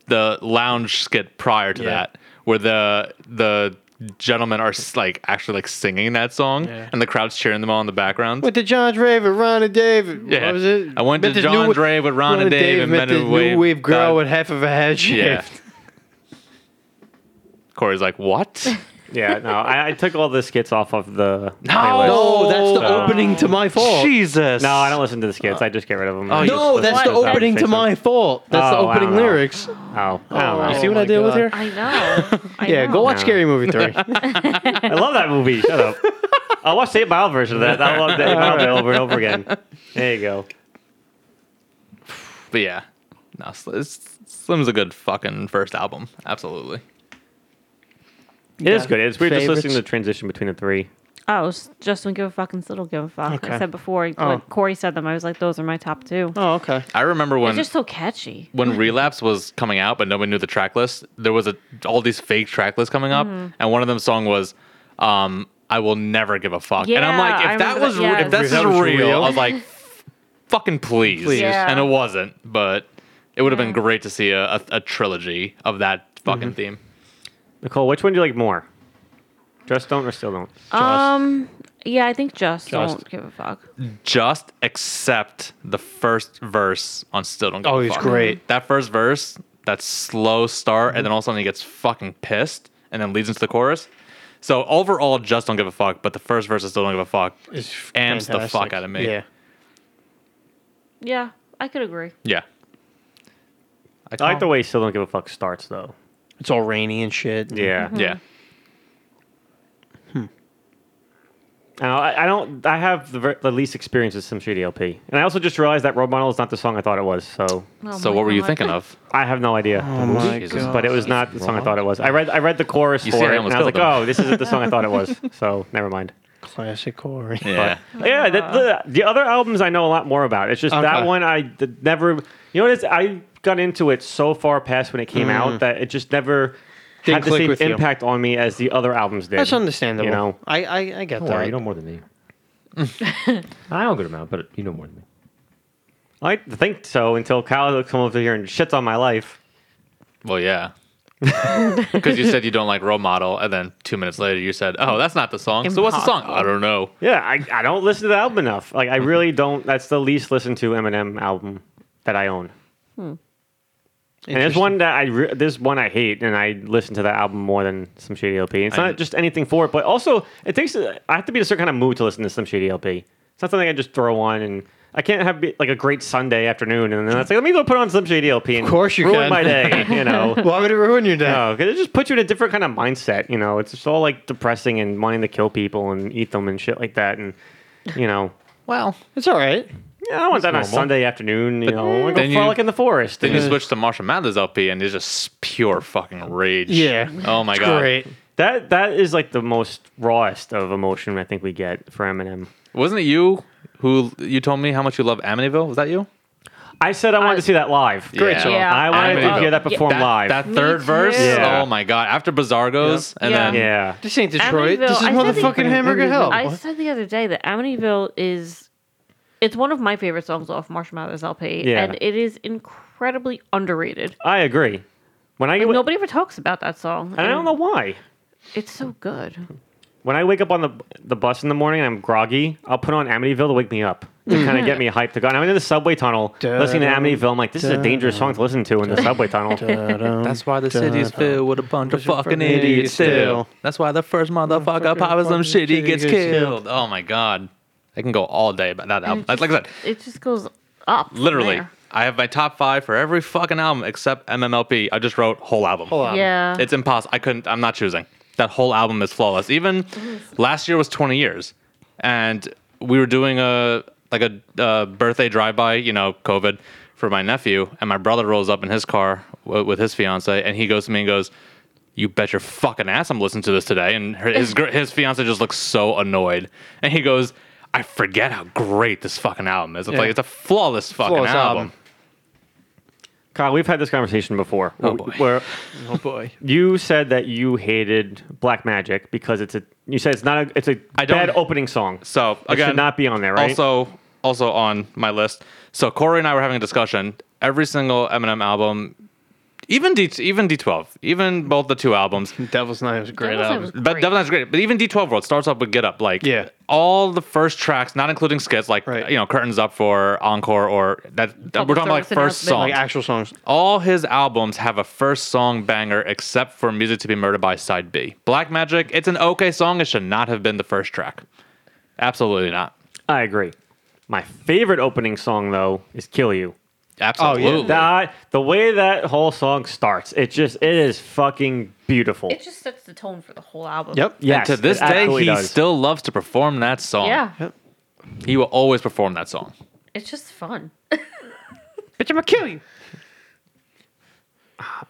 [SPEAKER 4] the lounge skit prior to
[SPEAKER 3] Yeah.
[SPEAKER 4] that, where the the gentlemen are s- like actually like singing that song,
[SPEAKER 2] Yeah.
[SPEAKER 4] and the crowd's cheering them all in the background.
[SPEAKER 2] Went to John Dre with Ron and Dave.
[SPEAKER 4] Yeah.
[SPEAKER 2] What was it?
[SPEAKER 4] I went
[SPEAKER 2] Met
[SPEAKER 4] to
[SPEAKER 2] this
[SPEAKER 4] John
[SPEAKER 2] new-
[SPEAKER 4] Dre with Ron and Dave and
[SPEAKER 2] met
[SPEAKER 4] met a
[SPEAKER 2] this new
[SPEAKER 4] wave-
[SPEAKER 2] wave girl
[SPEAKER 4] died.
[SPEAKER 2] with half of a head shaved.
[SPEAKER 4] yeah. Corey's like, what?
[SPEAKER 3] Yeah, no, I, I took all the skits off of the. No,
[SPEAKER 2] No, that's the
[SPEAKER 3] Oh.
[SPEAKER 2] opening to my fault.
[SPEAKER 4] Jesus.
[SPEAKER 3] no, I don't listen to the skits. I just get rid of them.
[SPEAKER 4] Oh,
[SPEAKER 3] I
[SPEAKER 4] you-
[SPEAKER 3] just
[SPEAKER 2] No,
[SPEAKER 3] listen
[SPEAKER 2] that's
[SPEAKER 3] to
[SPEAKER 2] the
[SPEAKER 3] those that
[SPEAKER 2] opening to
[SPEAKER 3] fix them.
[SPEAKER 2] my fault. That's the
[SPEAKER 3] Oh, I
[SPEAKER 2] opening
[SPEAKER 3] don't know.
[SPEAKER 2] lyrics.
[SPEAKER 3] Oh, I don't know.
[SPEAKER 2] You see what I did with her?
[SPEAKER 5] I know. I
[SPEAKER 2] Yeah,
[SPEAKER 5] know.
[SPEAKER 2] go watch
[SPEAKER 3] No.
[SPEAKER 2] Scary Movie 3.
[SPEAKER 3] I love that movie. Shut up. I'll watch the 8 Mile version of that. I love the 8 Mile bit over and over again. There you go.
[SPEAKER 4] But yeah, no, Sl- it's- Slim's a good fucking first album. Absolutely.
[SPEAKER 3] It is good. It's weird just
[SPEAKER 2] Favorites?
[SPEAKER 3] listening to the transition between the three.
[SPEAKER 5] Oh, s- just don't give a fuck and still don't give a fuck. I
[SPEAKER 2] Okay.
[SPEAKER 5] said before,
[SPEAKER 2] Oh.
[SPEAKER 5] like Corey said them, I was like, those are my top two.
[SPEAKER 2] Oh, okay.
[SPEAKER 4] I remember when
[SPEAKER 5] It's just so catchy.
[SPEAKER 4] when Relapse was coming out, but nobody knew the track list, there was a, all these fake track lists coming up,
[SPEAKER 5] Mm-hmm.
[SPEAKER 4] and one of them song was, um, "I will never give a fuck." and I'm like,
[SPEAKER 5] Yeah, I
[SPEAKER 4] if that
[SPEAKER 5] remember
[SPEAKER 4] was
[SPEAKER 5] that- yeah.
[SPEAKER 4] re- if that's
[SPEAKER 2] That was
[SPEAKER 4] real,
[SPEAKER 2] real.
[SPEAKER 4] I was like, fucking please.
[SPEAKER 5] Yeah.
[SPEAKER 4] And it wasn't, but It would have been great to see a, a, a trilogy of that fucking theme.
[SPEAKER 3] Nicole, which one do you like more? Just don't or still don't?
[SPEAKER 5] Um. Yeah, I think just,
[SPEAKER 2] Just.
[SPEAKER 5] don't give a fuck.
[SPEAKER 4] Just accept the first verse on Still Don't Give
[SPEAKER 2] Oh,
[SPEAKER 4] a
[SPEAKER 2] he's
[SPEAKER 4] Fuck.
[SPEAKER 2] great. Mm-hmm.
[SPEAKER 4] That first verse, that slow start, and then all of a sudden he gets fucking pissed and then leads into the chorus. So overall, Just Don't Give a Fuck, but the first verse of Still Don't Give a Fuck
[SPEAKER 2] It's
[SPEAKER 4] amps the
[SPEAKER 2] fantastic.
[SPEAKER 4] fuck out of me.
[SPEAKER 2] Yeah.
[SPEAKER 5] Yeah, I could agree.
[SPEAKER 4] Yeah.
[SPEAKER 3] I like the way Still Don't Give a Fuck starts, though.
[SPEAKER 2] It's all rainy and shit.
[SPEAKER 3] Yeah.
[SPEAKER 4] Yeah.
[SPEAKER 3] Now, I, I don't. I have the, ver- the least experience with some shitty LP, and I also just realized that Road Model is not the song I thought it was. So
[SPEAKER 5] Oh
[SPEAKER 4] so
[SPEAKER 5] my
[SPEAKER 4] what were you
[SPEAKER 5] God.
[SPEAKER 4] thinking of?
[SPEAKER 3] I have no idea.
[SPEAKER 2] Oh my
[SPEAKER 4] Jesus.
[SPEAKER 2] god.
[SPEAKER 3] but it was not the song I thought it was. I read I read the chorus
[SPEAKER 4] You see,
[SPEAKER 3] for
[SPEAKER 4] I
[SPEAKER 3] it, and
[SPEAKER 4] almost
[SPEAKER 3] I was like,
[SPEAKER 4] killed him.
[SPEAKER 3] oh, this isn't the song I thought it was. So never mind.
[SPEAKER 2] classic Corey.
[SPEAKER 4] Yeah.
[SPEAKER 3] Yeah, the, the, the other albums I know a lot more about. It's just that
[SPEAKER 2] Okay.
[SPEAKER 3] one I d- never. You know what? It's, I got into it so far past when it came out that it just never
[SPEAKER 2] Mm. Didn't
[SPEAKER 3] had the
[SPEAKER 2] click
[SPEAKER 3] same
[SPEAKER 2] with you.
[SPEAKER 3] impact on me as the other albums did.
[SPEAKER 2] That's understandable.
[SPEAKER 3] You know,
[SPEAKER 2] I I, I get
[SPEAKER 6] Don't
[SPEAKER 2] that.
[SPEAKER 6] worry, you know more than me. I don't go to Mount, but you know more than me.
[SPEAKER 3] I think so until Kyle come over here and shits on my life.
[SPEAKER 4] Well, yeah. Because you said you don't like role model, and then two minutes later you said, "Oh, that's not the song." So what's the song? I don't know.
[SPEAKER 3] Yeah, I, I don't listen to the album enough. Like I really don't. That's the least listened to Eminem album that I own. And there's
[SPEAKER 2] Interesting.
[SPEAKER 3] one that I re- there's one I hate, and I listen to that album more than some shady LP. It's
[SPEAKER 4] I-
[SPEAKER 3] not just anything for it, but also it takes. I have to be in a certain kind of mood to listen to some shady LP. It's not something I just throw on, and I can't have be, like a great Sunday afternoon, and then it's like let me go put on some shady LP. And
[SPEAKER 2] Of course you
[SPEAKER 3] ruin
[SPEAKER 2] can.
[SPEAKER 3] my day, you know.
[SPEAKER 2] Why would it ruin your day?
[SPEAKER 3] No, 'cause it just puts you in a different kind of mindset. You know, it's just all like depressing and wanting to kill people and eat them and shit like that. And you know,
[SPEAKER 4] Well,
[SPEAKER 2] It's all right.
[SPEAKER 3] yeah, I don't want that on a
[SPEAKER 4] normal.
[SPEAKER 3] Sunday afternoon. You know, I want to
[SPEAKER 4] then
[SPEAKER 3] go
[SPEAKER 4] you-
[SPEAKER 3] frolic in the forest.
[SPEAKER 4] then you
[SPEAKER 3] And
[SPEAKER 4] switch to Marshall Mathers LP, and it's just pure fucking rage.
[SPEAKER 2] Yeah.
[SPEAKER 4] Oh my god.
[SPEAKER 2] Great.
[SPEAKER 3] that that is like the most rawest of emotion I think we get for Eminem.
[SPEAKER 4] Wasn't it you who you told me how much you love Amityville? Was that you?
[SPEAKER 3] I said I wanted
[SPEAKER 5] Uh,
[SPEAKER 3] to see that live.
[SPEAKER 4] Great Yeah. song.
[SPEAKER 5] Yeah.
[SPEAKER 3] I wanted to
[SPEAKER 4] Amityville.
[SPEAKER 3] hear that perform
[SPEAKER 4] that,
[SPEAKER 3] live.
[SPEAKER 4] That third verse.
[SPEAKER 5] too.
[SPEAKER 3] Yeah.
[SPEAKER 4] Oh my god. After Bizarre goes, and
[SPEAKER 5] Yeah.
[SPEAKER 4] then
[SPEAKER 3] yeah.
[SPEAKER 2] This ain't Detroit.
[SPEAKER 5] Amityville-
[SPEAKER 2] This is
[SPEAKER 5] I said they-
[SPEAKER 2] motherfucking Hamburger Hill.
[SPEAKER 5] I said the other day that Amityville is it's one of my favorite songs off Marshall Mathers LP,
[SPEAKER 3] Yeah.
[SPEAKER 5] and it is incredibly underrated.
[SPEAKER 3] I agree. When I
[SPEAKER 5] Like,
[SPEAKER 3] get,
[SPEAKER 5] nobody ever talks about that song.
[SPEAKER 3] I don't
[SPEAKER 5] and
[SPEAKER 3] know why.
[SPEAKER 5] It's so good.
[SPEAKER 3] When I wake up on the the bus in the morning and I'm groggy, I'll put on Amityville to wake me up
[SPEAKER 4] Mm-hmm.
[SPEAKER 3] to kind of get me hyped to go. And I'm in the subway tunnel
[SPEAKER 2] Dun,
[SPEAKER 3] listening to Amityville. I'm like, this is a dangerous song to listen to in the subway tunnel.
[SPEAKER 4] That's why the city's filled with a bunch of fucking idiots
[SPEAKER 2] still.
[SPEAKER 4] still. That's why the first motherfucker pops some shit, he gets
[SPEAKER 2] gets
[SPEAKER 4] killed. Mm. Oh my god. I can go all day about that album. Like I said,
[SPEAKER 5] It just goes up. from
[SPEAKER 4] literally,
[SPEAKER 5] there.
[SPEAKER 4] I have my top five for every fucking album except MMLP. I just wrote whole album.
[SPEAKER 2] album.
[SPEAKER 5] Yeah.
[SPEAKER 4] It's impossible. I couldn't, I'm not choosing. That whole album is flawless. Even last year was 20 years. And we were doing a, like a uh, birthday drive-by, you know, COVID for my nephew. And my brother rolls up in his car w- with his fiance. And he goes to me and goes, you bet your fucking ass I'm listening to this today. And her, his gr- his fiance just looks so annoyed, and he goes, "I forget how great this fucking album is. It's like it's a flawless fucking
[SPEAKER 2] Flawless
[SPEAKER 4] album.
[SPEAKER 2] album.
[SPEAKER 3] Kyle, we've had this conversation before. wh-
[SPEAKER 4] Oh, boy.
[SPEAKER 3] Where
[SPEAKER 2] Oh boy.
[SPEAKER 3] you said that you hated Black Magic because it's a you said it's not a it's a
[SPEAKER 4] I don't-
[SPEAKER 3] bad opening song.
[SPEAKER 4] So
[SPEAKER 3] it
[SPEAKER 4] again,
[SPEAKER 3] should not be on there, right?
[SPEAKER 4] Also, also on my list. So Corey and I were having a discussion. Every single Eminem album, even D, even D12, even both the two albums,
[SPEAKER 2] Devil's Night was a great
[SPEAKER 5] Devil's Night
[SPEAKER 2] album.
[SPEAKER 5] was-
[SPEAKER 4] But
[SPEAKER 5] Great.
[SPEAKER 4] Devil Knights is great. But even D12 World starts off with Get Up. Like,
[SPEAKER 2] Yeah.
[SPEAKER 4] all the first tracks, not including skits, like,
[SPEAKER 2] Right.
[SPEAKER 4] you know, Curtains Up for Encore or that. we're talking about like
[SPEAKER 5] service
[SPEAKER 4] first
[SPEAKER 5] announcement.
[SPEAKER 4] song.
[SPEAKER 2] like actual songs.
[SPEAKER 4] all his albums have a first song banger except for Music to Be Murdered by Side B. Black Magic, it's an okay song. It should not have been the first track. Absolutely not.
[SPEAKER 3] I agree. My favorite opening song though is "Kill You."
[SPEAKER 4] Absolutely.
[SPEAKER 3] That the way that whole song starts, it just it is fucking beautiful.
[SPEAKER 5] it just sets the tone for the whole album.
[SPEAKER 2] Yep.
[SPEAKER 3] yes,
[SPEAKER 4] and to this
[SPEAKER 3] it
[SPEAKER 4] day,
[SPEAKER 3] absolutely
[SPEAKER 4] he
[SPEAKER 3] does.
[SPEAKER 4] still loves to perform that song.
[SPEAKER 5] Yeah.
[SPEAKER 4] He will always perform that song.
[SPEAKER 5] It's just fun.
[SPEAKER 2] Bitch, I'm gonna kill you.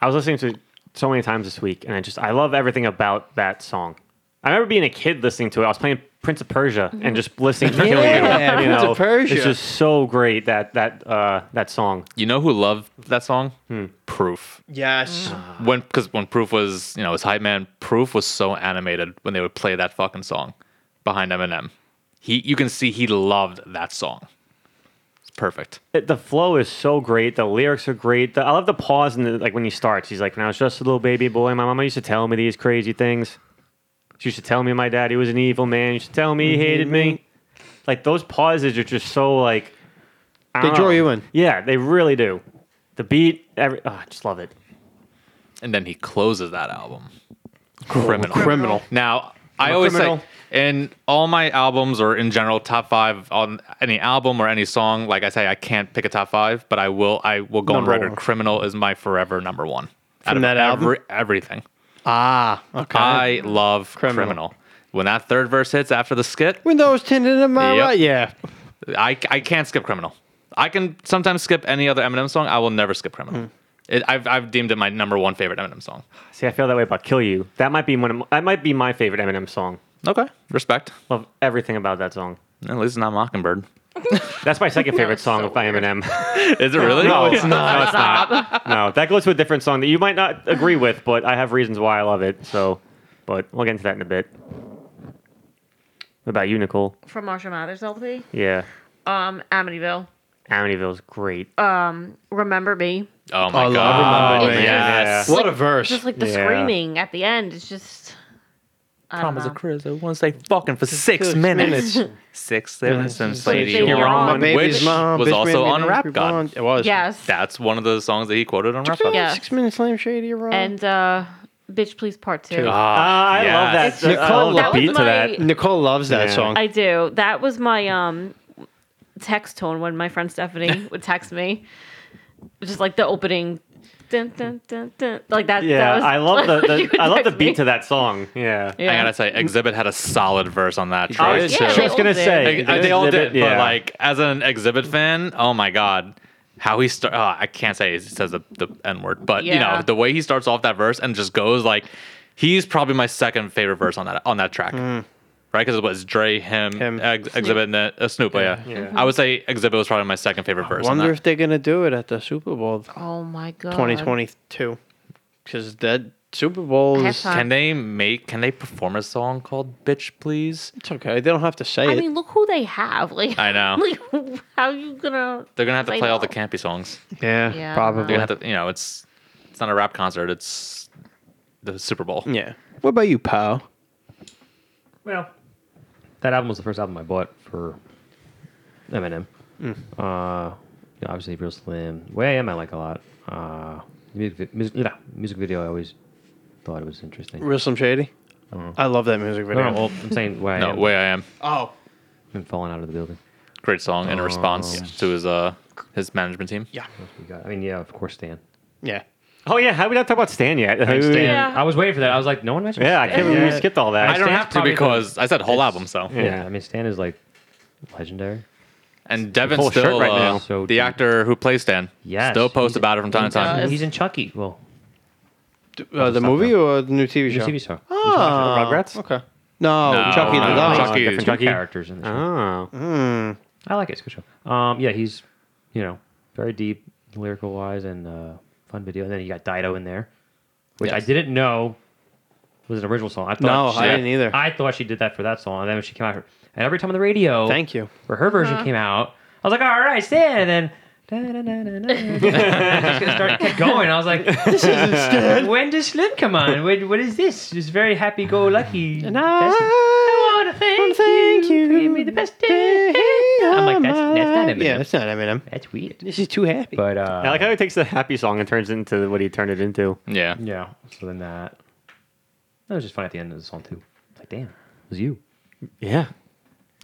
[SPEAKER 3] I was listening to it so many times this week, and I just I love everything about that song. I remember being a kid listening to it. I was playing Prince of Persia and just listening to "Kill You."
[SPEAKER 2] Yeah,
[SPEAKER 3] you
[SPEAKER 2] Prince
[SPEAKER 3] know,
[SPEAKER 2] of Persia.
[SPEAKER 3] It's just so great that that uh, that song.
[SPEAKER 4] You know who loved that song? Proof.
[SPEAKER 2] Yes.
[SPEAKER 4] when because when Proof was you know his hype man, Proof was so animated when they would play that fucking song behind Eminem. He you can see he loved that song. perfect.
[SPEAKER 3] It- the flow is so great. The lyrics are great. The, I love the pause and the, like when he starts. He's like, "When I was just a little baby boy, my mama used to tell me these crazy things. She used to tell me my daddy was an evil man. She used to tell me he
[SPEAKER 2] Mm-hmm.
[SPEAKER 3] hated me." Like those pauses are just so like I
[SPEAKER 2] They
[SPEAKER 3] don't
[SPEAKER 2] draw
[SPEAKER 3] know.
[SPEAKER 2] you in.
[SPEAKER 3] Yeah, they really do. The beat, every, oh, I just love it.
[SPEAKER 4] And then he closes that album. Criminal.
[SPEAKER 2] Criminal.
[SPEAKER 4] Now, I always
[SPEAKER 3] criminal.
[SPEAKER 4] say in all my albums or in general top 5 on any album or any song, like I say I can't pick a top 5, but I will I will go
[SPEAKER 2] Number
[SPEAKER 4] on record
[SPEAKER 2] one.
[SPEAKER 4] Criminal is my forever number 1. Out
[SPEAKER 2] From
[SPEAKER 4] of
[SPEAKER 2] that album?
[SPEAKER 4] every- everything.
[SPEAKER 2] Ah, okay.
[SPEAKER 4] I love
[SPEAKER 2] Criminal.
[SPEAKER 4] criminal. When that third verse hits after the skit,
[SPEAKER 2] Windows tinted in my
[SPEAKER 4] Yep.
[SPEAKER 2] right. Yeah.
[SPEAKER 4] I, I can't skip Criminal. I can sometimes skip any other Eminem song. I will never skip Criminal. It, I've, I've deemed it my number one favorite Eminem song.
[SPEAKER 3] See, I feel that way about "Kill You." That might be one. Of, my- that might be my favorite Eminem song.
[SPEAKER 4] Okay. Respect.
[SPEAKER 3] Love everything about that song.
[SPEAKER 4] At least it's not Mockingbird.
[SPEAKER 3] That's my second favorite
[SPEAKER 5] it's
[SPEAKER 3] song
[SPEAKER 5] so
[SPEAKER 3] by Eminem.
[SPEAKER 4] Is it really?
[SPEAKER 3] No, Oh, it's not. No, it's not. No, that goes to a different song that you might not agree with, but I have reasons why I love it. So, but we'll get into that in a bit. What about you, Nicole?
[SPEAKER 5] From Marshall Mathers LP.
[SPEAKER 3] Yeah,
[SPEAKER 5] Um, Amityville.
[SPEAKER 3] Amityville's great.
[SPEAKER 5] Uh, Remember me.
[SPEAKER 4] Oh my
[SPEAKER 2] I love
[SPEAKER 4] god.
[SPEAKER 2] Remember Me.
[SPEAKER 4] yes.
[SPEAKER 2] What a verse.
[SPEAKER 5] Just like the
[SPEAKER 3] Yeah.
[SPEAKER 5] screaming at the end. It's just. I don't
[SPEAKER 4] Promise
[SPEAKER 5] know.
[SPEAKER 4] of Chris. I want to stay fucking for six minutes. Six minutes and
[SPEAKER 5] Say
[SPEAKER 4] say
[SPEAKER 5] you're
[SPEAKER 4] you're
[SPEAKER 5] wrong. My
[SPEAKER 4] wrong.
[SPEAKER 2] Baby's
[SPEAKER 4] Which
[SPEAKER 2] mom,
[SPEAKER 4] was
[SPEAKER 2] bitch made
[SPEAKER 4] also
[SPEAKER 2] me
[SPEAKER 4] on
[SPEAKER 2] an
[SPEAKER 4] Rap
[SPEAKER 2] angry
[SPEAKER 4] God.
[SPEAKER 2] blonde. It was.
[SPEAKER 5] Yes.
[SPEAKER 4] That's one of the songs that he quoted on Rap God.
[SPEAKER 5] Yeah.
[SPEAKER 2] Six minutes slam shady you're wrong.
[SPEAKER 5] And uh, Bitch Please Part 2.
[SPEAKER 4] Ah,
[SPEAKER 3] Ah, I love that.
[SPEAKER 5] It's just-
[SPEAKER 3] I love
[SPEAKER 5] That
[SPEAKER 3] the
[SPEAKER 5] was
[SPEAKER 3] beat
[SPEAKER 5] my-
[SPEAKER 3] to that.
[SPEAKER 2] Nicole loves that
[SPEAKER 3] Yeah.
[SPEAKER 2] song.
[SPEAKER 5] I do. That was my um text tone when my friend Stephanie would text me. Just like the opening dun, dun, dun, dun. like that. that
[SPEAKER 3] Yeah,
[SPEAKER 5] was,
[SPEAKER 3] I love the,
[SPEAKER 5] you
[SPEAKER 3] the
[SPEAKER 5] would
[SPEAKER 3] I love the
[SPEAKER 5] text me.
[SPEAKER 3] beat to that song. Yeah.
[SPEAKER 5] Yeah.
[SPEAKER 4] I gotta say, Exhibit had a solid verse on that
[SPEAKER 3] I
[SPEAKER 4] track.
[SPEAKER 3] was
[SPEAKER 5] Yeah,
[SPEAKER 3] just
[SPEAKER 5] they all
[SPEAKER 3] gonna
[SPEAKER 5] did.
[SPEAKER 3] say
[SPEAKER 4] Like, they all did,
[SPEAKER 3] yeah.
[SPEAKER 4] but like as an exhibit fan, oh my god, how he start. Oh, I can't say he says the, the n word, but you
[SPEAKER 5] Yeah.
[SPEAKER 4] know the way he starts off that verse and just goes like, he's probably my second favorite verse on that on that track. Right, because it was Dre, him,
[SPEAKER 2] Him.
[SPEAKER 4] Ex- Exhibit, and uh, Snoop. Yeah,
[SPEAKER 3] Yeah.
[SPEAKER 4] I would say Exhibit was probably my second favorite verse. on
[SPEAKER 2] Wonder
[SPEAKER 4] that.
[SPEAKER 2] if they're gonna do it at the Super Bowl
[SPEAKER 5] Oh my god.
[SPEAKER 2] 2022 because that Super Bowl
[SPEAKER 5] I
[SPEAKER 2] is
[SPEAKER 5] have time.
[SPEAKER 4] can they make? Can they perform a song called "Bitch Please"?
[SPEAKER 2] it's okay. They don't have to say
[SPEAKER 5] I
[SPEAKER 2] it.
[SPEAKER 5] mean, look who they have. Like
[SPEAKER 4] I know.
[SPEAKER 5] Like, how are you gonna?
[SPEAKER 4] They're gonna have to
[SPEAKER 5] say
[SPEAKER 4] play all the
[SPEAKER 5] no?
[SPEAKER 4] campy songs.
[SPEAKER 2] yeah,
[SPEAKER 5] Yeah, I don't
[SPEAKER 2] probably.
[SPEAKER 4] They're gonna have to, you know, it's it's not a rap concert. It's the Super Bowl.
[SPEAKER 2] yeah. What about you, pal?
[SPEAKER 6] Well, that album was the first album I bought for Eminem. Uh, you know, obviously, Real Slim. Way I Am, I like a lot. Uh, the music, music, yeah, music video, I always thought it was interesting.
[SPEAKER 2] Real Slim Shady. I love that music
[SPEAKER 6] No,
[SPEAKER 2] video.
[SPEAKER 6] Oh. no, well, I'm saying Way I
[SPEAKER 4] No,
[SPEAKER 6] Am.
[SPEAKER 4] way I am.
[SPEAKER 2] oh,
[SPEAKER 6] Been falling out of the building.
[SPEAKER 4] Great song in response
[SPEAKER 6] Oh.
[SPEAKER 4] to his uh his management team.
[SPEAKER 2] yeah,
[SPEAKER 6] We got- I mean, yeah, of course, Stan.
[SPEAKER 2] yeah.
[SPEAKER 3] Oh yeah, how did we not talk about Stan yet?
[SPEAKER 6] Stan.
[SPEAKER 2] Uh-huh.
[SPEAKER 5] Yeah.
[SPEAKER 6] I was waiting for that. I was like, no one mentioned.
[SPEAKER 3] Yeah, I can't
[SPEAKER 6] Stan.
[SPEAKER 3] believe we skipped all that.
[SPEAKER 4] I don't have to
[SPEAKER 6] probably
[SPEAKER 4] because I said whole album. So
[SPEAKER 6] Yeah. I mean, Stan is like legendary.
[SPEAKER 4] and Devin's
[SPEAKER 3] full shirt
[SPEAKER 4] still
[SPEAKER 3] right
[SPEAKER 4] uh,
[SPEAKER 3] now.
[SPEAKER 6] So
[SPEAKER 4] the
[SPEAKER 6] deep.
[SPEAKER 4] actor who plays Stan.
[SPEAKER 6] Yes,
[SPEAKER 4] still
[SPEAKER 6] he's-
[SPEAKER 4] posts about it from time to time.
[SPEAKER 5] Yes.
[SPEAKER 6] He's in Chucky. Well,
[SPEAKER 2] D- Uh, the
[SPEAKER 6] stop
[SPEAKER 2] movie
[SPEAKER 6] now.
[SPEAKER 2] or the new TV
[SPEAKER 6] new
[SPEAKER 2] show?
[SPEAKER 6] TV show.
[SPEAKER 2] Ah,
[SPEAKER 3] Rugrats?
[SPEAKER 2] Okay. No, E.
[SPEAKER 4] No,
[SPEAKER 2] Chucky the
[SPEAKER 4] no,
[SPEAKER 2] Doll.
[SPEAKER 4] Chucky-
[SPEAKER 6] Different
[SPEAKER 4] Two
[SPEAKER 6] Chucky
[SPEAKER 3] Chucky.
[SPEAKER 6] characters in the show.
[SPEAKER 3] Oh.
[SPEAKER 6] I like it. It's a good show. Um, yeah, he's, you know, very deep lyrical wise and uh, fun video. And then you got Dido in there, which I didn't know was an original song. I thought
[SPEAKER 2] No, I
[SPEAKER 4] Yeah.
[SPEAKER 2] didn't either.
[SPEAKER 6] I thought she did that for that song. And then when she came out, and every time on the radio,
[SPEAKER 2] Thank you.
[SPEAKER 6] where her version came out, I was like, all right, Stan. And then. Start kept going. I was like, "This isn't Stan. When does Slim come on? When, what is this? This very happy-go-lucky. I wanna thank, you. for giving me the best day. I'm like, that's, that's not Eminem.
[SPEAKER 2] Yeah, it's not Eminem.
[SPEAKER 6] That's weird.
[SPEAKER 2] This is too happy.
[SPEAKER 6] But uh,
[SPEAKER 3] I like how he takes the happy song and turns it into what he turned it into.
[SPEAKER 4] Yeah.
[SPEAKER 6] yeah. So then that that was just fun at the end of the song too. Like, damn, it was you.
[SPEAKER 3] Yeah.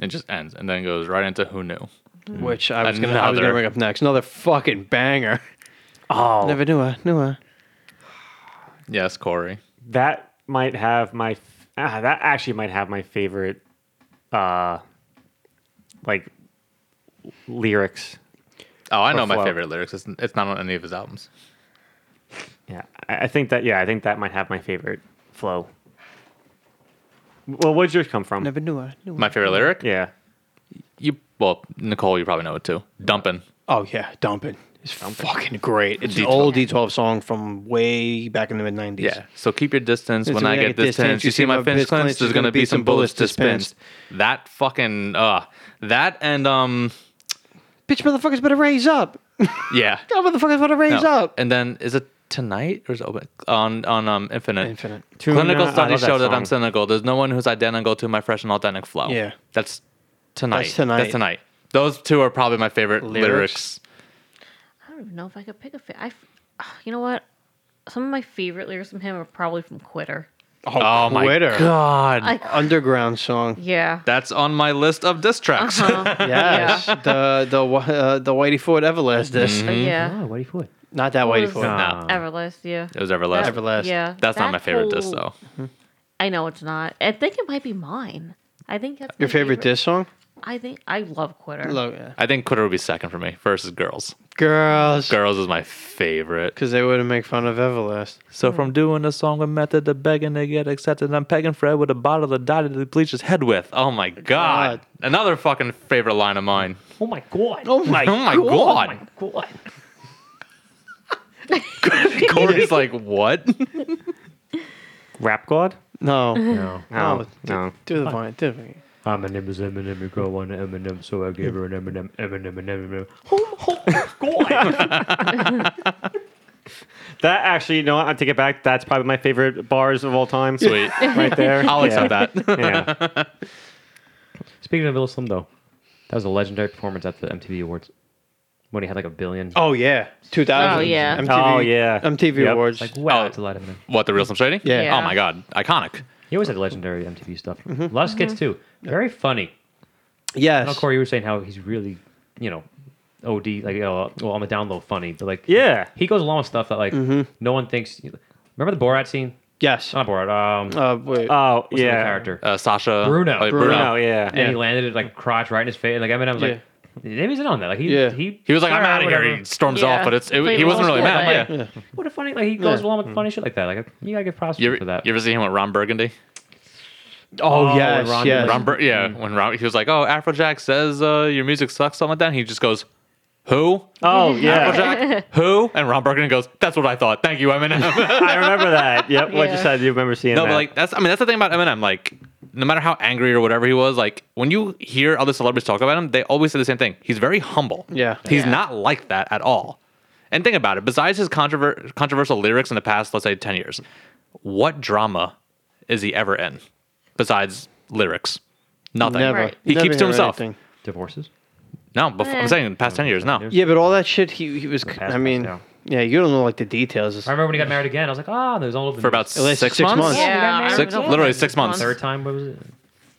[SPEAKER 4] it just ends and then goes right into Who Knew.
[SPEAKER 2] Which I was, gonna, I was gonna
[SPEAKER 4] Another.
[SPEAKER 2] bring up next. Another fucking banger.
[SPEAKER 3] Oh,
[SPEAKER 2] Never knew I knew I.
[SPEAKER 4] Yes, Corey.
[SPEAKER 3] that might have my f- ah, that actually might have my favorite uh like lyrics.
[SPEAKER 4] Oh, I know my
[SPEAKER 3] flow.
[SPEAKER 4] favorite lyrics. It's, it's not on any of his albums.
[SPEAKER 3] Yeah. I, I think that yeah, I think that might have my favorite flow. Well, where'd yours come from?
[SPEAKER 2] Never knew I knew I.
[SPEAKER 4] My favorite lyric?
[SPEAKER 3] Yeah.
[SPEAKER 4] You well, Nicole, you probably know it too. Dumpin'.
[SPEAKER 2] Oh yeah, dumping. It's fucking great. It's an
[SPEAKER 4] D12.
[SPEAKER 2] old D12 song from way back in the mid 90s.
[SPEAKER 4] Yeah. So keep your distance
[SPEAKER 2] It's
[SPEAKER 4] when I get distance. You see my fist clenched. There's gonna be some bullets dispensed. That fucking uh that and um
[SPEAKER 2] bitch motherfuckers better raise up.
[SPEAKER 4] Yeah.
[SPEAKER 2] Y'all motherfuckers better raise
[SPEAKER 4] No.
[SPEAKER 2] up.
[SPEAKER 4] And then is it tonight or is it open? on on um Infinite?
[SPEAKER 2] Infinite.
[SPEAKER 3] Tuna- I
[SPEAKER 4] Clinical
[SPEAKER 3] love
[SPEAKER 4] studies
[SPEAKER 3] that
[SPEAKER 4] show that,
[SPEAKER 3] song.
[SPEAKER 4] I'm cynical. There's no one who's identical to my fresh and authentic flow.
[SPEAKER 2] Yeah.
[SPEAKER 4] That's tonight.
[SPEAKER 2] That's tonight.
[SPEAKER 4] Those two are probably my favorite
[SPEAKER 2] Lyrics?
[SPEAKER 4] lyrics.
[SPEAKER 5] I don't even know if I could pick a fa- I, f- ugh, you know what? Some of my favorite lyrics from him are probably from Quitter.
[SPEAKER 4] Oh, my
[SPEAKER 2] Quitter.
[SPEAKER 4] god.
[SPEAKER 5] I,
[SPEAKER 2] Underground song.
[SPEAKER 5] yeah.
[SPEAKER 4] That's on my list of diss tracks.
[SPEAKER 2] Yes. The the wh- uh, the Whitey Ford Everlast disc.
[SPEAKER 5] Yeah.
[SPEAKER 6] Oh, what do you put?
[SPEAKER 2] Not that Whitey
[SPEAKER 5] was-
[SPEAKER 2] Ford.
[SPEAKER 6] No.
[SPEAKER 5] Everlast, yeah.
[SPEAKER 4] it was Mm-hmm. Everlast.
[SPEAKER 2] Everlast.
[SPEAKER 5] Yeah.
[SPEAKER 4] That's
[SPEAKER 5] that
[SPEAKER 4] not my favorite diss
[SPEAKER 5] whole-
[SPEAKER 4] though.
[SPEAKER 5] I know it's not. I think it might be mine. I think that's
[SPEAKER 2] Your
[SPEAKER 5] my
[SPEAKER 2] favorite diss song?
[SPEAKER 5] I think I love Quitter.
[SPEAKER 2] Look, yeah.
[SPEAKER 4] I think Quitter would be second for me versus Girls.
[SPEAKER 2] Girls.
[SPEAKER 4] Girls is my favorite.
[SPEAKER 2] Because they wouldn't make fun of Everlast.
[SPEAKER 4] So from doing a song with method to begging to get accepted, I'm pegging Fred with a bottle of dye to bleach his head with. Oh my god.
[SPEAKER 2] God.
[SPEAKER 4] Another fucking favorite line of mine.
[SPEAKER 6] Oh my god.
[SPEAKER 2] Oh my
[SPEAKER 4] Oh my god.
[SPEAKER 6] my god.
[SPEAKER 4] Corey's like, what?
[SPEAKER 3] Rap God?
[SPEAKER 2] No.
[SPEAKER 6] No.
[SPEAKER 2] Oh,
[SPEAKER 3] No, no.
[SPEAKER 2] Do the vine. Do the
[SPEAKER 6] Ah, my name is Eminem. You girl wanted Eminem, so I gave her an Eminem. Eminem, Eminem,
[SPEAKER 3] That actually, you know what? I take it back. That's probably my favorite bars of all time.
[SPEAKER 4] Sweet.
[SPEAKER 3] Right there.
[SPEAKER 4] I'll accept
[SPEAKER 3] Yeah.
[SPEAKER 4] that.
[SPEAKER 3] Yeah.
[SPEAKER 6] Speaking of Little Slim, though, that was a legendary performance at the MTV Awards when he had like a billion.
[SPEAKER 2] Oh yeah. 2000.
[SPEAKER 5] Oh, yeah.
[SPEAKER 2] MTV,
[SPEAKER 3] Oh, yeah.
[SPEAKER 2] MTV
[SPEAKER 3] Yep.
[SPEAKER 2] Awards.
[SPEAKER 6] Like, wow,
[SPEAKER 4] Oh.
[SPEAKER 6] it's a lot of Eminem.
[SPEAKER 4] What, the real Slim Shady?
[SPEAKER 2] Yeah.
[SPEAKER 5] Yeah.
[SPEAKER 4] Oh my god. Iconic.
[SPEAKER 6] He always had legendary MTV stuff. A lot of skits, too. Very funny. I know,
[SPEAKER 2] yes.
[SPEAKER 6] oh, Corey, you were saying how he's really, you know, OD, like, uh, well, on the down low funny, but like,
[SPEAKER 3] Yeah.
[SPEAKER 6] he goes along with stuff that like no one thinks. Remember the Borat scene?
[SPEAKER 2] Yes.
[SPEAKER 6] Not Borat. Um,
[SPEAKER 2] Uh, wait.
[SPEAKER 3] Oh,
[SPEAKER 6] what's the
[SPEAKER 3] yeah.
[SPEAKER 6] other character.
[SPEAKER 4] Uh, Sasha.
[SPEAKER 6] Bruno.
[SPEAKER 4] oh,
[SPEAKER 3] Bruno, yeah.
[SPEAKER 6] and he landed it like crotch right in his face, and like Eminem was like, "Maybe he's in on that." Like he,
[SPEAKER 2] Yeah.
[SPEAKER 6] he,
[SPEAKER 4] He was like, I'm
[SPEAKER 6] "Alright,
[SPEAKER 4] out of
[SPEAKER 6] whatever."
[SPEAKER 4] here. He storms
[SPEAKER 5] Yeah.
[SPEAKER 4] off, but it's it,
[SPEAKER 5] Played
[SPEAKER 4] he wasn't
[SPEAKER 5] along
[SPEAKER 4] really
[SPEAKER 5] with
[SPEAKER 4] mad.
[SPEAKER 5] it.
[SPEAKER 4] Yeah.
[SPEAKER 6] What a funny like he goes
[SPEAKER 2] Yeah.
[SPEAKER 6] along with funny shit like that. Like you gotta get props
[SPEAKER 4] You,
[SPEAKER 6] for
[SPEAKER 4] ever,
[SPEAKER 6] that.
[SPEAKER 4] you ever see him with Ron Burgundy?
[SPEAKER 2] oh,
[SPEAKER 6] Oh,
[SPEAKER 2] yes.
[SPEAKER 6] Ron-
[SPEAKER 2] yes.
[SPEAKER 4] Ron Bur- yeah,
[SPEAKER 3] Mm.
[SPEAKER 4] when Ron, he was like, "Oh, Afrojack says uh, your music sucks," something like that. And he just goes, "Who?
[SPEAKER 3] Oh, yeah.
[SPEAKER 4] Afrojack? Who?" And Ron Burgundy goes, "That's what I thought. Thank you, Eminem."
[SPEAKER 3] I remember that. Yep. What you
[SPEAKER 5] Yeah.
[SPEAKER 3] said, you remember seeing
[SPEAKER 4] no,
[SPEAKER 3] that.
[SPEAKER 4] but like that's I mean that's the thing about Eminem. Like, no matter how angry or whatever he was, like when you hear other celebrities talk about him, they always say the same thing. He's very humble.
[SPEAKER 2] Yeah.
[SPEAKER 4] he's
[SPEAKER 5] Yeah.
[SPEAKER 4] not like that at all. And think about it. Besides his controver- controversial lyrics in the past, let's say ten years, what drama is he ever in? Besides lyrics, nothing.
[SPEAKER 2] Never.
[SPEAKER 5] Right.
[SPEAKER 4] He
[SPEAKER 2] Never
[SPEAKER 4] keeps to
[SPEAKER 2] hear
[SPEAKER 4] himself.
[SPEAKER 2] anything.
[SPEAKER 6] Divorces.
[SPEAKER 4] No, bef-
[SPEAKER 5] Eh.
[SPEAKER 4] I'm saying in the past ten years. No.
[SPEAKER 2] Yeah, but all that shit. He he was.
[SPEAKER 6] past
[SPEAKER 2] I mean,
[SPEAKER 6] myself.
[SPEAKER 2] yeah, you don't know like the details.
[SPEAKER 6] I remember when he got married again. I was like, "Ah, there's all over the
[SPEAKER 4] for
[SPEAKER 6] news."
[SPEAKER 4] about
[SPEAKER 2] At least
[SPEAKER 4] six,
[SPEAKER 2] six
[SPEAKER 4] months.
[SPEAKER 2] months.
[SPEAKER 5] Yeah, I don't
[SPEAKER 4] Six-
[SPEAKER 5] know.
[SPEAKER 4] literally six months.
[SPEAKER 6] third time. What was it?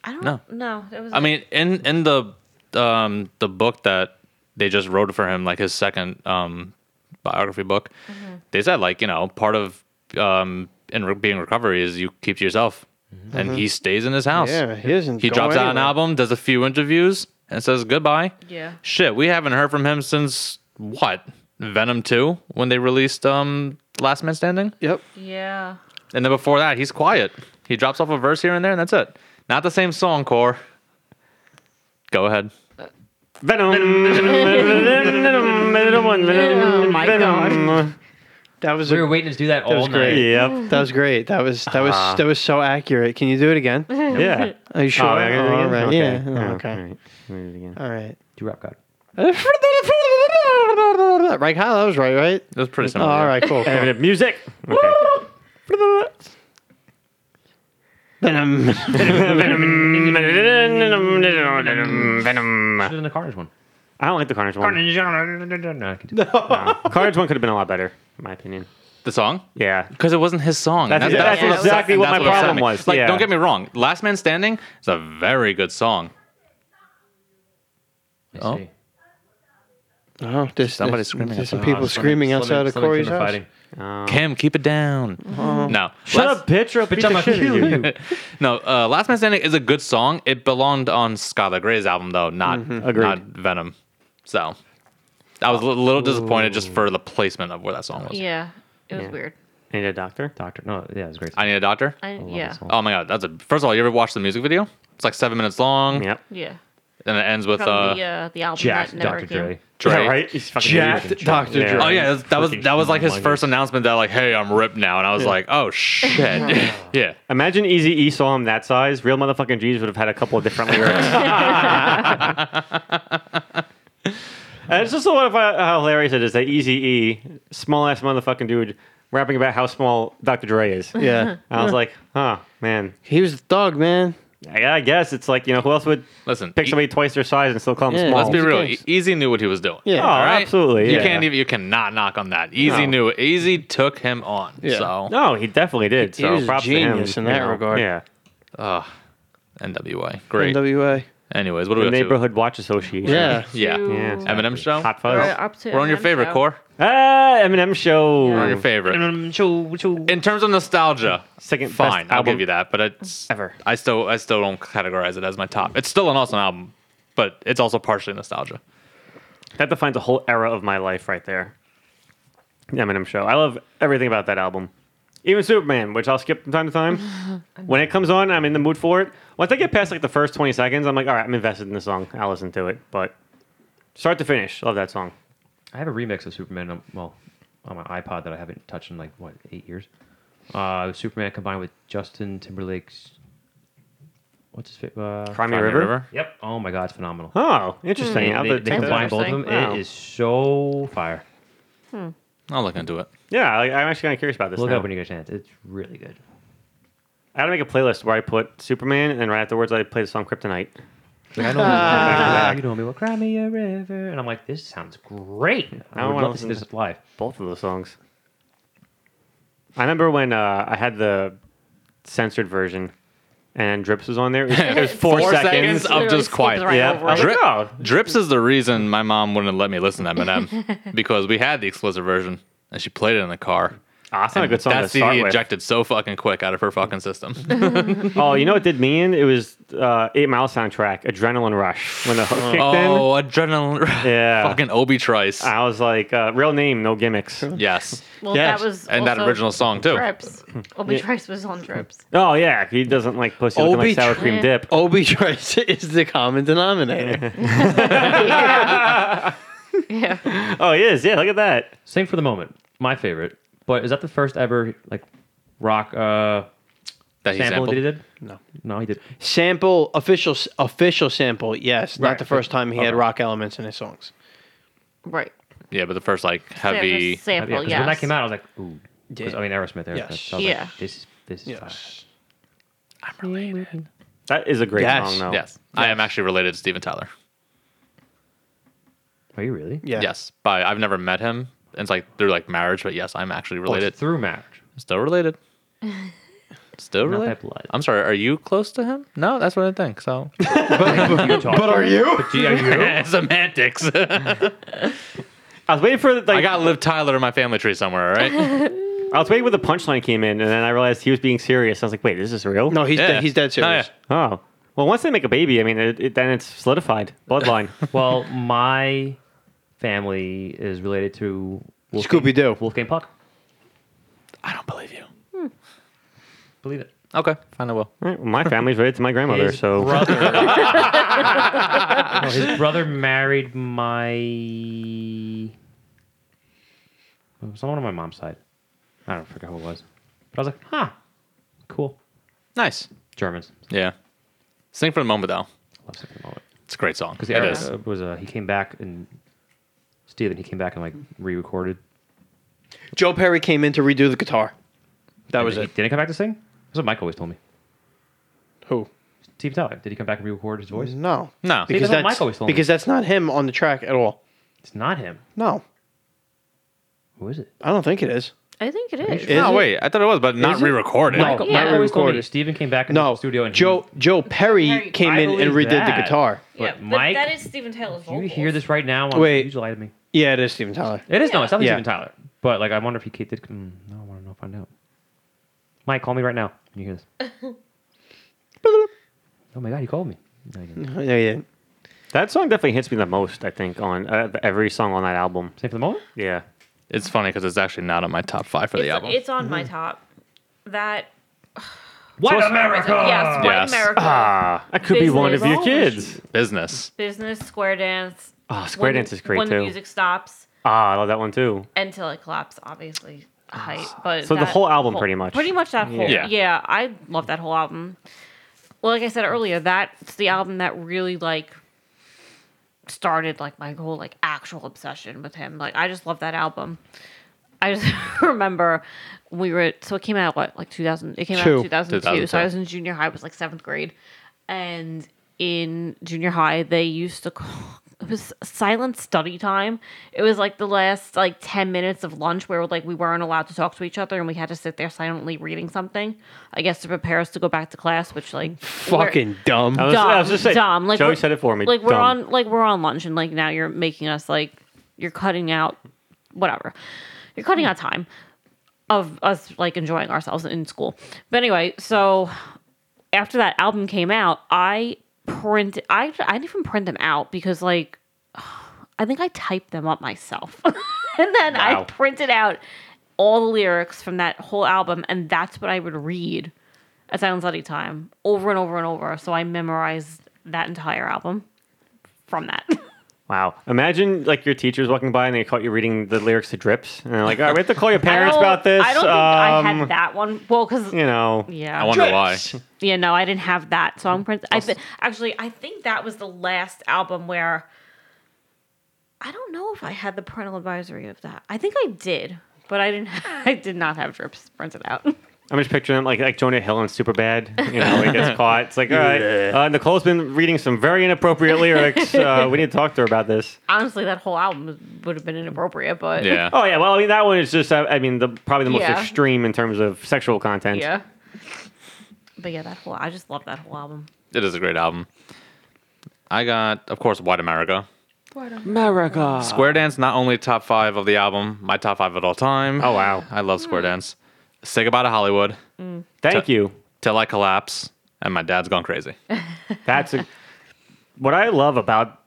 [SPEAKER 5] I don't
[SPEAKER 4] No.
[SPEAKER 5] know. No, it was.
[SPEAKER 4] I mean, in in the um the book that they just wrote for him, like his second um biography book, they said like you know part of um in re- being recovery is you keep to yourself, and he stays in his house.
[SPEAKER 2] Mm-hmm. Yeah, he doesn't
[SPEAKER 4] He
[SPEAKER 2] go
[SPEAKER 4] drops out an
[SPEAKER 2] anywhere.
[SPEAKER 4] album, does a few interviews, and says goodbye.
[SPEAKER 5] Yeah.
[SPEAKER 4] Shit, we haven't heard from him since what Venom Two when they released um Last Man Standing.
[SPEAKER 2] Yep.
[SPEAKER 5] yeah.
[SPEAKER 4] And then before that, he's quiet. He drops off a verse here and there, and that's it. Not the same song, Core. Go ahead.
[SPEAKER 3] Venom. Venom.
[SPEAKER 4] Mm,
[SPEAKER 5] Oh my god.
[SPEAKER 2] That was.
[SPEAKER 6] We were
[SPEAKER 2] A,
[SPEAKER 6] waiting to do that all
[SPEAKER 2] was
[SPEAKER 6] night.
[SPEAKER 2] great.
[SPEAKER 3] Yep.
[SPEAKER 2] that was great. That was that was that was so accurate. Can you do it again?
[SPEAKER 3] Yeah.
[SPEAKER 2] Are you sure?
[SPEAKER 3] Oh, I gotta do it
[SPEAKER 2] all
[SPEAKER 3] again?
[SPEAKER 2] right.
[SPEAKER 3] Okay.
[SPEAKER 2] Yeah. Oh,
[SPEAKER 3] Yeah,
[SPEAKER 2] okay. All right.
[SPEAKER 6] Do rap god.
[SPEAKER 2] Right, Kyle, that was right, right?
[SPEAKER 4] It was pretty
[SPEAKER 2] Oh,
[SPEAKER 4] similar.
[SPEAKER 2] all right, cool. cool.
[SPEAKER 3] Eminem music. Okay.
[SPEAKER 2] Venom.
[SPEAKER 3] Venom.
[SPEAKER 6] Should have done the Carnage one.
[SPEAKER 3] I don't like the Carnage one.
[SPEAKER 6] No, I could do that.
[SPEAKER 3] Carnage one could have been a lot better, in my opinion.
[SPEAKER 4] The song?
[SPEAKER 3] Yeah.
[SPEAKER 4] Because it wasn't his song.
[SPEAKER 3] That's-
[SPEAKER 5] that's
[SPEAKER 4] what upset-
[SPEAKER 3] exactly
[SPEAKER 4] and
[SPEAKER 3] what my
[SPEAKER 4] upset
[SPEAKER 3] problem
[SPEAKER 4] me.
[SPEAKER 3] was,
[SPEAKER 4] Like,
[SPEAKER 3] yeah.
[SPEAKER 4] don't get me wrong. Last Man Standing is a very good song.
[SPEAKER 6] I
[SPEAKER 4] Oh.
[SPEAKER 6] see.
[SPEAKER 2] Oh, there's,
[SPEAKER 4] Somebody
[SPEAKER 2] there's,
[SPEAKER 4] screaming
[SPEAKER 2] There's some
[SPEAKER 4] outside.
[SPEAKER 2] people screaming
[SPEAKER 6] Slim and-
[SPEAKER 2] outside of
[SPEAKER 6] Slim and
[SPEAKER 2] Corey's
[SPEAKER 6] Tim are
[SPEAKER 2] house.
[SPEAKER 6] fighting.
[SPEAKER 4] Kim, keep it down. No.
[SPEAKER 3] Uh-huh. Shut
[SPEAKER 4] Last-
[SPEAKER 3] up, bitch, or I'll beat
[SPEAKER 6] I'm
[SPEAKER 3] the
[SPEAKER 6] gonna
[SPEAKER 3] shit out of
[SPEAKER 6] kill
[SPEAKER 3] you.
[SPEAKER 4] No, uh, Last Man Standing is a good song. It belonged on Skylar Gray's album, though, not,
[SPEAKER 3] Mm-hmm. Agreed.
[SPEAKER 4] not Venom. So I was a little, little disappointed just for the placement of where that song was.
[SPEAKER 5] Yeah. It was
[SPEAKER 3] Yeah.
[SPEAKER 5] weird.
[SPEAKER 3] Need a doctor?
[SPEAKER 6] Doctor. No, yeah, it was great.
[SPEAKER 4] I Need a Doctor?
[SPEAKER 5] I,
[SPEAKER 6] love
[SPEAKER 5] yeah.
[SPEAKER 6] that song.
[SPEAKER 4] Oh my god, that's a first of all, you ever watched the music video? It's like seven minutes long,
[SPEAKER 3] Yep.
[SPEAKER 5] Yeah.
[SPEAKER 4] and it ends with
[SPEAKER 5] From
[SPEAKER 4] uh,
[SPEAKER 5] the uh, the album
[SPEAKER 6] Jack,
[SPEAKER 5] that never
[SPEAKER 6] Dr.
[SPEAKER 5] came.
[SPEAKER 6] Dre.
[SPEAKER 4] Dre.
[SPEAKER 3] Yeah, right? He's fucking
[SPEAKER 2] Jacked
[SPEAKER 3] huge.
[SPEAKER 2] Dr. Dre.
[SPEAKER 4] Oh yeah, that's- that was
[SPEAKER 6] Freaking
[SPEAKER 4] that was like his
[SPEAKER 6] humongous.
[SPEAKER 4] first announcement that like, hey, I'm ripped now, and I was like, oh shit, yeah.
[SPEAKER 3] Imagine Easy E saw him that size. Real motherfucking G's would have had a couple of different lyrics. And it's just so what I- how hilarious it is that Easy E, small ass motherfucking dude, rapping about how small Dr. Dre is. And
[SPEAKER 2] Yeah.
[SPEAKER 3] I was like, huh, man.
[SPEAKER 2] He was the thug, man.
[SPEAKER 3] I, I guess it's like you know who else would
[SPEAKER 4] Listen,
[SPEAKER 3] pick
[SPEAKER 4] E-
[SPEAKER 3] somebody twice their size and still call them
[SPEAKER 2] Yeah.
[SPEAKER 3] small.
[SPEAKER 4] Let's be
[SPEAKER 2] Who
[SPEAKER 4] real.
[SPEAKER 2] cares?
[SPEAKER 4] E- Easy knew what he was doing.
[SPEAKER 2] Yeah.
[SPEAKER 3] oh,
[SPEAKER 4] all right?
[SPEAKER 3] absolutely.
[SPEAKER 4] You
[SPEAKER 3] yeah.
[SPEAKER 4] can't even. You cannot knock on that. Easy
[SPEAKER 3] No.
[SPEAKER 4] knew. it. Easy took him on. So
[SPEAKER 3] No, he definitely did.
[SPEAKER 2] He
[SPEAKER 3] so
[SPEAKER 2] was a
[SPEAKER 3] props to him,
[SPEAKER 2] genius in that
[SPEAKER 3] you know.
[SPEAKER 2] regard.
[SPEAKER 3] Yeah,
[SPEAKER 4] NWA. Great.
[SPEAKER 2] NWA.
[SPEAKER 4] Anyways, what are
[SPEAKER 3] the
[SPEAKER 4] we up
[SPEAKER 3] neighborhood watch association.
[SPEAKER 2] Yeah.
[SPEAKER 4] to? Yeah.
[SPEAKER 5] Yeah.
[SPEAKER 4] Eminem show.
[SPEAKER 3] Hot
[SPEAKER 5] We're,
[SPEAKER 3] fuzz.
[SPEAKER 5] up to
[SPEAKER 4] We're on your
[SPEAKER 5] Eminem
[SPEAKER 4] favorite
[SPEAKER 5] show.
[SPEAKER 4] core.
[SPEAKER 3] Ah, Eminem show.
[SPEAKER 4] We're on your favorite. In terms of nostalgia,
[SPEAKER 3] Second best
[SPEAKER 4] fine, I'll
[SPEAKER 3] album
[SPEAKER 4] give you that. But it's
[SPEAKER 3] ever.
[SPEAKER 4] I still I still don't categorize it as my top. It's still an awesome album, but it's also partially nostalgia.
[SPEAKER 3] That defines a whole era of my life right there. The Eminem show. I love everything about that album. Even Superman, which I'll skip from time to time. when it comes on, I'm in the mood for it. Once I get past like the first 20 seconds, I'm like, all right, I'm invested in the song. I'll listen to it. But start to finish, love that song.
[SPEAKER 6] I have a remix of Superman. On, well, on my iPod that I haven't touched in like what eight years. Uh, Superman combined with Justin Timberlake's what's his fa-
[SPEAKER 3] Crimea
[SPEAKER 6] uh,
[SPEAKER 4] Crimea
[SPEAKER 3] River.
[SPEAKER 4] River?
[SPEAKER 6] Yep. Oh my God, it's phenomenal.
[SPEAKER 3] Oh, interesting.
[SPEAKER 6] They,
[SPEAKER 3] I'll have
[SPEAKER 6] they,
[SPEAKER 3] to
[SPEAKER 6] they
[SPEAKER 3] check that
[SPEAKER 6] combine
[SPEAKER 3] out.
[SPEAKER 6] both of them.
[SPEAKER 3] Wow.
[SPEAKER 6] It is so fire.
[SPEAKER 4] I'll look into it.
[SPEAKER 3] Yeah, I, I'm actually kind of curious about this.
[SPEAKER 6] Look
[SPEAKER 3] now.
[SPEAKER 6] up when you get a chance. It's really good.
[SPEAKER 3] I gotta make a playlist where I put Superman, and then right afterwards I play the song Kryptonite.
[SPEAKER 6] Like, I know me, you know me, well, cry me a river, and I'm like, this sounds great. I,
[SPEAKER 3] I
[SPEAKER 6] would
[SPEAKER 3] wanna
[SPEAKER 6] love to see
[SPEAKER 3] listen to-
[SPEAKER 6] this live.
[SPEAKER 3] both of those songs. I remember when uh, I had the censored version, and Drips was on there. It was, it was four, seconds.
[SPEAKER 5] of-
[SPEAKER 4] of
[SPEAKER 5] Literally
[SPEAKER 4] just
[SPEAKER 5] skips
[SPEAKER 4] quiet.
[SPEAKER 5] right
[SPEAKER 3] yeah,
[SPEAKER 5] over
[SPEAKER 3] I was like,
[SPEAKER 4] Drip-
[SPEAKER 3] oh,
[SPEAKER 4] Drips is the reason my mom wouldn't let me listen to Eminem because we had the explicit version and she played it in the car.
[SPEAKER 3] ah, that's not a good song to
[SPEAKER 4] That CD
[SPEAKER 3] start with.
[SPEAKER 4] ejected so fucking quick out of her fucking system.
[SPEAKER 3] Oh, you know what did me in? It was uh, Eight Mile soundtrack, Adrenaline Rush, when the hook kicked in.
[SPEAKER 4] oh, adrenaline!
[SPEAKER 3] Yeah.
[SPEAKER 4] fucking Obi Trice.
[SPEAKER 3] I was like, uh, real name, no gimmicks.
[SPEAKER 4] yes,
[SPEAKER 5] Well,
[SPEAKER 3] Yes.
[SPEAKER 5] that was
[SPEAKER 4] and that
[SPEAKER 5] also
[SPEAKER 4] original song too.
[SPEAKER 5] Trips. Obi Trice was on Trips.
[SPEAKER 3] Oh yeah, he doesn't like pussy looking
[SPEAKER 2] Obi
[SPEAKER 3] like sour
[SPEAKER 2] Tri-
[SPEAKER 3] cream dip.
[SPEAKER 2] Obi Trice is the common denominator.
[SPEAKER 5] Yeah.
[SPEAKER 3] Oh, he is. Yeah, look at that.
[SPEAKER 6] Same for the moment. My favorite. But is that the first ever like rock uh,
[SPEAKER 4] That he
[SPEAKER 6] sample
[SPEAKER 4] sampled.
[SPEAKER 6] that he did?
[SPEAKER 2] No.
[SPEAKER 6] No, he did.
[SPEAKER 2] sample official official sample. Yes, not
[SPEAKER 6] Right.
[SPEAKER 2] the first time he had
[SPEAKER 6] Okay.
[SPEAKER 2] rock elements in his songs.
[SPEAKER 5] Right.
[SPEAKER 4] Yeah, but the first like
[SPEAKER 5] There's a
[SPEAKER 4] heavy.
[SPEAKER 6] Yeah, 'cause
[SPEAKER 5] sample.
[SPEAKER 6] When that
[SPEAKER 5] yes.
[SPEAKER 6] came out, I was like, ooh. 'Cause,
[SPEAKER 2] Yeah.
[SPEAKER 6] I mean, Aerosmith. Aerosmith.
[SPEAKER 2] Yes.
[SPEAKER 6] So I was
[SPEAKER 5] Yeah.
[SPEAKER 6] like, this, this is fire.
[SPEAKER 2] Yes.
[SPEAKER 3] That is a great
[SPEAKER 2] Yes.
[SPEAKER 3] song, though.
[SPEAKER 4] Yes, I am actually related to Steven Tyler.
[SPEAKER 6] Are you really?
[SPEAKER 2] Yeah.
[SPEAKER 4] Yes, but I've never met him. It's like through like marriage, but yes, I'm actually
[SPEAKER 6] Oh, it's
[SPEAKER 4] related.
[SPEAKER 6] through marriage.
[SPEAKER 4] Still related. Still
[SPEAKER 6] Not
[SPEAKER 4] related.
[SPEAKER 6] that blood.
[SPEAKER 4] I'm sorry. Are you close to him? No, that's what I think. So
[SPEAKER 2] But are you?
[SPEAKER 6] Gee, are you?
[SPEAKER 4] semantics.
[SPEAKER 3] I was waiting for like
[SPEAKER 4] I got Liv Tyler in my family tree somewhere. All right.
[SPEAKER 3] I was waiting when the punchline came in, and then I realized he was being serious. I was like, wait, is this real?
[SPEAKER 2] No, he's
[SPEAKER 4] Yeah.
[SPEAKER 2] dead, he's dead
[SPEAKER 4] No,
[SPEAKER 2] serious.
[SPEAKER 4] yeah.
[SPEAKER 3] Oh. Well, once they make a baby, I mean, it, it, then it's solidified. Bloodline.
[SPEAKER 6] well, my family is related to Wolfgang-
[SPEAKER 2] Scooby-Doo.
[SPEAKER 6] Wolfgang Puck.
[SPEAKER 4] I don't believe you.
[SPEAKER 6] Believe it.
[SPEAKER 4] Okay, fine. I will.
[SPEAKER 3] Right, well, my family's related to my
[SPEAKER 2] Oh,
[SPEAKER 3] grandmother,
[SPEAKER 6] His
[SPEAKER 3] so
[SPEAKER 6] brother, No, his brother married my someone on my mom's side. I don't forget who it was, but I was like, huh, cool.
[SPEAKER 4] Nice.
[SPEAKER 6] Germans.
[SPEAKER 4] Yeah. Sing for the moment though.
[SPEAKER 6] Love Sick in the moment.
[SPEAKER 4] It's a great song.
[SPEAKER 6] Because
[SPEAKER 4] it is.
[SPEAKER 6] the it was uh, he came back and Steven he came back and like re-recorded.
[SPEAKER 2] Joe Perry came in to redo the guitar. That was
[SPEAKER 6] he
[SPEAKER 2] it.
[SPEAKER 6] Didn't he come back to sing. That's what Mike always told me.
[SPEAKER 2] Who?
[SPEAKER 6] Steve Tyler. Did he come back and re-record his voice?
[SPEAKER 2] No.
[SPEAKER 4] No.
[SPEAKER 6] that's
[SPEAKER 2] Because
[SPEAKER 6] what
[SPEAKER 2] that's
[SPEAKER 6] Mike always told me.
[SPEAKER 2] because that's not him on the track at all.
[SPEAKER 6] It's not him.
[SPEAKER 2] No,
[SPEAKER 6] Who is it?
[SPEAKER 2] I don't think it is.
[SPEAKER 5] I think it is. Oh,
[SPEAKER 2] Is
[SPEAKER 4] no,
[SPEAKER 2] it?
[SPEAKER 4] wait. I thought it was, but not
[SPEAKER 2] Is it?
[SPEAKER 4] re-recorded.
[SPEAKER 2] No.
[SPEAKER 6] Michael,
[SPEAKER 5] Yeah.
[SPEAKER 6] Michael always told me
[SPEAKER 2] recorded.
[SPEAKER 6] Steven came back in
[SPEAKER 2] No,
[SPEAKER 6] the studio and he-
[SPEAKER 2] Joe Joe Perry
[SPEAKER 5] Perry-
[SPEAKER 2] came
[SPEAKER 6] I
[SPEAKER 2] in and
[SPEAKER 6] believe
[SPEAKER 2] redid the
[SPEAKER 6] that.
[SPEAKER 2] guitar.
[SPEAKER 5] yeah,
[SPEAKER 6] But
[SPEAKER 5] but
[SPEAKER 6] Mike,
[SPEAKER 5] that is Steven Taylor's
[SPEAKER 6] do you
[SPEAKER 5] vocals.
[SPEAKER 6] hear this right now?
[SPEAKER 2] Wait.
[SPEAKER 6] you lie to me.
[SPEAKER 2] Yeah, it is Steven Tyler.
[SPEAKER 6] It is no, it's not
[SPEAKER 2] Yeah.
[SPEAKER 6] Steven Tyler. But like, I wonder if he did. Mm, no, I want to know. Find out. Mike, call me right now. Can you hear this? oh my god, he called me. No, he didn't.
[SPEAKER 2] Yeah, yeah.
[SPEAKER 3] that song definitely hits me the most, I think, on uh, every song on that album.
[SPEAKER 6] Same for the moment.
[SPEAKER 3] Yeah.
[SPEAKER 4] It's funny because it's actually not on my top five for the
[SPEAKER 5] it's,
[SPEAKER 4] album.
[SPEAKER 5] It's on my top. That
[SPEAKER 6] White America.
[SPEAKER 5] yes, White
[SPEAKER 4] Yes.
[SPEAKER 5] America.
[SPEAKER 3] Ah, I could be one of your kids.
[SPEAKER 4] Business.
[SPEAKER 5] Business, square dance.
[SPEAKER 3] Oh, Square
[SPEAKER 5] when-
[SPEAKER 3] Dance is great,
[SPEAKER 5] When the
[SPEAKER 3] too.
[SPEAKER 5] music stops
[SPEAKER 3] Ah, I love that one, too.
[SPEAKER 5] until it collapses, obviously. the Height, but
[SPEAKER 3] So the
[SPEAKER 5] that
[SPEAKER 3] whole album, pretty much.
[SPEAKER 5] Pretty much that whole.
[SPEAKER 4] Yeah.
[SPEAKER 5] Yeah. I love that whole album. Well, like I said earlier, that's the album that really like started like my whole like actual obsession with him. Like I just love that album. I just remember we were so it came out what like 2000 it came out
[SPEAKER 2] Two.
[SPEAKER 5] in 2002, so
[SPEAKER 4] 2002.
[SPEAKER 5] I was in junior high it was like 7th grade and in junior high they used to call it was silent study time it was like the last like 10 minutes of lunch where like we weren't allowed to talk to each other and we had to sit there silently reading something I guess to prepare us to go back to class which like we're-
[SPEAKER 2] Fucking dumb.
[SPEAKER 3] I was,
[SPEAKER 5] dumb,
[SPEAKER 3] I was just saying,
[SPEAKER 5] dumb. Like
[SPEAKER 3] Joey
[SPEAKER 5] we're-
[SPEAKER 3] said it for me.
[SPEAKER 5] Like we're
[SPEAKER 3] dumb.
[SPEAKER 5] on, like we're on lunch, and like now you're making us like you're cutting out, whatever, you're cutting out time of us like enjoying ourselves in school. But anyway, so after that album came out, I print, I I didn't even print them out because like I think I typed them up myself, and then I
[SPEAKER 3] Wow.
[SPEAKER 5] printed out all the lyrics from that whole album, and that's what I would read at silent study time over and over and over. So I memorized that entire album from that.
[SPEAKER 3] Wow. Imagine like your teacher's walking by and they caught you reading the lyrics to Drips, and they're like, "All right, we have to call your parents
[SPEAKER 5] I don't-
[SPEAKER 3] about this."
[SPEAKER 5] I don't think I
[SPEAKER 3] um,
[SPEAKER 5] had that one. Well, because
[SPEAKER 3] You know,
[SPEAKER 5] yeah,
[SPEAKER 4] I wonder why.
[SPEAKER 5] yeah, no, I didn't have that. So I'm print. I th- actually, I think that was the last album where I don't know if I had the parental advisory of that. I think I did, but I didn't. I did not have drips printed out.
[SPEAKER 3] I'm just picturing them like like Jonah Hill and Superbad. You know, he gets caught. It's like, all right, uh, Nicole's been reading some very inappropriate lyrics. Uh, we need to talk to her about this.
[SPEAKER 5] Honestly, that whole album would have been inappropriate, but
[SPEAKER 4] Yeah.
[SPEAKER 3] Oh yeah, well, I mean that one is just, uh, I, I mean, the probably the most
[SPEAKER 5] Yeah.
[SPEAKER 3] extreme in terms of sexual content.
[SPEAKER 5] yeah. But yeah, that whole I just love that whole album.
[SPEAKER 4] It is a great album. I got, of course, White America.
[SPEAKER 2] America.
[SPEAKER 4] Square Dance, not only top five of the album, my top five at all time.
[SPEAKER 3] Oh wow.
[SPEAKER 4] I love Square Dance. Say Goodbye to Hollywood,
[SPEAKER 3] Thank you.
[SPEAKER 4] Till I Collapse, and My Dad's Gone Crazy.
[SPEAKER 3] That's a, what I love about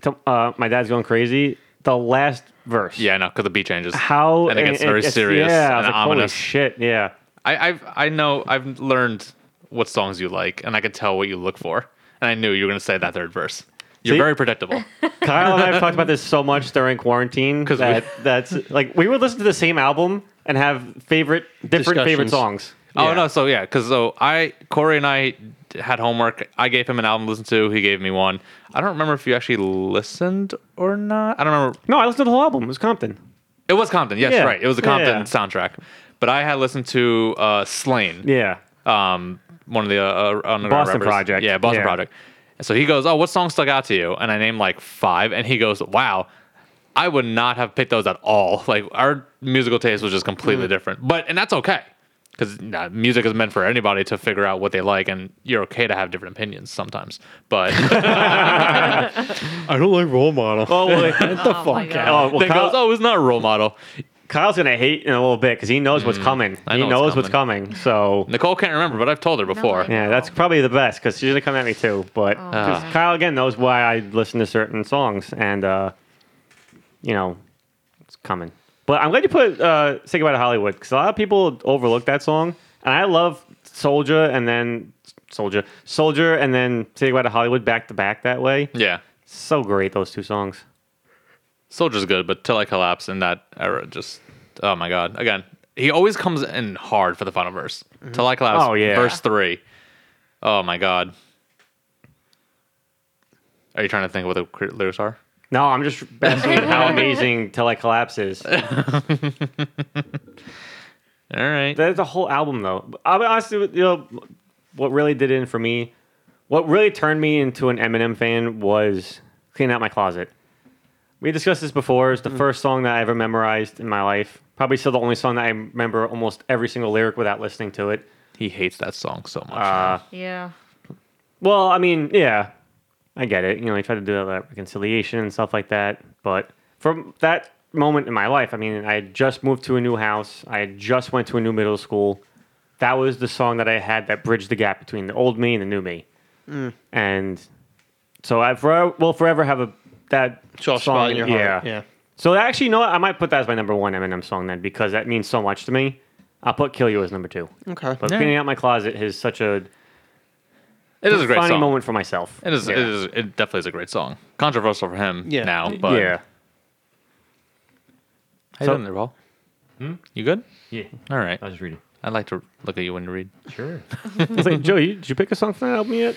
[SPEAKER 3] t- uh, my dad's going crazy. The last verse.
[SPEAKER 4] Yeah, I know, because the beat changes.
[SPEAKER 3] How
[SPEAKER 4] And it gets very
[SPEAKER 3] it's-
[SPEAKER 4] serious
[SPEAKER 3] Yeah. I was
[SPEAKER 4] and
[SPEAKER 3] like, holy
[SPEAKER 4] ominous.
[SPEAKER 3] shit. Yeah.
[SPEAKER 4] I, I've, I know, I've learned what songs you like, and I could tell what you look for. And I knew you were going to say that third verse. You're
[SPEAKER 3] See?
[SPEAKER 4] very predictable.
[SPEAKER 3] Kyle and I have talked about this so much during quarantine
[SPEAKER 4] 'Cause
[SPEAKER 3] because
[SPEAKER 4] we-
[SPEAKER 3] that, that's like we would listen to the same album and have favorite different favorite
[SPEAKER 2] Discussions.
[SPEAKER 3] songs.
[SPEAKER 4] Oh no, so yeah, because so I Corey and I had homework. I gave him an album to listen to. He gave me one. I don't remember if you actually listened or not. I don't remember.
[SPEAKER 3] No, I listened to the whole album. It was Compton.
[SPEAKER 4] It was Compton. Yes,
[SPEAKER 3] Yeah.
[SPEAKER 4] right. It was a
[SPEAKER 3] Yeah,
[SPEAKER 4] Compton
[SPEAKER 3] yeah.
[SPEAKER 4] soundtrack. But I had listened to uh, Slain.
[SPEAKER 3] Yeah.
[SPEAKER 4] Um, one of the uh, uh, underground
[SPEAKER 3] Boston
[SPEAKER 4] rappers.
[SPEAKER 3] Project.
[SPEAKER 4] Yeah, Boston
[SPEAKER 3] Yeah.
[SPEAKER 4] Project. And so he goes, "Oh, what song stuck out to you?" And I named like five, and he goes, "Wow." I would not have picked those at all. Like our musical taste was just completely
[SPEAKER 3] Mm-hmm.
[SPEAKER 4] different. But and that's okay. Because music is meant for anybody to figure out what they like, and you're okay to have different opinions sometimes. But
[SPEAKER 1] I don't like role model.
[SPEAKER 3] Oh, well, what the
[SPEAKER 5] Oh my God.
[SPEAKER 3] Oh, well,
[SPEAKER 4] they
[SPEAKER 3] Kyle,
[SPEAKER 4] goes, oh, it's not a role model.
[SPEAKER 3] Kyle's gonna hate in a little bit because he knows what's coming.
[SPEAKER 4] Mm. I
[SPEAKER 3] he
[SPEAKER 4] know
[SPEAKER 3] knows
[SPEAKER 4] what's
[SPEAKER 3] what's coming. So
[SPEAKER 4] Nicole can't remember, but I've told her before.
[SPEAKER 5] I-
[SPEAKER 3] yeah, that's probably the best because she's gonna come at me too. But 'cause Kyle again knows why I listen to certain songs, and uh, you know, it's coming. But I'm glad you put uh, "Say Goodbye to Hollywood" because a lot of people overlook that song, and I love "Soldier" and then "Soldier," "Soldier" and then "Say Goodbye to Hollywood" back to back that way.
[SPEAKER 4] yeah.
[SPEAKER 3] So great those two songs.
[SPEAKER 4] Soldier's good, but Till I Collapse in that era just oh my god. Again, he always comes in hard for the final verse. Till I Collapse
[SPEAKER 3] Oh, yeah.
[SPEAKER 4] verse 3. Oh my god. Are you trying to think what the cr- lyrics are?
[SPEAKER 3] No, I'm just basking in how amazing "Till I Collapse" is.
[SPEAKER 4] All right.
[SPEAKER 3] That's a whole album, though. I'll be honest with you. Know, what really did it in for me, what really turned me into an Eminem fan was "Clean Out My Closet." We discussed this before. It's the first song that I ever memorized in my life. Probably still the only song that I remember almost every single lyric without listening to it.
[SPEAKER 4] he hates that song so much.
[SPEAKER 3] Uh,
[SPEAKER 5] Yeah.
[SPEAKER 3] Well, I mean, yeah, I get it. You know, he tried to do all that reconciliation and stuff like that. But from that moment in my life, I mean, I had just moved to a new house. I had just went to a new middle school. That was the song that I had that bridged the gap between the old me and the new me.
[SPEAKER 4] Mm.
[SPEAKER 3] And so I forever, will forever have a that
[SPEAKER 2] Soft
[SPEAKER 3] song
[SPEAKER 2] spot in your heart.
[SPEAKER 3] Yeah.
[SPEAKER 2] Yeah.
[SPEAKER 3] So actually, you know what? I might put that as my number one Eminem song then because that means so much to me. I'll put "Kill You" as number two.
[SPEAKER 2] Okay.
[SPEAKER 3] But cleaning out my closet is such a
[SPEAKER 4] It is a great
[SPEAKER 3] funny
[SPEAKER 4] song.
[SPEAKER 3] moment for myself.
[SPEAKER 4] It is,
[SPEAKER 3] Yeah.
[SPEAKER 4] it is it definitely is a great song. Controversial for him
[SPEAKER 2] Yeah.
[SPEAKER 4] now, but
[SPEAKER 3] yeah.
[SPEAKER 4] How you
[SPEAKER 3] So-
[SPEAKER 4] doing there, Paul? You good?
[SPEAKER 6] Yeah,
[SPEAKER 4] All right.
[SPEAKER 6] I was reading.
[SPEAKER 4] I'd like to look at you when you read.
[SPEAKER 6] Sure.
[SPEAKER 3] I was like, Joe, you, did you pick a song for that album yet?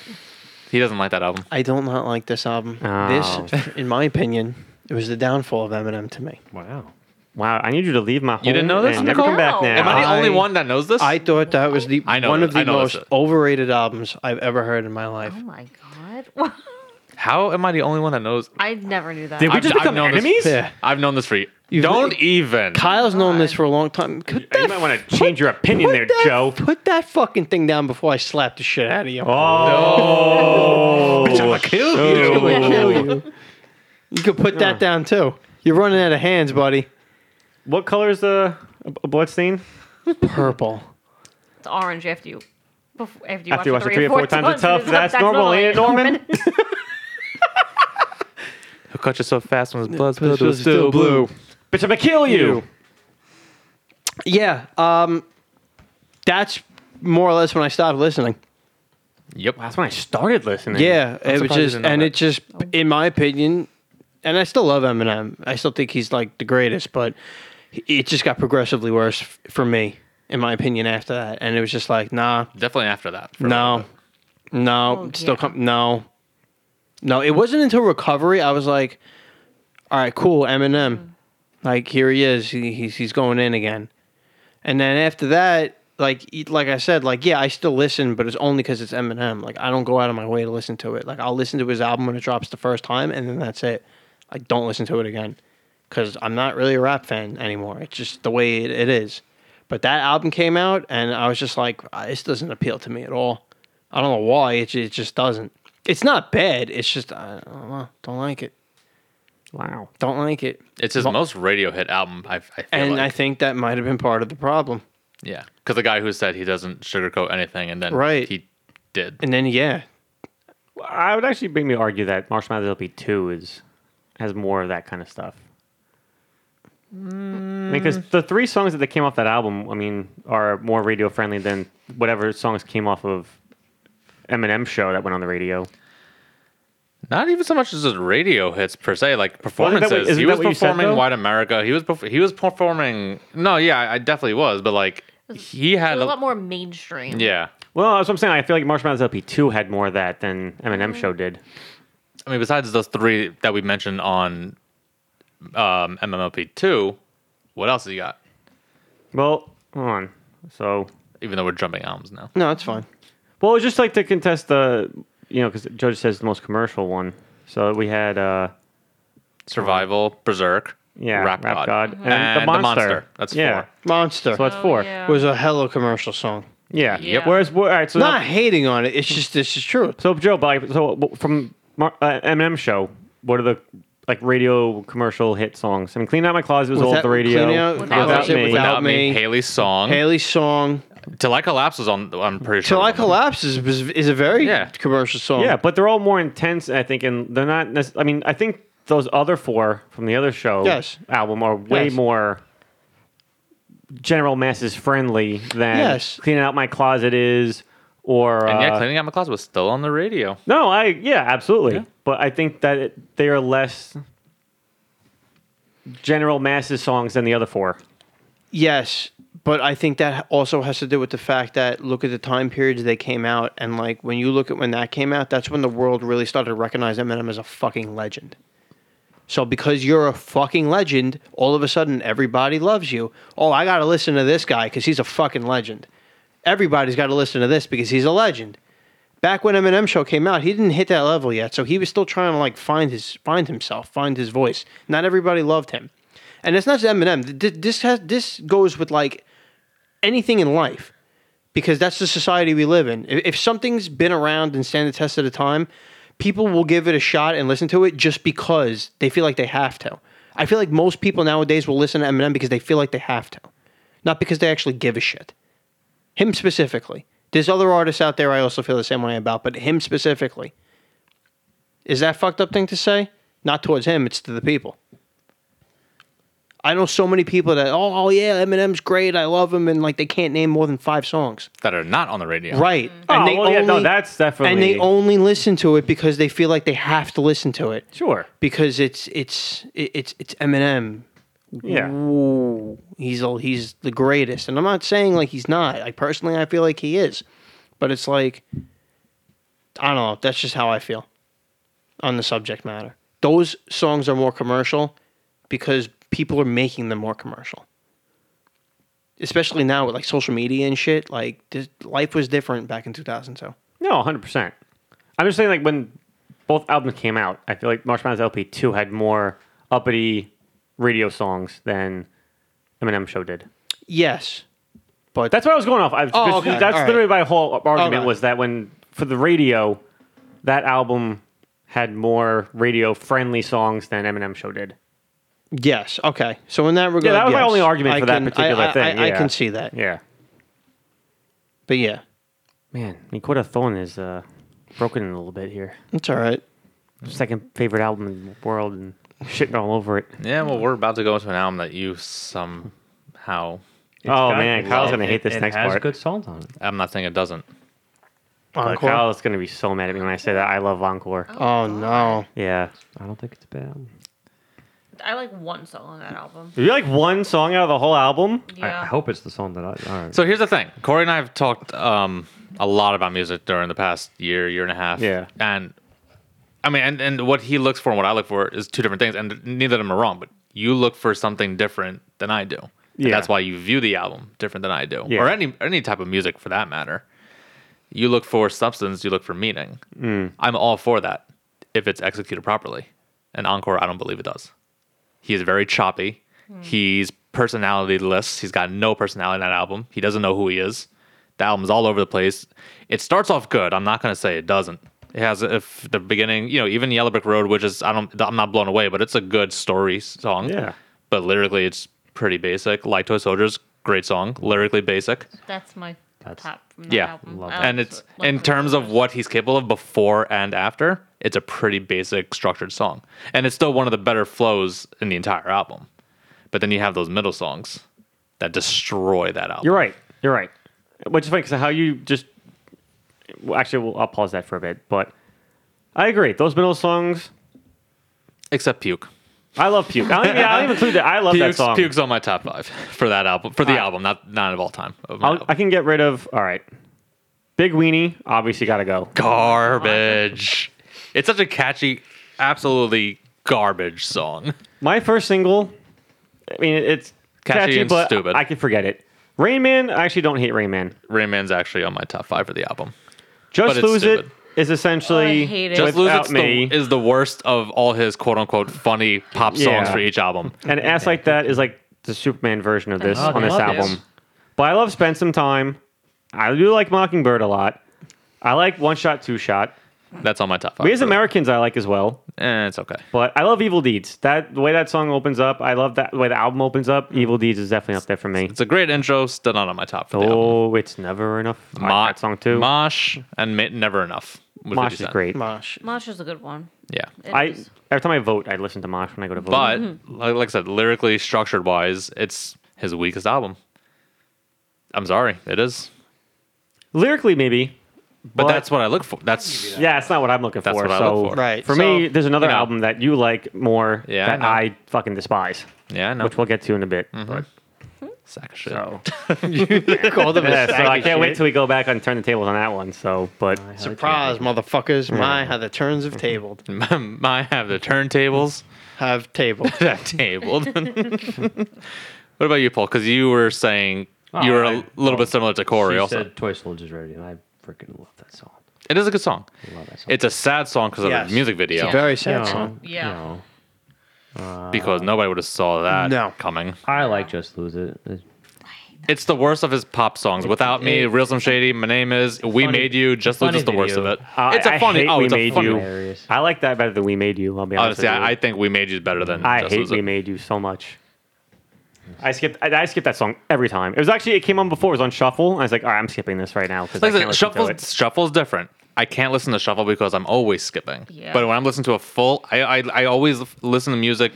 [SPEAKER 4] He doesn't like that album.
[SPEAKER 2] I don't not like this album. This, in my opinion, it was the downfall of Eminem to me.
[SPEAKER 6] Wow.
[SPEAKER 3] Wow, I need you to leave my home.
[SPEAKER 4] You didn't know this,
[SPEAKER 3] and Never come back
[SPEAKER 5] Nicole?
[SPEAKER 3] now.
[SPEAKER 4] Am I the
[SPEAKER 2] I-
[SPEAKER 4] only one that knows this?
[SPEAKER 2] I thought that was the
[SPEAKER 4] I know
[SPEAKER 2] one
[SPEAKER 4] that-
[SPEAKER 2] of the
[SPEAKER 4] I know
[SPEAKER 2] most
[SPEAKER 4] that's it.
[SPEAKER 2] overrated albums I've ever heard in my life.
[SPEAKER 5] Oh my god.
[SPEAKER 4] How am I the only one that knows?
[SPEAKER 5] I never knew that.
[SPEAKER 3] Did we
[SPEAKER 4] I've-
[SPEAKER 3] just
[SPEAKER 4] I've
[SPEAKER 3] become
[SPEAKER 4] known this-
[SPEAKER 3] enemies?
[SPEAKER 2] Yeah.
[SPEAKER 4] I've known this for you. Don't even.
[SPEAKER 2] Kyle's known this for a long time. Put
[SPEAKER 3] You might want to change your opinion there,
[SPEAKER 2] that,
[SPEAKER 3] Joe.
[SPEAKER 2] Put that fucking thing down before I slap the shit out of you.
[SPEAKER 3] Oh,
[SPEAKER 4] Bitch, I'ma kill you.
[SPEAKER 3] Oh.
[SPEAKER 2] I'll kill you. You could put that down too. You're running out of hands, buddy.
[SPEAKER 3] what color is the a blood stain?
[SPEAKER 2] Purple.
[SPEAKER 5] It's orange after you. Before, after you
[SPEAKER 3] After
[SPEAKER 5] watch,
[SPEAKER 3] you watch
[SPEAKER 5] it
[SPEAKER 3] it three or four times, it's tough. That's normal, ain't it, Norman?
[SPEAKER 4] He'll cut you so fast when his blood's
[SPEAKER 2] blood's still blue.
[SPEAKER 3] Bitch, I'm gonna kill you.
[SPEAKER 2] Yeah. Um, that's more or less when I stopped listening.
[SPEAKER 4] Yep.
[SPEAKER 3] That's when I started listening.
[SPEAKER 2] Yeah,
[SPEAKER 4] I'm
[SPEAKER 2] it was
[SPEAKER 4] surprised you
[SPEAKER 2] just,
[SPEAKER 4] didn't know
[SPEAKER 2] and
[SPEAKER 4] that.
[SPEAKER 2] it just, in my opinion, and I still love Eminem. I still think he's like the greatest, but it just got progressively worse f- for me, in my opinion. After that, and it was just like, nah,
[SPEAKER 4] Definitely after that. for
[SPEAKER 2] no, no,
[SPEAKER 5] Oh,
[SPEAKER 2] still
[SPEAKER 5] yeah.
[SPEAKER 2] come, no, no. It wasn't until recovery I was like, all right, cool, Eminem,
[SPEAKER 5] Mm.
[SPEAKER 2] like here he is, he, he's he's going in again, and then after that. Like, e- like I said, like yeah, I still listen, but it's only because it's Eminem. Like, I don't go out of my way to listen to it. Like, I'll listen to his album when it drops the first time, and then that's it. I don't listen to it again because I'm not really a rap fan anymore. It's just the way it, it is. But that album came out, and I was just like, "Ah, this doesn't appeal to me at all. I don't know why. It, ju- it just doesn't. It's not bad. It's just I don't know. Don't like it.
[SPEAKER 3] Wow.
[SPEAKER 2] Don't like it.
[SPEAKER 4] It's his most radio hit album. I, I feel
[SPEAKER 2] And
[SPEAKER 4] like.
[SPEAKER 2] I think that might have been part of the problem.
[SPEAKER 4] yeah, because the guy who said he doesn't sugarcoat anything, and then
[SPEAKER 2] Right.
[SPEAKER 4] he did.
[SPEAKER 2] And then yeah,
[SPEAKER 3] I would actually make me argue that Marshall Mathers LP two is has more of that kind of stuff. Because the three songs that they came off that album, I mean, are more radio friendly than whatever songs came off of Eminem show that went on the radio.
[SPEAKER 4] Not even so much as his radio hits per se, like performances.
[SPEAKER 3] isn't
[SPEAKER 4] he
[SPEAKER 3] that
[SPEAKER 4] was
[SPEAKER 3] what you said,
[SPEAKER 4] performing
[SPEAKER 3] though?
[SPEAKER 4] "White America." He was perf- he was performing. No, yeah, I, I definitely was, but like he
[SPEAKER 5] a
[SPEAKER 4] had a,
[SPEAKER 5] lot more mainstream.
[SPEAKER 4] yeah.
[SPEAKER 3] Well, that's what I'm saying. I feel like Marshall Mathers LP two had more of that than Eminem show did.
[SPEAKER 4] I mean, besides those three that we mentioned on um, MMLP two, what else has he got?
[SPEAKER 3] Well, hold on. So
[SPEAKER 4] Even though we're jumping albums now,
[SPEAKER 2] no, it's fine.
[SPEAKER 3] Well, it was just like to contest the, you know, because the judge says the most commercial one. So we had, uh,
[SPEAKER 4] Survival, Berserk,
[SPEAKER 3] yeah,
[SPEAKER 4] Rap, God,
[SPEAKER 3] and, the, monster.
[SPEAKER 4] That's
[SPEAKER 3] yeah.
[SPEAKER 4] four.
[SPEAKER 2] Monster
[SPEAKER 3] So that's
[SPEAKER 5] Oh,
[SPEAKER 3] four.
[SPEAKER 5] yeah.
[SPEAKER 2] was a hello commercial song.
[SPEAKER 3] Yeah.
[SPEAKER 5] Yep.
[SPEAKER 3] Whereas, all right, so
[SPEAKER 2] Not
[SPEAKER 3] now-
[SPEAKER 2] hating on it. It's just this is true.
[SPEAKER 3] so Joe, but like, so w- from Mar- uh, Eminem show, what are the like radio commercial hit songs? I mean, "Clean Out My Closet" was all
[SPEAKER 2] Without-
[SPEAKER 3] the radio.
[SPEAKER 2] Clean Out-
[SPEAKER 5] Without
[SPEAKER 3] without
[SPEAKER 5] Me.
[SPEAKER 3] me.
[SPEAKER 2] Without-
[SPEAKER 4] Without me,
[SPEAKER 2] Me.
[SPEAKER 4] Haley's song.
[SPEAKER 2] Haley's song
[SPEAKER 4] Till I collapse was on. I'm pretty sure.
[SPEAKER 2] "Till I
[SPEAKER 4] was on-
[SPEAKER 2] Collapse" is, is is a very
[SPEAKER 4] Yeah.
[SPEAKER 2] commercial song.
[SPEAKER 3] yeah, but they're all more intense, I think, and they're not. Nec- I mean, I think those other four from the other show
[SPEAKER 2] Yes.
[SPEAKER 3] album are way
[SPEAKER 2] Yes.
[SPEAKER 3] more general masses friendly than
[SPEAKER 2] Yes.
[SPEAKER 3] cleaning out my closet is or
[SPEAKER 4] And yeah,
[SPEAKER 3] uh,
[SPEAKER 4] cleaning out my closet was still on the radio.
[SPEAKER 3] no, I yeah, absolutely. But I think that it, they are less general masses songs than the other four.
[SPEAKER 2] Yes, but I think that also has to do with the fact that look at the time periods they came out, and like when you look at when that came out, that's when the world really started to recognize Eminem as a fucking legend. So because you're a fucking legend, all of a sudden everybody loves you. Oh, I gotta listen to this guy because he's a fucking legend. Everybody's got to listen to this because he's a legend. Back when Eminem show came out, he didn't hit that level yet, so he was still trying to like find his find himself, find his voice. Not everybody loved him, and it's not just Eminem. Th- th- This has this goes with like anything in life because that's the society we live in. If if something's been around and stand the test of the time, people will give it a shot and listen to it just because they feel like they have to. I feel like most people nowadays will listen to Eminem because they feel like they have to, not because they actually give a shit. Him specifically. There's other artists out there I also feel the same way about, but him specifically. Is that a fucked up thing to say? Not towards him, it's to the people. I know so many people that, oh, oh yeah, Eminem's great, I love him, and like they can't name more than five songs.
[SPEAKER 4] That are not on the radio.
[SPEAKER 2] Right.
[SPEAKER 3] oh, well, yeah, no, that's definitely
[SPEAKER 2] and they only listen to it because they feel like they have to listen to it
[SPEAKER 3] sure.
[SPEAKER 2] because it's it's it's it's Eminem.
[SPEAKER 3] Yeah.
[SPEAKER 2] Mm-hmm. Ooh, he's a, he's the greatest, and I'm not saying like he's not. Like personally, I feel like he is, but it's like I don't know. That's just how I feel on the subject matter. Those songs are more commercial because people are making them more commercial. Especially now with like social media and shit, like this, life was different back in 2002.
[SPEAKER 3] No, hundred percent. I'm just saying, like when both albums came out, I feel like Marsh Madness LP two had more uppity radio songs than Eminem Show did.
[SPEAKER 2] Yes. But
[SPEAKER 3] That's what I was going off. I,
[SPEAKER 2] Oh,
[SPEAKER 3] this-
[SPEAKER 2] okay.
[SPEAKER 3] That's
[SPEAKER 2] All right.
[SPEAKER 3] literally my whole argument
[SPEAKER 2] Okay.
[SPEAKER 3] was that when for the radio, that album had more radio friendly songs than Eminem Show did.
[SPEAKER 2] yes, okay. So in that regard,
[SPEAKER 3] that was my
[SPEAKER 2] yes.
[SPEAKER 3] only argument
[SPEAKER 2] I
[SPEAKER 3] for that
[SPEAKER 2] can- I-
[SPEAKER 3] particular
[SPEAKER 2] I- I-
[SPEAKER 3] thing,
[SPEAKER 2] I
[SPEAKER 3] yeah.
[SPEAKER 2] can see that.
[SPEAKER 3] Yeah,
[SPEAKER 2] But yeah,
[SPEAKER 3] man, Nikota Thorne is uh, broken a little bit here.
[SPEAKER 2] it's all right.
[SPEAKER 3] Second favorite album in the world and shitting all over it.
[SPEAKER 4] Yeah, well, we're about to go into an album that you somehow.
[SPEAKER 3] oh
[SPEAKER 6] got-
[SPEAKER 3] man, Kyle's
[SPEAKER 6] it-
[SPEAKER 3] gonna hate this
[SPEAKER 6] it
[SPEAKER 3] next
[SPEAKER 6] has
[SPEAKER 3] part.
[SPEAKER 6] good songs on it.
[SPEAKER 4] I'm not saying it doesn't.
[SPEAKER 3] Uh,
[SPEAKER 2] Encore.
[SPEAKER 3] Kyle's gonna be so mad at me when I say that I love Encore.
[SPEAKER 2] Oh no.
[SPEAKER 3] Yeah.
[SPEAKER 6] I don't think it's bad.
[SPEAKER 5] I like one song on that album.
[SPEAKER 3] You like one song out of the whole album?
[SPEAKER 5] Yeah.
[SPEAKER 6] I, I hope it's the song that I. All right.
[SPEAKER 4] So here's the thing Corey and I have talked um, a lot about music during the past year, year and a half.
[SPEAKER 3] Yeah.
[SPEAKER 4] And I mean, and, and what he looks for and what I look for is two different things, and neither of them are wrong, but you look for something different than I do. And
[SPEAKER 3] Yeah.
[SPEAKER 4] that's why you view the album different than I do,
[SPEAKER 3] Yeah.
[SPEAKER 4] or any any type of music for that matter. You look for substance, you look for meaning. I'm all for that if it's executed properly. And Encore, I don't believe it does. He is very choppy. He's personalityless. He's got no personality in that album. He doesn't know who he is. The album's all over the place. It starts off good. I'm not gonna say it doesn't. It has if the beginning, you know, even Yellow Brick Road, which is I don't I'm not blown away, but it's a good story song.
[SPEAKER 3] Yeah.
[SPEAKER 4] But lyrically it's pretty basic. Like Toy Soldiers, great song. Lyrically basic.
[SPEAKER 5] That's my
[SPEAKER 6] That's-
[SPEAKER 5] top from that
[SPEAKER 4] Yeah.
[SPEAKER 5] album.
[SPEAKER 6] Love
[SPEAKER 5] I
[SPEAKER 6] it.
[SPEAKER 5] like
[SPEAKER 4] and it's
[SPEAKER 5] Sw- Love
[SPEAKER 4] in
[SPEAKER 5] Sw-
[SPEAKER 4] terms of what he's capable of before and after, it's a pretty basic structured song. And it's still one of the better flows in the entire album. But then you have those middle songs that destroy that album.
[SPEAKER 3] You're right. You're right. Which is funny because how you just well, actually, well, I'll pause that for a bit. But I agree. Those middle songs,
[SPEAKER 4] Except Puke.
[SPEAKER 3] I love Puke. I don't even, I don't even include that. I love
[SPEAKER 4] Puke's,
[SPEAKER 3] that song.
[SPEAKER 4] Puke's on my top five for that album, for the
[SPEAKER 3] Alright.
[SPEAKER 4] album, not not of all time. Of my
[SPEAKER 3] I'll,
[SPEAKER 4] album.
[SPEAKER 3] I can get rid of. All right. Big Weenie, obviously got to go.
[SPEAKER 4] garbage. It's such a catchy, absolutely garbage song.
[SPEAKER 3] My first single, I mean, it's
[SPEAKER 4] Catchy
[SPEAKER 3] catchy,
[SPEAKER 4] and
[SPEAKER 3] but
[SPEAKER 4] stupid.
[SPEAKER 3] I can forget it. Rain Man, I actually don't hate Rain Man.
[SPEAKER 4] Rayman's actually on my top five for the album. But
[SPEAKER 3] Just
[SPEAKER 4] it's
[SPEAKER 3] Lose
[SPEAKER 4] stupid.
[SPEAKER 3] It is essentially
[SPEAKER 5] Oh, I hate it.
[SPEAKER 4] Just Lose
[SPEAKER 3] without
[SPEAKER 4] It's
[SPEAKER 3] me.
[SPEAKER 4] The, is the worst of all his quote unquote funny pop songs
[SPEAKER 3] Yeah.
[SPEAKER 4] for each album.
[SPEAKER 3] And ass like that is like the Superman version of this
[SPEAKER 5] Oh,
[SPEAKER 3] on this
[SPEAKER 6] love
[SPEAKER 3] album.
[SPEAKER 6] it.
[SPEAKER 3] But I love Spend Some Time. I do like Mockingbird a lot. I like One Shot, Two Shot.
[SPEAKER 4] That's on my top five.
[SPEAKER 3] We as
[SPEAKER 4] for that.
[SPEAKER 3] Americans, I like as well.
[SPEAKER 4] Eh, it's okay.
[SPEAKER 3] But I love Evil Deeds. That the way that song opens up, I love that the way the album opens up. Evil Deeds is definitely up there for me.
[SPEAKER 4] Mm. It's a great intro, still not on my top for the album.
[SPEAKER 3] Oh, it's never enough. I like
[SPEAKER 4] Ma-
[SPEAKER 3] that song too.
[SPEAKER 4] Mosh and Ma- Never Enough. with
[SPEAKER 3] Mosh
[SPEAKER 4] 50
[SPEAKER 3] is
[SPEAKER 4] Cent.
[SPEAKER 3] great.
[SPEAKER 2] Mosh.
[SPEAKER 5] Mosh is a good one.
[SPEAKER 4] Yeah.
[SPEAKER 5] It
[SPEAKER 3] I
[SPEAKER 5] is.
[SPEAKER 3] every time I vote, I listen to Mosh when I go to vote.
[SPEAKER 4] But like, like I said, lyrically, structured wise, it's his weakest album. I'm sorry, it is.
[SPEAKER 3] lyrically, maybe.
[SPEAKER 4] But, that's what I look for. That's
[SPEAKER 3] Yeah, it's not what I'm looking
[SPEAKER 4] That's
[SPEAKER 3] for.
[SPEAKER 4] what I
[SPEAKER 3] so
[SPEAKER 4] look for.
[SPEAKER 2] Right,
[SPEAKER 3] For
[SPEAKER 2] so-
[SPEAKER 3] me, there's another
[SPEAKER 4] You know.
[SPEAKER 3] album that you like more
[SPEAKER 4] Yeah,
[SPEAKER 3] that
[SPEAKER 4] I
[SPEAKER 3] I, fucking despise,
[SPEAKER 4] yeah, I know.
[SPEAKER 3] which we'll get to in a bit.
[SPEAKER 4] Mm-hmm.
[SPEAKER 3] But,
[SPEAKER 4] Sack of shit.
[SPEAKER 3] so
[SPEAKER 2] Call them a
[SPEAKER 3] yeah, so
[SPEAKER 2] sack
[SPEAKER 3] I
[SPEAKER 2] of
[SPEAKER 3] can't
[SPEAKER 2] shit.
[SPEAKER 3] wait till we go back and turn the tables on that one. So, but
[SPEAKER 2] Surprise, motherfuckers. My, how the turns have tabled.
[SPEAKER 4] I have the turntables
[SPEAKER 2] Have tabled.
[SPEAKER 4] that tabled. what about you, Paul? Because you were saying you were a
[SPEAKER 6] I-
[SPEAKER 4] little bit similar to Corey.
[SPEAKER 6] she
[SPEAKER 4] Also,
[SPEAKER 6] said Toy Soldiers Radio, and I freaking love that song.
[SPEAKER 4] it is a good song.
[SPEAKER 6] Love that song.
[SPEAKER 4] It's a sad song because of
[SPEAKER 2] Yes.
[SPEAKER 4] the music video.
[SPEAKER 5] Yeah.
[SPEAKER 2] Very sad
[SPEAKER 6] You know,
[SPEAKER 2] song.
[SPEAKER 5] Yeah.
[SPEAKER 6] you know,
[SPEAKER 4] because nobody would have saw that
[SPEAKER 2] No.
[SPEAKER 4] coming.
[SPEAKER 6] I like Just Lose It. It's
[SPEAKER 4] It's the worst of his pop songs. Without me,
[SPEAKER 6] it-
[SPEAKER 4] Real Slim Shady, My Name Is, We
[SPEAKER 6] funny-
[SPEAKER 4] Made You, Just Lose
[SPEAKER 6] funny
[SPEAKER 4] is the worst of
[SPEAKER 6] video.
[SPEAKER 4] it.
[SPEAKER 3] I-
[SPEAKER 4] it's a
[SPEAKER 3] I
[SPEAKER 4] funny.
[SPEAKER 3] hate
[SPEAKER 4] oh,
[SPEAKER 3] We
[SPEAKER 4] it's a
[SPEAKER 3] Made
[SPEAKER 4] funny.
[SPEAKER 3] You.
[SPEAKER 6] hilarious.
[SPEAKER 3] I like that better than We Made You. I'll be honest.
[SPEAKER 4] Honestly,
[SPEAKER 3] with you.
[SPEAKER 4] I, I think We Made You is better than
[SPEAKER 3] I
[SPEAKER 4] Just
[SPEAKER 3] hate
[SPEAKER 4] Lose
[SPEAKER 3] We
[SPEAKER 4] It.
[SPEAKER 3] Made You so much. I skipped. I, I skipped that song every time. It was actually it came on before. It was on shuffle. I was like, all right, I'm skipping this right now because
[SPEAKER 4] Like I
[SPEAKER 3] I
[SPEAKER 4] said,
[SPEAKER 3] can't
[SPEAKER 4] shuffle's,
[SPEAKER 3] listen to it.
[SPEAKER 4] shuffle's different. I can't listen to shuffle because I'm always skipping.
[SPEAKER 5] Yeah.
[SPEAKER 4] But when I'm listening to a full, I, I, I always l- listen to music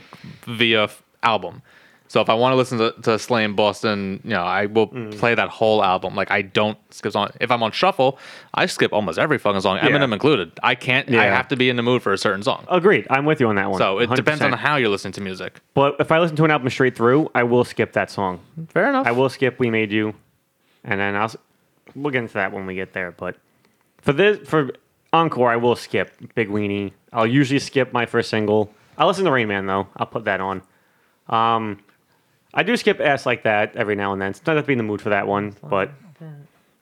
[SPEAKER 4] via f- album. So if I want to listen to, to Slay in Boston, you know, I will
[SPEAKER 3] Mm.
[SPEAKER 4] play that whole album. Like I don't skip song. If I'm on shuffle, I skip almost every fucking song, Eminem included. I can't. I
[SPEAKER 3] Yeah.
[SPEAKER 4] have to be in the mood for a certain song.
[SPEAKER 3] Agreed. I'm with you on that one.
[SPEAKER 4] so it depends on
[SPEAKER 3] 100%.
[SPEAKER 4] how you're listening to music.
[SPEAKER 3] But if I listen to an album straight through, I will skip that song.
[SPEAKER 4] Fair enough.
[SPEAKER 3] I will skip "We Made You," and then I'll s- we'll get into that when we get there. But for this, for Encore, I will skip Big Weenie. I'll usually skip my first single. I listen to Rain Man though. I'll put that on. Um, I do skip S like that every now and then. It's not to be in the mood for that one, but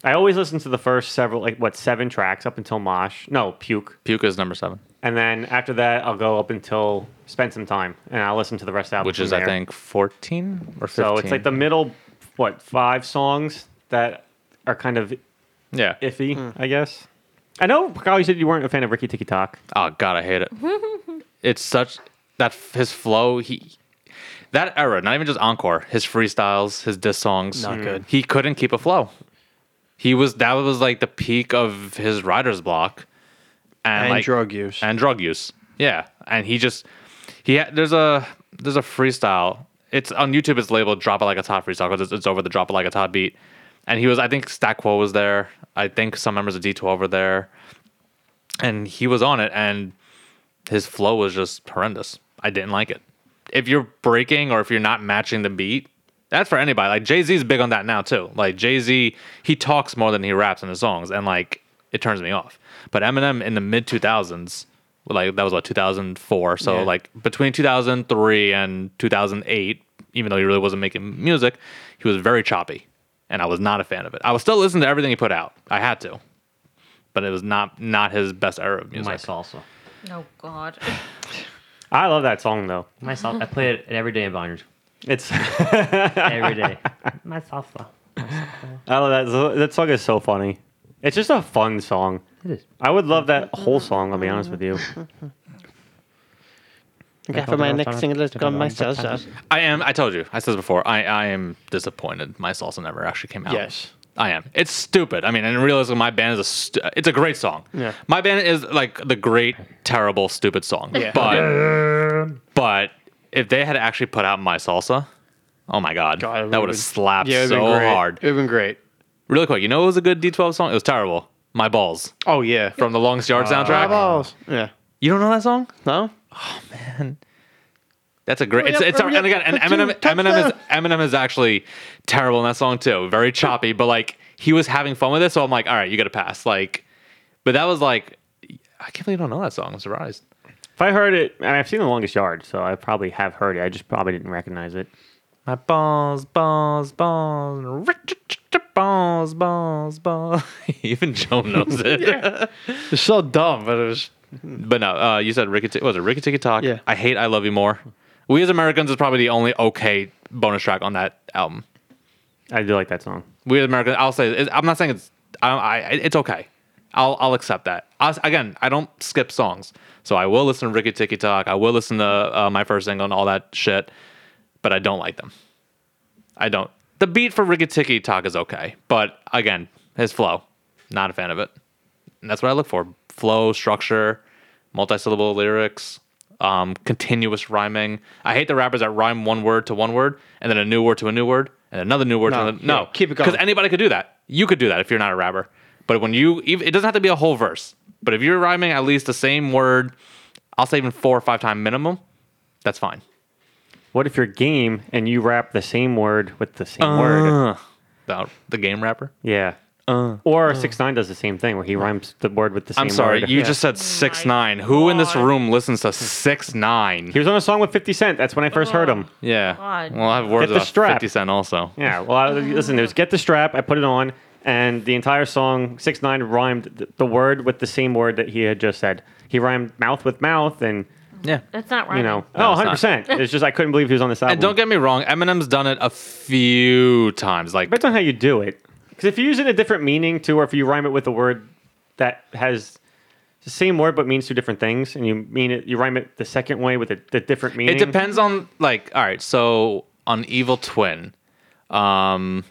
[SPEAKER 3] I always listen to the first several, like what seven tracks up until Mosh. No, Puke,
[SPEAKER 4] Puka is number seven,
[SPEAKER 3] and then after that, I'll go up until Spend Some Time, and I'll listen to the rest of the album.
[SPEAKER 4] which
[SPEAKER 3] from
[SPEAKER 4] is I
[SPEAKER 3] there.
[SPEAKER 4] think fourteen or fifteen.
[SPEAKER 3] So it's like the middle, what five songs that are kind of
[SPEAKER 4] yeah.
[SPEAKER 3] iffy, I guess. I know, Kyle, you said you weren't a fan of Ricky Tikki Tok.
[SPEAKER 4] Oh god, I hate it. it's such that f- his flow. He that era, not even just encore, his freestyles, his diss songs.
[SPEAKER 2] Not good.
[SPEAKER 4] He couldn't keep a flow. He was that was like the peak of his writer's block, and,
[SPEAKER 2] and
[SPEAKER 4] like,
[SPEAKER 2] drug use.
[SPEAKER 4] and drug use. Yeah, and he just he ha- there's a there's a freestyle. It's on YouTube. It's labeled "Drop It Like a Hot" freestyle because it's, it's over the "Drop It Like a Hot" beat. And he was, I think Stack Quo was there. I think some members of D12 were there, and he was on it. And his flow was just horrendous. I didn't like it. If you're breaking or if you're not matching the beat, that's for anybody. Like Jay Z's big on that now too. Like Jay Z, he talks more than he raps in his songs, and like it turns me off. But Eminem in the mid 2000s, like that was what 2004. So
[SPEAKER 2] Yeah.
[SPEAKER 4] like between 2003 and 2008, even though he really wasn't making music, he was very choppy, and I was not a fan of it. I was still listening to everything he put out. I had to, but it was not not his best era of music.
[SPEAKER 6] My salsa.
[SPEAKER 5] Oh God.
[SPEAKER 3] I love that song though.
[SPEAKER 6] My salsa. I play it every day in Vineyard.
[SPEAKER 3] It's
[SPEAKER 6] Every day. My salsa.
[SPEAKER 3] I love that. so- That song is so funny. It's just a fun song.
[SPEAKER 6] It is.
[SPEAKER 3] I would love that whole song. I'll be honest with you.
[SPEAKER 2] Okay, for my next single, it's called My Salsa.
[SPEAKER 4] I am. I told you. I said this before. I, I am disappointed. My salsa never actually came out.
[SPEAKER 2] Yes.
[SPEAKER 4] I am. It's stupid. I mean, and realistically, my band is a. Stu- it's a great song.
[SPEAKER 2] Yeah.
[SPEAKER 4] My band is like the great, terrible, stupid song.
[SPEAKER 2] Yeah.
[SPEAKER 4] But but if they had actually put out my salsa, oh my god,
[SPEAKER 2] God, it would've
[SPEAKER 4] that would have
[SPEAKER 2] been-
[SPEAKER 4] slapped
[SPEAKER 2] Yeah, it would
[SPEAKER 4] so
[SPEAKER 2] have been great.
[SPEAKER 4] hard.
[SPEAKER 2] It would have been great.
[SPEAKER 4] Really quick, you know, it was a good D12 song. It was terrible. My balls
[SPEAKER 2] Oh, yeah.
[SPEAKER 4] from the Longest Yard soundtrack.
[SPEAKER 2] Balls. Yeah.
[SPEAKER 4] you don't know that song?
[SPEAKER 2] No?
[SPEAKER 4] That's a great. It's,
[SPEAKER 2] Hurry up,
[SPEAKER 4] it's
[SPEAKER 2] hurry
[SPEAKER 4] and again,
[SPEAKER 2] up,
[SPEAKER 4] and
[SPEAKER 2] put two,
[SPEAKER 4] Eminem, Eminem is
[SPEAKER 2] touchdown.
[SPEAKER 4] Eminem is actually terrible in that song too. Very choppy, but like he was having fun with it, so I'm like, all right, you got to pass. Like, but that was like, I can't believe you don't know that song. I'm surprised.
[SPEAKER 3] If I heard it, I mean, I've seen The Longest Yard, so I probably have heard it. I just probably didn't recognize it.
[SPEAKER 4] My balls, balls, balls, balls, balls, balls. Even Joe knows it.
[SPEAKER 2] It's so dumb, but it was.
[SPEAKER 4] But no, uh, you said Ricky. T- was it Ricky Tikki Talk?
[SPEAKER 2] Yeah.
[SPEAKER 4] I hate. I love you more. We as Americans is probably the only okay bonus track on that album.
[SPEAKER 3] I do like that song.
[SPEAKER 4] Weird American. I'll say it, I'm not saying it's. I, I it's okay. I'll I'll accept that. I, again, I don't skip songs, so I will listen to Ricky Tikki Talk. I will listen to uh, my first single and all that shit, but I don't like them. I don't. The beat for Ricky Tikki Talk is okay, but again, his flow, not a fan of it. And that's what I look for: flow, structure, multisyllable lyrics, um, continuous rhyming. I hate the rappers that rhyme one word to one word, and then a new word to a new word, and another new word
[SPEAKER 2] No,
[SPEAKER 4] to another. No,
[SPEAKER 2] yeah, keep it going.
[SPEAKER 4] Because anybody could do that. You could do that if you're not a rapper. But when you, ev- it doesn't have to be a whole verse. But if you're rhyming at least the same word, I'll say even four or five time minimum. That's fine.
[SPEAKER 3] What if you're game and you rap the same word with the same
[SPEAKER 4] Uh.
[SPEAKER 3] word?
[SPEAKER 4] The, the game rapper.
[SPEAKER 3] Yeah. or Six Nine does the same thing where he rhymes the word with the same.
[SPEAKER 4] Uh. I'm sorry,
[SPEAKER 3] word.
[SPEAKER 4] you
[SPEAKER 3] Yeah.
[SPEAKER 4] just said six nine. Who in this
[SPEAKER 5] Oh God.
[SPEAKER 4] room listens to six nine?
[SPEAKER 3] He was on a song with Fifty Cent. That's when I first heard him.
[SPEAKER 4] Yeah.
[SPEAKER 5] God.
[SPEAKER 4] Well, I have words
[SPEAKER 3] Get the
[SPEAKER 4] about
[SPEAKER 3] strap.
[SPEAKER 4] Fifty Cent also.
[SPEAKER 3] Yeah. Well, I, listen, there's "Get the Strap." I put it on, and the entire song six nine rhymed th- the word with the same word that he had just said. He rhymed mouth with mouth, and
[SPEAKER 4] Yeah.
[SPEAKER 5] That's not right.
[SPEAKER 3] you know,
[SPEAKER 4] No,
[SPEAKER 3] oh,
[SPEAKER 4] it's
[SPEAKER 3] 100 percent. It's just I couldn't believe he was on this album.
[SPEAKER 4] And don't get me wrong, Eminem's done it a few times. Like
[SPEAKER 3] depends on how you do it. Because if you use it a different meaning to, or if you rhyme it with a word that has the same word but means two different things, and you mean it, you rhyme it the second way with a, the different meaning.
[SPEAKER 4] it depends on like. All right, so on Evil Twin, um,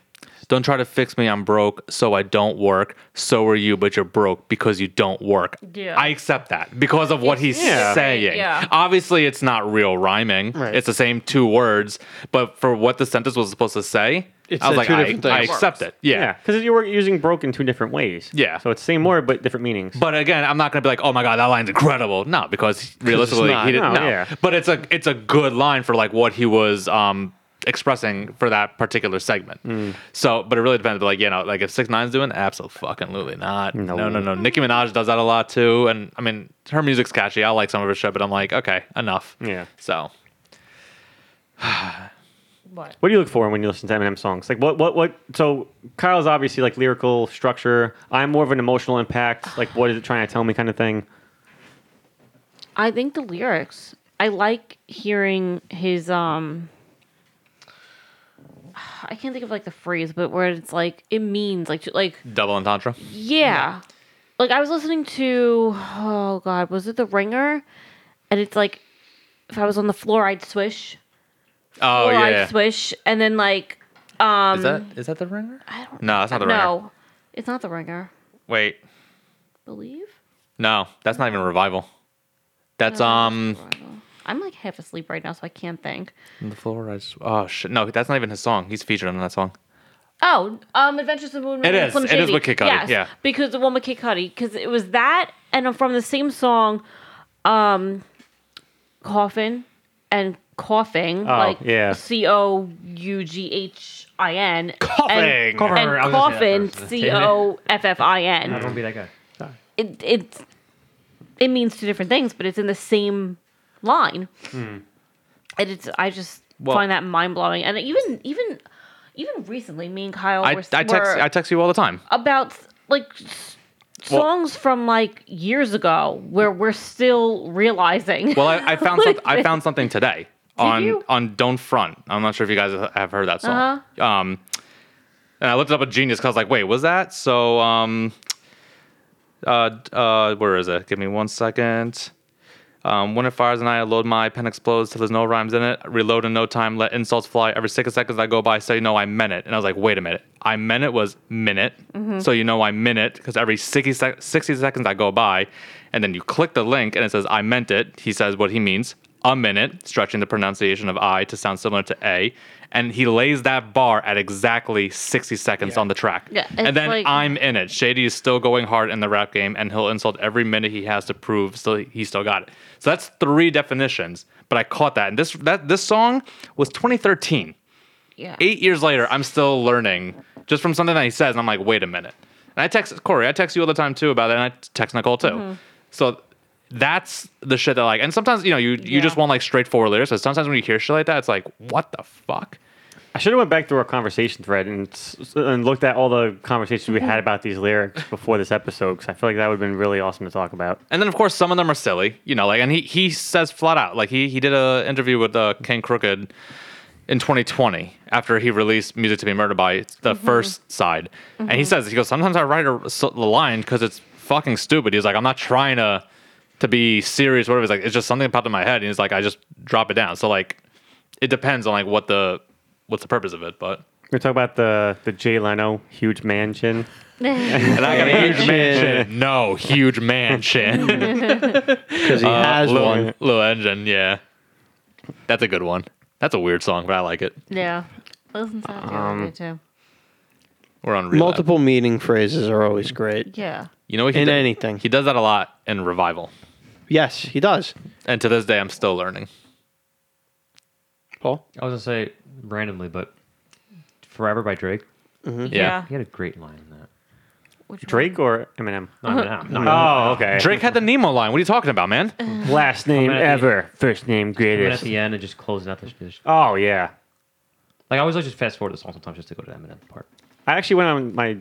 [SPEAKER 4] don't try to fix me. I'm broke, so I don't work. So are you, but you're broke because you don't work.
[SPEAKER 5] Yeah.
[SPEAKER 4] I accept that because of what he's
[SPEAKER 3] Yeah.
[SPEAKER 4] saying.
[SPEAKER 5] Yeah.
[SPEAKER 4] Obviously, it's not real rhyming.
[SPEAKER 2] Right.
[SPEAKER 4] It's the same two words, but for what the sentence was supposed to say,
[SPEAKER 2] It
[SPEAKER 4] I was
[SPEAKER 2] said
[SPEAKER 4] like,
[SPEAKER 2] two
[SPEAKER 4] I,
[SPEAKER 2] different
[SPEAKER 4] I
[SPEAKER 2] things.
[SPEAKER 4] accept it.
[SPEAKER 3] Yeah, because you were using "broke" in two different ways.
[SPEAKER 4] Yeah.
[SPEAKER 3] So it's same word but different meanings.
[SPEAKER 4] But again, I'm not gonna be like, oh my god, that line's incredible. No, because realistically,
[SPEAKER 2] not.
[SPEAKER 4] he didn't.
[SPEAKER 3] No,
[SPEAKER 4] No,
[SPEAKER 3] yeah.
[SPEAKER 4] but it's a it's a good line for like what he was um expressing for that particular segment. So, but it really depends. But like you know, like if Six Nine's doing, absolutely not. No. no, no, no. Nicki Minaj does that a lot too, and I mean her music's catchy. I like some of her shit, but I'm like, okay, enough.
[SPEAKER 3] Yeah.
[SPEAKER 4] So
[SPEAKER 5] What?
[SPEAKER 3] What do you look for when you listen to Eminem songs? Like what what what? So Kyle's obviously like lyrical structure. I'm more of an emotional impact. Like what is it trying to tell me, kind of thing.
[SPEAKER 5] I think the lyrics. I like hearing his um I can't think of like the phrase, but where it's like it means like to, like
[SPEAKER 4] double entendre.
[SPEAKER 5] yeah. Like I was listening to oh god, was it The Ringer? And it's like if I was on the floor I'd swish.
[SPEAKER 4] Oh
[SPEAKER 5] Floor
[SPEAKER 4] yeah.
[SPEAKER 5] I'd
[SPEAKER 4] yeah.
[SPEAKER 5] swish and then like um
[SPEAKER 4] Is that is that the ringer?
[SPEAKER 5] I don't
[SPEAKER 4] No, that's not the ringer.
[SPEAKER 5] No. It's not The Ringer.
[SPEAKER 4] Wait,
[SPEAKER 5] Believe?
[SPEAKER 4] no, that's not even revival. That's um
[SPEAKER 5] I'm like half asleep right now, so I can't think.
[SPEAKER 4] the floor. I just, oh shit, no, that's not even his song. He's featured on that song.
[SPEAKER 5] Oh, um, Adventures of Moon
[SPEAKER 4] It
[SPEAKER 5] Knight and
[SPEAKER 4] is.
[SPEAKER 5] Slim
[SPEAKER 4] It is
[SPEAKER 5] Shady.
[SPEAKER 4] with Kid Cudi,
[SPEAKER 5] Yes,
[SPEAKER 4] yeah.
[SPEAKER 5] because the one with Kid Cudi, because it was that, and uh, from the same song, um, coffin and coughing,
[SPEAKER 4] Oh,
[SPEAKER 5] like
[SPEAKER 3] yeah.
[SPEAKER 5] C O U G H I N,
[SPEAKER 4] Coughing.
[SPEAKER 5] and, and coffin, C O F F I
[SPEAKER 6] I
[SPEAKER 5] N.
[SPEAKER 6] don't be that guy.
[SPEAKER 5] It it it means two different things, but it's in the same line, and it's I just
[SPEAKER 4] Hmm. Well-
[SPEAKER 5] find that mind blowing, and even even. Even recently, me and Kyle
[SPEAKER 4] I,
[SPEAKER 5] were,
[SPEAKER 4] I text
[SPEAKER 5] were
[SPEAKER 4] I text you all the time.
[SPEAKER 5] about like s-
[SPEAKER 4] Well-
[SPEAKER 5] songs from like years ago where we're still realizing.
[SPEAKER 4] Well, I, I found something. I found something today on
[SPEAKER 5] you?
[SPEAKER 4] on Don't Front. I'm not sure if you guys have heard that song.
[SPEAKER 5] Uh-huh.
[SPEAKER 4] Um, and I looked up a genius because I was like, wait, was that? So, um, uh, d- uh, where is it? Give me one second. Um, when it fires and I load my pen explodes till there's no rhymes in it. Reload in no time. Let insults fly. Every six seconds I go by, say no, I meant it. And I was like, wait a minute, I meant it was minute.
[SPEAKER 5] Mm-hmm.
[SPEAKER 4] So you know I meant it because every 60, sec- 60 seconds I go by, and then you click the link and it says I meant it. He says what he means. A minute, stretching the pronunciation of I to sound similar to A, and he lays that bar at exactly 60 seconds on the track.
[SPEAKER 5] Yeah, it's
[SPEAKER 4] and then
[SPEAKER 5] like-
[SPEAKER 4] I'm in it. Shady is still going hard in the rap game, and he'll insult every minute he has to prove still he still got it. So that's three definitions. But I caught that, and this that this song was 2013.
[SPEAKER 5] yeah.
[SPEAKER 4] Eight years later, I'm still learning just from something that he says, and I'm like, wait a minute. And I text Corey, I text you all the time too about it, and I text Nicole too. So that's the shit that like, and sometimes you know you you
[SPEAKER 5] Yeah.
[SPEAKER 4] just want like straightforward lyrics, but sometimes when you hear shit like that, it's like, what the fuck?
[SPEAKER 3] I should have went back through our conversation thread and s- and looked at all the conversations we had about these lyrics before this episode because I feel like that would have been really awesome to talk about.
[SPEAKER 4] And then of course some of them are silly, you know, like and he he says flat out like he he did a interview with uh, King Crooked in 2020 after he released Music to Be Murdered by the first side, and he says he goes sometimes I write a s- line because it's fucking stupid. He's like I'm not trying to to be serious, whatever. It's like it's just something that popped in my head, and he's like I just drop it down. So like it depends on like what the what's the purpose of it, but.
[SPEAKER 3] We talk about the the Jay Leno huge mansion.
[SPEAKER 4] And I got a huge
[SPEAKER 2] mansion.
[SPEAKER 4] mansion. No, huge mansion.
[SPEAKER 2] because he
[SPEAKER 4] uh,
[SPEAKER 2] has
[SPEAKER 4] little,
[SPEAKER 2] one.
[SPEAKER 4] Little engine, yeah. That's a good one. That's a weird song, but I like it.
[SPEAKER 5] yeah. Listen to that um, too.
[SPEAKER 4] We're on relapse.
[SPEAKER 2] Multiple meaning phrases are always great.
[SPEAKER 5] Yeah.
[SPEAKER 4] You know what he
[SPEAKER 2] in
[SPEAKER 4] did-
[SPEAKER 2] anything.
[SPEAKER 4] He does that a lot in revival,
[SPEAKER 2] Yes, he does.
[SPEAKER 4] and to this day, I'm still learning.
[SPEAKER 2] Paul.
[SPEAKER 6] I was gonna say randomly, but "Forever" by Drake.
[SPEAKER 2] Mm-hmm.
[SPEAKER 4] Yeah.
[SPEAKER 6] He had a great line in that.
[SPEAKER 5] Which one?
[SPEAKER 3] Drake or Eminem?
[SPEAKER 6] No, I mean, no, no,
[SPEAKER 3] Oh, okay.
[SPEAKER 4] Drake had the Nemo line. What are you talking about, man?
[SPEAKER 3] last name
[SPEAKER 6] Coming at the-
[SPEAKER 3] ever, first name
[SPEAKER 6] Even at
[SPEAKER 3] greatest.
[SPEAKER 6] the end and just closing out the. the-
[SPEAKER 3] Oh yeah.
[SPEAKER 6] Like I always like just fast forward the song sometimes just to go to the Eminem part.
[SPEAKER 3] I actually went on my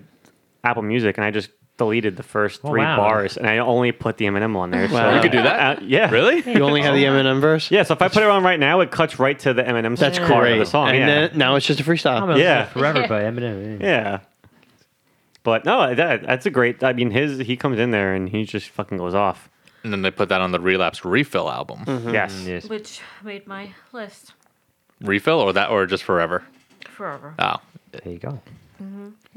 [SPEAKER 3] Apple Music and I just deleted the first
[SPEAKER 6] Oh,
[SPEAKER 3] three
[SPEAKER 6] wow.
[SPEAKER 3] bars and I only put the Eminem on there.
[SPEAKER 2] Wow.
[SPEAKER 3] So
[SPEAKER 2] You could
[SPEAKER 4] do that?
[SPEAKER 3] Uh, yeah.
[SPEAKER 4] Really?
[SPEAKER 2] You only have the Eminem verse.
[SPEAKER 3] Yeah. So if I put it on right now, it cuts right to the Eminem
[SPEAKER 2] that's
[SPEAKER 3] part
[SPEAKER 2] great.
[SPEAKER 3] of the song.
[SPEAKER 2] and
[SPEAKER 3] yeah.
[SPEAKER 2] then now it's just a
[SPEAKER 4] Uh,
[SPEAKER 2] freestyle.
[SPEAKER 6] gonna
[SPEAKER 3] Yeah.
[SPEAKER 6] listen to "Forever" by Eminem. yeah.
[SPEAKER 3] yeah. But no, that, that's a great. I mean, his he comes in there and he just fucking goes off.
[SPEAKER 4] And then they put that on the Relapse Refill album.
[SPEAKER 2] Mm-hmm.
[SPEAKER 3] Yes.
[SPEAKER 6] Yes.
[SPEAKER 5] Which made my list
[SPEAKER 4] Refill or that or just forever.
[SPEAKER 5] forever.
[SPEAKER 4] Oh,
[SPEAKER 6] There you go.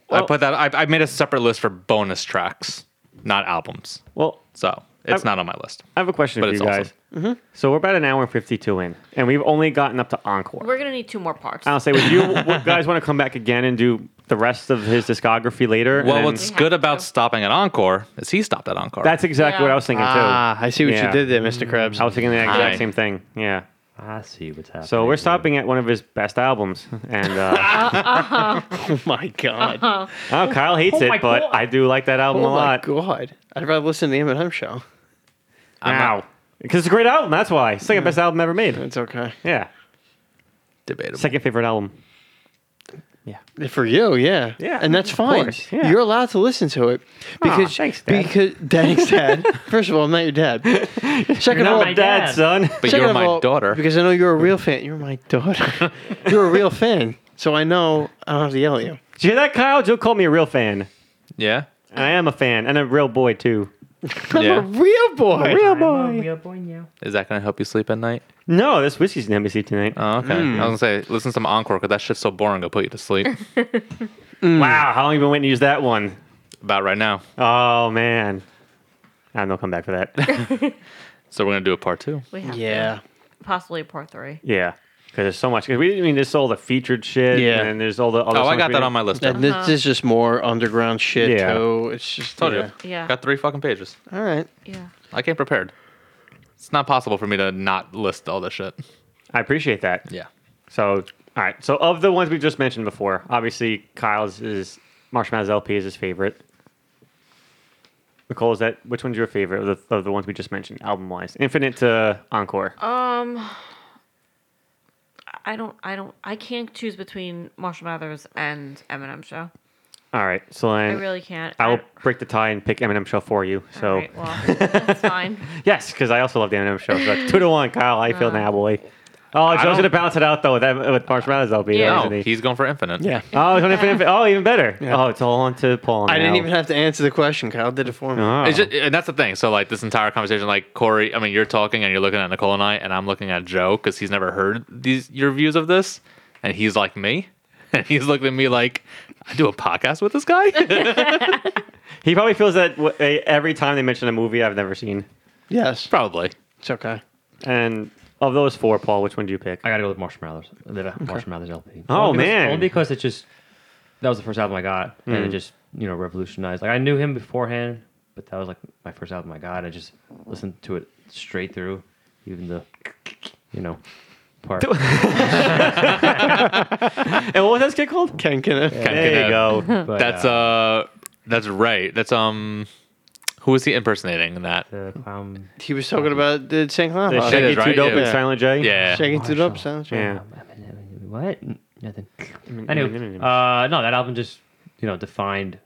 [SPEAKER 4] I put that. I, I made a separate list for bonus tracks, not albums.
[SPEAKER 3] Well,
[SPEAKER 4] So it's
[SPEAKER 3] I-
[SPEAKER 4] not on my list.
[SPEAKER 3] I have a question for
[SPEAKER 4] But
[SPEAKER 3] you
[SPEAKER 4] it's
[SPEAKER 3] guys. So we're about an hour and fifty-two in, and we've only gotten up to encore.
[SPEAKER 5] We're gonna need two more parts.
[SPEAKER 4] Uh,
[SPEAKER 3] I'll say, would you would guys want to come back again and do the rest of his discography later?
[SPEAKER 4] Well,
[SPEAKER 3] And
[SPEAKER 4] what's
[SPEAKER 5] We have
[SPEAKER 4] good
[SPEAKER 5] to.
[SPEAKER 4] about stopping at Encore is he stopped at Encore.
[SPEAKER 3] that's exactly
[SPEAKER 5] Yeah.
[SPEAKER 3] what I was thinking too.
[SPEAKER 2] Ah, I see what
[SPEAKER 3] Yeah.
[SPEAKER 2] you did there, Mr. Krebs.
[SPEAKER 3] I was thinking the exact
[SPEAKER 4] Hi.
[SPEAKER 3] same thing. Yeah.
[SPEAKER 6] I see what's happening.
[SPEAKER 3] So we're
[SPEAKER 6] here.
[SPEAKER 3] stopping at one of his best albums, and uh,
[SPEAKER 2] Oh my god.
[SPEAKER 3] oh, Kyle hates
[SPEAKER 6] my
[SPEAKER 3] it, but
[SPEAKER 6] God.
[SPEAKER 3] I do like that album
[SPEAKER 2] Oh
[SPEAKER 3] a
[SPEAKER 2] my
[SPEAKER 3] lot.
[SPEAKER 2] god. I'd rather listen to the Eminem show.
[SPEAKER 3] Wow, because it's a great album. That's why second best album ever made.
[SPEAKER 2] It's okay.
[SPEAKER 3] Yeah,
[SPEAKER 4] Debatable.
[SPEAKER 3] second favorite album.
[SPEAKER 2] For you, yeah.
[SPEAKER 3] Yeah,
[SPEAKER 2] And that's
[SPEAKER 3] of
[SPEAKER 2] fine.
[SPEAKER 3] course, yeah.
[SPEAKER 2] You're allowed to listen to it. Because
[SPEAKER 3] thanks, Dad.
[SPEAKER 2] because thanks, Dad. First of all, I'm not your dad. 2nd of all,
[SPEAKER 3] Not my dad,
[SPEAKER 6] dad.
[SPEAKER 3] son.
[SPEAKER 4] But
[SPEAKER 2] Second
[SPEAKER 4] you're
[SPEAKER 2] of
[SPEAKER 4] my
[SPEAKER 2] all,
[SPEAKER 4] daughter.
[SPEAKER 2] Because I know you're a real fan. You're my daughter. you're a real fan. So I know I don't have to yell at you.
[SPEAKER 3] Did you hear that, Kyle? Joe called me a real fan.
[SPEAKER 4] yeah.
[SPEAKER 3] And I am a fan and a real boy too.
[SPEAKER 2] I'm
[SPEAKER 4] Yeah.
[SPEAKER 2] a real boy.
[SPEAKER 3] Real
[SPEAKER 6] I'm a
[SPEAKER 3] boy.
[SPEAKER 6] real boy now.
[SPEAKER 4] Is that gonna help you sleep at night?
[SPEAKER 3] No, this whiskey's gonna have me sleep tonight.
[SPEAKER 4] Oh, okay. I was gonna say, listen to some encore because that shit's so boring. It'll put you to sleep. Mm.
[SPEAKER 3] Wow, how long have you been waiting to use that one?
[SPEAKER 4] About right now.
[SPEAKER 3] Oh man. I'm no comeback for that.
[SPEAKER 4] So we're gonna do a part two.
[SPEAKER 5] We have
[SPEAKER 2] Yeah.
[SPEAKER 5] to. possibly part three.
[SPEAKER 3] yeah. Because there's so much. Because we didn't mean there's all the featured shit.
[SPEAKER 2] Yeah.
[SPEAKER 3] And there's all the. All
[SPEAKER 4] Oh, I got that on my list.
[SPEAKER 2] And
[SPEAKER 4] Too.
[SPEAKER 2] this is just more underground shit
[SPEAKER 3] Yeah.
[SPEAKER 2] too. It's just
[SPEAKER 4] Told
[SPEAKER 2] yeah.
[SPEAKER 4] you.
[SPEAKER 5] Yeah.
[SPEAKER 4] Got three fucking pages.
[SPEAKER 2] All right.
[SPEAKER 5] Yeah.
[SPEAKER 4] I came prepared. It's not possible for me to not list all this shit.
[SPEAKER 3] I appreciate that.
[SPEAKER 4] Yeah.
[SPEAKER 3] So, all right. So, of the ones we just mentioned before, obviously Kyle's is Marshmallow's LP is his favorite. Nicole, is that which one's your favorite of the, of the ones we just mentioned, album wise? Infinite to Encore.
[SPEAKER 5] Oh, I don't. I don't. I can't choose between Marshall Mathers and Eminem Show.
[SPEAKER 3] all right. So then
[SPEAKER 5] I really can't.
[SPEAKER 3] I will
[SPEAKER 5] don't-
[SPEAKER 3] break the tie and pick Eminem Show for you. So
[SPEAKER 5] All right, well, that's fine.
[SPEAKER 3] yes, because I also love the Eminem Show. So that's two to one, Kyle. I
[SPEAKER 5] Uh,
[SPEAKER 3] feel now, boy. Oh, Joe's
[SPEAKER 4] don't-
[SPEAKER 3] gonna balance it out though with, Em- with Marshmallow's LP.
[SPEAKER 5] Yeah.
[SPEAKER 3] Yeah.
[SPEAKER 4] No, Oh, he's going for infinite.
[SPEAKER 2] Yeah.
[SPEAKER 3] Oh, he's on Infinite. Oh, even better. Oh, it's all on to Paul.
[SPEAKER 2] I didn't
[SPEAKER 3] now.
[SPEAKER 2] even have to answer the question. Kyle did it for me.
[SPEAKER 3] Oh.
[SPEAKER 4] It's just, and that's the thing. So like this entire conversation, like Corey, I mean, you're talking and you're looking at Nicole and I, and I'm looking at Joe because he's never heard these your views of this, and he's like me, and he's looking at me like I do a podcast with this guy.
[SPEAKER 3] He probably feels that w- eh, every time they mention a movie I've never seen.
[SPEAKER 2] Yes.
[SPEAKER 4] Probably.
[SPEAKER 2] It's okay.
[SPEAKER 3] And of those four, Paul, which one do you pick?
[SPEAKER 6] I gotta go with Marshmallows. The Marshmallows LP.
[SPEAKER 3] Oh,
[SPEAKER 6] Only because-
[SPEAKER 3] man.
[SPEAKER 6] Only because it's just that was the first album I got, and it just you know revolutionized. Like I knew him beforehand, but that was like my first album I got. I just listened to it straight through, even the you know part.
[SPEAKER 3] And what was that kid called?
[SPEAKER 2] Ken Kenneth.
[SPEAKER 4] Ken
[SPEAKER 3] There you
[SPEAKER 4] Kenneth.
[SPEAKER 3] go.
[SPEAKER 6] But,
[SPEAKER 4] That's uh, that's right. That's um, who is he impersonating in that?
[SPEAKER 6] the um, clown.
[SPEAKER 2] He was talking about the St. Cloud.
[SPEAKER 3] The
[SPEAKER 2] Bottle.
[SPEAKER 4] shit
[SPEAKER 3] Shaggy
[SPEAKER 4] is right,
[SPEAKER 3] Too Dope and
[SPEAKER 4] yeah.
[SPEAKER 3] Silent J.
[SPEAKER 4] Yeah.
[SPEAKER 2] Shaking it up, sounds right.
[SPEAKER 3] Yeah.
[SPEAKER 6] What? Nothing. Anyway, uh, no, that album just you know defined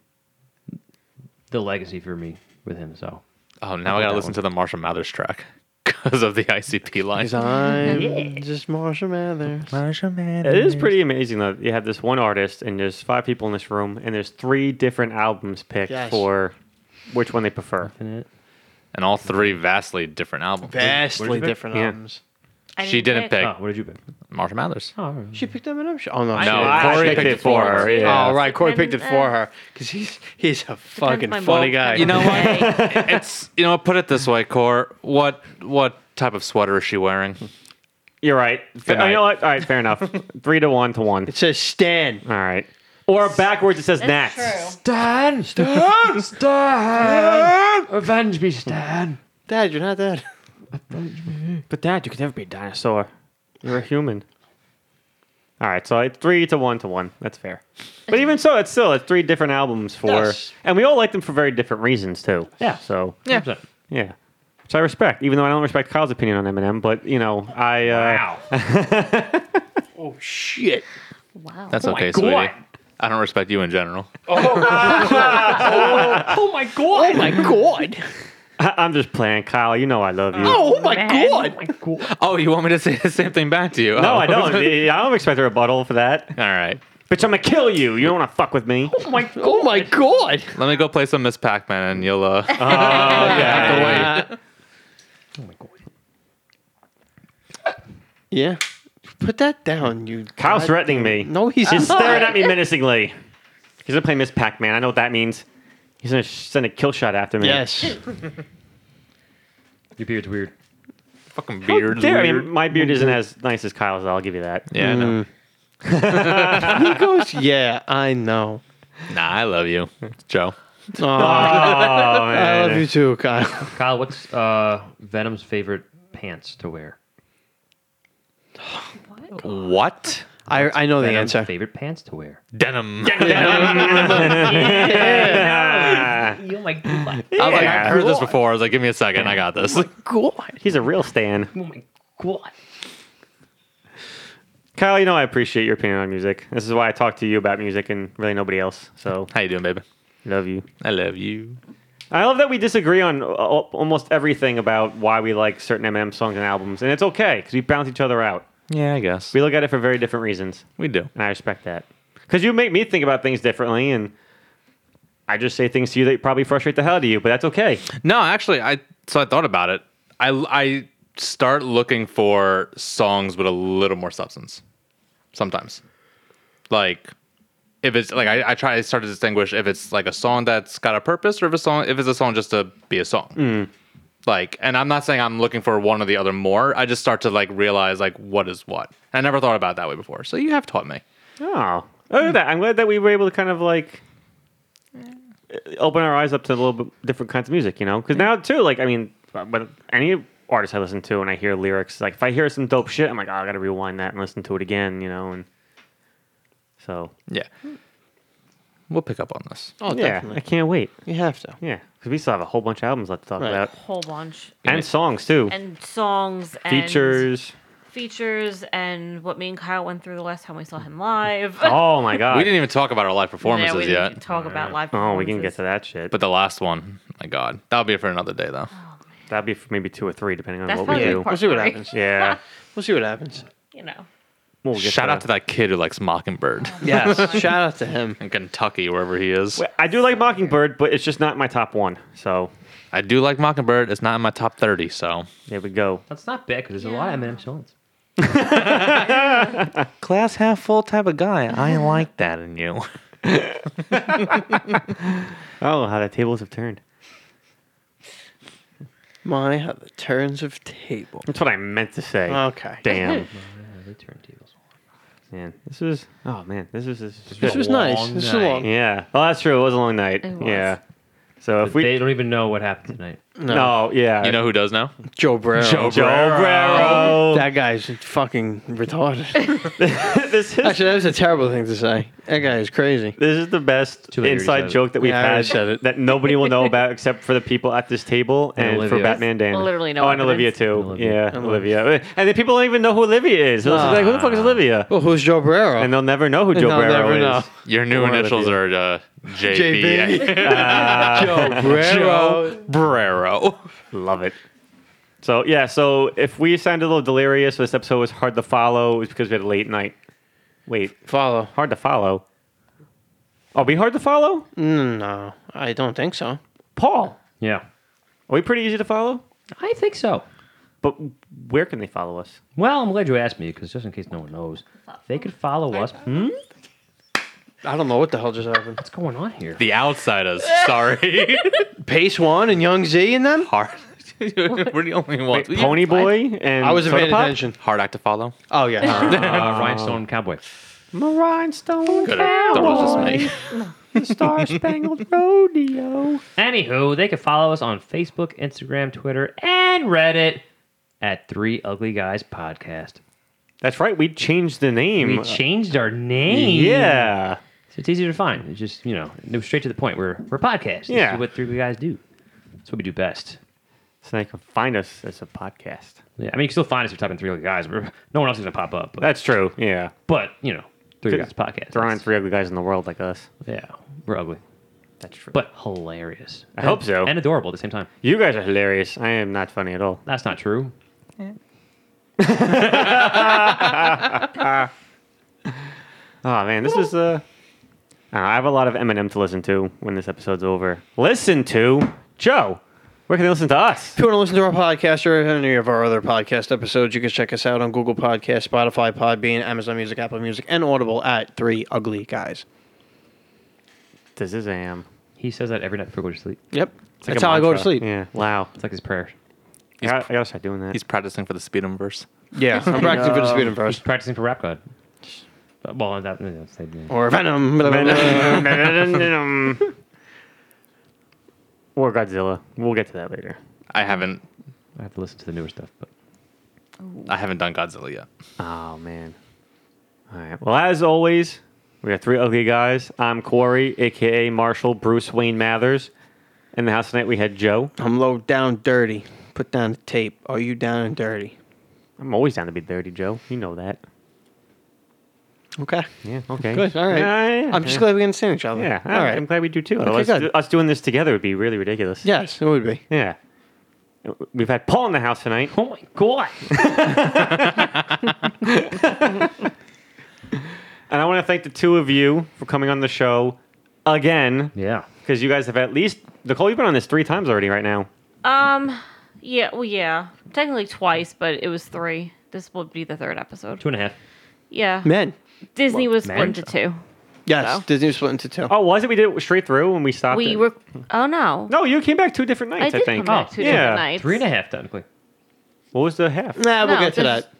[SPEAKER 6] the legacy for me with him. So
[SPEAKER 4] Oh, now I gotta listen to the Marshall Mathers track because of the ICP line.
[SPEAKER 2] 'Cause I'm just Marshall Mathers.
[SPEAKER 3] It is pretty amazing though. You have this one artist, and there's five people in this room, and there's three different albums picked
[SPEAKER 2] Yes.
[SPEAKER 3] for which one they prefer.
[SPEAKER 6] infinite.
[SPEAKER 4] and all three vastly different albums.
[SPEAKER 2] Vastly different
[SPEAKER 3] Yeah.
[SPEAKER 2] albums.
[SPEAKER 5] I
[SPEAKER 4] She didn't pick
[SPEAKER 6] Oh, what did you pick?
[SPEAKER 4] Marshall Mathers.
[SPEAKER 6] Oh, I don't know.
[SPEAKER 2] She picked Eminem. Show. Oh no, she
[SPEAKER 4] No,
[SPEAKER 2] didn't.
[SPEAKER 3] I
[SPEAKER 4] Corey
[SPEAKER 3] picked
[SPEAKER 4] picked
[SPEAKER 3] it
[SPEAKER 4] it for
[SPEAKER 3] for
[SPEAKER 4] her.
[SPEAKER 3] her,
[SPEAKER 4] Yeah.
[SPEAKER 3] yeah.
[SPEAKER 2] Oh right, Corey picked it
[SPEAKER 5] Depends,
[SPEAKER 2] for
[SPEAKER 5] uh,
[SPEAKER 2] her because he's he's a fucking
[SPEAKER 5] my mood.
[SPEAKER 2] funny guy.
[SPEAKER 5] Depends
[SPEAKER 4] Oh, You know
[SPEAKER 5] on
[SPEAKER 4] what?
[SPEAKER 5] the day.
[SPEAKER 4] it's you know put it this way core what what type of sweater is she wearing
[SPEAKER 3] You're right. Fair,
[SPEAKER 4] night.
[SPEAKER 3] you know what? All right, fair enough. three to one to one.
[SPEAKER 2] It says Stan.
[SPEAKER 3] All right. Or backwards, it says Nats.
[SPEAKER 5] That's true.
[SPEAKER 6] Stan! Stan! Stan! Avenge me, Stan!
[SPEAKER 2] Dad, you're not dead.
[SPEAKER 3] But Dad, you could never be a dinosaur. uh, You're a human. All right, so it's three to one to one. That's fair. But even so, it's still it's three different albums for,
[SPEAKER 2] Yes.
[SPEAKER 3] and we all like them for very different reasons too.
[SPEAKER 6] Yeah.
[SPEAKER 3] So
[SPEAKER 6] Yeah.
[SPEAKER 3] yeah. Which I respect, even though I don't respect Kyle's opinion on Eminem. But you know, I uh,
[SPEAKER 2] Oh shit.
[SPEAKER 5] Wow.
[SPEAKER 4] that's okay
[SPEAKER 6] God.
[SPEAKER 4] sweetie i don't respect you in general
[SPEAKER 6] Oh my god!
[SPEAKER 2] Oh my god.
[SPEAKER 3] I- I'm just playing, Kyle. You know I love you.
[SPEAKER 2] Oh my
[SPEAKER 5] Man.
[SPEAKER 2] god.
[SPEAKER 4] oh you want me to say the same thing back to you
[SPEAKER 3] No, I don't. I don't expect a rebuttal for that.
[SPEAKER 4] all right
[SPEAKER 3] Bitch, I'm gonna kill you. You don't want to fuck with me.
[SPEAKER 6] Oh my god!
[SPEAKER 2] Oh my god.
[SPEAKER 4] let me go play some miss pac-man and you'll uh
[SPEAKER 3] Uh,
[SPEAKER 2] Oh Yeah. Put that down, you.
[SPEAKER 3] Kyle's
[SPEAKER 2] god-
[SPEAKER 3] threatening me.
[SPEAKER 2] No, he's
[SPEAKER 3] He's
[SPEAKER 2] not.
[SPEAKER 3] staring at me menacingly. He's gonna play Miss Pac-Man. I know what that means. He's gonna sh- send a kill shot after me.
[SPEAKER 2] Yes.
[SPEAKER 6] Your beard's weird.
[SPEAKER 4] fucking
[SPEAKER 3] How
[SPEAKER 4] beard
[SPEAKER 3] dare- I
[SPEAKER 4] weird.
[SPEAKER 3] mean, my beard isn't as nice as Kyle's. I'll give you that.
[SPEAKER 4] yeah I know.
[SPEAKER 2] he goes. Yeah, I know.
[SPEAKER 4] nah i love you joe
[SPEAKER 2] Oh,
[SPEAKER 3] Oh
[SPEAKER 2] I
[SPEAKER 3] man.
[SPEAKER 2] love you too, Kyle.
[SPEAKER 6] Kyle, what's uh, Venom's favorite pants to wear?
[SPEAKER 4] What?
[SPEAKER 2] I, I know the
[SPEAKER 6] Venom's
[SPEAKER 2] answer.
[SPEAKER 6] Favorite pants to wear.
[SPEAKER 4] Denim.
[SPEAKER 6] You like? Oh
[SPEAKER 4] I was like, I've heard this before. I was like, give me a second. I got this.
[SPEAKER 2] God.
[SPEAKER 3] He's a real stan.
[SPEAKER 6] Oh my god.
[SPEAKER 3] Kyle, you know I appreciate your opinion on music. This is why I talk to you about music and really nobody else. So
[SPEAKER 4] How you doing, baby?
[SPEAKER 3] love you.
[SPEAKER 4] I love you.
[SPEAKER 3] I love that we disagree on uh, al- almost everything about why we like certain MM songs and albums, and it's okay because we bounce each other out.
[SPEAKER 4] Yeah, I guess.
[SPEAKER 3] We
[SPEAKER 4] We,
[SPEAKER 3] look at it for very different reasons,
[SPEAKER 4] do.
[SPEAKER 3] and I respect that because you make me think about things differently, and I just say things to you that probably frustrate the hell out of you, but that's okay.
[SPEAKER 4] No, actually, I so I thought about it. I I start looking for songs with a little more substance. Sometimes, like if it's like I, I try to start to distinguish if it's like a song that's got a purpose or if a song if it's a song just to be a song. Like, and I'm not saying I'm looking for one or the other more. I just start to like realize like what is what. I never thought about it that way before. So you have taught me.
[SPEAKER 3] Oh, look at that. I'm glad that we were able to kind of like open our eyes up to a little bit different kinds of music, you know? Because now, too, like, I mean, but any artist I listen to and I hear lyrics, like, if I hear some dope shit, I'm like, oh, I got to rewind that and listen to it again, you know? And so,
[SPEAKER 4] Yeah. We'll pick up on this.
[SPEAKER 2] Oh,
[SPEAKER 3] yeah, I
[SPEAKER 2] definitely.
[SPEAKER 3] can't wait.
[SPEAKER 2] You have to.
[SPEAKER 3] Yeah, because we still have a whole bunch of albums left to talk
[SPEAKER 2] Right.
[SPEAKER 3] about
[SPEAKER 5] whole bunch
[SPEAKER 3] and songs, too.
[SPEAKER 5] and songs and
[SPEAKER 3] Features.
[SPEAKER 5] features and what me and Kyle went through the last time we saw him live.
[SPEAKER 3] Oh, my God.
[SPEAKER 4] We didn't even talk about our live performances
[SPEAKER 5] yeah, we
[SPEAKER 4] yet.
[SPEAKER 5] didn't talk about live.
[SPEAKER 3] Oh, we can get
[SPEAKER 5] performances.
[SPEAKER 3] to that shit.
[SPEAKER 4] But
[SPEAKER 3] But
[SPEAKER 4] the last one, my God, that'll be for another day, though.
[SPEAKER 3] that'd be for maybe two or three, depending on
[SPEAKER 5] That's
[SPEAKER 3] what we
[SPEAKER 5] probably
[SPEAKER 3] do.
[SPEAKER 5] part
[SPEAKER 2] We'll see what
[SPEAKER 5] three.
[SPEAKER 2] happens.
[SPEAKER 3] Yeah.
[SPEAKER 2] We'll see what happens.
[SPEAKER 5] You know,
[SPEAKER 3] We'll get
[SPEAKER 4] Shout out to that kid who likes Mockingbird
[SPEAKER 2] Yes. Shout out to him.
[SPEAKER 4] in Kentucky, wherever he is.
[SPEAKER 3] But I do like Mockingbird, but it's just not my top one. So
[SPEAKER 4] I do like Mockingbird. It's not in my top thirty, so
[SPEAKER 3] there we go.
[SPEAKER 6] That's not bad because there's a lot of Eminem songs.
[SPEAKER 4] glass half full type of guy. I like that in you.
[SPEAKER 3] Oh, how the tables have turned.
[SPEAKER 2] My, how the turns of table.
[SPEAKER 3] That's what I meant to say.
[SPEAKER 4] Oh,
[SPEAKER 2] Okay.
[SPEAKER 3] Damn,
[SPEAKER 6] Yeah, they turn tables.
[SPEAKER 3] man, this was. Oh man, this was. This was
[SPEAKER 2] This was nice. This was long.
[SPEAKER 3] yeah. Well, that's true. It was a long night.
[SPEAKER 5] It was.
[SPEAKER 3] Yeah. So if we.
[SPEAKER 6] they don't even know what happened tonight.
[SPEAKER 3] no. Yeah.
[SPEAKER 4] You know who does now?
[SPEAKER 2] Joe Brero.
[SPEAKER 3] Joe Brero.
[SPEAKER 2] That guy's fucking retarded.
[SPEAKER 3] this is
[SPEAKER 2] Actually, that was a terrible thing to say. That guy is crazy.
[SPEAKER 3] this is the best
[SPEAKER 6] Too late, you
[SPEAKER 3] inside
[SPEAKER 6] said it.
[SPEAKER 3] joke that we've
[SPEAKER 2] Yeah, I
[SPEAKER 3] had
[SPEAKER 2] already said it.
[SPEAKER 3] that nobody will know about except for the people at this table
[SPEAKER 6] And
[SPEAKER 3] and, for
[SPEAKER 6] Olivia.
[SPEAKER 3] Batman Dan.
[SPEAKER 5] Literally no
[SPEAKER 3] Oh, and Olivia
[SPEAKER 5] evidence.
[SPEAKER 3] too.
[SPEAKER 6] Olivia.
[SPEAKER 3] Yeah, Olivia. And then people don't even know who Olivia is. They're like, who the fuck is Olivia?
[SPEAKER 2] Well, who's Joe Brero?
[SPEAKER 3] And they'll never know who Joe
[SPEAKER 2] they'll
[SPEAKER 3] Barrow
[SPEAKER 2] never
[SPEAKER 3] is.
[SPEAKER 2] know.
[SPEAKER 4] Your new
[SPEAKER 3] One of
[SPEAKER 4] initials
[SPEAKER 3] you.
[SPEAKER 4] are uh, JB
[SPEAKER 2] Joe Brero.
[SPEAKER 4] Brero.
[SPEAKER 3] Love it. So yeah, so if we sounded a little delirious, this episode was hard to follow. It's because we had a late night. Wait,
[SPEAKER 2] Follow.
[SPEAKER 3] hard to follow. Are we hard to follow?
[SPEAKER 2] No, I don't think so.
[SPEAKER 3] Paul,
[SPEAKER 6] Yeah,
[SPEAKER 3] are we pretty easy to follow?
[SPEAKER 6] I think so.
[SPEAKER 3] But where can they follow us?
[SPEAKER 6] Well, I'm glad you asked me because just in case no one knows, they could follow us. Hmm?
[SPEAKER 2] I don't know what the hell just happened.
[SPEAKER 6] What's going on here?
[SPEAKER 4] The Outsiders. Sorry,
[SPEAKER 2] Pace One and Young Z and them?
[SPEAKER 4] hard. We're the only ones.
[SPEAKER 3] Wait, Pony Boy and
[SPEAKER 2] I wasn't
[SPEAKER 3] Soda
[SPEAKER 2] paying
[SPEAKER 3] Pop?
[SPEAKER 2] attention.
[SPEAKER 4] Hard act to follow.
[SPEAKER 2] Oh, yeah.
[SPEAKER 6] Uh, Rhinestone Cowboy.
[SPEAKER 3] I'm a rhinestone
[SPEAKER 4] Good. That was just me.
[SPEAKER 3] star spangled rodeo.
[SPEAKER 6] Anywho, they can follow us on Facebook, Instagram, Twitter, and Reddit at Three Ugly Guys Podcast.
[SPEAKER 3] That's right. We changed the name. Uh,
[SPEAKER 6] We changed our name.
[SPEAKER 3] yeah.
[SPEAKER 6] So it's easy to find. It's just, you know, it was straight to the point. We're, we're a podcast. This
[SPEAKER 3] Yeah.
[SPEAKER 6] is what Three Ugly Guys do. That's what we do best.
[SPEAKER 3] So they can find us as a podcast.
[SPEAKER 6] Yeah, I mean, you can still find us if you type in Three Ugly Guys. We're, no one else is going to pop up. But,
[SPEAKER 3] That's true. Yeah.
[SPEAKER 6] but, you know, Three Ugly Guys
[SPEAKER 3] Good.
[SPEAKER 6] Podcast.
[SPEAKER 3] There aren't three ugly guys in the world like us.
[SPEAKER 6] Yeah, we're ugly.
[SPEAKER 3] That's true.
[SPEAKER 6] But hilarious. I
[SPEAKER 3] hope so.
[SPEAKER 6] And adorable at the same time.
[SPEAKER 3] You guys are hilarious. I am not funny at all.
[SPEAKER 6] That's not true.
[SPEAKER 3] Oh man, this is uh I don't know, I have a lot of Eminem to listen to when this episode's over. Listen to Joe. Where can they listen to us?
[SPEAKER 2] If you want to listen to our podcast or any of our other podcast episodes, you can check us out on Google Podcasts, Spotify, Podbean, Amazon Music, Apple Music, and Audible at Three Ugly Guys.
[SPEAKER 3] This is Am.
[SPEAKER 6] He says that every night before going to sleep.
[SPEAKER 2] Yep.
[SPEAKER 3] It's like
[SPEAKER 2] That's
[SPEAKER 3] a
[SPEAKER 2] how I go to
[SPEAKER 3] mantra.
[SPEAKER 2] sleep.
[SPEAKER 3] Yeah. Wow.
[SPEAKER 6] It's like his prayer.
[SPEAKER 3] I gotta, I gotta start doing that.
[SPEAKER 4] He's practicing for the Speedum verse.
[SPEAKER 2] Yeah. I'm practicing for the speed and
[SPEAKER 6] He's
[SPEAKER 2] verse.
[SPEAKER 6] practicing for Rap God. But, well, that, that's
[SPEAKER 2] Or Venom.
[SPEAKER 3] or Godzilla. We'll get to that later.
[SPEAKER 4] I haven't
[SPEAKER 6] I have to listen to the newer stuff. But
[SPEAKER 4] I haven't done Godzilla yet.
[SPEAKER 3] Oh man. All right. Well, as always, we are three ugly guys. I'm Corey, aka Marshall Bruce Wayne Mathers. In the house tonight, we had Joe.
[SPEAKER 2] I'm low down dirty. Put down the tape. Are you down and dirty?
[SPEAKER 3] I'm always down to be dirty, Joe. You know that.
[SPEAKER 2] Okay.
[SPEAKER 3] Yeah. Okay.
[SPEAKER 2] Good. All right.
[SPEAKER 3] Yeah, yeah,
[SPEAKER 2] I'm just
[SPEAKER 3] yeah.
[SPEAKER 2] glad we understand each other.
[SPEAKER 3] Yeah.
[SPEAKER 2] All right.
[SPEAKER 3] I'm glad we do too.
[SPEAKER 2] Okay,
[SPEAKER 3] Otherwise,
[SPEAKER 2] good.
[SPEAKER 3] us doing this together would be really ridiculous.
[SPEAKER 2] Yes, it would be.
[SPEAKER 3] Yeah. We've had Paul in the house tonight.
[SPEAKER 6] Oh my god!
[SPEAKER 3] And I want to thank the two of you for coming on the show again
[SPEAKER 6] yeah.
[SPEAKER 3] because you guys have at least, Nicole, you've been on this three times already right now.
[SPEAKER 5] Um, yeah, well, yeah, technically twice, but it was three. This will be the third episode.
[SPEAKER 6] Two and a half.
[SPEAKER 5] Yeah,
[SPEAKER 2] Men.
[SPEAKER 5] Disney was
[SPEAKER 6] man.
[SPEAKER 5] split into two.
[SPEAKER 2] Yes.
[SPEAKER 5] So?
[SPEAKER 2] Disney split into two.
[SPEAKER 3] Oh, was it? We did it straight through and we stopped.
[SPEAKER 5] We
[SPEAKER 3] it.
[SPEAKER 5] were. Oh no,
[SPEAKER 3] No, you came back two different
[SPEAKER 5] I
[SPEAKER 3] nights, I,
[SPEAKER 5] did
[SPEAKER 3] think.
[SPEAKER 5] come back two
[SPEAKER 3] yeah.
[SPEAKER 5] different nights.
[SPEAKER 6] Three and a half, technically.
[SPEAKER 3] What was the half?
[SPEAKER 2] Nah, we'll
[SPEAKER 5] No,
[SPEAKER 2] get to
[SPEAKER 5] just-
[SPEAKER 2] that.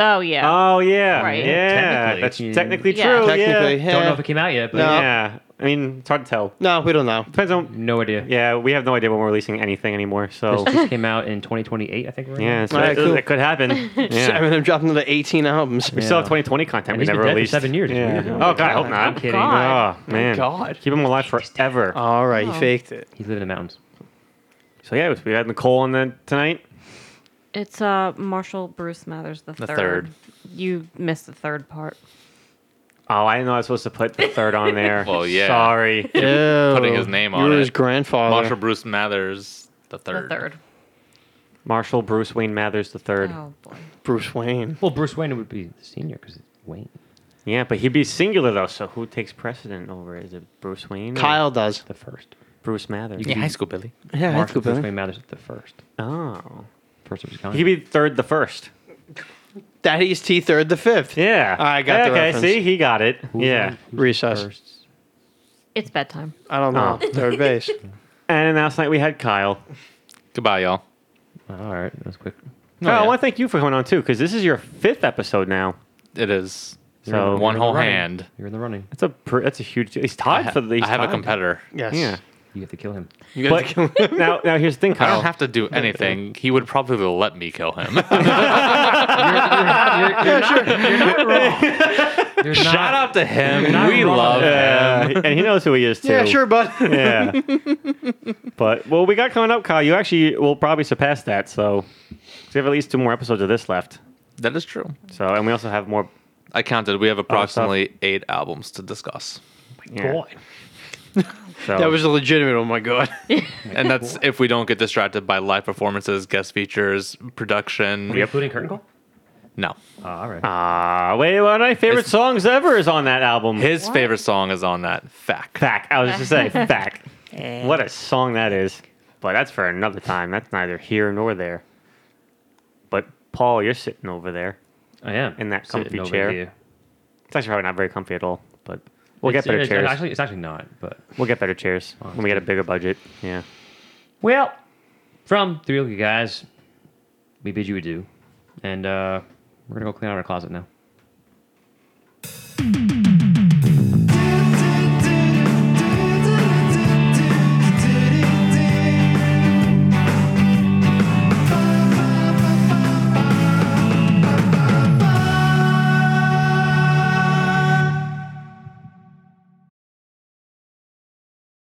[SPEAKER 5] Oh yeah.
[SPEAKER 3] Oh, yeah.
[SPEAKER 5] Right.
[SPEAKER 3] Yeah.
[SPEAKER 6] Technically,
[SPEAKER 3] That's
[SPEAKER 6] you-
[SPEAKER 3] technically
[SPEAKER 5] Yeah.
[SPEAKER 3] true.
[SPEAKER 2] Technically,
[SPEAKER 3] Oh, Yeah.
[SPEAKER 2] yeah.
[SPEAKER 6] Don't know if it came out yet, but
[SPEAKER 2] No.
[SPEAKER 3] yeah. I mean, it's hard to tell.
[SPEAKER 2] No, we don't know.
[SPEAKER 3] Depends on.
[SPEAKER 6] no idea.
[SPEAKER 3] Yeah, we have no idea when we're releasing anything anymore. So,
[SPEAKER 6] This just came out in 2028, I think. Right
[SPEAKER 3] Oh. yeah, so
[SPEAKER 2] All right,
[SPEAKER 3] that,
[SPEAKER 2] cool.
[SPEAKER 3] that could happen.
[SPEAKER 2] I
[SPEAKER 3] Yeah.
[SPEAKER 2] mean, I'm dropping another 18 albums.
[SPEAKER 3] We still have
[SPEAKER 6] Yeah.
[SPEAKER 3] 2020 content
[SPEAKER 6] And
[SPEAKER 3] we
[SPEAKER 6] he's been
[SPEAKER 3] never
[SPEAKER 6] dead for
[SPEAKER 3] released.
[SPEAKER 6] seven years.
[SPEAKER 3] Yeah.
[SPEAKER 6] Weird.
[SPEAKER 3] Oh, God, I hope not.
[SPEAKER 6] I'm kidding.
[SPEAKER 5] God.
[SPEAKER 3] Oh, man.
[SPEAKER 2] God.
[SPEAKER 3] Keep him alive forever.
[SPEAKER 2] All right,
[SPEAKER 5] Oh.
[SPEAKER 2] you faked it.
[SPEAKER 6] He's living in the mountains.
[SPEAKER 3] So yeah, we had Nicole on the tonight.
[SPEAKER 5] It's uh Marshall Bruce Mathers the third.
[SPEAKER 4] third.
[SPEAKER 5] You missed the third part.
[SPEAKER 3] Oh, I didn't know I was supposed to put the third on there.
[SPEAKER 4] Well, yeah.
[SPEAKER 3] Sorry.
[SPEAKER 4] Putting his name on
[SPEAKER 2] You're
[SPEAKER 4] it.
[SPEAKER 2] his
[SPEAKER 3] Oh,
[SPEAKER 2] grandfather.
[SPEAKER 4] Marshall Bruce Mathers the third.
[SPEAKER 5] The third.
[SPEAKER 3] Marshall Bruce Wayne Mathers the third.
[SPEAKER 5] Oh boy.
[SPEAKER 2] Bruce Wayne.
[SPEAKER 6] Well, Bruce Wayne would be the senior because Wayne.
[SPEAKER 3] Yeah, but he'd be singular though. So who takes precedent over? it? Is it Bruce Wayne? or
[SPEAKER 2] Kyle does.
[SPEAKER 6] The first.
[SPEAKER 3] Bruce Mathers.
[SPEAKER 4] Yeah, high school Billy.
[SPEAKER 2] Yeah, that's
[SPEAKER 6] Marshall
[SPEAKER 2] good,
[SPEAKER 6] Bruce
[SPEAKER 2] Billy.
[SPEAKER 6] Wayne Mathers the first.
[SPEAKER 3] Oh,
[SPEAKER 6] First of
[SPEAKER 3] he
[SPEAKER 6] his
[SPEAKER 3] could
[SPEAKER 6] kind.
[SPEAKER 3] be third the first.
[SPEAKER 2] Daddy's T third, the fifth.
[SPEAKER 3] Yeah.
[SPEAKER 2] I got the
[SPEAKER 3] okay,
[SPEAKER 2] reference.
[SPEAKER 3] see, he got it. Yeah.
[SPEAKER 2] Recess.
[SPEAKER 6] First.
[SPEAKER 5] It's bedtime.
[SPEAKER 2] I don't know.
[SPEAKER 3] Oh.
[SPEAKER 2] Third base.
[SPEAKER 3] And last night we had Kyle.
[SPEAKER 4] Oh, Goodbye, y'all.
[SPEAKER 6] All right, that was quick.
[SPEAKER 3] Kyle, I
[SPEAKER 4] yeah.
[SPEAKER 3] want to thank you for coming on too, because this is your fifth episode now.
[SPEAKER 4] It is
[SPEAKER 3] So-
[SPEAKER 6] You're in the-
[SPEAKER 4] one
[SPEAKER 6] you're in the
[SPEAKER 4] whole
[SPEAKER 6] running.
[SPEAKER 4] hand.
[SPEAKER 6] You're in the running.
[SPEAKER 3] That's a pr- that's a huge. He's tied for the. he's
[SPEAKER 4] I have a
[SPEAKER 3] tied.
[SPEAKER 4] competitor.
[SPEAKER 2] Yes.
[SPEAKER 3] Yeah.
[SPEAKER 6] You have to kill him.
[SPEAKER 2] You got
[SPEAKER 3] But
[SPEAKER 2] to kill
[SPEAKER 3] now, now here's the thing,
[SPEAKER 4] I
[SPEAKER 3] Kyle.
[SPEAKER 4] don't have to do anything. He would probably let me kill him.
[SPEAKER 6] You're
[SPEAKER 4] Shout
[SPEAKER 6] not-
[SPEAKER 4] out to him.
[SPEAKER 6] not
[SPEAKER 4] We
[SPEAKER 6] wrong.
[SPEAKER 4] love him.
[SPEAKER 3] Yeah, Uh, and he knows who he is too.
[SPEAKER 2] Yeah, sure, bud.
[SPEAKER 3] Yeah. but well, we got coming up, Kyle. You actually will probably surpass that. So we have at least two more episodes of this left.
[SPEAKER 4] That is true.
[SPEAKER 3] So and we also have more.
[SPEAKER 4] I counted. We have approximately eight albums to discuss.
[SPEAKER 3] Yeah.
[SPEAKER 6] Boy.
[SPEAKER 3] So,
[SPEAKER 2] That was a legitimate. Oh my god.
[SPEAKER 4] And that's if we don't get distracted by live performances, guest features, production.
[SPEAKER 6] Are you including Curtain Call?
[SPEAKER 4] No.
[SPEAKER 6] Oh, all right.
[SPEAKER 3] Ah, wait, one of my favorite
[SPEAKER 4] It's-
[SPEAKER 3] songs ever is on that album.
[SPEAKER 4] His favorite song is on that. Fact.
[SPEAKER 3] Fact. I was just saying fact. What a song that is. But that's for another time. That's neither here nor there. But Paul, you're sitting over there.
[SPEAKER 6] I am.
[SPEAKER 3] In that
[SPEAKER 6] Sitting
[SPEAKER 3] comfy
[SPEAKER 6] over
[SPEAKER 3] chair.
[SPEAKER 6] here.
[SPEAKER 3] It's actually probably not very comfy at all. But we'll
[SPEAKER 6] It's-
[SPEAKER 3] get better
[SPEAKER 6] it's-
[SPEAKER 3] chairs.
[SPEAKER 6] Actually, Oh, it's actually not, but.
[SPEAKER 3] we'll get better chairs when we get a bigger budget. Yeah.
[SPEAKER 6] Well, from Three Ugly Guys, we bid you adieu. And uh, we're going to go clean out our closet now.